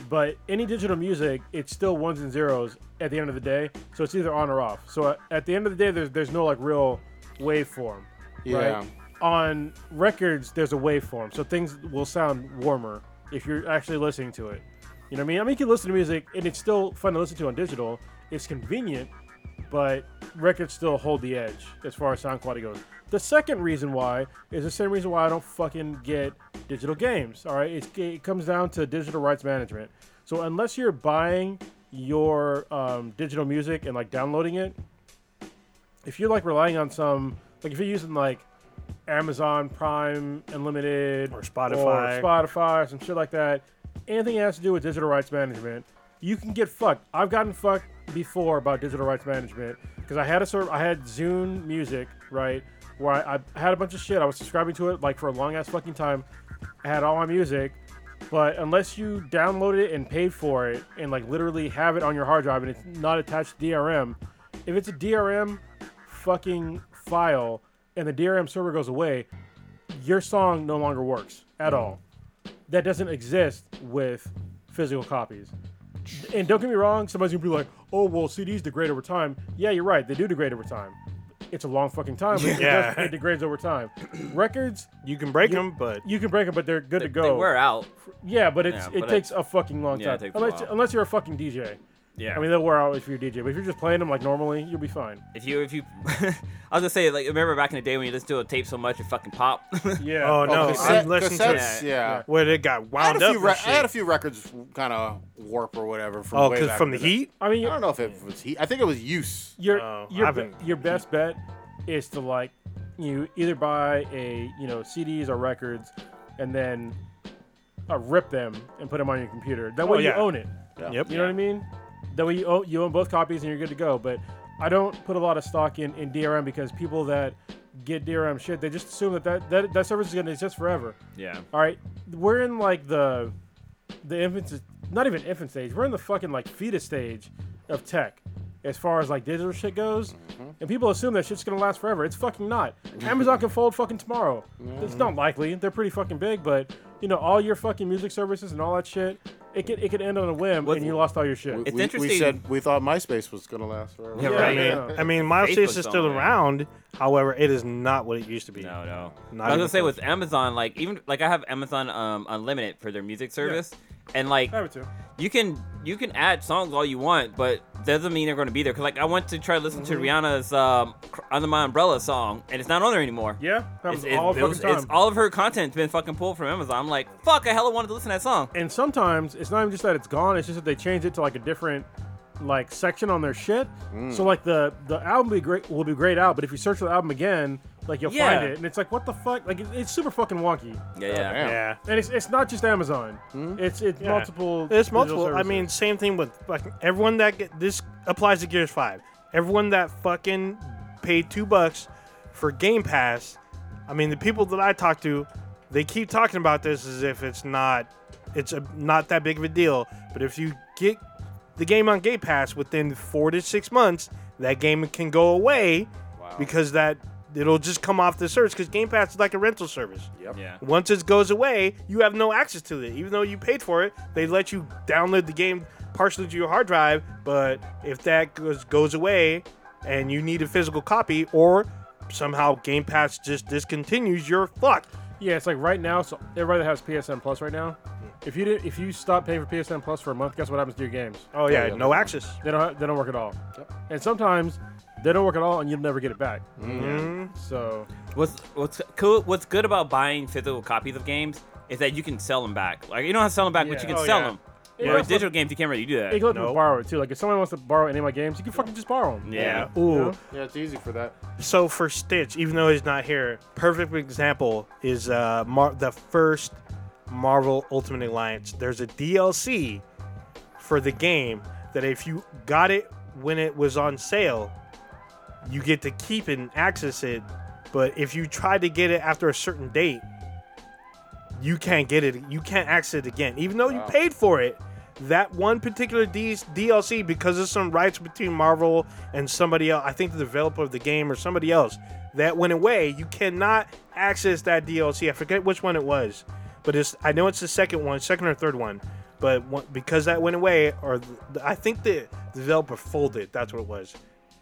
[SPEAKER 6] But any digital music, it's still ones and zeros at the end of the day. So it's either on or off. So at- at the end of the day, there's there's no like real waveform
[SPEAKER 4] Yeah.
[SPEAKER 6] right? On records, there's a waveform, so things will sound warmer if you're actually listening to it. You know what I mean? I mean, you can listen to music, and it's still fun to listen to on digital. It's convenient, but records still hold the edge as far as sound quality goes. The second reason why is the same reason why I don't fucking get digital games. All right, it's, it comes down to digital rights management. So unless you're buying your um, digital music and like downloading it, if you're like relying on some like if you're using like Amazon Prime Unlimited
[SPEAKER 5] Or Spotify.
[SPEAKER 6] or Spotify, some shit like that, anything that has to do with digital rights management, you can get fucked. I've gotten fucked before about digital rights management because I had a sort of, I had Zune Music right where I, I had a bunch of shit. I was subscribing to it like for a long ass fucking time. I had all my music, but unless you download it and paid for it and like literally have it on your hard drive and it's not attached to DRM, if it's a DRM fucking file and the DRM server goes away, your song no longer works at all. That doesn't exist with physical copies. And don't get me wrong, somebody's gonna be like, oh, well, CDs degrade over time. Yeah, you're right, they do degrade over time. It's a long fucking time, but it,
[SPEAKER 5] Yeah.
[SPEAKER 6] does, it degrades over time. Records,
[SPEAKER 5] You can break
[SPEAKER 6] You-
[SPEAKER 5] them, but
[SPEAKER 6] you can break them, but they're good to go.
[SPEAKER 8] They wear out.
[SPEAKER 6] Yeah, but it's,
[SPEAKER 8] Yeah,
[SPEAKER 6] it
[SPEAKER 8] but
[SPEAKER 6] takes a fucking long
[SPEAKER 8] yeah, it
[SPEAKER 6] time.
[SPEAKER 8] takes a
[SPEAKER 6] unless,
[SPEAKER 8] while.
[SPEAKER 6] unless you're a fucking DJ.
[SPEAKER 8] Yeah.
[SPEAKER 6] I mean, they'll wear out if you're a DJ, but if you're just playing them like normally, you'll be fine.
[SPEAKER 8] if you if you, I was gonna say like remember back in the day when you listened to a tape so much it fucking pop.
[SPEAKER 6] Yeah.
[SPEAKER 5] oh no,
[SPEAKER 4] cassette-
[SPEAKER 5] I've listened
[SPEAKER 4] cassettes,
[SPEAKER 5] to
[SPEAKER 4] yeah.
[SPEAKER 5] where it got
[SPEAKER 4] I had,
[SPEAKER 5] wound
[SPEAKER 4] a
[SPEAKER 5] up.
[SPEAKER 4] few
[SPEAKER 5] and
[SPEAKER 4] re- I
[SPEAKER 5] shit.
[SPEAKER 4] had a few records kind of warp or whatever from
[SPEAKER 5] oh,
[SPEAKER 4] way
[SPEAKER 5] because
[SPEAKER 4] back
[SPEAKER 5] from the
[SPEAKER 4] in
[SPEAKER 5] heat.
[SPEAKER 6] I mean,
[SPEAKER 4] day. I don't know if it was heat. I think it was use.
[SPEAKER 6] your
[SPEAKER 5] Oh,
[SPEAKER 6] your,
[SPEAKER 5] I've been-
[SPEAKER 6] your best bet is to like you either buy a you know CDs or records and then uh, rip them and put them on your computer. That way
[SPEAKER 5] Oh, yeah.
[SPEAKER 6] you own it.
[SPEAKER 5] Yep.
[SPEAKER 6] You know what I mean? That way you own, you own both copies and you're good to go. But I don't put a lot of stock in, in DRM because people that get DRM shit, they just assume that that, that, that service is going to exist forever.
[SPEAKER 8] yeah.
[SPEAKER 6] All right, we're in like the the infant, not even infant stage. We're in the fucking like fetus stage of tech, as far as like digital shit goes. And people assume that shit's gonna last forever. It's fucking not. Amazon can fold fucking tomorrow. It's not likely. They're pretty fucking big, but you know all your fucking music services and all that shit. It could it could end on a whim,
[SPEAKER 8] What-
[SPEAKER 6] and you lost all your shit.
[SPEAKER 4] We,
[SPEAKER 8] It's
[SPEAKER 4] we, we
[SPEAKER 8] interesting.
[SPEAKER 4] said we thought MySpace was gonna last forever.
[SPEAKER 8] Yeah,
[SPEAKER 6] Yeah,
[SPEAKER 8] right.
[SPEAKER 6] yeah.
[SPEAKER 5] I mean, MySpace
[SPEAKER 8] Facebook's
[SPEAKER 5] is still
[SPEAKER 8] on there.
[SPEAKER 5] around. However, it is not what it used to be.
[SPEAKER 8] No, no.
[SPEAKER 5] Not
[SPEAKER 8] I was
[SPEAKER 5] even
[SPEAKER 8] gonna say
[SPEAKER 5] close.
[SPEAKER 8] with Amazon, like even like I have Amazon um Unlimited for their music service, and like
[SPEAKER 6] I would too.
[SPEAKER 8] you can you can add songs all you want, but doesn't mean they're gonna be there. Cause like I went to try to listen to Rihanna's um Cr- Under My Umbrella song, and it's not on there anymore.
[SPEAKER 6] Yeah, happens
[SPEAKER 8] It's, it's-
[SPEAKER 6] all
[SPEAKER 8] it
[SPEAKER 6] fucking
[SPEAKER 8] was-
[SPEAKER 6] time.
[SPEAKER 8] it's all of her content's been fucking pulled from Amazon. I'm like, fuck, I hella wanted to listen to that song.
[SPEAKER 6] and sometimes it's not even just that it's gone it's just that they changed it to like a different like section on their shit so like the the album be great will be great out but if you search for the album again like you'll
[SPEAKER 8] Yeah.
[SPEAKER 6] find it and it's like what the fuck like it, it's super fucking wonky
[SPEAKER 8] Yeah, yeah.
[SPEAKER 4] Damn.
[SPEAKER 5] Yeah.
[SPEAKER 6] and it's, it's not just amazon it's it's
[SPEAKER 5] Yeah.
[SPEAKER 6] multiple
[SPEAKER 5] It's
[SPEAKER 6] digital
[SPEAKER 5] multiple. I
[SPEAKER 6] services.
[SPEAKER 5] mean, same thing with fucking everyone that get this applies to Gears Five. Everyone that fucking paid two bucks for Game Pass. I mean, the people that I talk to, they keep talking about this as if it's not, it's a, not that big of a deal. But if you get the game on Game Pass within four to six months, that game can go away because that it'll just come off the service because Game Pass is like a rental service.
[SPEAKER 4] Yep.
[SPEAKER 8] Yeah.
[SPEAKER 5] Once it goes away, you have no access to it. Even though you paid for it, they let you download the game partially to your hard drive. But if that goes, goes away and you need a physical copy, or somehow Game Pass just discontinues, you're fucked.
[SPEAKER 6] yeah it's like right now so everybody that has psn plus right now if you did if you stop paying for psn plus for a month guess what happens to your games
[SPEAKER 5] Oh, yeah, no access.
[SPEAKER 6] they don't have, they don't work at all and sometimes they don't work at all and you'll never get it back so
[SPEAKER 8] What's what's cool? What's good about buying physical copies of games is that you can sell them back. Like you don't have to sell them back, but you
[SPEAKER 6] Yeah.
[SPEAKER 8] can
[SPEAKER 5] Oh,
[SPEAKER 8] sell
[SPEAKER 5] yeah.
[SPEAKER 8] them.
[SPEAKER 6] Yeah.
[SPEAKER 8] Whereas digital games, you can't really do that.
[SPEAKER 6] It goes
[SPEAKER 5] Nope.
[SPEAKER 6] to borrow it too. Like if someone wants to borrow any of my games, you can fucking just borrow them.
[SPEAKER 8] yeah.
[SPEAKER 5] Ooh.
[SPEAKER 4] Yeah, it's easy for that.
[SPEAKER 5] So for Stitch, even though he's not here, perfect example is uh, Mar- the first Marvel Ultimate Alliance. There's a DLC for the game that if you got it when it was on sale, you get to keep it and access it. But if you try to get it after a certain date, you can't get it. You can't access it again, even though you paid for it. That one particular D- DLC, because of some rights between Marvel and somebody else, I think the developer of the game or somebody else, that went away. You cannot access that DLC. I forget which one it was, but it's I know it's the second one, second or third one. But one, because that went away, or th- I think the developer folded. That's what it was,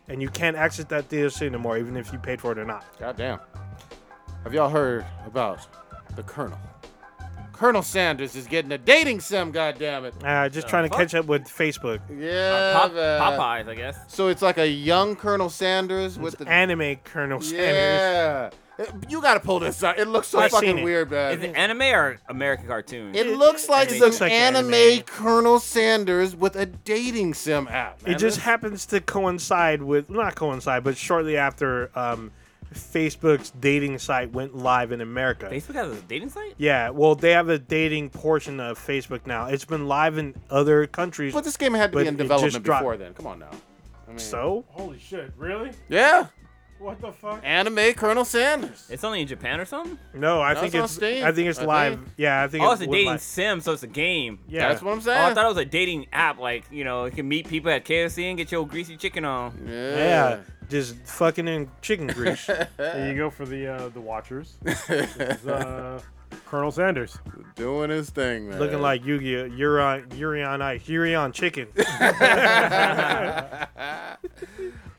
[SPEAKER 5] and you can't access that DLC anymore, even if you paid for it or not.
[SPEAKER 4] Goddamn. Have y'all heard about the Colonel? Colonel Sanders is getting a dating sim. Goddamn it.
[SPEAKER 5] Uh, just trying to
[SPEAKER 8] fuck?
[SPEAKER 5] catch up with Facebook.
[SPEAKER 4] Yeah.
[SPEAKER 8] Pop,
[SPEAKER 4] man.
[SPEAKER 8] Popeyes, I guess.
[SPEAKER 4] So it's like a young Colonel Sanders with the
[SPEAKER 5] Anime Colonel Sanders.
[SPEAKER 4] yeah. It- You gotta pull this out. It looks so
[SPEAKER 5] I've seen
[SPEAKER 4] fucking
[SPEAKER 5] it.
[SPEAKER 4] weird, man.
[SPEAKER 8] Is it anime or American cartoon?
[SPEAKER 4] It looks like
[SPEAKER 5] it
[SPEAKER 4] some
[SPEAKER 5] looks like
[SPEAKER 4] anime,
[SPEAKER 5] anime.
[SPEAKER 4] Colonel Sanders with a dating sim app.
[SPEAKER 5] It just happens to coincide with not coincide, but shortly after um, Facebook's dating site went live in America.
[SPEAKER 8] Facebook has a dating site.
[SPEAKER 5] yeah, well, they have a dating portion of Facebook now. It's been live in other countries.
[SPEAKER 4] But this game had to
[SPEAKER 5] But
[SPEAKER 4] be in
[SPEAKER 5] it just
[SPEAKER 4] development
[SPEAKER 5] dropped.
[SPEAKER 4] before then. Come on now.
[SPEAKER 6] mean,
[SPEAKER 5] So?
[SPEAKER 6] Holy shit! Really?
[SPEAKER 4] Yeah,
[SPEAKER 6] What the fuck?
[SPEAKER 4] anime Colonel Sanders.
[SPEAKER 7] It's only in Japan or something?
[SPEAKER 5] No, I
[SPEAKER 4] No,
[SPEAKER 5] think
[SPEAKER 4] it's on
[SPEAKER 5] it's.
[SPEAKER 4] Steam,
[SPEAKER 5] I think it's
[SPEAKER 4] I
[SPEAKER 5] live.
[SPEAKER 4] think.
[SPEAKER 5] Yeah, I think
[SPEAKER 7] Oh,
[SPEAKER 5] it's
[SPEAKER 7] it's a
[SPEAKER 5] live.
[SPEAKER 7] dating sim, so it's a game.
[SPEAKER 5] Yeah,
[SPEAKER 4] That's what I'm
[SPEAKER 7] Oh,
[SPEAKER 4] saying.
[SPEAKER 7] I thought it was a dating app. Like, you know, you can meet people at KFC and get your greasy chicken on.
[SPEAKER 4] yeah.
[SPEAKER 5] Yeah, just fucking in chicken grease.
[SPEAKER 6] There you go for the uh, the Watchers. this is, uh, Colonel Sanders.
[SPEAKER 4] doing his thing, man.
[SPEAKER 5] Looking like Yu-Gi-Oh, Yuri, Yuri on ice, Yuri on chicken.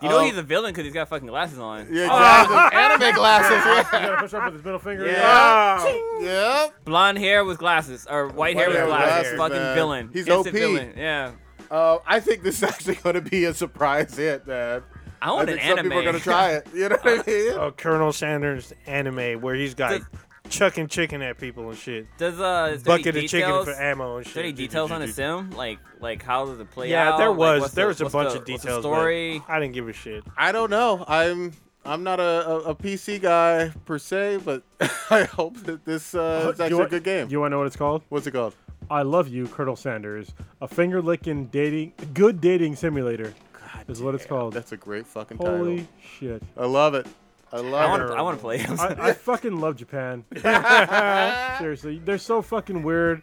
[SPEAKER 7] You know
[SPEAKER 4] Oh.
[SPEAKER 7] he's a villain because he's got fucking glasses on.
[SPEAKER 4] yeah, glasses, anime glasses.
[SPEAKER 6] You gotta push up with his middle finger. Ah!
[SPEAKER 5] Oh,
[SPEAKER 4] Yeah. yep.
[SPEAKER 7] Blonde hair with glasses, or white, hair with glasses. Fucking
[SPEAKER 4] man.
[SPEAKER 7] villain.
[SPEAKER 4] He's
[SPEAKER 7] Instant
[SPEAKER 4] OP.
[SPEAKER 7] Villain. Yeah.
[SPEAKER 4] Uh, I think this is actually going to be a surprise hit, man.
[SPEAKER 7] I
[SPEAKER 4] I
[SPEAKER 7] want
[SPEAKER 4] think
[SPEAKER 7] an
[SPEAKER 4] some
[SPEAKER 7] anime.
[SPEAKER 4] people are going to try it. You know what I mean?
[SPEAKER 5] oh, Colonel Sanders anime where he's got chucking chicken at people and shit.
[SPEAKER 7] Does uh is there any
[SPEAKER 5] Bucket of chicken
[SPEAKER 7] details?
[SPEAKER 5] for ammo and shit.
[SPEAKER 7] Is there any details on the sim? Like like how does it play out?
[SPEAKER 5] Yeah, there
[SPEAKER 7] Like,
[SPEAKER 5] was
[SPEAKER 7] what's
[SPEAKER 5] there
[SPEAKER 7] the-
[SPEAKER 5] was a
[SPEAKER 7] what's
[SPEAKER 5] bunch
[SPEAKER 7] the-
[SPEAKER 5] of
[SPEAKER 7] what's the
[SPEAKER 5] details. but
[SPEAKER 7] Story.
[SPEAKER 5] I didn't give a shit.
[SPEAKER 4] I don't know. I'm I'm not a, a, a PC guy per se, but I hope that this uh, is
[SPEAKER 6] You
[SPEAKER 4] actually a
[SPEAKER 6] want-
[SPEAKER 4] good game.
[SPEAKER 6] You want to know what it's called?
[SPEAKER 4] What's it called?
[SPEAKER 6] I love you, Colonel Sanders. A finger licking dating, good dating simulator is what it's called.
[SPEAKER 4] That's a great fucking
[SPEAKER 6] Holy
[SPEAKER 4] title.
[SPEAKER 6] shit!
[SPEAKER 4] I love it. I
[SPEAKER 7] I
[SPEAKER 4] love
[SPEAKER 7] want
[SPEAKER 4] it.
[SPEAKER 7] I want to play. it.
[SPEAKER 6] I, I fucking love Japan. Seriously, they're so fucking weird,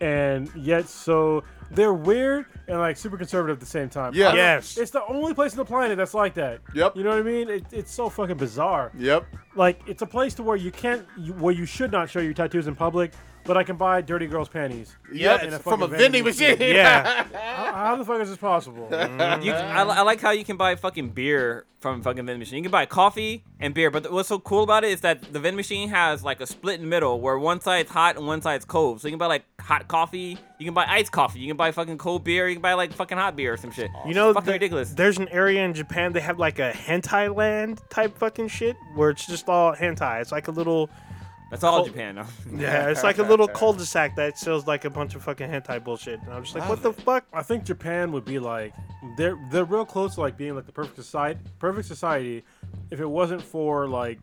[SPEAKER 6] and yet so they're weird and like super conservative at the same time.
[SPEAKER 4] Yeah.
[SPEAKER 6] I don't-
[SPEAKER 5] Yes.
[SPEAKER 6] it's the only place on the planet that's like that.
[SPEAKER 4] Yep.
[SPEAKER 6] You know what I mean? It, it's so fucking bizarre.
[SPEAKER 4] Yep.
[SPEAKER 6] Like it's a place to where you can't, you, where you should not show your tattoos in public, but I can buy dirty girls' panties.
[SPEAKER 4] Yeah,
[SPEAKER 6] in
[SPEAKER 4] it's
[SPEAKER 6] fucking
[SPEAKER 4] from a vending machine.
[SPEAKER 5] Yeah,
[SPEAKER 6] How, how the fuck is this possible?
[SPEAKER 7] You, I, I like how you can buy fucking beer from fucking vending machine. You can buy coffee and beer, but what's so cool about it is that the vending machine has like a split in the middle where one side's hot and one side's cold. So you can buy like hot coffee, you can buy iced coffee, you can buy fucking cold beer, you can buy like fucking hot beer or some shit.
[SPEAKER 5] you know,
[SPEAKER 7] fucking
[SPEAKER 5] th-
[SPEAKER 7] ridiculous.
[SPEAKER 5] There's an area in Japan they have like a hentai land type fucking shit where it's just all hentai. It's like a little
[SPEAKER 7] That's all
[SPEAKER 5] Oh.
[SPEAKER 7] Japan. No?
[SPEAKER 5] yeah, it's like a little cul-de-sac that sells like a bunch of fucking hentai bullshit. And I'm just like, what the fuck?
[SPEAKER 6] I think Japan would be like they're they're real close to like being like the perfect society perfect society if it wasn't for like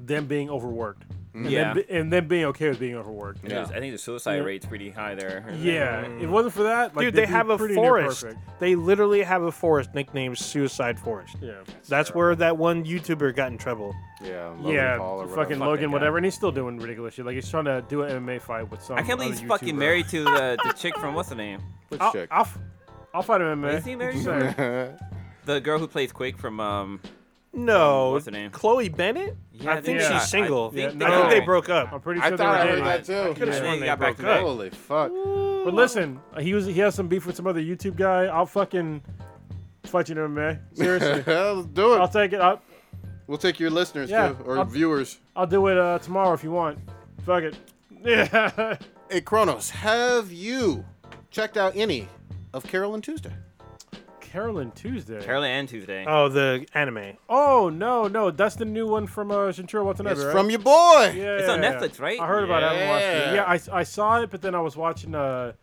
[SPEAKER 6] them being overworked. And
[SPEAKER 7] Yeah.
[SPEAKER 6] Them, be- and them being okay with being overworked.
[SPEAKER 7] I think the suicide rate's pretty high there.
[SPEAKER 6] Yeah. If it
[SPEAKER 4] Mm.
[SPEAKER 6] wasn't for that, like
[SPEAKER 5] Dude,
[SPEAKER 6] they'd
[SPEAKER 5] they
[SPEAKER 6] be
[SPEAKER 5] have a
[SPEAKER 6] pretty near
[SPEAKER 5] forest.
[SPEAKER 6] perfect.
[SPEAKER 5] They literally have a forest nicknamed Suicide Forest.
[SPEAKER 6] Yeah.
[SPEAKER 5] That's where that one YouTuber got in trouble.
[SPEAKER 4] Yeah. Logan
[SPEAKER 6] Yeah,
[SPEAKER 4] Paul or whatever.
[SPEAKER 6] fucking
[SPEAKER 7] Fuck that
[SPEAKER 6] Logan,
[SPEAKER 7] guy.
[SPEAKER 6] whatever, and he's still doing ridiculous shit. Like he's trying to do an MMA fight with some.
[SPEAKER 7] I can't believe
[SPEAKER 6] other
[SPEAKER 7] he's fucking
[SPEAKER 6] YouTuber.
[SPEAKER 7] married to the, the chick from what's the name?
[SPEAKER 4] Let's
[SPEAKER 6] I'll,
[SPEAKER 4] check.
[SPEAKER 6] I'll, f- I'll fight him MMA.
[SPEAKER 7] Is he married?
[SPEAKER 6] Just saying.
[SPEAKER 7] The girl who plays Quake from um.
[SPEAKER 5] No,
[SPEAKER 7] what's her name?
[SPEAKER 5] Chloe Bennett.
[SPEAKER 7] Yeah,
[SPEAKER 5] I think
[SPEAKER 6] yeah.
[SPEAKER 5] she's single. I
[SPEAKER 7] I think
[SPEAKER 5] think,
[SPEAKER 7] they
[SPEAKER 5] they
[SPEAKER 7] got-
[SPEAKER 5] broke up.
[SPEAKER 6] I'm pretty
[SPEAKER 4] I
[SPEAKER 6] sure they
[SPEAKER 4] thought I
[SPEAKER 6] were
[SPEAKER 4] heard
[SPEAKER 6] dating.
[SPEAKER 4] that too.
[SPEAKER 5] could've
[SPEAKER 7] Yeah,
[SPEAKER 5] sworn
[SPEAKER 7] they
[SPEAKER 5] they
[SPEAKER 7] got back
[SPEAKER 5] broke
[SPEAKER 7] together.
[SPEAKER 5] up.
[SPEAKER 4] Holy fuck.
[SPEAKER 6] But listen, he was he has some beef with some other YouTube guy. I'll fucking fight you in MMA. Seriously,
[SPEAKER 4] Let's do
[SPEAKER 6] I'll
[SPEAKER 4] it.
[SPEAKER 6] take it. I'll,
[SPEAKER 4] We'll take your listeners
[SPEAKER 6] Yeah,
[SPEAKER 4] too, or
[SPEAKER 6] I'll-
[SPEAKER 4] viewers.
[SPEAKER 6] I'll do it uh, tomorrow if you want. Fuck it. Yeah.
[SPEAKER 4] Hey, Kronos, have you checked out any of Carolyn Tuesday?
[SPEAKER 6] Carolyn Tuesday.
[SPEAKER 7] Apparently, and Tuesday.
[SPEAKER 5] Oh, the anime.
[SPEAKER 6] oh no, no, that's the new one from uh, Shintaro Watanabe.
[SPEAKER 4] It's
[SPEAKER 6] right?
[SPEAKER 4] from your boy.
[SPEAKER 6] Yeah,
[SPEAKER 7] It's on
[SPEAKER 6] yeah, yeah.
[SPEAKER 7] Netflix, right?
[SPEAKER 6] I heard about it. I haven't
[SPEAKER 4] Yeah.
[SPEAKER 6] watched it. Yeah, I, I saw it, but then I was watching. Uh,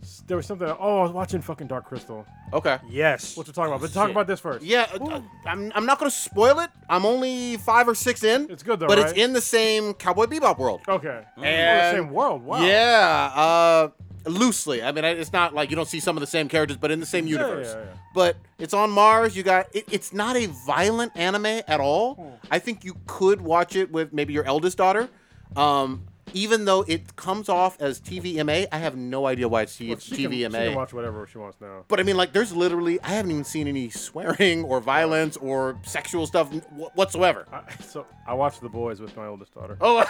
[SPEAKER 6] s- there was something. Oh, I was watching fucking Dark Crystal.
[SPEAKER 4] Okay.
[SPEAKER 5] Yes.
[SPEAKER 6] What you talking about? But talk
[SPEAKER 7] Shit.
[SPEAKER 6] about this first.
[SPEAKER 4] Yeah, uh, I'm, I'm not gonna spoil it. I'm only five or six in.
[SPEAKER 6] It's good though,
[SPEAKER 4] But it's
[SPEAKER 6] right?
[SPEAKER 4] in the same Cowboy Bebop world.
[SPEAKER 6] Okay. Oh,
[SPEAKER 4] And-
[SPEAKER 6] same world. Wow.
[SPEAKER 4] Yeah, uh, loosely. I mean, I- it's not like you don't see some of the same characters, but in the same
[SPEAKER 6] yeah,
[SPEAKER 4] universe.
[SPEAKER 6] yeah.
[SPEAKER 4] But it's on Mars. You got it, it's not a violent anime at all.
[SPEAKER 6] Hmm.
[SPEAKER 4] I think you could watch it with maybe your eldest daughter. Um, even though it comes off as TVMA, I have no idea why it's T-
[SPEAKER 6] Well, she can-
[SPEAKER 4] TVMA.
[SPEAKER 6] She can watch whatever she wants now.
[SPEAKER 4] But I mean, like, there's literally, I haven't even seen any swearing or violence or sexual stuff wh- whatsoever.
[SPEAKER 6] I, so I watched The Boys with my oldest daughter.
[SPEAKER 4] Oh,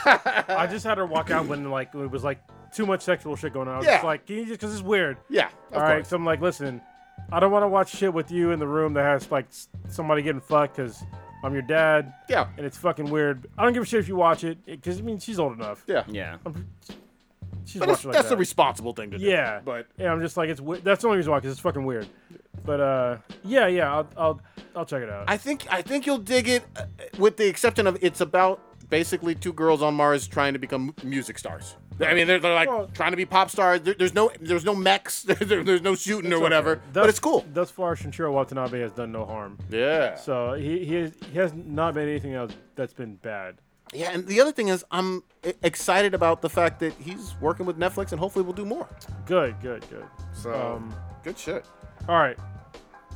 [SPEAKER 6] I just had her walk out when like it was like too much sexual shit going on. I was
[SPEAKER 4] Yeah.
[SPEAKER 6] just like, can you just because it's weird.
[SPEAKER 4] yeah,
[SPEAKER 6] All
[SPEAKER 4] of
[SPEAKER 6] right,
[SPEAKER 4] course.
[SPEAKER 6] so I'm like, listen, I don't want to watch shit with you in the room that has like s- somebody getting fucked because I'm your dad
[SPEAKER 4] Yeah,
[SPEAKER 6] and it's fucking weird. I don't give a shit if you watch it because I mean she's old enough.
[SPEAKER 4] yeah.
[SPEAKER 7] Yeah.
[SPEAKER 6] She's
[SPEAKER 4] But it's,
[SPEAKER 6] watching like
[SPEAKER 4] that's
[SPEAKER 6] that.
[SPEAKER 4] the responsible thing to do.
[SPEAKER 6] Yeah.
[SPEAKER 4] But
[SPEAKER 6] yeah, I'm just like it's we- that's the only reason why because it's fucking weird. But uh, yeah, yeah, I'll I'll, I'll check it out.
[SPEAKER 4] I think I think you'll dig it, uh, with the exception of it's about basically two girls on Mars trying to become mu- music stars. I mean, they're, they're like
[SPEAKER 6] Well-
[SPEAKER 4] trying to be pop stars. There, there's no there's no mechs. There, there- there's no shooting or whatever. But
[SPEAKER 6] Thus-
[SPEAKER 4] it's cool.
[SPEAKER 6] Thus far, Shintaro Watanabe has done no harm.
[SPEAKER 4] Yeah.
[SPEAKER 6] So he he, is, he has not made anything else that's been bad.
[SPEAKER 4] Yeah, and the other thing is, I'm e- excited about the fact that he's working with Netflix, and hopefully we'll do more.
[SPEAKER 6] Good, good, good.
[SPEAKER 4] So
[SPEAKER 6] Um,
[SPEAKER 4] good shit.
[SPEAKER 6] all right.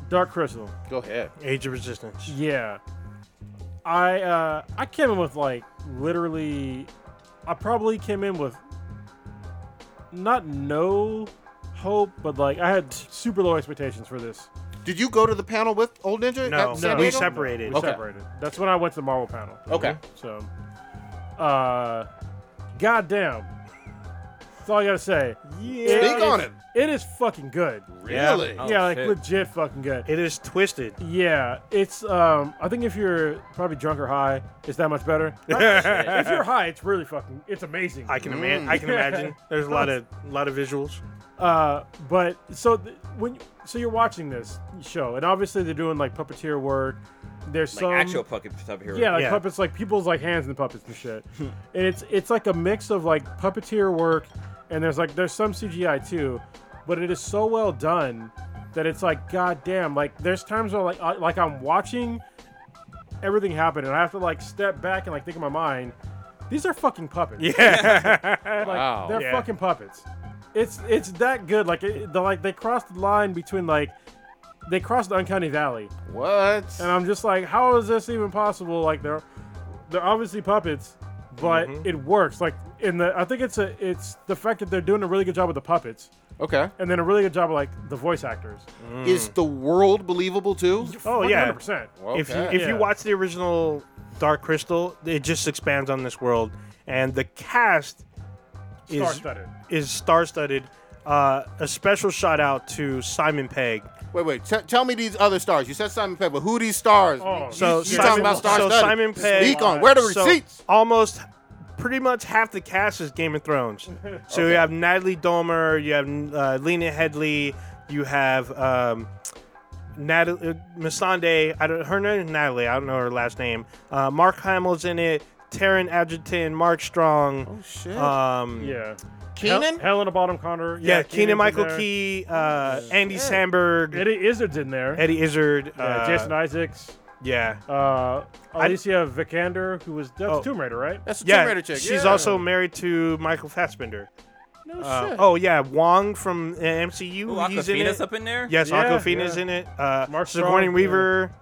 [SPEAKER 6] Dark Crystal.
[SPEAKER 4] Go ahead.
[SPEAKER 5] Age of Resistance.
[SPEAKER 6] Yeah. I uh I came in with like literally I probably came in with not no hope, but like I had super low expectations for this.
[SPEAKER 4] Did you go to the panel with Old Ninja?
[SPEAKER 5] No,
[SPEAKER 4] at San
[SPEAKER 5] no, we
[SPEAKER 4] Diego?
[SPEAKER 5] separated.
[SPEAKER 6] We
[SPEAKER 4] Okay.
[SPEAKER 6] separated. That's when I went to the Marvel panel.
[SPEAKER 4] Okay.
[SPEAKER 6] So uh goddamn. That's all I gotta say. Yeah,
[SPEAKER 4] Speak on
[SPEAKER 6] it's- It is fucking good.
[SPEAKER 4] Really?
[SPEAKER 7] Oh,
[SPEAKER 6] yeah, like
[SPEAKER 7] shit.
[SPEAKER 6] legit fucking good.
[SPEAKER 5] It is twisted.
[SPEAKER 6] Yeah, it's. Um, I think if you're probably drunk or high, it's that much better. if you're high, it's really fucking. It's amazing.
[SPEAKER 5] I can
[SPEAKER 4] Mm.
[SPEAKER 5] imagine. I can imagine. There's a lot of lot of visuals.
[SPEAKER 6] Uh, but so th- when so you're watching this show, and obviously they're doing like puppeteer work. There's
[SPEAKER 8] Like
[SPEAKER 6] some
[SPEAKER 8] actual puppet sub hero.
[SPEAKER 6] yeah, like
[SPEAKER 5] Yeah.
[SPEAKER 6] puppets, like people's like hands in the puppets and shit. and it's it's like a mix of like puppeteer work, and there's like there's some CGI too, but it is so well done that it's like goddamn. Like there's times where like I, like I'm watching everything happen, and I have to like step back and like think in my mind, these are fucking puppets.
[SPEAKER 5] Yeah.
[SPEAKER 6] Like
[SPEAKER 4] Wow.
[SPEAKER 6] they're
[SPEAKER 5] Yeah.
[SPEAKER 6] fucking puppets. It's it's that good. Like it, the like they crossed the line between like they crossed the uncanny valley,
[SPEAKER 4] What?
[SPEAKER 6] and I'm just like, how is this even possible? Like they're they're obviously puppets, but
[SPEAKER 5] Mm-hmm.
[SPEAKER 6] it works. Like in the I think it's a it's the fact that they're doing a really good job with the puppets,
[SPEAKER 4] Okay.
[SPEAKER 6] and then a really good job with like the voice actors.
[SPEAKER 4] Is the world believable too?
[SPEAKER 5] Mm-hmm. oh yeah.
[SPEAKER 6] 100%.
[SPEAKER 5] If you
[SPEAKER 4] Okay.
[SPEAKER 5] if you
[SPEAKER 6] Yeah.
[SPEAKER 5] watch the original Dark Crystal, it just expands on this world, and the cast is
[SPEAKER 6] Star-studded.
[SPEAKER 5] is star studded. Uh, a special shout out to Simon Pegg.
[SPEAKER 4] Wait, wait. T- tell me these other stars. You said Simon Pegg, but who these stars?
[SPEAKER 6] Oh,
[SPEAKER 5] So
[SPEAKER 4] you, you
[SPEAKER 5] Simon-
[SPEAKER 4] talking about stars?
[SPEAKER 5] so
[SPEAKER 4] studded.
[SPEAKER 5] Simon Pegg-
[SPEAKER 4] Speak on. Where are the receipts?
[SPEAKER 5] So almost, pretty much half the cast is Game of Thrones. So you have Natalie Dormer, you have uh, Lena Headley, you have um, Natalie uh, Missandei. I don't. Her name is Natalie. I don't know her last name. Uh, Mark Hamill's in it. Taryn Edgerton, Mark Strong.
[SPEAKER 4] Oh shit.
[SPEAKER 5] Um,
[SPEAKER 6] Yeah.
[SPEAKER 4] Keenan.
[SPEAKER 6] Hel- Helena Bottom Connor.
[SPEAKER 5] yeah, Keenan
[SPEAKER 6] Keenan's in
[SPEAKER 5] Michael
[SPEAKER 6] there.
[SPEAKER 5] Key, uh, Andy Samberg, Eddie,
[SPEAKER 6] Eddie Izzard's in there.
[SPEAKER 5] Izzard,
[SPEAKER 6] yeah,
[SPEAKER 5] uh,
[SPEAKER 6] Jason Isaacs.
[SPEAKER 5] Yeah,
[SPEAKER 6] Uh, Alicia Vikander, who was that's
[SPEAKER 5] Oh.
[SPEAKER 6] Tomb Raider, right?
[SPEAKER 4] That's a
[SPEAKER 5] yeah.
[SPEAKER 4] Tomb Raider chick.
[SPEAKER 5] She's
[SPEAKER 4] yeah.
[SPEAKER 5] also married to Michael Fassbender.
[SPEAKER 4] No
[SPEAKER 5] Uh,
[SPEAKER 4] shit.
[SPEAKER 5] oh yeah, Wong from uh, MCU.
[SPEAKER 8] Ooh,
[SPEAKER 5] he's in
[SPEAKER 8] Aquafina's
[SPEAKER 5] it.
[SPEAKER 8] up in there.
[SPEAKER 5] Yes,
[SPEAKER 6] Yeah,
[SPEAKER 5] Aquafina's
[SPEAKER 6] yeah.
[SPEAKER 5] in it. Uh,
[SPEAKER 6] Mark
[SPEAKER 5] Sigourney
[SPEAKER 6] Strong,
[SPEAKER 5] Weaver.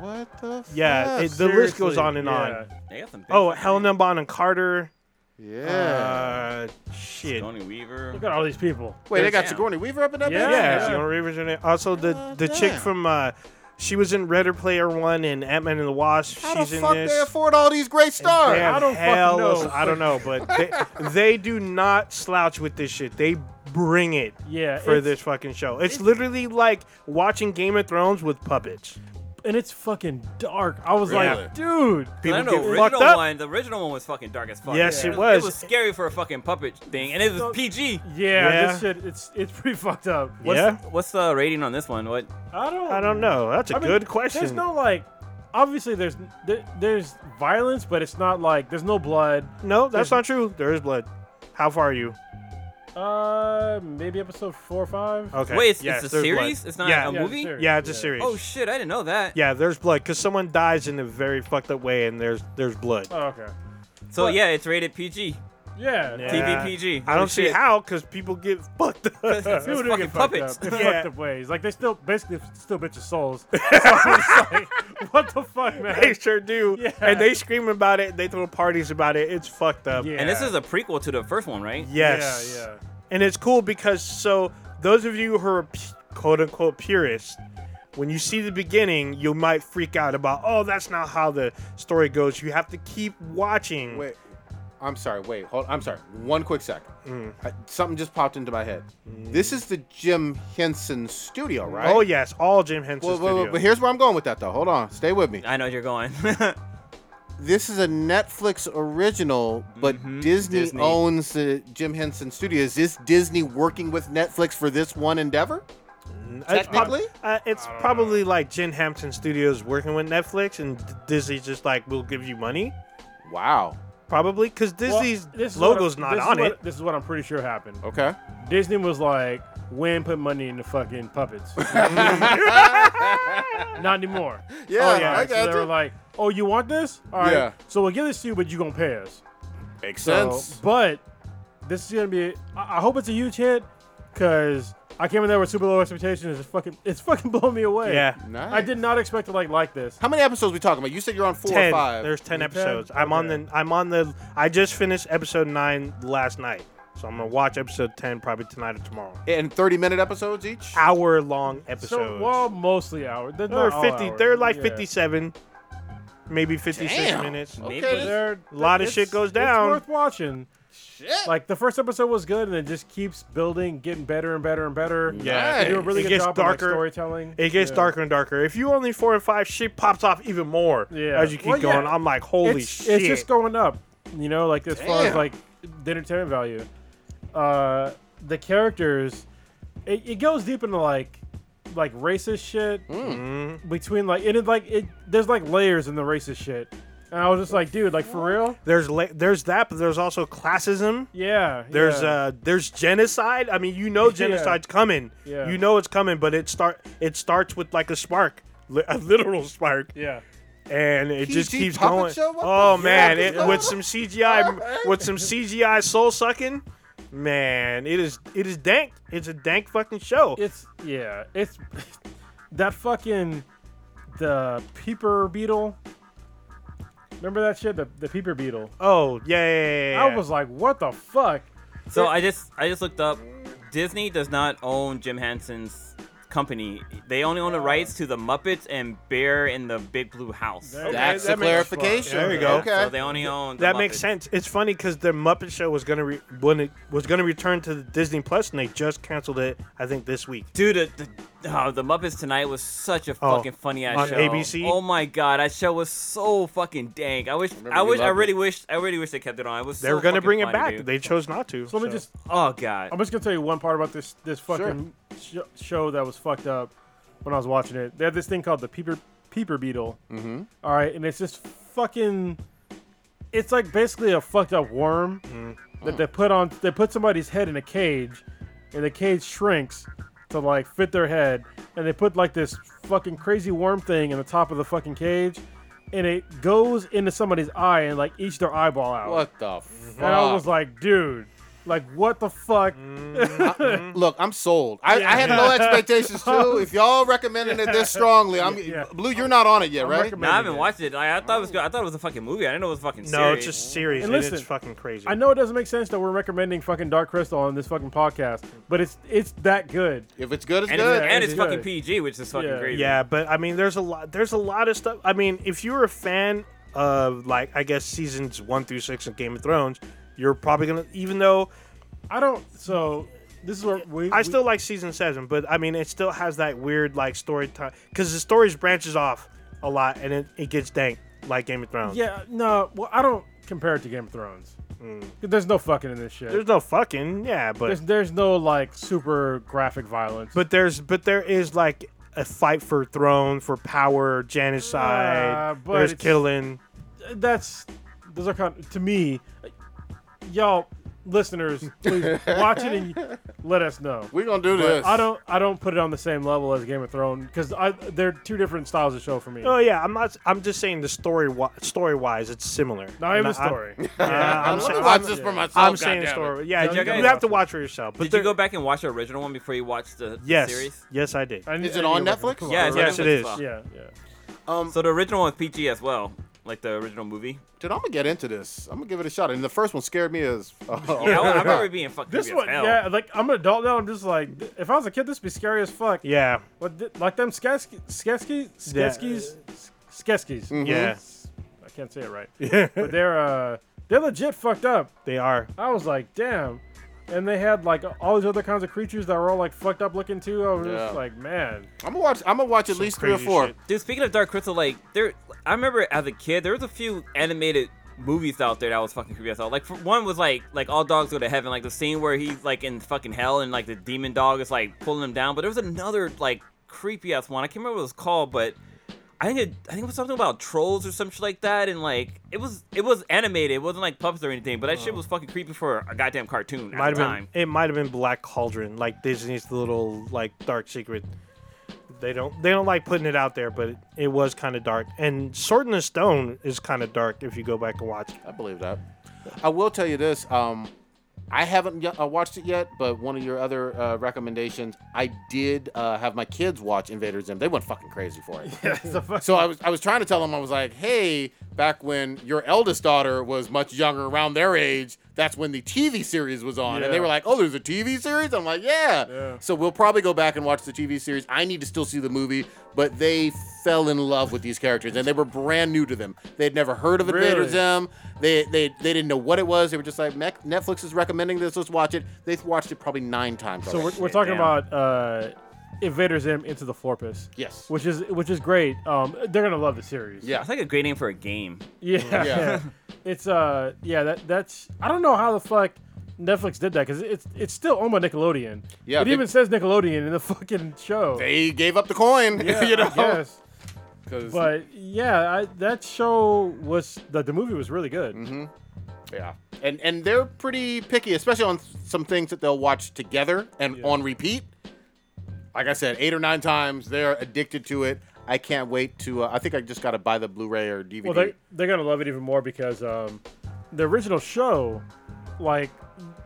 [SPEAKER 4] What the?
[SPEAKER 5] Yeah,
[SPEAKER 4] fuck?
[SPEAKER 5] it- the list goes on and
[SPEAKER 6] Yeah.
[SPEAKER 5] on.
[SPEAKER 8] They got some. big
[SPEAKER 5] Oh,
[SPEAKER 8] fucking-
[SPEAKER 5] Helena Bonham Carter.
[SPEAKER 4] Yeah.
[SPEAKER 5] Uh, shit.
[SPEAKER 8] Sigourney Weaver.
[SPEAKER 6] Look at all these people.
[SPEAKER 4] Wait, they got
[SPEAKER 8] damn.
[SPEAKER 4] Sigourney Weaver up in that
[SPEAKER 6] Yeah.
[SPEAKER 5] Yeah,
[SPEAKER 4] bitch?
[SPEAKER 6] Yeah.
[SPEAKER 5] Sigourney Weaver's in it. Also, the
[SPEAKER 4] God
[SPEAKER 5] the chick
[SPEAKER 4] damn.
[SPEAKER 5] from uh, she was in Redder Player One and Ant Man and the Wasp.
[SPEAKER 4] How
[SPEAKER 5] She's
[SPEAKER 4] the
[SPEAKER 5] in
[SPEAKER 4] fuck
[SPEAKER 5] this.
[SPEAKER 4] they afford all these great stars?
[SPEAKER 5] Damn
[SPEAKER 6] I don't fucking
[SPEAKER 5] hell
[SPEAKER 6] know.
[SPEAKER 5] I don't know, but they, they do not slouch with this shit. They bring it
[SPEAKER 6] Yeah,
[SPEAKER 5] for
[SPEAKER 6] it's-
[SPEAKER 5] this fucking show. It's, literally like watching Game of Thrones with puppets.
[SPEAKER 6] And it's fucking dark. I was
[SPEAKER 5] Really?
[SPEAKER 6] like, dude.
[SPEAKER 5] People
[SPEAKER 8] I know
[SPEAKER 5] get
[SPEAKER 8] the
[SPEAKER 5] fucked
[SPEAKER 8] original
[SPEAKER 5] up.
[SPEAKER 8] one. The original one was fucking dark as fuck.
[SPEAKER 5] Yes, it
[SPEAKER 8] It
[SPEAKER 5] was.
[SPEAKER 8] was scary for a fucking puppet thing, and it was PG.
[SPEAKER 6] Yeah,
[SPEAKER 5] Yeah.
[SPEAKER 6] this shit. It's it's pretty fucked up.
[SPEAKER 8] What's,
[SPEAKER 5] yeah,
[SPEAKER 8] What's the rating on this one? What?
[SPEAKER 6] I don't.
[SPEAKER 5] I don't know. That's
[SPEAKER 6] I
[SPEAKER 5] a
[SPEAKER 6] mean,
[SPEAKER 5] good question.
[SPEAKER 6] There's no like. Obviously, there's there, there's violence, but it's not like there's no blood.
[SPEAKER 5] No, that's
[SPEAKER 6] there's-
[SPEAKER 5] not true. There is blood. How far are you?
[SPEAKER 6] Uh, maybe episode four or five.
[SPEAKER 5] Okay.
[SPEAKER 8] Wait, it's,
[SPEAKER 5] Yes,
[SPEAKER 8] it's a
[SPEAKER 5] there's
[SPEAKER 8] series.
[SPEAKER 5] blood.
[SPEAKER 8] It's not
[SPEAKER 5] Yeah.
[SPEAKER 8] a
[SPEAKER 5] Yeah,
[SPEAKER 6] it's a
[SPEAKER 8] movie.
[SPEAKER 6] series.
[SPEAKER 5] Yeah, it's a series.
[SPEAKER 8] Oh shit! I didn't know that.
[SPEAKER 5] yeah, there's blood because someone dies in a very fucked up way, and there's there's blood.
[SPEAKER 6] Oh, okay.
[SPEAKER 8] So yeah, it's rated PG.
[SPEAKER 5] Uh,
[SPEAKER 6] Yeah.
[SPEAKER 5] Yeah.
[SPEAKER 8] TVPG.
[SPEAKER 5] I
[SPEAKER 8] Holy
[SPEAKER 5] don't see
[SPEAKER 8] shit.
[SPEAKER 5] how because people get fucked up.
[SPEAKER 8] It's
[SPEAKER 6] People do
[SPEAKER 8] fucking
[SPEAKER 6] get fucked
[SPEAKER 8] puppets.
[SPEAKER 6] up in
[SPEAKER 5] Yeah.
[SPEAKER 6] fucked up ways. Like they still basically still bitches souls. So I was like, what the fuck, man?
[SPEAKER 5] they sure do,
[SPEAKER 6] Yeah.
[SPEAKER 5] and they scream about it. They throw parties about it. It's fucked up.
[SPEAKER 6] Yeah.
[SPEAKER 8] And this is a prequel to the first one, right?
[SPEAKER 5] Yes.
[SPEAKER 6] Yeah, yeah.
[SPEAKER 5] And it's cool because so those of you who are p- quote unquote purists, when you see the beginning, you might freak out about, oh, that's not how the story goes. You have to keep watching.
[SPEAKER 4] Wait, I'm sorry. Wait, hold. I'm sorry. One quick sec.
[SPEAKER 5] Mm.
[SPEAKER 4] I- something just popped into my head. This is the Jim Henson studio, right?
[SPEAKER 5] Oh yes, all Jim Henson
[SPEAKER 4] Well, well,
[SPEAKER 5] studio.
[SPEAKER 4] well, but here's where I'm going with that, though. Hold on, stay with me.
[SPEAKER 8] I know where you're going.
[SPEAKER 4] This is a Netflix original, but Disney,
[SPEAKER 8] Disney.
[SPEAKER 4] owns the Jim Henson Studios. Is this Disney working with Netflix for this one endeavor?
[SPEAKER 5] It's prob-
[SPEAKER 4] technically?
[SPEAKER 5] uh, it's probably like Jim Henson Studios working with Netflix, and D- Disney's just like, we'll give you money,
[SPEAKER 4] Wow.
[SPEAKER 5] probably, because
[SPEAKER 6] Well,
[SPEAKER 5] Disney's
[SPEAKER 6] this is what
[SPEAKER 5] logo's
[SPEAKER 6] I'm-
[SPEAKER 5] not
[SPEAKER 6] this is
[SPEAKER 5] on
[SPEAKER 6] what-
[SPEAKER 5] it.
[SPEAKER 6] This is what I'm pretty sure happened.
[SPEAKER 4] Okay.
[SPEAKER 6] Disney was like, "We ain't put money in the fucking puppets. Not anymore." Oh,
[SPEAKER 4] Yeah,
[SPEAKER 5] yeah,
[SPEAKER 4] I
[SPEAKER 5] so
[SPEAKER 6] So
[SPEAKER 4] got
[SPEAKER 6] they were
[SPEAKER 4] you.
[SPEAKER 6] like, "Oh, you want this? All right.
[SPEAKER 4] Yeah.
[SPEAKER 6] So we'll give this to you, but you gonna pay us."
[SPEAKER 4] Makes
[SPEAKER 6] So, but this is gonna be. I, I hope it's a huge hit, cause I came in there with super low expectations. It's fucking, it's fucking blown me away.
[SPEAKER 5] Yeah.
[SPEAKER 4] Nice.
[SPEAKER 6] I did not expect to like like this.
[SPEAKER 4] How many episodes we talking about? You said you're on four
[SPEAKER 5] ten.
[SPEAKER 4] or five.
[SPEAKER 5] There's ten
[SPEAKER 6] Ten?
[SPEAKER 5] episodes. I'm on
[SPEAKER 6] Okay.
[SPEAKER 5] the. I'm on the. I just finished episode nine last night, so I'm gonna watch episode ten probably tonight or tomorrow.
[SPEAKER 4] and 30 minute episodes each.
[SPEAKER 5] Hour long
[SPEAKER 6] So,
[SPEAKER 5] episodes.
[SPEAKER 6] well, mostly hours. They're,
[SPEAKER 5] they're
[SPEAKER 6] not all
[SPEAKER 5] fifty.
[SPEAKER 6] hours.
[SPEAKER 5] They're like
[SPEAKER 6] Yeah.
[SPEAKER 5] fifty-seven, maybe fifty-six
[SPEAKER 4] Damn.
[SPEAKER 5] minutes.
[SPEAKER 4] Okay.
[SPEAKER 6] But they're-
[SPEAKER 5] A lot of
[SPEAKER 6] it's-
[SPEAKER 5] shit goes down.
[SPEAKER 6] It's worth watching.
[SPEAKER 4] Shit.
[SPEAKER 6] Like the first episode was good, and it just keeps building, getting better and better and better.
[SPEAKER 5] Yeah.
[SPEAKER 6] They do a really
[SPEAKER 5] It
[SPEAKER 6] good
[SPEAKER 5] gets
[SPEAKER 6] job on, like,
[SPEAKER 5] darker.
[SPEAKER 6] storytelling.
[SPEAKER 5] It gets
[SPEAKER 6] Yeah.
[SPEAKER 5] darker and darker. If you only four and five, shit pops off even more
[SPEAKER 6] Yeah.
[SPEAKER 5] as you keep
[SPEAKER 6] Well, yeah.
[SPEAKER 5] going. I'm like, holy
[SPEAKER 6] it's,
[SPEAKER 5] shit!
[SPEAKER 6] It's just going up, you know, like as far as
[SPEAKER 4] Damn.
[SPEAKER 6] like the entertainment value. Uh, the characters, it, it goes deep into like like racist shit
[SPEAKER 5] Hmm.
[SPEAKER 6] between like it is like it. There's like layers in the racist shit, and I was just like, dude, like for real?
[SPEAKER 5] there's la- there's that, but there's also classism.
[SPEAKER 6] Yeah.
[SPEAKER 5] There's
[SPEAKER 6] yeah.
[SPEAKER 5] uh there's genocide. I mean, you know genocide's coming.
[SPEAKER 6] Yeah.
[SPEAKER 5] You know it's coming, but it start it starts with like a spark, li- a literal spark,
[SPEAKER 6] yeah.
[SPEAKER 5] and it just
[SPEAKER 4] PG
[SPEAKER 5] keeps
[SPEAKER 4] puppet
[SPEAKER 5] going.
[SPEAKER 4] show? What
[SPEAKER 5] Oh
[SPEAKER 4] the
[SPEAKER 5] man,
[SPEAKER 4] fuck
[SPEAKER 5] it,
[SPEAKER 4] is going
[SPEAKER 5] with
[SPEAKER 4] on?
[SPEAKER 5] some CGI with some CGI soul sucking, man, it is it is dank. It's a dank fucking show.
[SPEAKER 6] It's yeah. It's that fucking the peeper beetle. Remember that shit? The, the peeper beetle.
[SPEAKER 5] oh yeah, yeah, yeah, yeah,
[SPEAKER 6] I
[SPEAKER 5] yeah.
[SPEAKER 6] was like, what the fuck?
[SPEAKER 7] So I just I just looked up. Disney does not own Jim Henson's company. They only own the rights to the Muppets and Bear in the Big Blue House.
[SPEAKER 6] There-
[SPEAKER 4] That's
[SPEAKER 5] that
[SPEAKER 4] the
[SPEAKER 5] makes-
[SPEAKER 4] clarification.
[SPEAKER 5] There you go.
[SPEAKER 4] Okay.
[SPEAKER 7] So they only own. The
[SPEAKER 5] that makes
[SPEAKER 7] Muppets.
[SPEAKER 5] sense. It's funny because the Muppet Show was gonna re- when it was gonna return to the Disney Plus, and they just canceled it. I think this week.
[SPEAKER 7] Dude, the, the, oh, the Muppets Tonight was such a
[SPEAKER 5] Oh,
[SPEAKER 7] fucking funny ass
[SPEAKER 5] on
[SPEAKER 7] show.
[SPEAKER 5] ABC?
[SPEAKER 7] Oh my god, that show was so fucking dank. I wish,
[SPEAKER 4] remember
[SPEAKER 7] I,
[SPEAKER 4] you
[SPEAKER 7] wish, I
[SPEAKER 4] loved
[SPEAKER 7] really wish, I really wish they kept it on. It was.
[SPEAKER 5] They
[SPEAKER 7] so
[SPEAKER 5] were gonna
[SPEAKER 7] fucking
[SPEAKER 5] bring it
[SPEAKER 7] funny,
[SPEAKER 5] back.
[SPEAKER 7] dude.
[SPEAKER 5] They chose not to.
[SPEAKER 6] So let me just
[SPEAKER 7] oh god.
[SPEAKER 6] I'm just gonna tell you one part about this this fucking sh- show that was fucked up when I was watching it. They had this thing called the peeper peeper beetle. Mm-hmm. right, and it's just fucking. It's like basically a fucked up worm
[SPEAKER 4] Mm-hmm.
[SPEAKER 6] that they put on. They put somebody's head in a cage, and the cage shrinks to like fit their head, and they put like this fucking crazy worm thing in the top of the fucking cage, and it goes into somebody's eye and like eats their eyeball out.
[SPEAKER 4] What the fuck? Mm.
[SPEAKER 6] And I was like, dude, like what the fuck?
[SPEAKER 4] Look, I'm sold. I, I had low expectations too. If y'all recommending it this strongly, I'm
[SPEAKER 6] Yeah.
[SPEAKER 4] Blue. You're not on it yet, right?
[SPEAKER 6] recommending
[SPEAKER 7] Nah, I haven't
[SPEAKER 6] it.
[SPEAKER 7] watched it. Like, I thought it
[SPEAKER 4] Oh.
[SPEAKER 7] was. good. I thought it was a fucking movie. I didn't know it was a fucking.
[SPEAKER 5] no,
[SPEAKER 7] series.
[SPEAKER 5] it's just serious.
[SPEAKER 6] And
[SPEAKER 5] And it's
[SPEAKER 6] listen,
[SPEAKER 5] fucking crazy.
[SPEAKER 6] I know it doesn't make sense that we're recommending fucking Dark Crystal on this fucking podcast, but it's it's that good.
[SPEAKER 4] If it's good, it's
[SPEAKER 7] and
[SPEAKER 4] good.
[SPEAKER 7] it's, and
[SPEAKER 6] it's
[SPEAKER 7] it's fucking
[SPEAKER 6] good.
[SPEAKER 7] PG, which is fucking
[SPEAKER 6] Yeah.
[SPEAKER 7] crazy.
[SPEAKER 5] Yeah, but I mean, there's a lot. There's a lot of stuff. I mean, if you're a fan of like, I guess seasons one through six of Game of Thrones, you're probably gonna. Even though
[SPEAKER 6] I don't. So this is where we.
[SPEAKER 5] I
[SPEAKER 6] we-
[SPEAKER 5] still like season seven, but I mean, it still has that weird like story time because the stories branches off a lot and it, it gets dank like Game of Thrones.
[SPEAKER 6] Yeah. No. Well, I don't compare it to Game of Thrones. There's no fucking in this shit.
[SPEAKER 5] Hmm. There's
[SPEAKER 6] There's,
[SPEAKER 5] no fucking yeah, but
[SPEAKER 6] there's no like super graphic violence.
[SPEAKER 5] but there's but there is like a fight for throne for power,
[SPEAKER 6] Uh,
[SPEAKER 5] genocide,
[SPEAKER 6] but
[SPEAKER 5] there's
[SPEAKER 6] it's-
[SPEAKER 5] killing.
[SPEAKER 6] that's those are kind to me, y'all listeners, please watch it and let us know.
[SPEAKER 4] We're gonna do this.
[SPEAKER 6] I don't. I don't put it on the same level as Game of Thrones because they're two different styles of show for me.
[SPEAKER 5] Oh yeah, I'm not. I'm just saying the story wi- story wise, it's similar.
[SPEAKER 6] Not even the
[SPEAKER 5] And I-
[SPEAKER 6] story.
[SPEAKER 5] Yeah,
[SPEAKER 4] I'm
[SPEAKER 5] I'm,
[SPEAKER 4] gonna
[SPEAKER 5] saying-
[SPEAKER 4] watch
[SPEAKER 5] I'm-
[SPEAKER 4] this for
[SPEAKER 7] Oh,
[SPEAKER 4] myself.
[SPEAKER 5] I'm saying the
[SPEAKER 4] goddammit.
[SPEAKER 5] story. Yeah,
[SPEAKER 6] No,
[SPEAKER 5] you,
[SPEAKER 6] you gotta
[SPEAKER 5] you have
[SPEAKER 6] watch
[SPEAKER 5] to
[SPEAKER 6] it.
[SPEAKER 5] watch for yourself. But
[SPEAKER 7] Did you
[SPEAKER 5] there-
[SPEAKER 7] go back and watch the original one before you watched the, the
[SPEAKER 5] Yes,
[SPEAKER 7] series?
[SPEAKER 5] yes, I did.
[SPEAKER 6] I need-
[SPEAKER 4] Is
[SPEAKER 6] I
[SPEAKER 4] it
[SPEAKER 6] need
[SPEAKER 4] on
[SPEAKER 6] to look at
[SPEAKER 4] Netflix?
[SPEAKER 6] it.
[SPEAKER 7] Yeah, it's on
[SPEAKER 5] Yes, it
[SPEAKER 7] Netflix
[SPEAKER 5] is.
[SPEAKER 7] as well.
[SPEAKER 6] Yeah, yeah.
[SPEAKER 4] Um,
[SPEAKER 7] So the original one's PG as well, like the original movie.
[SPEAKER 4] dude, I'm gonna get into this. I'm gonna give it a shot. And the first one scared me as.
[SPEAKER 7] Yeah, I, I remember it being fucking.
[SPEAKER 6] This
[SPEAKER 7] creepy as
[SPEAKER 6] one,
[SPEAKER 7] hell.
[SPEAKER 6] yeah, like I'm an adult now. I'm just like, th- if I was a kid, this would be scary as fuck.
[SPEAKER 5] Yeah,
[SPEAKER 6] But th- like them Sketskis, Sketskis,
[SPEAKER 5] Yeah. Mm-hmm.
[SPEAKER 6] Sketskis, Sketskis.
[SPEAKER 5] yeah,
[SPEAKER 6] I can't say it right. but they're uh, they're legit fucked up.
[SPEAKER 5] they are.
[SPEAKER 6] I was like, damn. And they had like all these other kinds of creatures that were all like fucked up looking too. I was
[SPEAKER 4] Yeah.
[SPEAKER 6] just like, man,
[SPEAKER 4] I'm gonna watch. I'm gonna watch at least three or
[SPEAKER 5] crazy
[SPEAKER 4] four.
[SPEAKER 5] shit.
[SPEAKER 7] Dude, speaking of Dark Crystal, like there, I remember as a kid there was a few animated movies out there that was fucking creepy as hell. Like for, one was like like All Dogs Go to Heaven, like the scene where he's like in fucking hell and like the demon dog is like pulling him down. But there was another like creepy ass one. I can't remember what it was called, but I think it, I think it was something about trolls or some shit like that. And like it was it was animated. It wasn't like puppets or anything. But that shit was fucking creepy for a goddamn cartoon at
[SPEAKER 5] Might have
[SPEAKER 7] the time.
[SPEAKER 5] been. It might have been Black Cauldron, like Disney's little like dark secret. They don't. They don't like putting it out there, but it, it was kind of dark. And Sword in the Stone is kind of dark if you go back and watch. it.
[SPEAKER 4] I believe that. I will tell you this. Um, I haven't yet, uh, watched it yet, but one of your other uh, recommendations, I did uh, have my kids watch Invader Zim. They went fucking crazy for it.
[SPEAKER 5] Yeah, the fuck.
[SPEAKER 4] So I was I was trying to tell them I was like, hey, back when your eldest daughter was much younger, around their age, that's when the TV series was on, and they
[SPEAKER 6] Yeah.
[SPEAKER 4] were like, oh, there's a TV series. I'm like, yeah.
[SPEAKER 6] Yeah.
[SPEAKER 4] So we'll probably go back and watch the TV series. I need to still see the movie, but they fell in love with these characters, and they were brand new to them. They had never heard of Invader
[SPEAKER 6] Really?
[SPEAKER 4] Zim. They they they didn't know what it was. They were just like, "Mec- Netflix is recommending this. Let's watch it. They've watched it probably nine times.
[SPEAKER 6] So
[SPEAKER 4] already.
[SPEAKER 6] we're, we're talking
[SPEAKER 7] damn.
[SPEAKER 6] about uh, Invader Zim into the Florpus.
[SPEAKER 4] Yes.
[SPEAKER 6] Which is which is great. Um, they're gonna love the series.
[SPEAKER 4] Yeah.
[SPEAKER 7] That's like a great name for a game.
[SPEAKER 6] Yeah.
[SPEAKER 4] Yeah.
[SPEAKER 6] it's uh yeah that that's I don't know how the fuck Netflix did that because it's it's still owned by Nickelodeon.
[SPEAKER 4] Yeah,
[SPEAKER 6] It
[SPEAKER 4] they-
[SPEAKER 6] even says Nickelodeon in the fucking show.
[SPEAKER 4] they gave up the coin.
[SPEAKER 6] yeah,
[SPEAKER 4] you know.
[SPEAKER 6] I guess.
[SPEAKER 4] 'Cause-
[SPEAKER 6] But yeah, I, that show was the the movie was really good.
[SPEAKER 4] Mm-hmm. Yeah, and and they're pretty picky, especially on some things that they'll watch together and on repeat. Like I said, eight or nine times, they're addicted to it. I can't wait to. Uh, I think I just got to buy the Blu-ray or DVD.
[SPEAKER 6] Well, they they're gonna love it even more because um, the original show, like,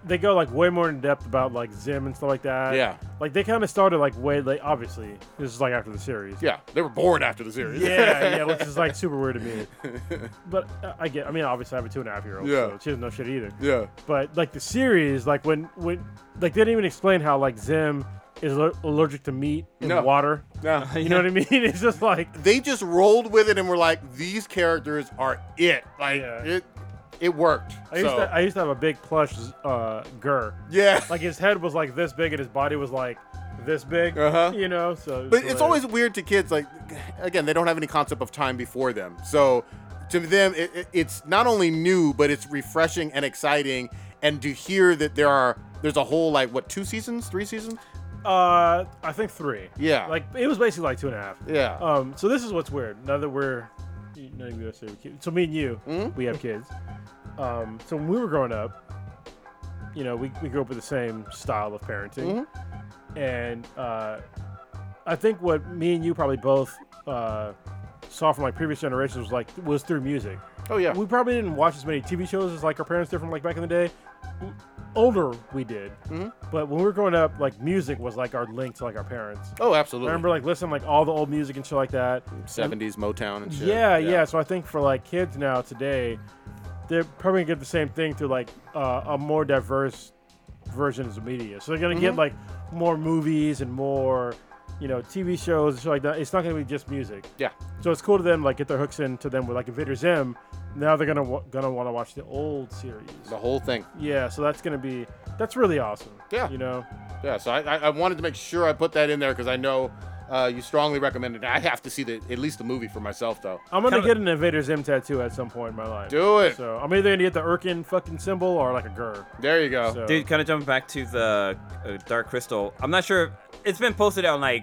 [SPEAKER 6] they go like way more in depth about like Zim and stuff like that.
[SPEAKER 4] Yeah.
[SPEAKER 6] Like they kind of started like way late. Obviously, this is like after the series.
[SPEAKER 4] yeah, they were born after the series.
[SPEAKER 6] Yeah, yeah, which is like super weird to me. But uh, I get. I mean, obviously, I have a two and a half year old.
[SPEAKER 4] Yeah.
[SPEAKER 6] So she doesn't know shit either.
[SPEAKER 4] yeah.
[SPEAKER 6] But like the series, like when when like they didn't even explain how like Zim is aller- allergic to meat and
[SPEAKER 4] No.
[SPEAKER 6] water.
[SPEAKER 4] No.
[SPEAKER 6] You know what I mean? It's just like
[SPEAKER 4] They just rolled with it and were like, "These characters are it." Like
[SPEAKER 6] Yeah.
[SPEAKER 4] it, it worked.
[SPEAKER 6] I used,
[SPEAKER 4] So,
[SPEAKER 6] to, I used to have a big plush uh, Gur.
[SPEAKER 4] yeah.
[SPEAKER 6] Like his head was like this big and his body was like this big.
[SPEAKER 4] Uh-huh.
[SPEAKER 6] You know, so.
[SPEAKER 4] But it's always weird to kids. Like, again, they don't have any concept of time before them. So to them, it, it- it's not only new, but it's refreshing and exciting. And to hear that there are there's a whole like what two seasons, three seasons?
[SPEAKER 6] Uh, I think three.
[SPEAKER 4] Yeah.
[SPEAKER 6] Like it was basically like two and a half.
[SPEAKER 4] Yeah.
[SPEAKER 6] Um, so this is what's weird. Now that we're, you know, you guys say we kid- so me and you, we have kids. Um, so when we were growing up, you know, we, we grew up with the same style of parenting, and uh, I think what me and you probably both uh, saw from like previous generations was like was through music.
[SPEAKER 4] oh yeah.
[SPEAKER 6] We probably didn't watch as many TV shows as like our parents did from like back in the day. W- Older we did, but when we were growing up, like music was like our link to like our parents.
[SPEAKER 4] oh,
[SPEAKER 6] I
[SPEAKER 4] absolutely.
[SPEAKER 6] remember like listening like all the old music and shit like that.
[SPEAKER 4] 70s Motown and shit.
[SPEAKER 6] Yeah, yeah, So I think for like kids now today, they're probably gonna get the same thing through like uh, a more diverse versions of media. So they're gonna get like more movies and more, you know, TV shows and shit like that. It's not gonna be just music.
[SPEAKER 4] Yeah.
[SPEAKER 6] So it's cool to them like get their hooks into them with like Invader Zim. Now they're gonna wa- gonna want to watch the old series.
[SPEAKER 4] The whole thing.
[SPEAKER 6] Yeah, so that's gonna be that's really awesome.
[SPEAKER 4] Yeah.
[SPEAKER 6] you know.
[SPEAKER 4] Yeah. So I, I, I wanted to make sure I put that in there because I know uh, you strongly recommended. it. I have to see the at least the movie for myself though.
[SPEAKER 6] I'm gonna get an Invader Zim tattoo at some point in my life.
[SPEAKER 4] Do it.
[SPEAKER 6] So I'm either gonna get the Urkin fucking symbol or like a Gur.
[SPEAKER 4] There you go.
[SPEAKER 6] So,
[SPEAKER 7] Dude, kind of jumping back to the uh, Dark Crystal. I'm not sure. It's been posted on like,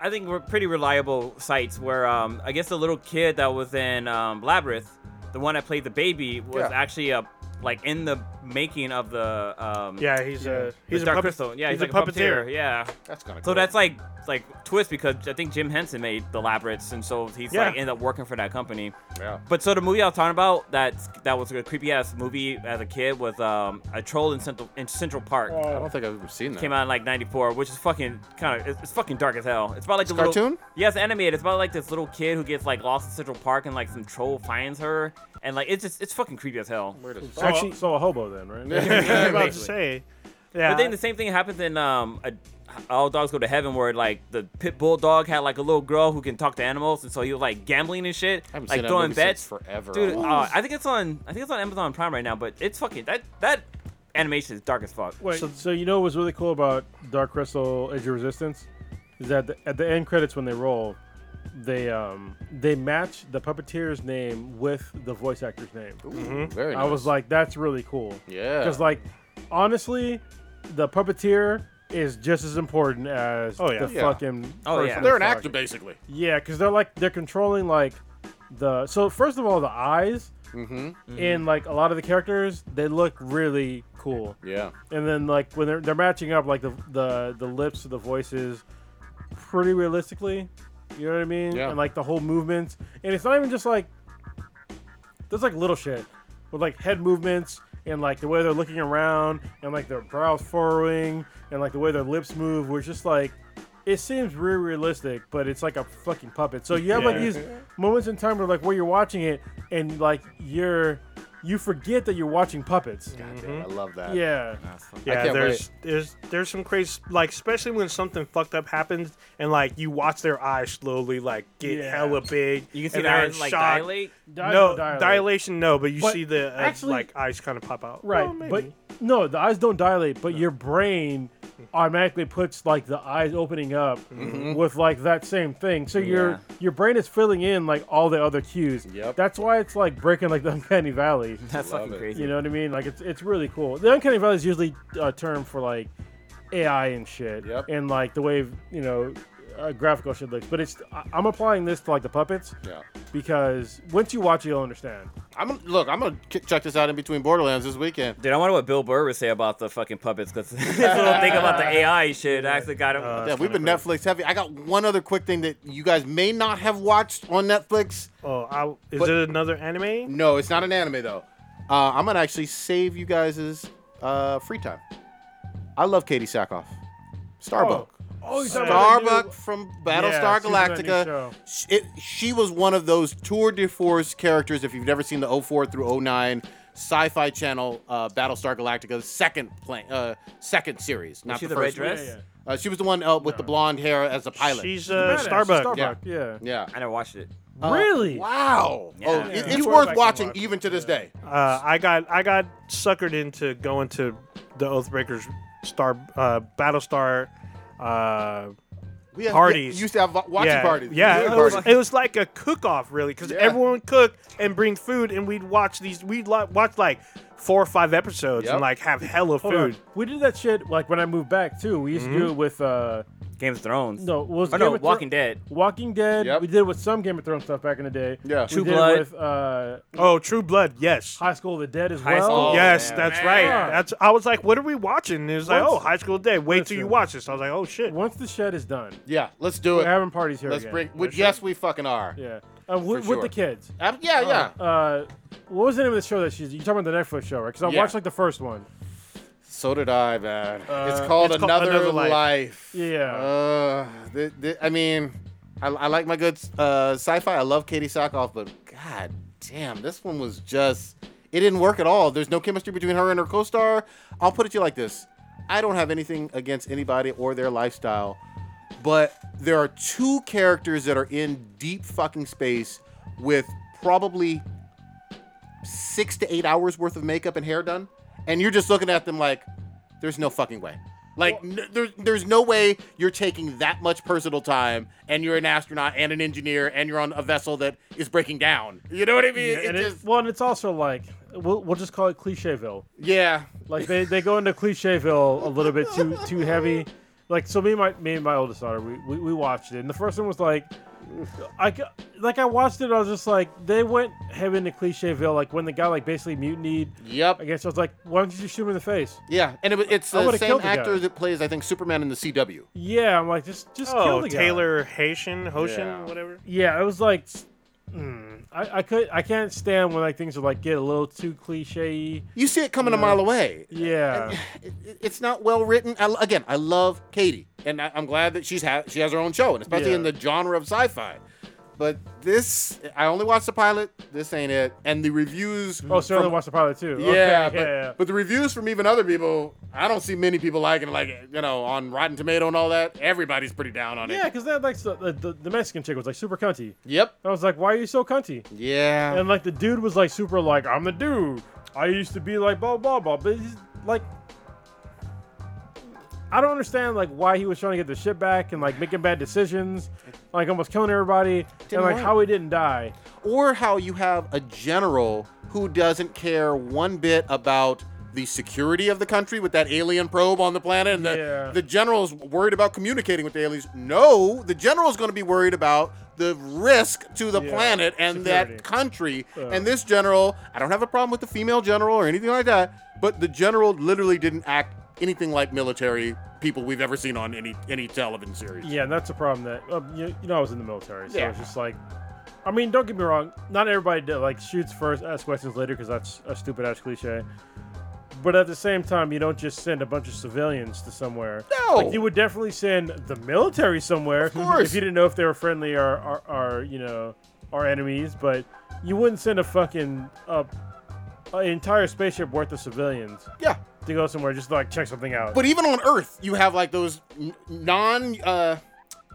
[SPEAKER 7] I think we're pretty reliable sites where um, I guess the little kid that was in um, Labyrinth, the one that played the baby, was
[SPEAKER 4] Yeah.
[SPEAKER 7] actually a like in the making of the um,
[SPEAKER 5] Yeah, he's a
[SPEAKER 7] the
[SPEAKER 5] he's a
[SPEAKER 7] Dark
[SPEAKER 5] puppet-
[SPEAKER 7] Crystal. Yeah, he's,
[SPEAKER 5] a
[SPEAKER 7] like a puppeteer. Yeah.
[SPEAKER 4] That's kind of
[SPEAKER 7] So that's like like twist because I think Jim Henson made the Labyrinths, and so he's like
[SPEAKER 6] Yeah.
[SPEAKER 7] ended up working for that company.
[SPEAKER 4] yeah.
[SPEAKER 7] But so the movie I was talking about that that was a creepy ass movie as a kid was um, a troll in Central in Central
[SPEAKER 5] Oh.
[SPEAKER 7] Park.
[SPEAKER 4] I don't think I've ever seen that.
[SPEAKER 7] Came out in like '94, which is fucking kind of it's, it's fucking dark as hell. It's about like
[SPEAKER 4] It's
[SPEAKER 7] the little,
[SPEAKER 4] cartoon?
[SPEAKER 7] Yeah, it's animated. It's about like this little kid who gets like lost in Central Park and like some troll finds her and like it's just it's fucking creepy as hell.
[SPEAKER 4] Weird as
[SPEAKER 6] so,
[SPEAKER 5] Actually-
[SPEAKER 6] so a hobo then, right?
[SPEAKER 5] I was about to
[SPEAKER 7] Basically.
[SPEAKER 5] say. Yeah.
[SPEAKER 7] But then the same thing happens in um, a, All Dogs Go to Heaven, where like the pit bull dog had like a little girl who can talk to animals, and so he was like gambling and shit,
[SPEAKER 4] haven't
[SPEAKER 7] like
[SPEAKER 4] seen that
[SPEAKER 7] throwing
[SPEAKER 4] movie
[SPEAKER 7] bets
[SPEAKER 4] since forever.
[SPEAKER 7] Dude,
[SPEAKER 4] Oh.
[SPEAKER 7] uh, I think it's on I think it's on Amazon Prime right now, but it's fucking that that animation is dark as fuck.
[SPEAKER 6] Wait, so, you know what's really cool about Dark Crystal: Edge of Resistance is that the, at the end credits when they roll, they um they match the puppeteer's name with the voice actor's name.
[SPEAKER 4] Very
[SPEAKER 6] Mm-hmm. I was like, that's really cool.
[SPEAKER 4] Yeah.
[SPEAKER 6] Because like, honestly, the puppeteer is just as important as
[SPEAKER 5] Oh, yeah.
[SPEAKER 6] the
[SPEAKER 4] Yeah.
[SPEAKER 6] fucking.
[SPEAKER 7] Oh,
[SPEAKER 6] person
[SPEAKER 7] yeah.
[SPEAKER 6] that's
[SPEAKER 4] they're an
[SPEAKER 6] talking.
[SPEAKER 4] actor basically.
[SPEAKER 6] Yeah, because they're like they're controlling like the so first of all the eyes
[SPEAKER 4] Mm-hmm.
[SPEAKER 6] in like a lot of the characters they look really cool,
[SPEAKER 4] Yeah.
[SPEAKER 6] and then like when they're they're matching up like the the the lips of the voices pretty realistically, you know what I mean?
[SPEAKER 4] Yeah.
[SPEAKER 6] And like the whole movements, and it's not even just like there's like little shit with like head movements and like the way they're looking around and like their brows furrowing and like the way their lips move was just like it seems real realistic, but it's like a fucking puppet. So you have like
[SPEAKER 5] Yeah.
[SPEAKER 6] these moments in time where like where you're watching it and like you're you forget that you're watching puppets.
[SPEAKER 4] Mm-hmm. I love that.
[SPEAKER 6] Yeah.
[SPEAKER 5] Yeah,
[SPEAKER 4] can't
[SPEAKER 5] there's there's there's some crazy like especially when something fucked up happens and like you watch their eyes slowly like get
[SPEAKER 6] Yeah.
[SPEAKER 5] hella big.
[SPEAKER 8] You can see
[SPEAKER 5] and
[SPEAKER 8] the
[SPEAKER 5] they're
[SPEAKER 8] eyes
[SPEAKER 5] in
[SPEAKER 8] like
[SPEAKER 5] shock.
[SPEAKER 8] dilate.
[SPEAKER 6] Eyes
[SPEAKER 5] No
[SPEAKER 6] don't dilate.
[SPEAKER 5] dilation, no, but you
[SPEAKER 6] But
[SPEAKER 5] see the uh,
[SPEAKER 6] actually-
[SPEAKER 5] like eyes kind of pop out.
[SPEAKER 6] Right,
[SPEAKER 5] Well, Oh, maybe.
[SPEAKER 6] but no, the eyes don't dilate, but your brain automatically puts like the eyes opening up
[SPEAKER 4] Mm-hmm.
[SPEAKER 6] with like that same thing. So your your brain is filling in like all the other cues.
[SPEAKER 4] Yep.
[SPEAKER 6] That's why it's like breaking like the uncanny valley.
[SPEAKER 7] That's
[SPEAKER 4] Love
[SPEAKER 7] fucking
[SPEAKER 4] it.
[SPEAKER 7] crazy.
[SPEAKER 6] you know what I mean? Like it's it's really cool. The uncanny valley is usually a term for like AI and shit,
[SPEAKER 4] Yep.
[SPEAKER 6] and like the way you know uh, graphical shit looks. But it's I, I'm applying this to like the puppets
[SPEAKER 4] Yeah.
[SPEAKER 6] because once you watch it, you'll understand.
[SPEAKER 4] I'm gonna- look. I'm gonna k- check this out in between Borderlands this weekend.
[SPEAKER 7] Dude, I wonder what Bill Burr would say about the fucking puppets because his little thing about the AI shit actually got him.
[SPEAKER 5] Uh,
[SPEAKER 4] yeah, we've been Netflix heavy. I got one other quick thing that you guys may not have watched on Netflix.
[SPEAKER 5] oh, I, is
[SPEAKER 4] but-
[SPEAKER 5] it another anime?
[SPEAKER 4] No, it's not an anime though. Uh, I'm gonna actually save you guys' uh, free time. I love Katie Sackhoff, Starbuck.
[SPEAKER 6] Oh, he's
[SPEAKER 4] Starbuck from Battlestar
[SPEAKER 6] she's on that new
[SPEAKER 4] Galactica.
[SPEAKER 6] show.
[SPEAKER 4] Sh- It, she was one of those tour de force characters. If you've never seen the 04 through 09 Sci-Fi Channel uh, Battlestar Galactica second plan, uh, second series, not
[SPEAKER 7] she
[SPEAKER 4] the
[SPEAKER 7] the red
[SPEAKER 4] first. one.
[SPEAKER 7] dress?
[SPEAKER 6] Yeah, yeah.
[SPEAKER 4] Uh, she was the one uh, with the blonde hair as a pilot.
[SPEAKER 5] She's uh,
[SPEAKER 6] Badass,
[SPEAKER 5] Starbuck.
[SPEAKER 6] Starbuck, yeah.
[SPEAKER 4] yeah.
[SPEAKER 7] I never watched it.
[SPEAKER 4] Uh,
[SPEAKER 6] really?
[SPEAKER 4] Wow. Oh,
[SPEAKER 7] Yeah.
[SPEAKER 4] it-
[SPEAKER 6] Yeah.
[SPEAKER 4] it's
[SPEAKER 6] You are
[SPEAKER 4] worth
[SPEAKER 6] back
[SPEAKER 4] watching
[SPEAKER 6] to watch.
[SPEAKER 4] even to this day.
[SPEAKER 5] Uh, I got I got suckered into going to the Oathbreakers Star uh, Battlestar. Uh,
[SPEAKER 4] We have,
[SPEAKER 5] Parties.
[SPEAKER 4] yeah, used to have wa- watching
[SPEAKER 5] yeah,
[SPEAKER 4] parties. Viewing
[SPEAKER 5] Yeah, it was,
[SPEAKER 4] parties.
[SPEAKER 5] it was like a cook-off, really, because
[SPEAKER 4] Yeah.
[SPEAKER 5] everyone would cook and bring food, and we'd watch these. We'd lo- watch like four or five episodes
[SPEAKER 4] Yep.
[SPEAKER 5] and like have hella
[SPEAKER 6] Hold on.
[SPEAKER 5] food.
[SPEAKER 6] We did that shit like when I moved back too. We used to do it with uh
[SPEAKER 7] Game of Thrones.
[SPEAKER 6] no, it was
[SPEAKER 7] Or
[SPEAKER 6] Game
[SPEAKER 7] no,
[SPEAKER 6] of Thro-
[SPEAKER 7] Walking Dead.
[SPEAKER 6] Walking Dead.
[SPEAKER 4] Yep.
[SPEAKER 6] We did it with some Game of Thrones stuff back in the day.
[SPEAKER 4] Yeah.
[SPEAKER 6] We
[SPEAKER 7] True
[SPEAKER 6] did
[SPEAKER 7] Blood.
[SPEAKER 6] It with uh
[SPEAKER 5] Oh, True Blood, yes,
[SPEAKER 6] High School of the Dead as
[SPEAKER 7] High
[SPEAKER 6] well.
[SPEAKER 7] School. Oh,
[SPEAKER 5] yes,
[SPEAKER 7] man.
[SPEAKER 5] that's
[SPEAKER 1] Man.
[SPEAKER 5] right. That's I was like, what are we watching? And it was like,
[SPEAKER 6] Once-
[SPEAKER 5] oh, High School Dead. Wait till you
[SPEAKER 6] listen.
[SPEAKER 5] watch this. I was like, oh shit.
[SPEAKER 6] Once the shed is done,
[SPEAKER 4] Yeah, let's do
[SPEAKER 6] we're
[SPEAKER 4] it.
[SPEAKER 6] having parties here.
[SPEAKER 4] Let's
[SPEAKER 6] again.
[SPEAKER 4] bring. we- yes, we fucking are.
[SPEAKER 6] Yeah. Uh, wi- with,
[SPEAKER 4] For sure.
[SPEAKER 6] the kids.
[SPEAKER 4] Ab- yeah, yeah.
[SPEAKER 6] Uh, what was the name of the show that she's? You talking about the Netflix show, right? Because I
[SPEAKER 4] Yeah.
[SPEAKER 6] watched like the first one.
[SPEAKER 4] So did I, man.
[SPEAKER 6] Uh,
[SPEAKER 4] it's called
[SPEAKER 5] it's called
[SPEAKER 4] Another,
[SPEAKER 5] Another Life.
[SPEAKER 4] Life.
[SPEAKER 6] Yeah.
[SPEAKER 4] Uh, th- th- I mean, I, I like my good uh, sci-fi. I love Katie Sackhoff, but god damn, this one was just. It didn't work at all. There's no chemistry between her and her co-star. I'll put it to you like this: I don't have anything against anybody or their lifestyle, but there are two characters that are in deep fucking space with probably six to eight hours worth of makeup and hair done, and you're just looking at them like, there's no fucking way. Like, n- there, there's no way you're taking that much personal time, and you're an astronaut and an engineer, and you're on a vessel that is breaking down. You know what I mean?
[SPEAKER 6] Yeah,
[SPEAKER 4] it
[SPEAKER 6] and it-
[SPEAKER 4] just,
[SPEAKER 6] well, and it's also like we'll, we'll just call it Clichéville.
[SPEAKER 4] yeah,
[SPEAKER 6] Like they, they go into Clichéville a little bit too too heavy. Like so, me and my me and my oldest daughter we, we, we watched it, and the first one was like, I g- like I watched it, I was just like they went heavy into Clichéville. Like when the guy like basically mutinied,
[SPEAKER 4] yep,
[SPEAKER 6] I guess I was like, why don't you just shoot him in the face?
[SPEAKER 4] yeah. And it, it's
[SPEAKER 6] I
[SPEAKER 4] the
[SPEAKER 6] would've
[SPEAKER 4] same
[SPEAKER 6] killed the guy.
[SPEAKER 4] actor that plays, I think, Superman in the CW.
[SPEAKER 6] Yeah, I'm like just just kill
[SPEAKER 5] Oh,
[SPEAKER 6] the guy.
[SPEAKER 5] Taylor Haitian, Hoshin,
[SPEAKER 4] Yeah.
[SPEAKER 5] whatever.
[SPEAKER 6] Yeah, it was like, mm, I I could I can't stand when like things are like get a little too cliche.
[SPEAKER 4] You see it coming a mile away.
[SPEAKER 6] Yeah,
[SPEAKER 4] it, it- it's not well written. I, again, I love Katie, and I, I'm glad that she's ha- she has her own show, and especially
[SPEAKER 6] Yeah.
[SPEAKER 4] in the genre of sci-fi. But this, I only watched the pilot. This ain't it. And the reviews.
[SPEAKER 6] oh, so I
[SPEAKER 4] from-
[SPEAKER 6] watched the pilot too.
[SPEAKER 4] yeah,
[SPEAKER 6] Okay,
[SPEAKER 4] but,
[SPEAKER 6] yeah.
[SPEAKER 4] but the reviews from even other people, I don't see many people liking. Like you know, on Rotten Tomato and all that, everybody's pretty down on
[SPEAKER 6] Yeah,
[SPEAKER 4] it.
[SPEAKER 6] because that like the, the the Mexican chick was like super cunty.
[SPEAKER 4] Yep.
[SPEAKER 6] I was like, why are you so cunty?
[SPEAKER 4] Yeah.
[SPEAKER 6] And like the dude was like super like I'm the dude. I used to be like blah blah blah, but he's like. I don't understand like why he was trying to get the shit back and like making bad decisions, like almost killing everybody, and
[SPEAKER 4] Didn't
[SPEAKER 6] like
[SPEAKER 4] work.
[SPEAKER 6] how he didn't die.
[SPEAKER 4] or how you have a general who doesn't care one bit about the security of the country with that alien probe on the planet and the,
[SPEAKER 6] Yeah.
[SPEAKER 4] the general's worried about communicating with the aliens no the general's going to be worried about the risk to the
[SPEAKER 6] Yeah,
[SPEAKER 4] planet and
[SPEAKER 6] security. Uh.
[SPEAKER 4] that country
[SPEAKER 6] Yeah.
[SPEAKER 4] and this general i don't have a problem with the female general or anything like that but the general literally didn't act anything like military people we've ever seen on any any television series
[SPEAKER 6] Yeah, and that's a problem that um, you, you know I was in the military, so
[SPEAKER 4] Yeah.
[SPEAKER 6] it's just like, I mean, don't get me wrong, not everybody that like shoots first, asks questions later, because that's a stupid ass cliche. But at the same time, you don't just send a bunch of civilians to somewhere.
[SPEAKER 4] No.
[SPEAKER 6] Like, you would definitely send the military somewhere. Of
[SPEAKER 4] course.
[SPEAKER 6] If you didn't know if they were friendly or, or, or you know, our enemies, but you wouldn't send a fucking uh, an entire spaceship worth of civilians
[SPEAKER 4] Yeah.
[SPEAKER 6] to go somewhere just to, like check something out.
[SPEAKER 4] But even on Earth, you have like those n- non, uh,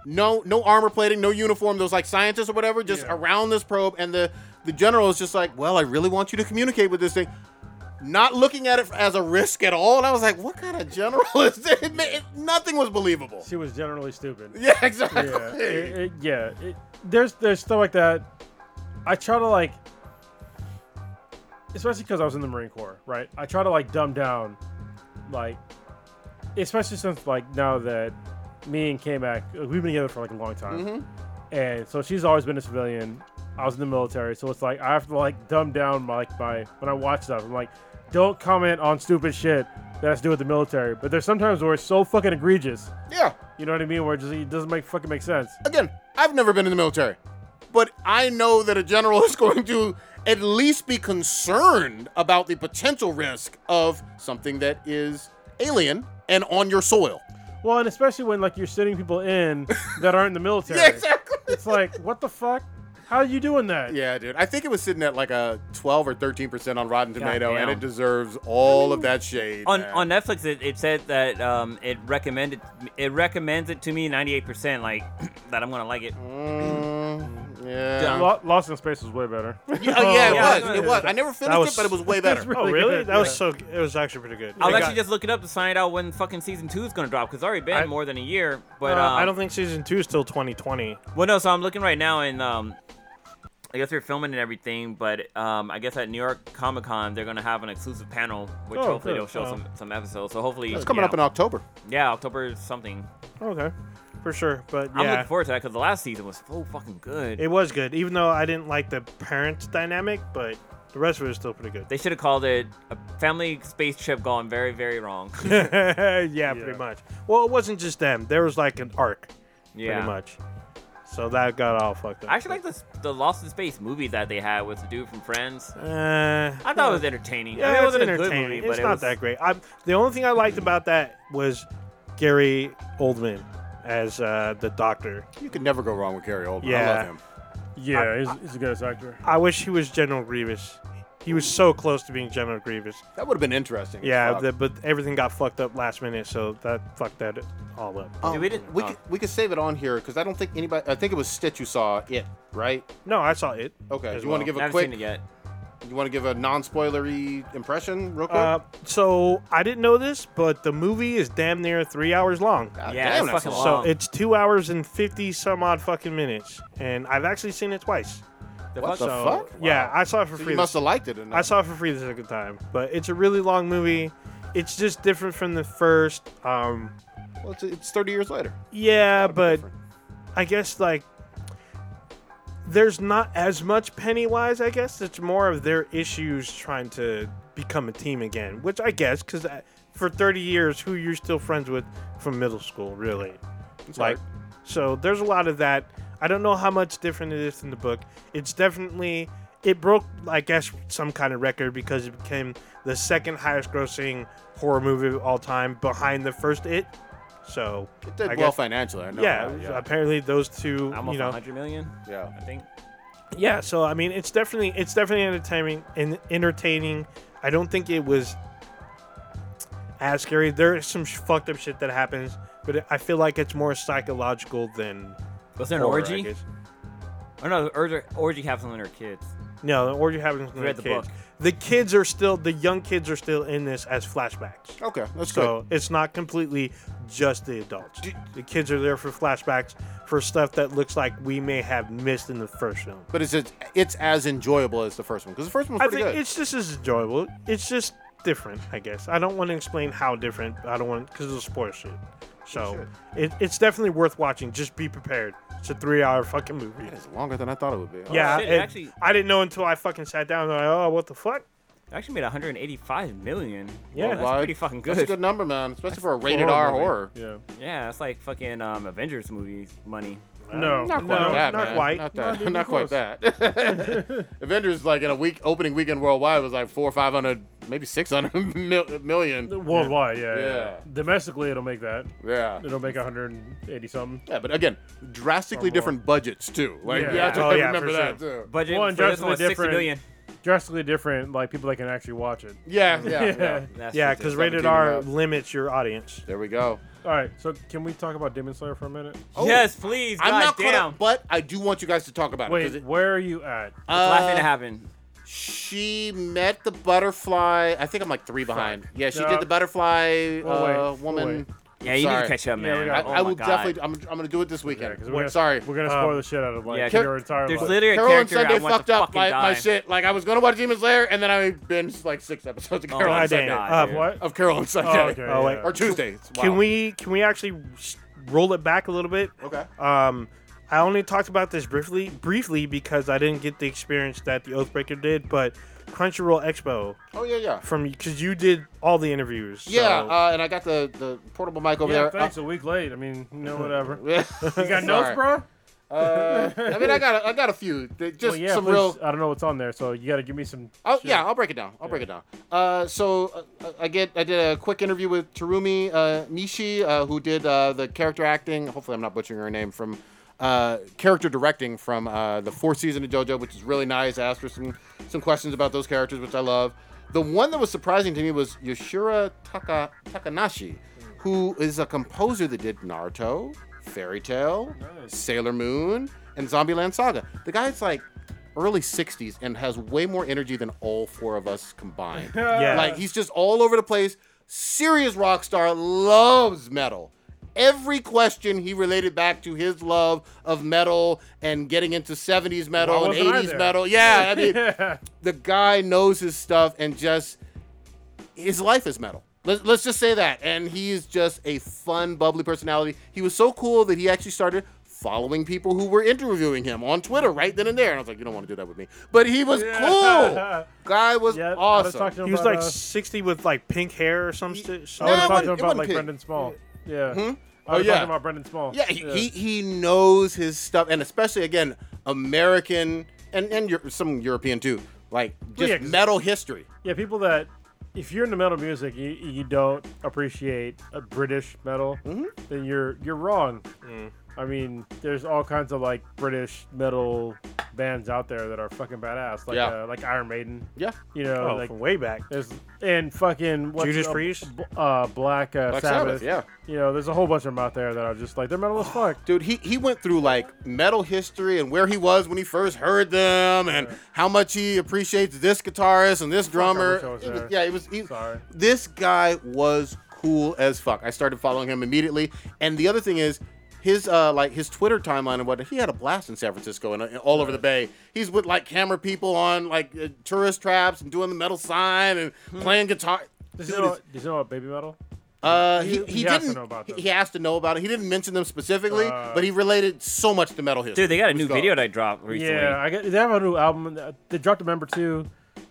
[SPEAKER 4] no, no armor plating, no uniform. Those like scientists or whatever, just
[SPEAKER 6] Yeah.
[SPEAKER 4] around this probe, and the the general is just like, well, I really want you to communicate with this thing, not looking at it as a risk at all. And I was like, what kind of general is this? It, ma- it, nothing was believable.
[SPEAKER 6] she was generally stupid.
[SPEAKER 4] Yeah, exactly.
[SPEAKER 6] yeah, it, it- yeah. It, there's there's stuff like that. I try to like, especially because I was in the Marine Corps, right? I try to like dumb down, like, especially since like now that me and K-Mac, uh, we've been together for like a long time, and so she's always been a civilian. I was in the military, so it's like I have to like dumb down my like my when I watch stuff. I'm like, don't comment on stupid shit that has to do with the military. But there's sometimes where it's so fucking egregious.
[SPEAKER 4] yeah.
[SPEAKER 6] You know what I mean? Where it just it doesn't make fucking make sense.
[SPEAKER 4] Again, I've never been in the military, but I know that a general is going to at least be concerned about the potential risk of something that is alien and on your soil.
[SPEAKER 6] Well, and especially when like you're sending people in that aren't in the military.
[SPEAKER 4] Yeah, exactly.
[SPEAKER 6] It's like, what the fuck? How are you doing that?
[SPEAKER 4] Yeah, dude. I think it was sitting at like a 12 or 13% on Rotten Tomato, and
[SPEAKER 7] damn.
[SPEAKER 4] it deserves all of that shade.
[SPEAKER 7] on
[SPEAKER 4] man.
[SPEAKER 7] on Netflix, it, it said that um, it recommended it recommends it to me 98%, like that I'm gonna like it.
[SPEAKER 5] Mm-hmm.
[SPEAKER 4] Mm, yeah.
[SPEAKER 6] Lo- Lost in Space was way better.
[SPEAKER 4] Yeah, oh, yeah, it
[SPEAKER 7] Yeah,
[SPEAKER 4] was.
[SPEAKER 7] no,
[SPEAKER 4] It was. I never finished
[SPEAKER 5] was-
[SPEAKER 4] it, but it was way better.
[SPEAKER 5] Oh, really?
[SPEAKER 6] good,
[SPEAKER 5] That
[SPEAKER 6] yeah.
[SPEAKER 5] was so. It was actually pretty good.
[SPEAKER 7] I
[SPEAKER 5] It
[SPEAKER 7] was
[SPEAKER 5] got-
[SPEAKER 7] actually just looking up to find out when fucking season two is gonna drop because it's already been
[SPEAKER 5] I-
[SPEAKER 7] more than a year. But
[SPEAKER 5] uh,
[SPEAKER 7] um,
[SPEAKER 5] I don't think season two is till 2020.
[SPEAKER 7] Well, no. So I'm looking right now, and um, I guess they're filming and everything. But um, I guess at New York Comic Con, they're gonna have an exclusive panel, which
[SPEAKER 6] Oh,
[SPEAKER 7] hopefully
[SPEAKER 6] good.
[SPEAKER 7] they'll show
[SPEAKER 5] Oh.
[SPEAKER 7] some some episodes. So hopefully
[SPEAKER 4] It's coming
[SPEAKER 7] yeah,
[SPEAKER 4] up in October.
[SPEAKER 7] yeah October something.
[SPEAKER 5] Okay, for sure. But
[SPEAKER 7] I'm
[SPEAKER 5] yeah,
[SPEAKER 7] looking forward to that because the last season was so fucking good.
[SPEAKER 5] it was good. Even though I didn't like the parent dynamic, but the rest of it was still pretty good.
[SPEAKER 7] they should have called it a family space trip gone very very wrong.
[SPEAKER 5] yeah, pretty much. Well, it wasn't just them. There was like an arc,
[SPEAKER 7] yeah.
[SPEAKER 5] pretty much. So that got all fucked up.
[SPEAKER 7] I actually like the the Lost in Space movie that they had with the dude from Friends.
[SPEAKER 5] Uh,
[SPEAKER 7] I thought it was entertaining. I
[SPEAKER 5] yeah,
[SPEAKER 7] mean, it
[SPEAKER 5] it's
[SPEAKER 7] wasn't a good
[SPEAKER 5] entertaining.
[SPEAKER 7] movie,
[SPEAKER 5] it's
[SPEAKER 7] but it
[SPEAKER 5] not
[SPEAKER 7] was.
[SPEAKER 5] that great. I, the only thing I liked about that was Gary Oldman as uh, the Doctor.
[SPEAKER 4] You can never go wrong with Gary Oldman. I
[SPEAKER 5] Yeah.
[SPEAKER 4] love him.
[SPEAKER 6] Yeah, he's, he's a good actor.
[SPEAKER 5] I wish he was General Grievous. He was so close to being General Grievous.
[SPEAKER 4] That would have been interesting. as
[SPEAKER 5] Yeah,
[SPEAKER 4] fuck.
[SPEAKER 5] the, but everything got fucked up last minute, so that fucked that all up.
[SPEAKER 4] Um,
[SPEAKER 7] Dude,
[SPEAKER 4] we
[SPEAKER 7] we didn't- oh.
[SPEAKER 4] could we could save it on here because I don't think anybody. I think it was Stitch who saw it, right?
[SPEAKER 5] No, I saw it.
[SPEAKER 4] Okay.
[SPEAKER 5] as
[SPEAKER 4] you want
[SPEAKER 5] well.
[SPEAKER 4] to give
[SPEAKER 7] I
[SPEAKER 4] a
[SPEAKER 7] haven't
[SPEAKER 4] quick?
[SPEAKER 7] seen it yet.
[SPEAKER 4] You want to give a non-spoilery impression, real quick?
[SPEAKER 5] Uh, so I didn't know this, but the movie is damn near three hours long.
[SPEAKER 4] God
[SPEAKER 7] yeah,
[SPEAKER 4] damn,
[SPEAKER 7] it's
[SPEAKER 4] that's
[SPEAKER 7] fucking
[SPEAKER 4] a
[SPEAKER 7] long.
[SPEAKER 5] So it's two hours and fifty some odd fucking minutes, and I've actually seen it twice.
[SPEAKER 7] The
[SPEAKER 4] What
[SPEAKER 7] fuck-
[SPEAKER 4] the
[SPEAKER 5] So
[SPEAKER 4] fuck?
[SPEAKER 5] yeah,
[SPEAKER 4] Wow.
[SPEAKER 5] I saw it for
[SPEAKER 4] So
[SPEAKER 5] free.
[SPEAKER 4] you must
[SPEAKER 5] this-
[SPEAKER 4] have liked it. enough.
[SPEAKER 5] I saw it for free the second time, but it's a really long movie. It's just different from the first. Um,
[SPEAKER 4] Well, it's, it's 30 years later.
[SPEAKER 5] yeah,
[SPEAKER 4] That'd be
[SPEAKER 5] but
[SPEAKER 4] different.
[SPEAKER 5] I guess like there's not as much Pennywise. I guess it's more of their issues trying to become a team again, which I guess because for 30 years, who you're still friends with from middle school, really. like, so there's a lot of that. I don't know how much different it is in the book. It's definitely it broke, I guess, some kind of record because it became the second highest grossing horror movie of all time, behind the first It. So
[SPEAKER 4] it did
[SPEAKER 5] I
[SPEAKER 4] well
[SPEAKER 5] guess-
[SPEAKER 4] financially. I know.
[SPEAKER 5] yeah,
[SPEAKER 4] that,
[SPEAKER 5] apparently those two,
[SPEAKER 7] Almost
[SPEAKER 5] you know,
[SPEAKER 7] 100 million,
[SPEAKER 4] yeah.
[SPEAKER 7] I think.
[SPEAKER 5] yeah. So I mean, it's definitely it's definitely entertaining and entertaining. I don't think it was as scary. There is some sh- fucked up shit that happens, but it, I feel like it's more psychological than
[SPEAKER 7] Was there an
[SPEAKER 5] horror, I
[SPEAKER 7] orgy?
[SPEAKER 5] guess.
[SPEAKER 7] Oh no, the orgy, orgy happens when they're kids.
[SPEAKER 5] No, the orgy happens
[SPEAKER 7] Read
[SPEAKER 5] with the
[SPEAKER 7] the book.
[SPEAKER 5] kids. The kids are still the young kids are still in this as flashbacks.
[SPEAKER 4] Okay, that's
[SPEAKER 5] So it's not completely just the adults.
[SPEAKER 4] Did-
[SPEAKER 5] The kids are there for flashbacks for stuff that looks like we may have missed in the first film.
[SPEAKER 4] good. But it's just, it's as enjoyable as the first one because the first one
[SPEAKER 5] I
[SPEAKER 4] was pretty
[SPEAKER 5] think
[SPEAKER 4] good.
[SPEAKER 5] it's just as enjoyable. It's just different, I guess. I don't want to explain how different. I don't want because it'll spoil shit. So it, it's definitely worth watching. Just be prepared. It's a three-hour fucking movie.
[SPEAKER 4] It's longer than I thought it would be.
[SPEAKER 5] yeah,
[SPEAKER 7] shit, it
[SPEAKER 5] it-
[SPEAKER 7] actually-
[SPEAKER 5] I didn't know until I fucking sat down. And like, oh, what the fuck?
[SPEAKER 7] It actually made 185 million.
[SPEAKER 5] Yeah,
[SPEAKER 7] that's
[SPEAKER 4] Why-
[SPEAKER 7] pretty fucking good.
[SPEAKER 4] That's a good number, man, especially for a rated R horror.
[SPEAKER 6] Yeah.
[SPEAKER 7] Yeah, that's like fucking um, Avengers movies money.
[SPEAKER 5] No,
[SPEAKER 4] Not
[SPEAKER 5] no,
[SPEAKER 4] quite that,
[SPEAKER 5] not
[SPEAKER 4] man.
[SPEAKER 5] quite.
[SPEAKER 4] Not, that. not quite that. Avengers, like in a week opening weekend worldwide, was like four or five hundred maybe 600 mil- million.
[SPEAKER 6] Worldwide, yeah, yeah.
[SPEAKER 4] Yeah.
[SPEAKER 6] Domestically, it'll make that.
[SPEAKER 4] Yeah.
[SPEAKER 6] It'll make 180 something.
[SPEAKER 4] Yeah, but again, drastically
[SPEAKER 6] Or more.
[SPEAKER 4] different budgets too. Like
[SPEAKER 6] Yeah.
[SPEAKER 4] you have to
[SPEAKER 5] Oh, yeah,
[SPEAKER 4] remember
[SPEAKER 5] for
[SPEAKER 4] that too.
[SPEAKER 7] Budget
[SPEAKER 6] Well, and
[SPEAKER 7] for this
[SPEAKER 6] drastically
[SPEAKER 7] one was sixty
[SPEAKER 6] different-
[SPEAKER 7] million.
[SPEAKER 6] Drastically different, like people that can actually watch it.
[SPEAKER 4] Yeah, yeah, yeah.
[SPEAKER 7] That's
[SPEAKER 5] Yeah,
[SPEAKER 7] just it.
[SPEAKER 5] because rated
[SPEAKER 4] 17 and
[SPEAKER 5] R
[SPEAKER 4] up.
[SPEAKER 5] limits your audience.
[SPEAKER 4] There we go.
[SPEAKER 6] All right, so can we talk about Demon Slayer for a minute?
[SPEAKER 7] yes, please.
[SPEAKER 4] Oh. I'm
[SPEAKER 7] God
[SPEAKER 4] not caught
[SPEAKER 7] damn.
[SPEAKER 4] up, but I do want you guys to talk about it. 'cause
[SPEAKER 6] Wait,
[SPEAKER 4] it-
[SPEAKER 6] where are you at?
[SPEAKER 7] It's last thing
[SPEAKER 4] Uh,
[SPEAKER 7] that happened.
[SPEAKER 4] She met the butterfly. I think I'm like three behind. Yeah, she
[SPEAKER 6] No.
[SPEAKER 4] did the butterfly
[SPEAKER 6] Oh, wait.
[SPEAKER 4] uh,
[SPEAKER 6] Oh,
[SPEAKER 4] woman.
[SPEAKER 6] wait.
[SPEAKER 7] Yeah, you need
[SPEAKER 4] sorry.
[SPEAKER 7] to catch up,
[SPEAKER 6] Yeah, we
[SPEAKER 7] man.
[SPEAKER 6] got-
[SPEAKER 4] I,
[SPEAKER 7] oh
[SPEAKER 4] I
[SPEAKER 7] my
[SPEAKER 4] will
[SPEAKER 7] God.
[SPEAKER 4] definitely. I'm, I'm gonna do it this weekend.
[SPEAKER 6] 'cause we're
[SPEAKER 4] Wait,
[SPEAKER 6] gonna-
[SPEAKER 4] sorry.
[SPEAKER 6] We're gonna spoil
[SPEAKER 5] Um,
[SPEAKER 6] the shit out of like
[SPEAKER 7] yeah,
[SPEAKER 6] your entire
[SPEAKER 7] There's
[SPEAKER 6] life.
[SPEAKER 7] literally a
[SPEAKER 4] Carol and
[SPEAKER 7] character I
[SPEAKER 4] Sunday
[SPEAKER 7] want
[SPEAKER 4] fucked
[SPEAKER 7] to
[SPEAKER 4] up
[SPEAKER 7] fucking
[SPEAKER 4] my, my
[SPEAKER 7] die.
[SPEAKER 4] shit. Like I was gonna watch Demon Slayer, and then I binged like six episodes
[SPEAKER 7] Oh,
[SPEAKER 4] of Carol
[SPEAKER 5] God
[SPEAKER 4] and Sunday.
[SPEAKER 5] damn.
[SPEAKER 7] God,
[SPEAKER 5] Uh,
[SPEAKER 7] dude.
[SPEAKER 5] what?
[SPEAKER 4] Of Carol and Sunday.
[SPEAKER 6] Oh, okay.
[SPEAKER 5] Oh, wait.
[SPEAKER 6] yeah.
[SPEAKER 4] Or Tuesday. It's
[SPEAKER 5] Can
[SPEAKER 4] wild.
[SPEAKER 5] we can we actually s- roll it back a little bit?
[SPEAKER 4] Okay.
[SPEAKER 5] Um, I only talked about this briefly briefly because I didn't get the experience that the Oathbreaker did, but Crunchyroll Expo
[SPEAKER 4] Oh yeah, yeah.
[SPEAKER 5] from because you did all the interviews. so-
[SPEAKER 4] Yeah, uh, and I got the, the portable mic over
[SPEAKER 6] yeah,
[SPEAKER 4] there.
[SPEAKER 6] thanks. a week late. I mean, you know, whatever.
[SPEAKER 4] Uh,
[SPEAKER 6] You got
[SPEAKER 4] Sorry.
[SPEAKER 6] notes, bro?
[SPEAKER 4] Uh, I mean, I got a, I got a few. They- Just
[SPEAKER 6] well, yeah,
[SPEAKER 4] some
[SPEAKER 6] please,
[SPEAKER 4] real.
[SPEAKER 6] I don't know what's on there, so you got to give me some.
[SPEAKER 4] Oh
[SPEAKER 6] shit.
[SPEAKER 4] yeah, I'll break it down. I'll break it down. Uh, so uh, I get I did a quick interview with Terumi uh, Nishi, uh, who did uh, the character acting. Hopefully, I'm not butchering her name from. Uh, character directing from uh, the fourth season of JoJo, which is really nice. I asked her some some questions about those characters, which I love. The one that was surprising to me was Yoshura Taka, Takanashi, who is a composer that did Naruto, Fairy Tale, Sailor Moon, and Zombieland Saga. The guy's like early 60s and has way more energy than all four of us combined.
[SPEAKER 5] Yeah.
[SPEAKER 4] Like he's just all over the place. Serious rock star loves metal. Every question he related back to his love of metal and getting into 70s metal and
[SPEAKER 6] wasn't I
[SPEAKER 4] 80s
[SPEAKER 6] there?
[SPEAKER 4] metal. Yeah, I mean, the guy knows his stuff and just his life is metal. Let, let's just say that. And he is just a fun, bubbly personality. He was so cool that he actually started following people who were interviewing him on Twitter right then and there. And I was like, you don't want to do that with me. But he was cool. Guy was
[SPEAKER 6] Yeah, I was
[SPEAKER 4] awesome.
[SPEAKER 6] talking
[SPEAKER 5] he was
[SPEAKER 6] about,
[SPEAKER 5] like
[SPEAKER 6] uh,
[SPEAKER 5] 60 with like pink hair or some shit. Oh,
[SPEAKER 6] I was
[SPEAKER 4] No, it
[SPEAKER 6] talking
[SPEAKER 4] wasn't- it
[SPEAKER 6] about
[SPEAKER 4] wasn't
[SPEAKER 6] like
[SPEAKER 4] pig.
[SPEAKER 6] Brendan Small. Hmm? Yeah. I
[SPEAKER 4] Oh,
[SPEAKER 6] was
[SPEAKER 4] yeah.
[SPEAKER 6] talking about Brendan Small.
[SPEAKER 4] Yeah, he, he, he knows his stuff, and especially again, American and and Eur- some European too, like just
[SPEAKER 6] yeah, 'cause-
[SPEAKER 4] metal history.
[SPEAKER 6] Yeah, people that if you're into metal music, you, you don't appreciate a British metal,
[SPEAKER 4] Mm-hmm.
[SPEAKER 6] then you're you're wrong.
[SPEAKER 5] Mm.
[SPEAKER 6] I mean, there's all kinds of like British metal bands out there that are fucking badass, like
[SPEAKER 4] Yeah.
[SPEAKER 6] uh, like Iron Maiden.
[SPEAKER 4] Yeah,
[SPEAKER 6] You know,
[SPEAKER 5] Oh,
[SPEAKER 6] like
[SPEAKER 5] from way back.
[SPEAKER 6] there's and fucking what's
[SPEAKER 5] Judas
[SPEAKER 6] uh,
[SPEAKER 5] Priest?
[SPEAKER 6] b- uh, Black, uh,
[SPEAKER 4] Black Sabbath,
[SPEAKER 6] Sabbath.
[SPEAKER 4] yeah.
[SPEAKER 6] You know, there's a whole bunch of them out there that are just like they're metal as fuck.
[SPEAKER 4] dude, he he went through like metal history and where he was when he first heard them, and how much he appreciates this guitarist and this drummer.
[SPEAKER 6] wish I was
[SPEAKER 4] It was-
[SPEAKER 6] there.
[SPEAKER 4] yeah, it was. He,
[SPEAKER 6] Sorry.
[SPEAKER 4] This guy was cool as fuck. I started following him immediately, and the other thing is. His uh, like his Twitter timeline and what he had a blast in San Francisco and, and all over the Bay. He's with like camera people on like uh, tourist traps and doing the metal sign and playing guitar.
[SPEAKER 6] Does
[SPEAKER 4] Dude,
[SPEAKER 6] you know,
[SPEAKER 4] it's-
[SPEAKER 6] Hmm. what- does you know what baby metal?
[SPEAKER 4] uh, he, he,
[SPEAKER 6] He has to
[SPEAKER 4] didn't.
[SPEAKER 6] know about
[SPEAKER 4] he-
[SPEAKER 6] them.
[SPEAKER 4] He has to know about it. He didn't mention them specifically,
[SPEAKER 6] Uh,
[SPEAKER 4] but he related so much to metal history.
[SPEAKER 7] Dude, they got a
[SPEAKER 4] It was
[SPEAKER 7] new
[SPEAKER 4] dope.
[SPEAKER 7] video that I dropped recently.
[SPEAKER 6] Yeah, I got, they have a new album. uh, They dropped a member two,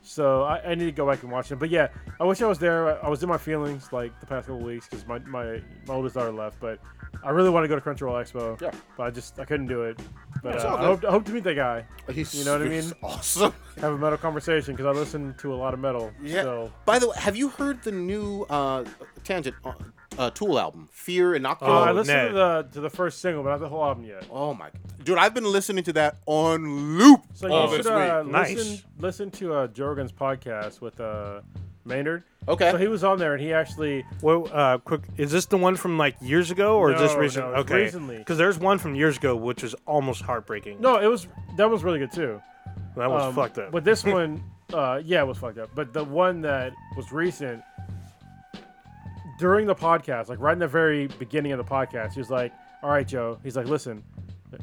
[SPEAKER 6] so I, I need to go back and watch it. But yeah, I wish I was there. I was in my feelings like the past couple weeks because my, my my oldest daughter left. But I really want to go to Crunchyroll Expo.
[SPEAKER 4] Yeah.
[SPEAKER 6] But I just I couldn't do it. But
[SPEAKER 4] It's
[SPEAKER 6] uh,
[SPEAKER 4] all
[SPEAKER 6] I,
[SPEAKER 4] good.
[SPEAKER 6] hope, I hope to meet that guy.
[SPEAKER 4] He's,
[SPEAKER 6] You know what I
[SPEAKER 4] he's
[SPEAKER 6] mean?
[SPEAKER 4] Awesome.
[SPEAKER 6] Have a metal conversation because I listen to a lot of metal.
[SPEAKER 4] Yeah.
[SPEAKER 6] So
[SPEAKER 4] By the way, have you heard the new uh, tangent uh, uh, Tool album, Fear Inoculum?
[SPEAKER 6] Uh, I
[SPEAKER 5] Oh,
[SPEAKER 6] listened to
[SPEAKER 5] Ned.
[SPEAKER 6] the to the first single, but not the whole album yet.
[SPEAKER 4] oh my, dude, I've been listening to that on loop
[SPEAKER 6] So
[SPEAKER 4] all
[SPEAKER 6] you should
[SPEAKER 4] this
[SPEAKER 6] uh,
[SPEAKER 4] week.
[SPEAKER 5] Nice.
[SPEAKER 6] listen listen to uh, Jorgen's podcast with uh, Maynard.
[SPEAKER 4] Okay.
[SPEAKER 6] So he was on there and he actually
[SPEAKER 5] Well, uh, quick, is this the one from like years ago or just
[SPEAKER 6] No,
[SPEAKER 5] recent?
[SPEAKER 6] no, it's
[SPEAKER 5] okay,
[SPEAKER 6] recently.
[SPEAKER 5] because there's one from years ago which was almost heartbreaking.
[SPEAKER 6] no, it was that was really good too.
[SPEAKER 5] that was
[SPEAKER 6] Um,
[SPEAKER 5] fucked up.
[SPEAKER 6] But this one, uh, yeah, it was fucked up. But the one that was recent, during the podcast, like right in the very beginning of the podcast, he was like, "All right, Joe." He's like, "Listen."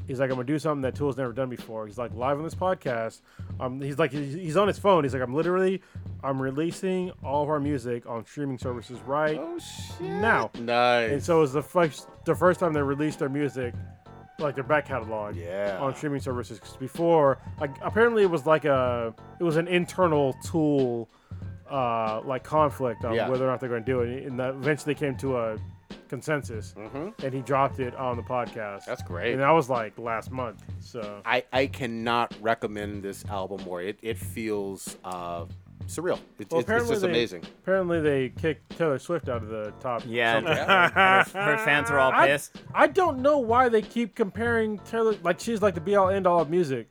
[SPEAKER 6] He's like, I'm gonna do something that Tool's never done before. He's like, live on this podcast. Um, he's like, he's he's on his phone. He's like, I'm literally, I'm releasing all of our music on streaming services right
[SPEAKER 5] Oh,
[SPEAKER 6] now. And
[SPEAKER 4] Nice.
[SPEAKER 6] so it was the first the first time they released their music, like their back catalog,
[SPEAKER 4] Yeah.
[SPEAKER 6] on streaming services. 'Cause before, like, apparently it was like a it was an internal tool, uh, like conflict on
[SPEAKER 4] Yeah.
[SPEAKER 6] whether or not they're going to do it, and that eventually came to a consensus,
[SPEAKER 7] Mm-hmm.
[SPEAKER 6] and he dropped it on the podcast.
[SPEAKER 4] That's great.
[SPEAKER 6] And that was like last month. So
[SPEAKER 4] I, I cannot recommend this album more. It, it feels uh, surreal. It,
[SPEAKER 6] Well,
[SPEAKER 4] it's- it's just
[SPEAKER 6] they,
[SPEAKER 4] amazing.
[SPEAKER 6] Apparently, they kicked Taylor Swift out of the top.
[SPEAKER 7] Yeah,
[SPEAKER 6] something.
[SPEAKER 7] her, her fans are all
[SPEAKER 6] I,
[SPEAKER 7] pissed.
[SPEAKER 6] I don't know why they keep comparing Taylor. Like she's like the be all end all of music.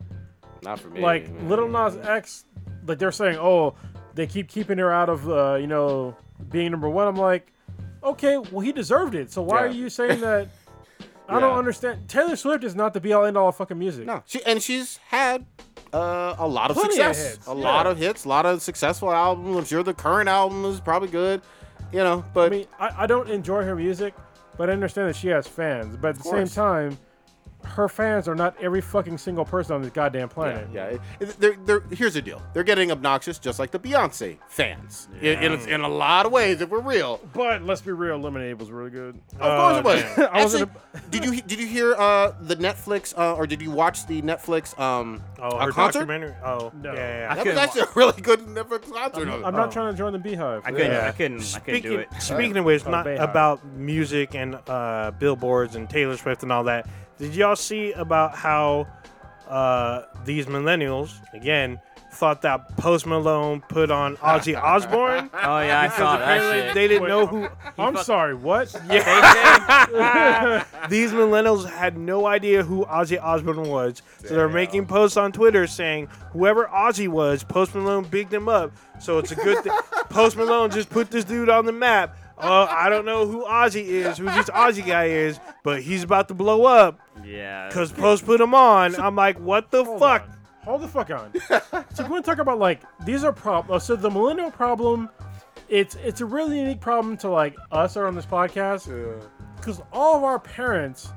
[SPEAKER 4] Not for me.
[SPEAKER 6] Like Little Nas X, like they're saying, oh, they keep keeping her out of, uh, you know, being number one. I'm like, okay, well he deserved it. So why
[SPEAKER 4] Yeah.
[SPEAKER 6] are you saying that? I
[SPEAKER 4] Yeah.
[SPEAKER 6] don't understand. Taylor Swift is not the be all end all of fucking music.
[SPEAKER 4] No, she and she's had uh, a lot of
[SPEAKER 6] Plenty of
[SPEAKER 4] success,
[SPEAKER 6] hits,
[SPEAKER 4] a
[SPEAKER 6] yeah.
[SPEAKER 4] lot of hits, a lot of successful albums. I'm sure the current album is probably good, you know. But
[SPEAKER 6] I mean, I, I don't enjoy her music, but I understand that she has fans. But at the same
[SPEAKER 4] course.
[SPEAKER 6] time, her fans are not every fucking single person on this goddamn planet.
[SPEAKER 4] yeah, it- it- they're, they're, here's the deal: they're getting obnoxious, just like the Beyonce fans, in, in, in a lot of ways. If we're real,
[SPEAKER 6] But let's be real, Lemonade was really good. Uh,
[SPEAKER 4] Of course it was.
[SPEAKER 6] Oh, I wasn't
[SPEAKER 4] Actually, did you did you hear uh, the Netflix uh, or did you watch the Netflix um
[SPEAKER 5] Oh,
[SPEAKER 4] a
[SPEAKER 5] her
[SPEAKER 4] concert?
[SPEAKER 5] documentary. Oh,
[SPEAKER 6] No.
[SPEAKER 5] yeah, yeah, yeah.
[SPEAKER 4] That was actually a really good Netflix concert. of it.
[SPEAKER 6] I'm not trying to join the Beehive.
[SPEAKER 7] I couldn't.
[SPEAKER 5] Yeah.
[SPEAKER 7] I couldn't. I couldn't do
[SPEAKER 5] Speaking,
[SPEAKER 7] it.
[SPEAKER 5] speaking of which,
[SPEAKER 6] Oh,
[SPEAKER 5] not
[SPEAKER 6] Beehive.
[SPEAKER 5] about music and uh, billboards and Taylor Swift and all that. Did y'all see about how uh, these millennials again thought that Post Malone put on Ozzy Osbourne?
[SPEAKER 7] Oh yeah, I saw that shit.
[SPEAKER 5] they didn't know who.
[SPEAKER 6] I'm sorry. What?
[SPEAKER 5] These millennials had no idea who Ozzy Osbourne was, so they're making posts on Twitter saying whoever Ozzy was, Post Malone bigged him up. So it's a good thing. Post Malone just put this dude on the map. Oh, I don't know who Ozzy is, who this Ozzy guy is, but he's about to blow up
[SPEAKER 7] Yeah.
[SPEAKER 5] because Post put him on. I'm like, what the
[SPEAKER 6] Hold
[SPEAKER 5] fuck?
[SPEAKER 6] on. Hold the fuck on. so we want to talk about like these are problems. So the millennial problem, it's it's a really unique problem to like us are on this podcast because all of our parents,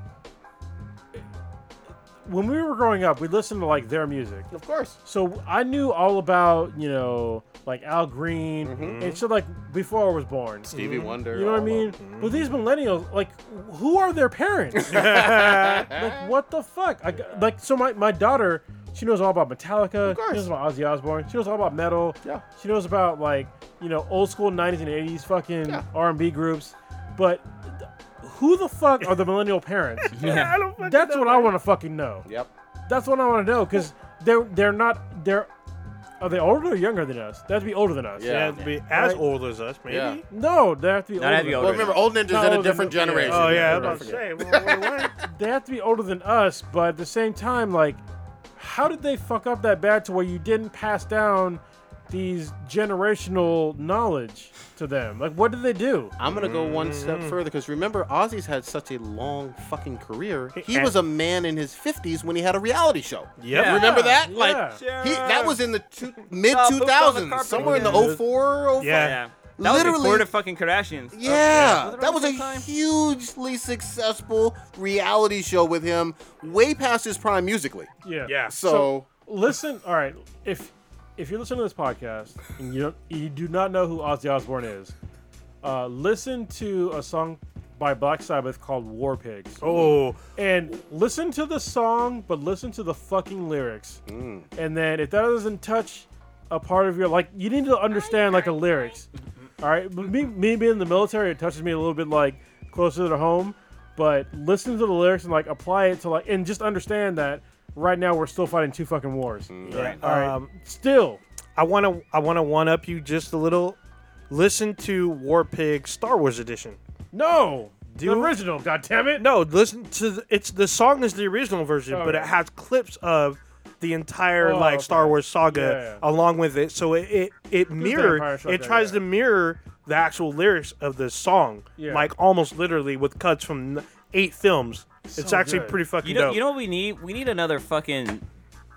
[SPEAKER 6] when we were growing up, we listened to like their music.
[SPEAKER 4] Of course.
[SPEAKER 6] So I knew all about you know like Al Green and shit like before I was born.
[SPEAKER 4] Stevie Wonder.
[SPEAKER 6] You know what I
[SPEAKER 4] all Mm.
[SPEAKER 6] mean?
[SPEAKER 4] of-
[SPEAKER 6] But these millennials, like, who are their parents? like, what the fuck? I, like, so my, my daughter, she knows all about Metallica.
[SPEAKER 4] course.
[SPEAKER 6] She knows about Ozzy Osbourne. She knows all about metal.
[SPEAKER 4] Yeah.
[SPEAKER 6] She knows about like you know old school '90s and '80s fucking
[SPEAKER 4] Yeah.
[SPEAKER 6] R&B groups. But th- who the fuck are the millennial parents?
[SPEAKER 7] Yeah.
[SPEAKER 5] I don't fucking
[SPEAKER 6] That's
[SPEAKER 5] know,
[SPEAKER 6] what I
[SPEAKER 5] man.
[SPEAKER 6] want to fucking know.
[SPEAKER 4] Yep.
[SPEAKER 6] That's what I want to know because they're they're not they're are they older or younger than us? They have to be older than us.
[SPEAKER 4] Yeah.
[SPEAKER 5] Yeah, it'd be as
[SPEAKER 6] Right.
[SPEAKER 5] old as us, maybe.
[SPEAKER 4] Yeah.
[SPEAKER 6] No, they have to be.
[SPEAKER 7] No,
[SPEAKER 6] older
[SPEAKER 7] they have to be
[SPEAKER 6] than us.
[SPEAKER 4] Well, remember, old ninjas
[SPEAKER 6] No,
[SPEAKER 4] in a
[SPEAKER 6] the-
[SPEAKER 4] different
[SPEAKER 6] yeah.
[SPEAKER 4] generation.
[SPEAKER 5] Oh yeah, I
[SPEAKER 6] Right,
[SPEAKER 5] was about to say. well, what-
[SPEAKER 6] they have to be older than us, but at the same time, like, how did they fuck up that bad to where you didn't pass down these generational knowledge to them? Like, what did they do?
[SPEAKER 4] I'm gonna go one step
[SPEAKER 5] Mm-hmm.
[SPEAKER 4] further because remember, Ozzy's had such a long fucking career. He
[SPEAKER 5] and-
[SPEAKER 4] was a man in his 50s when he had a reality show.
[SPEAKER 5] Yep.
[SPEAKER 4] You remember that?
[SPEAKER 6] Yeah.
[SPEAKER 4] Like he, that was in the two, mid
[SPEAKER 7] Saw boots on the
[SPEAKER 4] 2000s,
[SPEAKER 7] carpet.
[SPEAKER 4] somewhere in the
[SPEAKER 5] Yeah.
[SPEAKER 4] 04, 05.
[SPEAKER 5] Yeah.
[SPEAKER 7] Yeah. That was
[SPEAKER 4] Literally-
[SPEAKER 7] before the fucking Kardashians.
[SPEAKER 4] Yeah,
[SPEAKER 7] Was it
[SPEAKER 4] that
[SPEAKER 7] around
[SPEAKER 4] was a
[SPEAKER 7] the same time?
[SPEAKER 4] hugely successful reality show with him, way past his prime musically.
[SPEAKER 6] Yeah.
[SPEAKER 5] Yeah.
[SPEAKER 4] So,
[SPEAKER 6] Listen, all right, if if you're listening to this podcast and you don't, you do not know who Ozzy Osbourne is, uh, listen to a song by Black Sabbath called War Pigs.
[SPEAKER 5] Oh,
[SPEAKER 6] and listen to the song, but listen to the fucking lyrics. And then if that doesn't touch a part of your like, you need to understand like the lyrics. All right, but me, me being in the military, it touches me a little bit like closer to home. But listen to the lyrics and like apply it to like, and just understand that right now we're still fighting two fucking wars. All right,
[SPEAKER 5] Um,
[SPEAKER 6] still.
[SPEAKER 5] I want to I want to one up you just a little. Listen to War Pig Star Wars edition.
[SPEAKER 6] No, the
[SPEAKER 5] Dude.
[SPEAKER 6] original. God damn it.
[SPEAKER 5] No, listen to the, it's the song is the original version, but it
[SPEAKER 6] Okay.
[SPEAKER 5] has clips of the entire
[SPEAKER 6] Oh,
[SPEAKER 5] like
[SPEAKER 6] okay.
[SPEAKER 5] Star Wars saga
[SPEAKER 6] Yeah, yeah.
[SPEAKER 5] along with it. So it it, it
[SPEAKER 6] Empire
[SPEAKER 5] mirror
[SPEAKER 6] Strikes
[SPEAKER 5] it
[SPEAKER 6] Back,
[SPEAKER 5] tries
[SPEAKER 6] yeah.
[SPEAKER 5] to mirror the actual lyrics of the song,
[SPEAKER 6] Yeah.
[SPEAKER 5] like almost literally with cuts from eight films. it's actually
[SPEAKER 6] good.
[SPEAKER 5] pretty fucking
[SPEAKER 7] You know,
[SPEAKER 5] dope.
[SPEAKER 7] you know what we need? We need another fucking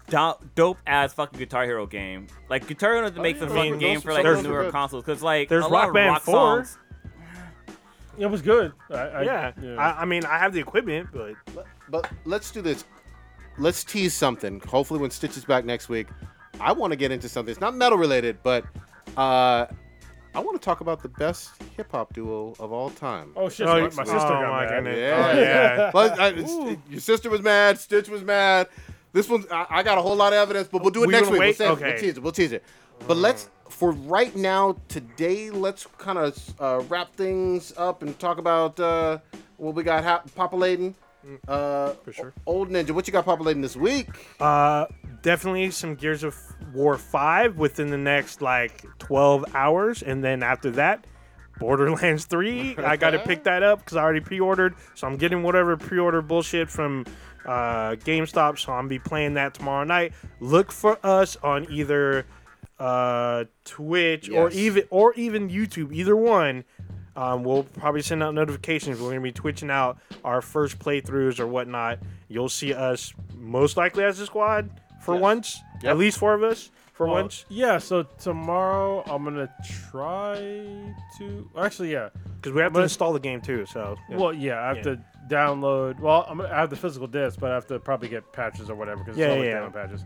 [SPEAKER 7] do- dope ass fucking Guitar Hero game. Like Guitar Hero to make the
[SPEAKER 4] Oh, yeah,
[SPEAKER 7] fucking
[SPEAKER 4] those-
[SPEAKER 7] game for like
[SPEAKER 5] there's-
[SPEAKER 7] newer consoles because like
[SPEAKER 5] there's
[SPEAKER 7] a lot
[SPEAKER 5] Rock
[SPEAKER 7] of
[SPEAKER 5] Band
[SPEAKER 7] rock
[SPEAKER 5] 4.
[SPEAKER 7] songs.
[SPEAKER 6] It was good. I, I,
[SPEAKER 5] yeah, I, I mean I have the equipment, but
[SPEAKER 4] but let's do this. Let's tease something. Hopefully, when Stitch is back next week, I want to get into something. It's not metal related, but uh, I want to talk about the best hip hop duo of all time.
[SPEAKER 6] oh shit!
[SPEAKER 5] Oh,
[SPEAKER 6] my, my sister
[SPEAKER 5] oh
[SPEAKER 6] got
[SPEAKER 5] my
[SPEAKER 6] mad.
[SPEAKER 5] goodness.
[SPEAKER 4] Yeah.
[SPEAKER 5] Oh, yeah.
[SPEAKER 4] Well, I- it's- your sister was mad. Stitch was mad. This one's I, I got a whole lot of evidence, but we'll do it
[SPEAKER 5] We
[SPEAKER 4] next week.
[SPEAKER 5] gonna
[SPEAKER 4] We'll,
[SPEAKER 5] wait?
[SPEAKER 4] save it. We'll
[SPEAKER 5] Okay.
[SPEAKER 4] tease it. We'll tease it. But let's for right now today. Let's kind of uh, wrap things up and talk about uh, what we got hap- populating. Uh,
[SPEAKER 5] Mm. For sure.
[SPEAKER 4] Old Ninja, what you got populating this week?
[SPEAKER 5] Uh, definitely some Gears of War 5 within the next like 12 hours. And then after that, Borderlands 3. I got to pick that up because I already pre ordered. So I'm getting whatever pre order bullshit from uh, GameStop. So I'm be playing that tomorrow night. Look for us on either uh, Twitch or
[SPEAKER 4] Yes.
[SPEAKER 5] even or even YouTube, either one. Um, we'll probably send out notifications. We're going to be twitching out our first playthroughs or whatnot. You'll see us most likely as a squad for once,
[SPEAKER 4] Yep.
[SPEAKER 5] at least four of us for
[SPEAKER 6] Well,
[SPEAKER 5] once.
[SPEAKER 6] Yeah, so tomorrow I'm gonna try to. Actually, yeah.
[SPEAKER 5] because we have to
[SPEAKER 6] But-
[SPEAKER 5] install the game too. So yeah.
[SPEAKER 6] Well, yeah, I have
[SPEAKER 5] Yeah.
[SPEAKER 6] to download. Well, I'm, I have the physical disc, but I have to probably get patches or whatever because
[SPEAKER 5] Yeah,
[SPEAKER 6] it's all
[SPEAKER 5] yeah,
[SPEAKER 6] like down patches.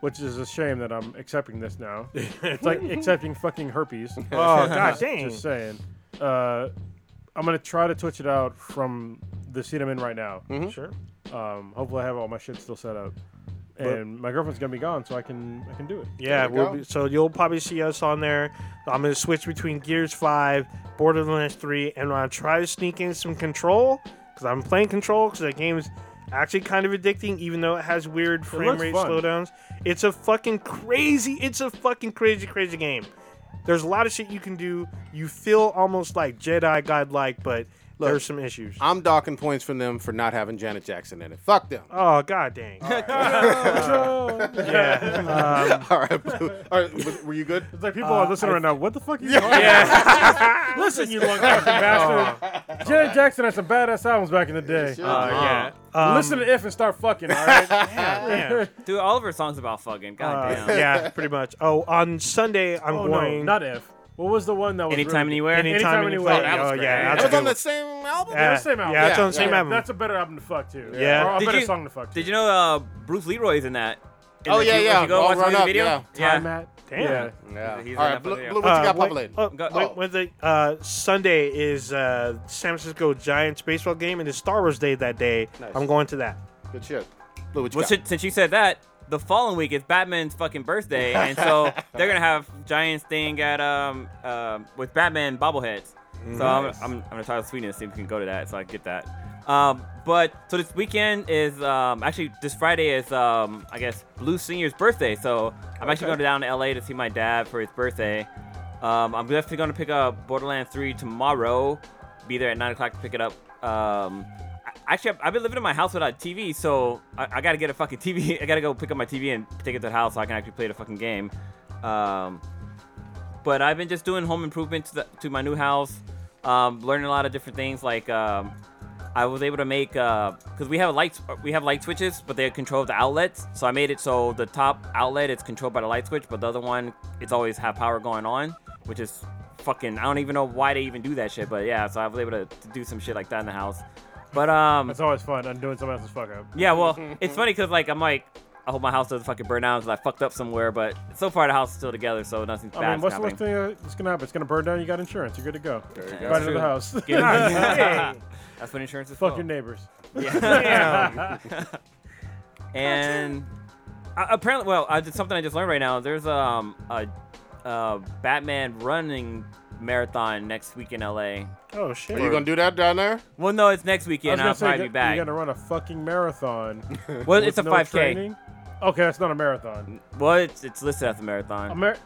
[SPEAKER 6] Which is a shame that I'm accepting this now. it's like accepting fucking herpes.
[SPEAKER 5] oh god
[SPEAKER 6] Just-
[SPEAKER 5] dang!
[SPEAKER 6] Just saying. Uh, I'm gonna try to twitch it out from the seat I'm in right now.
[SPEAKER 5] Sure.
[SPEAKER 6] Um, hopefully, I have all my shit still set up, and my girlfriend's gonna be gone, so I can I can do it.
[SPEAKER 5] Yeah,
[SPEAKER 4] There we
[SPEAKER 5] we'll
[SPEAKER 4] go.
[SPEAKER 5] be, so you'll probably see us on there. I'm gonna switch between Gears Five, Borderlands Three, and I'll try to sneak in some Control because I'm playing Control because that game is actually kind of addicting, even though it has weird frame
[SPEAKER 6] looks
[SPEAKER 5] rate
[SPEAKER 6] fun.
[SPEAKER 5] slowdowns. It's a fucking crazy. It's a fucking crazy, crazy game. There's a lot of shit you can do. You feel almost like Jedi godlike, but
[SPEAKER 4] Look.
[SPEAKER 5] there's some issues.
[SPEAKER 4] I'm docking points from them for not having Janet Jackson in it. Fuck them.
[SPEAKER 5] Oh god dang!
[SPEAKER 7] Uh,
[SPEAKER 5] yeah. Um,
[SPEAKER 4] All right, Blue. All right, was- were you good?
[SPEAKER 6] It's like people
[SPEAKER 5] Uh,
[SPEAKER 6] are listening right now. What the fuck are you talking about? Listen, you long fucking bastard. Janet Jackson had some badass albums back in the day. Um,
[SPEAKER 4] Sure.
[SPEAKER 5] yeah.
[SPEAKER 6] Listen to If and start fucking. All right.
[SPEAKER 5] yeah.
[SPEAKER 7] Dude, all of her songs about fucking. God damn.
[SPEAKER 5] Uh, yeah, pretty much. Oh, on Sunday I'm
[SPEAKER 6] oh no,
[SPEAKER 5] going.
[SPEAKER 6] not If. What was the one that was
[SPEAKER 7] Anytime,
[SPEAKER 6] really-
[SPEAKER 7] anywhere.
[SPEAKER 5] anytime,
[SPEAKER 6] Anytime,
[SPEAKER 5] any
[SPEAKER 6] Anywhere.
[SPEAKER 5] place.
[SPEAKER 6] That
[SPEAKER 5] oh,
[SPEAKER 7] was great.
[SPEAKER 5] yeah,
[SPEAKER 4] That was
[SPEAKER 5] that's a
[SPEAKER 4] on
[SPEAKER 5] good
[SPEAKER 4] the same album.
[SPEAKER 5] one.
[SPEAKER 6] the same album.
[SPEAKER 5] Yeah, it's
[SPEAKER 4] Yeah,
[SPEAKER 5] on the same
[SPEAKER 4] yeah.
[SPEAKER 5] album.
[SPEAKER 6] That's a better album to fuck too.
[SPEAKER 5] Yeah.
[SPEAKER 6] Or a
[SPEAKER 7] Did
[SPEAKER 6] better
[SPEAKER 7] you-
[SPEAKER 6] song to fuck too.
[SPEAKER 7] Did you know uh, Bruce Leroy's in that? In
[SPEAKER 4] Oh,
[SPEAKER 7] the
[SPEAKER 4] yeah,
[SPEAKER 7] Cuba?
[SPEAKER 4] yeah,
[SPEAKER 7] You go
[SPEAKER 4] all
[SPEAKER 7] watch the
[SPEAKER 4] run
[SPEAKER 7] music
[SPEAKER 4] up,
[SPEAKER 7] video?
[SPEAKER 4] yeah.
[SPEAKER 6] Hi, Matt.
[SPEAKER 5] Damn.
[SPEAKER 6] Yeah.
[SPEAKER 4] Yeah.
[SPEAKER 7] He's in
[SPEAKER 4] All
[SPEAKER 7] that
[SPEAKER 4] right, Blue,
[SPEAKER 7] video.
[SPEAKER 4] Blue, what you got
[SPEAKER 5] wait-
[SPEAKER 4] populated?
[SPEAKER 5] oh,
[SPEAKER 7] Go-
[SPEAKER 5] wait,
[SPEAKER 4] oh.
[SPEAKER 5] with the, uh, Sunday is uh, San Francisco Giants baseball game, and it's Star Wars Day that day.
[SPEAKER 4] Nice.
[SPEAKER 5] I'm going to that.
[SPEAKER 4] Good shit. Blue, what you
[SPEAKER 7] Well,
[SPEAKER 4] got?
[SPEAKER 7] since, since you said that, the following week is Batman's fucking birthday, and so they're gonna have Giants thing at um um with Batman bobbleheads. So I'm, I'm, I'm gonna try to Sweden and see if we can go to that, so I get that. Um, but so this weekend is um actually this Friday is um I guess Blue Senior's birthday, so I'm actually going down to LA to see my dad for his birthday. Um, I'm definitely gonna pick up Borderlands 3 tomorrow. Be there at nine o'clock to pick it up. Um, I- actually, I've- I've been living in my house without TV, so I, I gotta get a fucking TV. I gotta go pick up my TV and take it to the house so I can actually play the fucking game. Um, but I've been just doing home improvements to, the, to my new house, um, learning a lot of different things. Like um, I was able to make because we have lights, we have light switches, but they control the outlets. So I made it so the top outlet is controlled by the light switch, but the other one it's always have power going on, which is fucking. I don't even know why they even do that shit, but yeah. So I was able to, to do some shit like that in the house. But um,
[SPEAKER 6] It's always fun undoing someone else's fuck up.
[SPEAKER 7] yeah, well, it's funny because like I'm like, I hope my house doesn't fucking burn down because I fucked up somewhere. But so far the house is still together, so nothing's
[SPEAKER 6] I
[SPEAKER 7] bad
[SPEAKER 6] mean, what's the worst
[SPEAKER 7] happening.
[SPEAKER 6] thing that's gonna happen? It's gonna burn down. You got insurance. You're good to go. There
[SPEAKER 7] go.
[SPEAKER 6] Right
[SPEAKER 7] That's
[SPEAKER 6] into
[SPEAKER 7] true.
[SPEAKER 6] the house.
[SPEAKER 7] Get in-
[SPEAKER 5] Hey,
[SPEAKER 7] That's what insurance is
[SPEAKER 6] Fuck
[SPEAKER 7] for.
[SPEAKER 6] your neighbors.
[SPEAKER 5] damn.
[SPEAKER 7] And I, Uh, apparently, well, I did something I just learned right now. There's um a, a Batman running marathon next week in LA.
[SPEAKER 5] Oh
[SPEAKER 4] Are you
[SPEAKER 5] shit.
[SPEAKER 4] gonna do that down there?
[SPEAKER 7] Well, no, it's next
[SPEAKER 6] I was
[SPEAKER 7] weekend.
[SPEAKER 6] gonna
[SPEAKER 7] I'll
[SPEAKER 6] say,
[SPEAKER 7] probably be
[SPEAKER 6] you got-
[SPEAKER 7] back.
[SPEAKER 6] You're gonna run a fucking marathon.
[SPEAKER 7] well, it's a
[SPEAKER 6] with no
[SPEAKER 7] 5K.
[SPEAKER 6] training? Okay, that's not a marathon.
[SPEAKER 7] Well, it's, it's listed as a marathon.
[SPEAKER 6] A mar-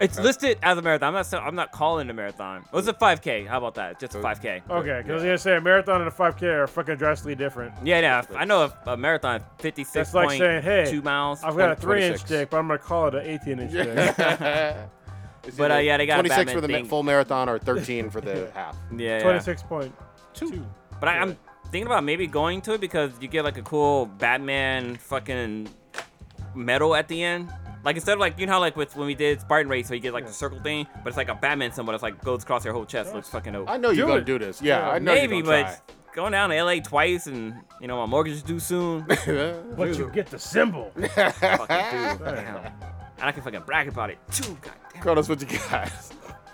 [SPEAKER 7] it's listed as a marathon. I'm not. sa- I'm not calling it a marathon. Well, it's a 5K. How about that? Just a
[SPEAKER 6] okay,
[SPEAKER 7] 5K.
[SPEAKER 6] because I was gonna say a marathon and a 5K are fucking drastically different.
[SPEAKER 7] Yeah, yeah. I know a, a marathon, fifty-six
[SPEAKER 6] That's like
[SPEAKER 7] point two
[SPEAKER 6] saying, hey,
[SPEAKER 7] miles.
[SPEAKER 6] I've got a 3-inch
[SPEAKER 4] 26.
[SPEAKER 6] dick, but I'm gonna call it an 18-inch dick.
[SPEAKER 4] It's
[SPEAKER 7] But, uh,
[SPEAKER 4] either
[SPEAKER 7] yeah, they got a
[SPEAKER 4] 26 for
[SPEAKER 7] Batman
[SPEAKER 4] the ma-
[SPEAKER 7] thing.
[SPEAKER 4] full marathon or 13 for the half.
[SPEAKER 7] yeah, yeah.
[SPEAKER 6] 26 point two.
[SPEAKER 7] But I, I'm thinking about maybe going to it because you get like a cool Batman fucking medal at the end. Like instead of like you know how like with when we did Spartan Race, so you get like the circle thing, but it's like a Batman symbol. It's like goes across your whole chest. Looks fucking dope.
[SPEAKER 4] I know you're
[SPEAKER 6] Do
[SPEAKER 4] gonna
[SPEAKER 6] it.
[SPEAKER 4] do this. Yeah, I know
[SPEAKER 7] Maybe,
[SPEAKER 4] you're
[SPEAKER 7] but
[SPEAKER 4] gonna
[SPEAKER 7] going down to LA twice and you know my mortgage is due soon.
[SPEAKER 4] try. Maybe,
[SPEAKER 6] But you get the symbol.
[SPEAKER 7] fucking dude, damn. And I can fucking brag about it too. God damn.
[SPEAKER 4] Kronos, what you got?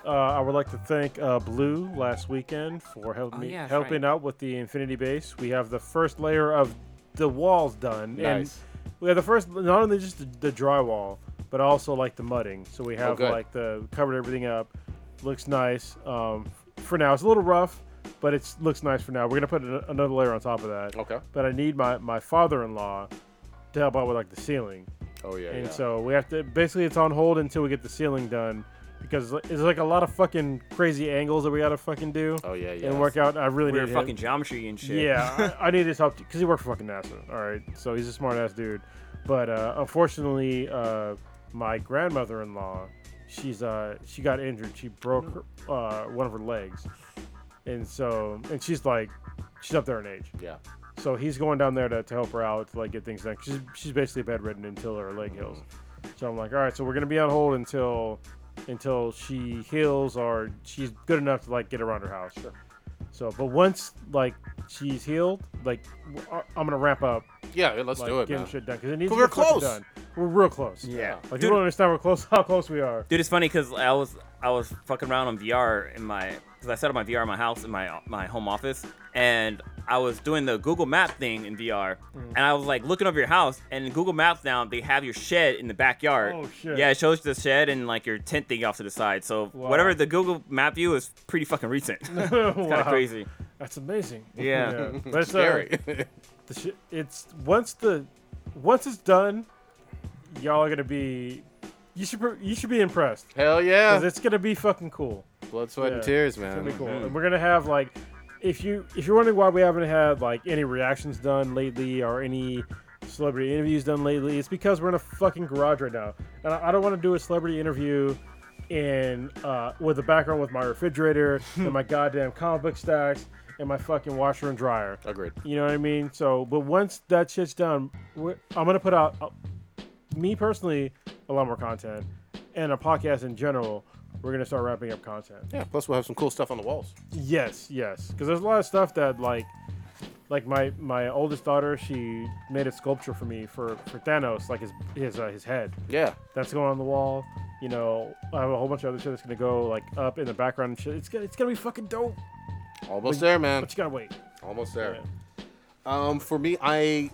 [SPEAKER 6] Uh, I would like to thank uh, Blue last weekend for
[SPEAKER 4] Oh,
[SPEAKER 6] helping me
[SPEAKER 7] yeah, that's
[SPEAKER 6] helping out with the Infinity Base. We have the first layer of the walls done,
[SPEAKER 4] Nice.
[SPEAKER 6] and we have the first not only just the, the drywall, but also like the mudding. So we have
[SPEAKER 4] Oh, good.
[SPEAKER 6] like the covered everything up. Looks nice um, for now. It's a little rough, but it looks nice for now. We're gonna put an, another layer on top of that.
[SPEAKER 4] Okay.
[SPEAKER 6] But I need my my father-in-law to help out with like the ceiling.
[SPEAKER 4] Oh yeah.
[SPEAKER 6] and
[SPEAKER 4] yeah.
[SPEAKER 6] so we have to basically it's on hold until we get the ceiling done because it's like a lot of fucking crazy angles that we gotta fucking do
[SPEAKER 4] oh yeah. Yeah.
[SPEAKER 6] and work out. I really
[SPEAKER 7] Weird
[SPEAKER 6] need
[SPEAKER 7] fucking
[SPEAKER 6] help.
[SPEAKER 7] geometry and shit.
[SPEAKER 6] Yeah, I, I need his help because he worked for fucking NASA. All right, so he's a smart ass dude. But uh, unfortunately, uh, my grandmother-in-law, she's uh, she got injured. She broke her, uh, one of her legs, and so and she's like, she's up there in age.
[SPEAKER 4] Yeah.
[SPEAKER 6] So he's going down there to, to help her out to like get things done. She's she's basically bedridden until her leg heals. So I'm like, all right, so we're gonna be on hold until until she heals or she's good enough to like get around her house. So, but once like she's healed, like w- I- I'm gonna wrap up,
[SPEAKER 4] Yeah. yeah, Let's
[SPEAKER 6] like
[SPEAKER 4] do it,
[SPEAKER 6] getting
[SPEAKER 4] man.
[SPEAKER 6] shit done because it needs
[SPEAKER 9] But
[SPEAKER 6] to
[SPEAKER 9] we're
[SPEAKER 6] get fucking
[SPEAKER 9] close.
[SPEAKER 6] done. We're real close.
[SPEAKER 4] Yeah.
[SPEAKER 6] like
[SPEAKER 7] Dude.
[SPEAKER 6] you don't understand we're close how close we are.
[SPEAKER 7] Dude, it's funny because I was I was fucking around on VR in my because I set up my VR in my house in my my home office, and I was doing the Google Map thing in VR,
[SPEAKER 6] Mm.
[SPEAKER 7] and I was like looking over your house, and in Google Maps now they have your shed in the backyard.
[SPEAKER 6] Oh, shit.
[SPEAKER 7] Yeah, it shows the shed and like your tent thing off to the side. So
[SPEAKER 6] Wow.
[SPEAKER 7] whatever the Google Map view is pretty fucking recent. it's kind of
[SPEAKER 6] Wow.
[SPEAKER 7] crazy.
[SPEAKER 6] That's amazing.
[SPEAKER 7] Yeah.
[SPEAKER 6] but it's, uh,
[SPEAKER 4] Scary.
[SPEAKER 6] the shi it's once the once it's done, y'all are gonna be. You should pr- you should be impressed
[SPEAKER 4] Hell
[SPEAKER 6] 'cause
[SPEAKER 4] yeah.
[SPEAKER 6] it's gonna be fucking cool.
[SPEAKER 4] Blood, sweat, and
[SPEAKER 6] yeah.
[SPEAKER 4] tears,
[SPEAKER 6] It's
[SPEAKER 4] man.
[SPEAKER 6] gonna be cool. And we're gonna have like, if you if you're wondering why we haven't had like any reactions done lately or any celebrity interviews done lately, it's because we're in a fucking garage right now, and I, I don't want to do a celebrity interview in uh, with the background with my refrigerator and my goddamn comic book stacks and my fucking washer and dryer.
[SPEAKER 4] Agreed.
[SPEAKER 6] You know what I mean? So, but once that shit's done, we're, I'm gonna put out, uh, me personally, a lot more content, and a podcast in general. We're gonna start wrapping up content.
[SPEAKER 4] Yeah. Plus, we'll have some cool stuff on the walls.
[SPEAKER 6] Yes, yes, because there's a lot of stuff that like, like my my oldest daughter, she made a sculpture for me for for Thanos, like his his uh, his head.
[SPEAKER 4] Yeah.
[SPEAKER 6] That's going on the wall. You know, I have a whole bunch of other shit that's gonna go like up in the background. And shit. It's gonna it's gonna be fucking dope.
[SPEAKER 4] Almost there, man.
[SPEAKER 6] But you gotta wait.
[SPEAKER 4] Almost there. Um, for me, I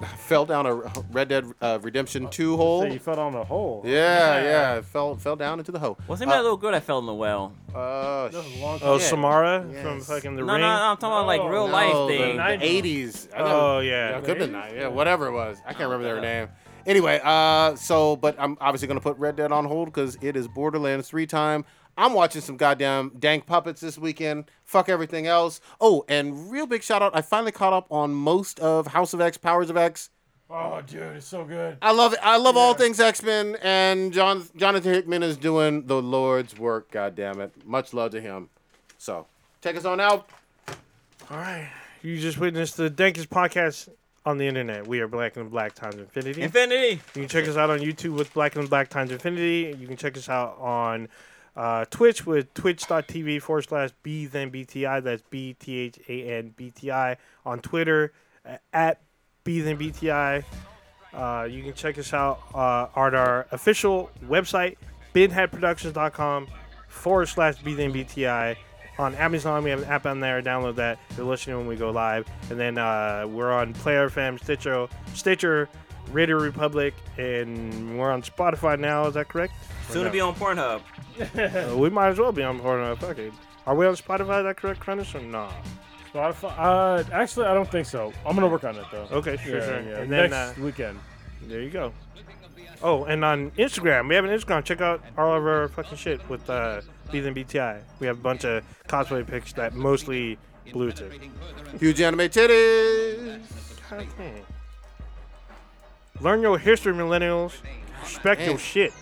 [SPEAKER 4] fell down a Red Dead uh, Redemption 2 hole.
[SPEAKER 6] So you fell down a hole.
[SPEAKER 4] Yeah, yeah, I fell fell down into the hole.
[SPEAKER 7] What's the name of that little girl that fell in the well?
[SPEAKER 4] Uh,
[SPEAKER 6] That was a long
[SPEAKER 5] Oh,
[SPEAKER 4] shit.
[SPEAKER 5] Samara
[SPEAKER 4] Yes.
[SPEAKER 5] from fucking the
[SPEAKER 7] No, no,
[SPEAKER 5] ring.
[SPEAKER 7] no, I'm talking about
[SPEAKER 6] Oh,
[SPEAKER 7] like real
[SPEAKER 4] No,
[SPEAKER 7] life
[SPEAKER 4] oh, the-
[SPEAKER 7] thing.
[SPEAKER 4] The eighties.
[SPEAKER 5] Oh
[SPEAKER 4] yeah,
[SPEAKER 5] yeah.
[SPEAKER 4] could have been that. Yeah, whatever it was. I can't
[SPEAKER 7] Oh,
[SPEAKER 4] remember their name. Anyway, uh, so but I'm obviously gonna put Red Dead on hold because it is Borderlands three time. I'm watching some goddamn dank puppets this weekend. Fuck everything else. Oh, and real big shout out. I finally caught up on most of House of X, Powers of X.
[SPEAKER 6] Oh, dude, it's so good.
[SPEAKER 4] I love it. I love all things X Men, and John Jonathan Hickman is doing the Lord's work. God damn it! Much love to him. So take us on out.
[SPEAKER 5] All right. You just witnessed the dankest podcast on the internet. We are Black and Black Times Infinity.
[SPEAKER 7] Infinity.
[SPEAKER 5] You can check us out on YouTube with Black and Black Times Infinity. You can check us out on uh, Twitch with twitch.tv forward slash B then BTI. That's B T H A N B T I. On Twitter uh, at B then BTI. Uh, you can check us out uh, on our official website, binheadproductions.com forward slash B then BTI. On Amazon, we have an app on there. Download that. You're listening when we go live. And then uh, we're on Player FM, Stitcher, Stitcher, Radio Republic, and we're on Spotify now. Is that correct? Or
[SPEAKER 7] Soon
[SPEAKER 5] no?
[SPEAKER 7] to be on Pornhub.
[SPEAKER 5] Uh, we might as well be on Pornhub. Fuck it. Are we on Spotify? Is that correct, Cronus? Or nah?
[SPEAKER 6] Spotify. Uh, actually, I don't think so. I'm gonna work on it though.
[SPEAKER 5] Okay, sure,
[SPEAKER 6] Yeah,
[SPEAKER 5] sure.
[SPEAKER 6] yeah.
[SPEAKER 5] And then
[SPEAKER 6] next weekend.
[SPEAKER 5] uh, there you go. Oh, and on Instagram, we have an Instagram. Check out all of our fucking shit with uh, Beathen BTI. We have a bunch of cosplay pics that mostly blue tip.
[SPEAKER 4] Huge anime titties.
[SPEAKER 5] Learn your history, millennials. Respect your
[SPEAKER 4] Man.
[SPEAKER 5] shit.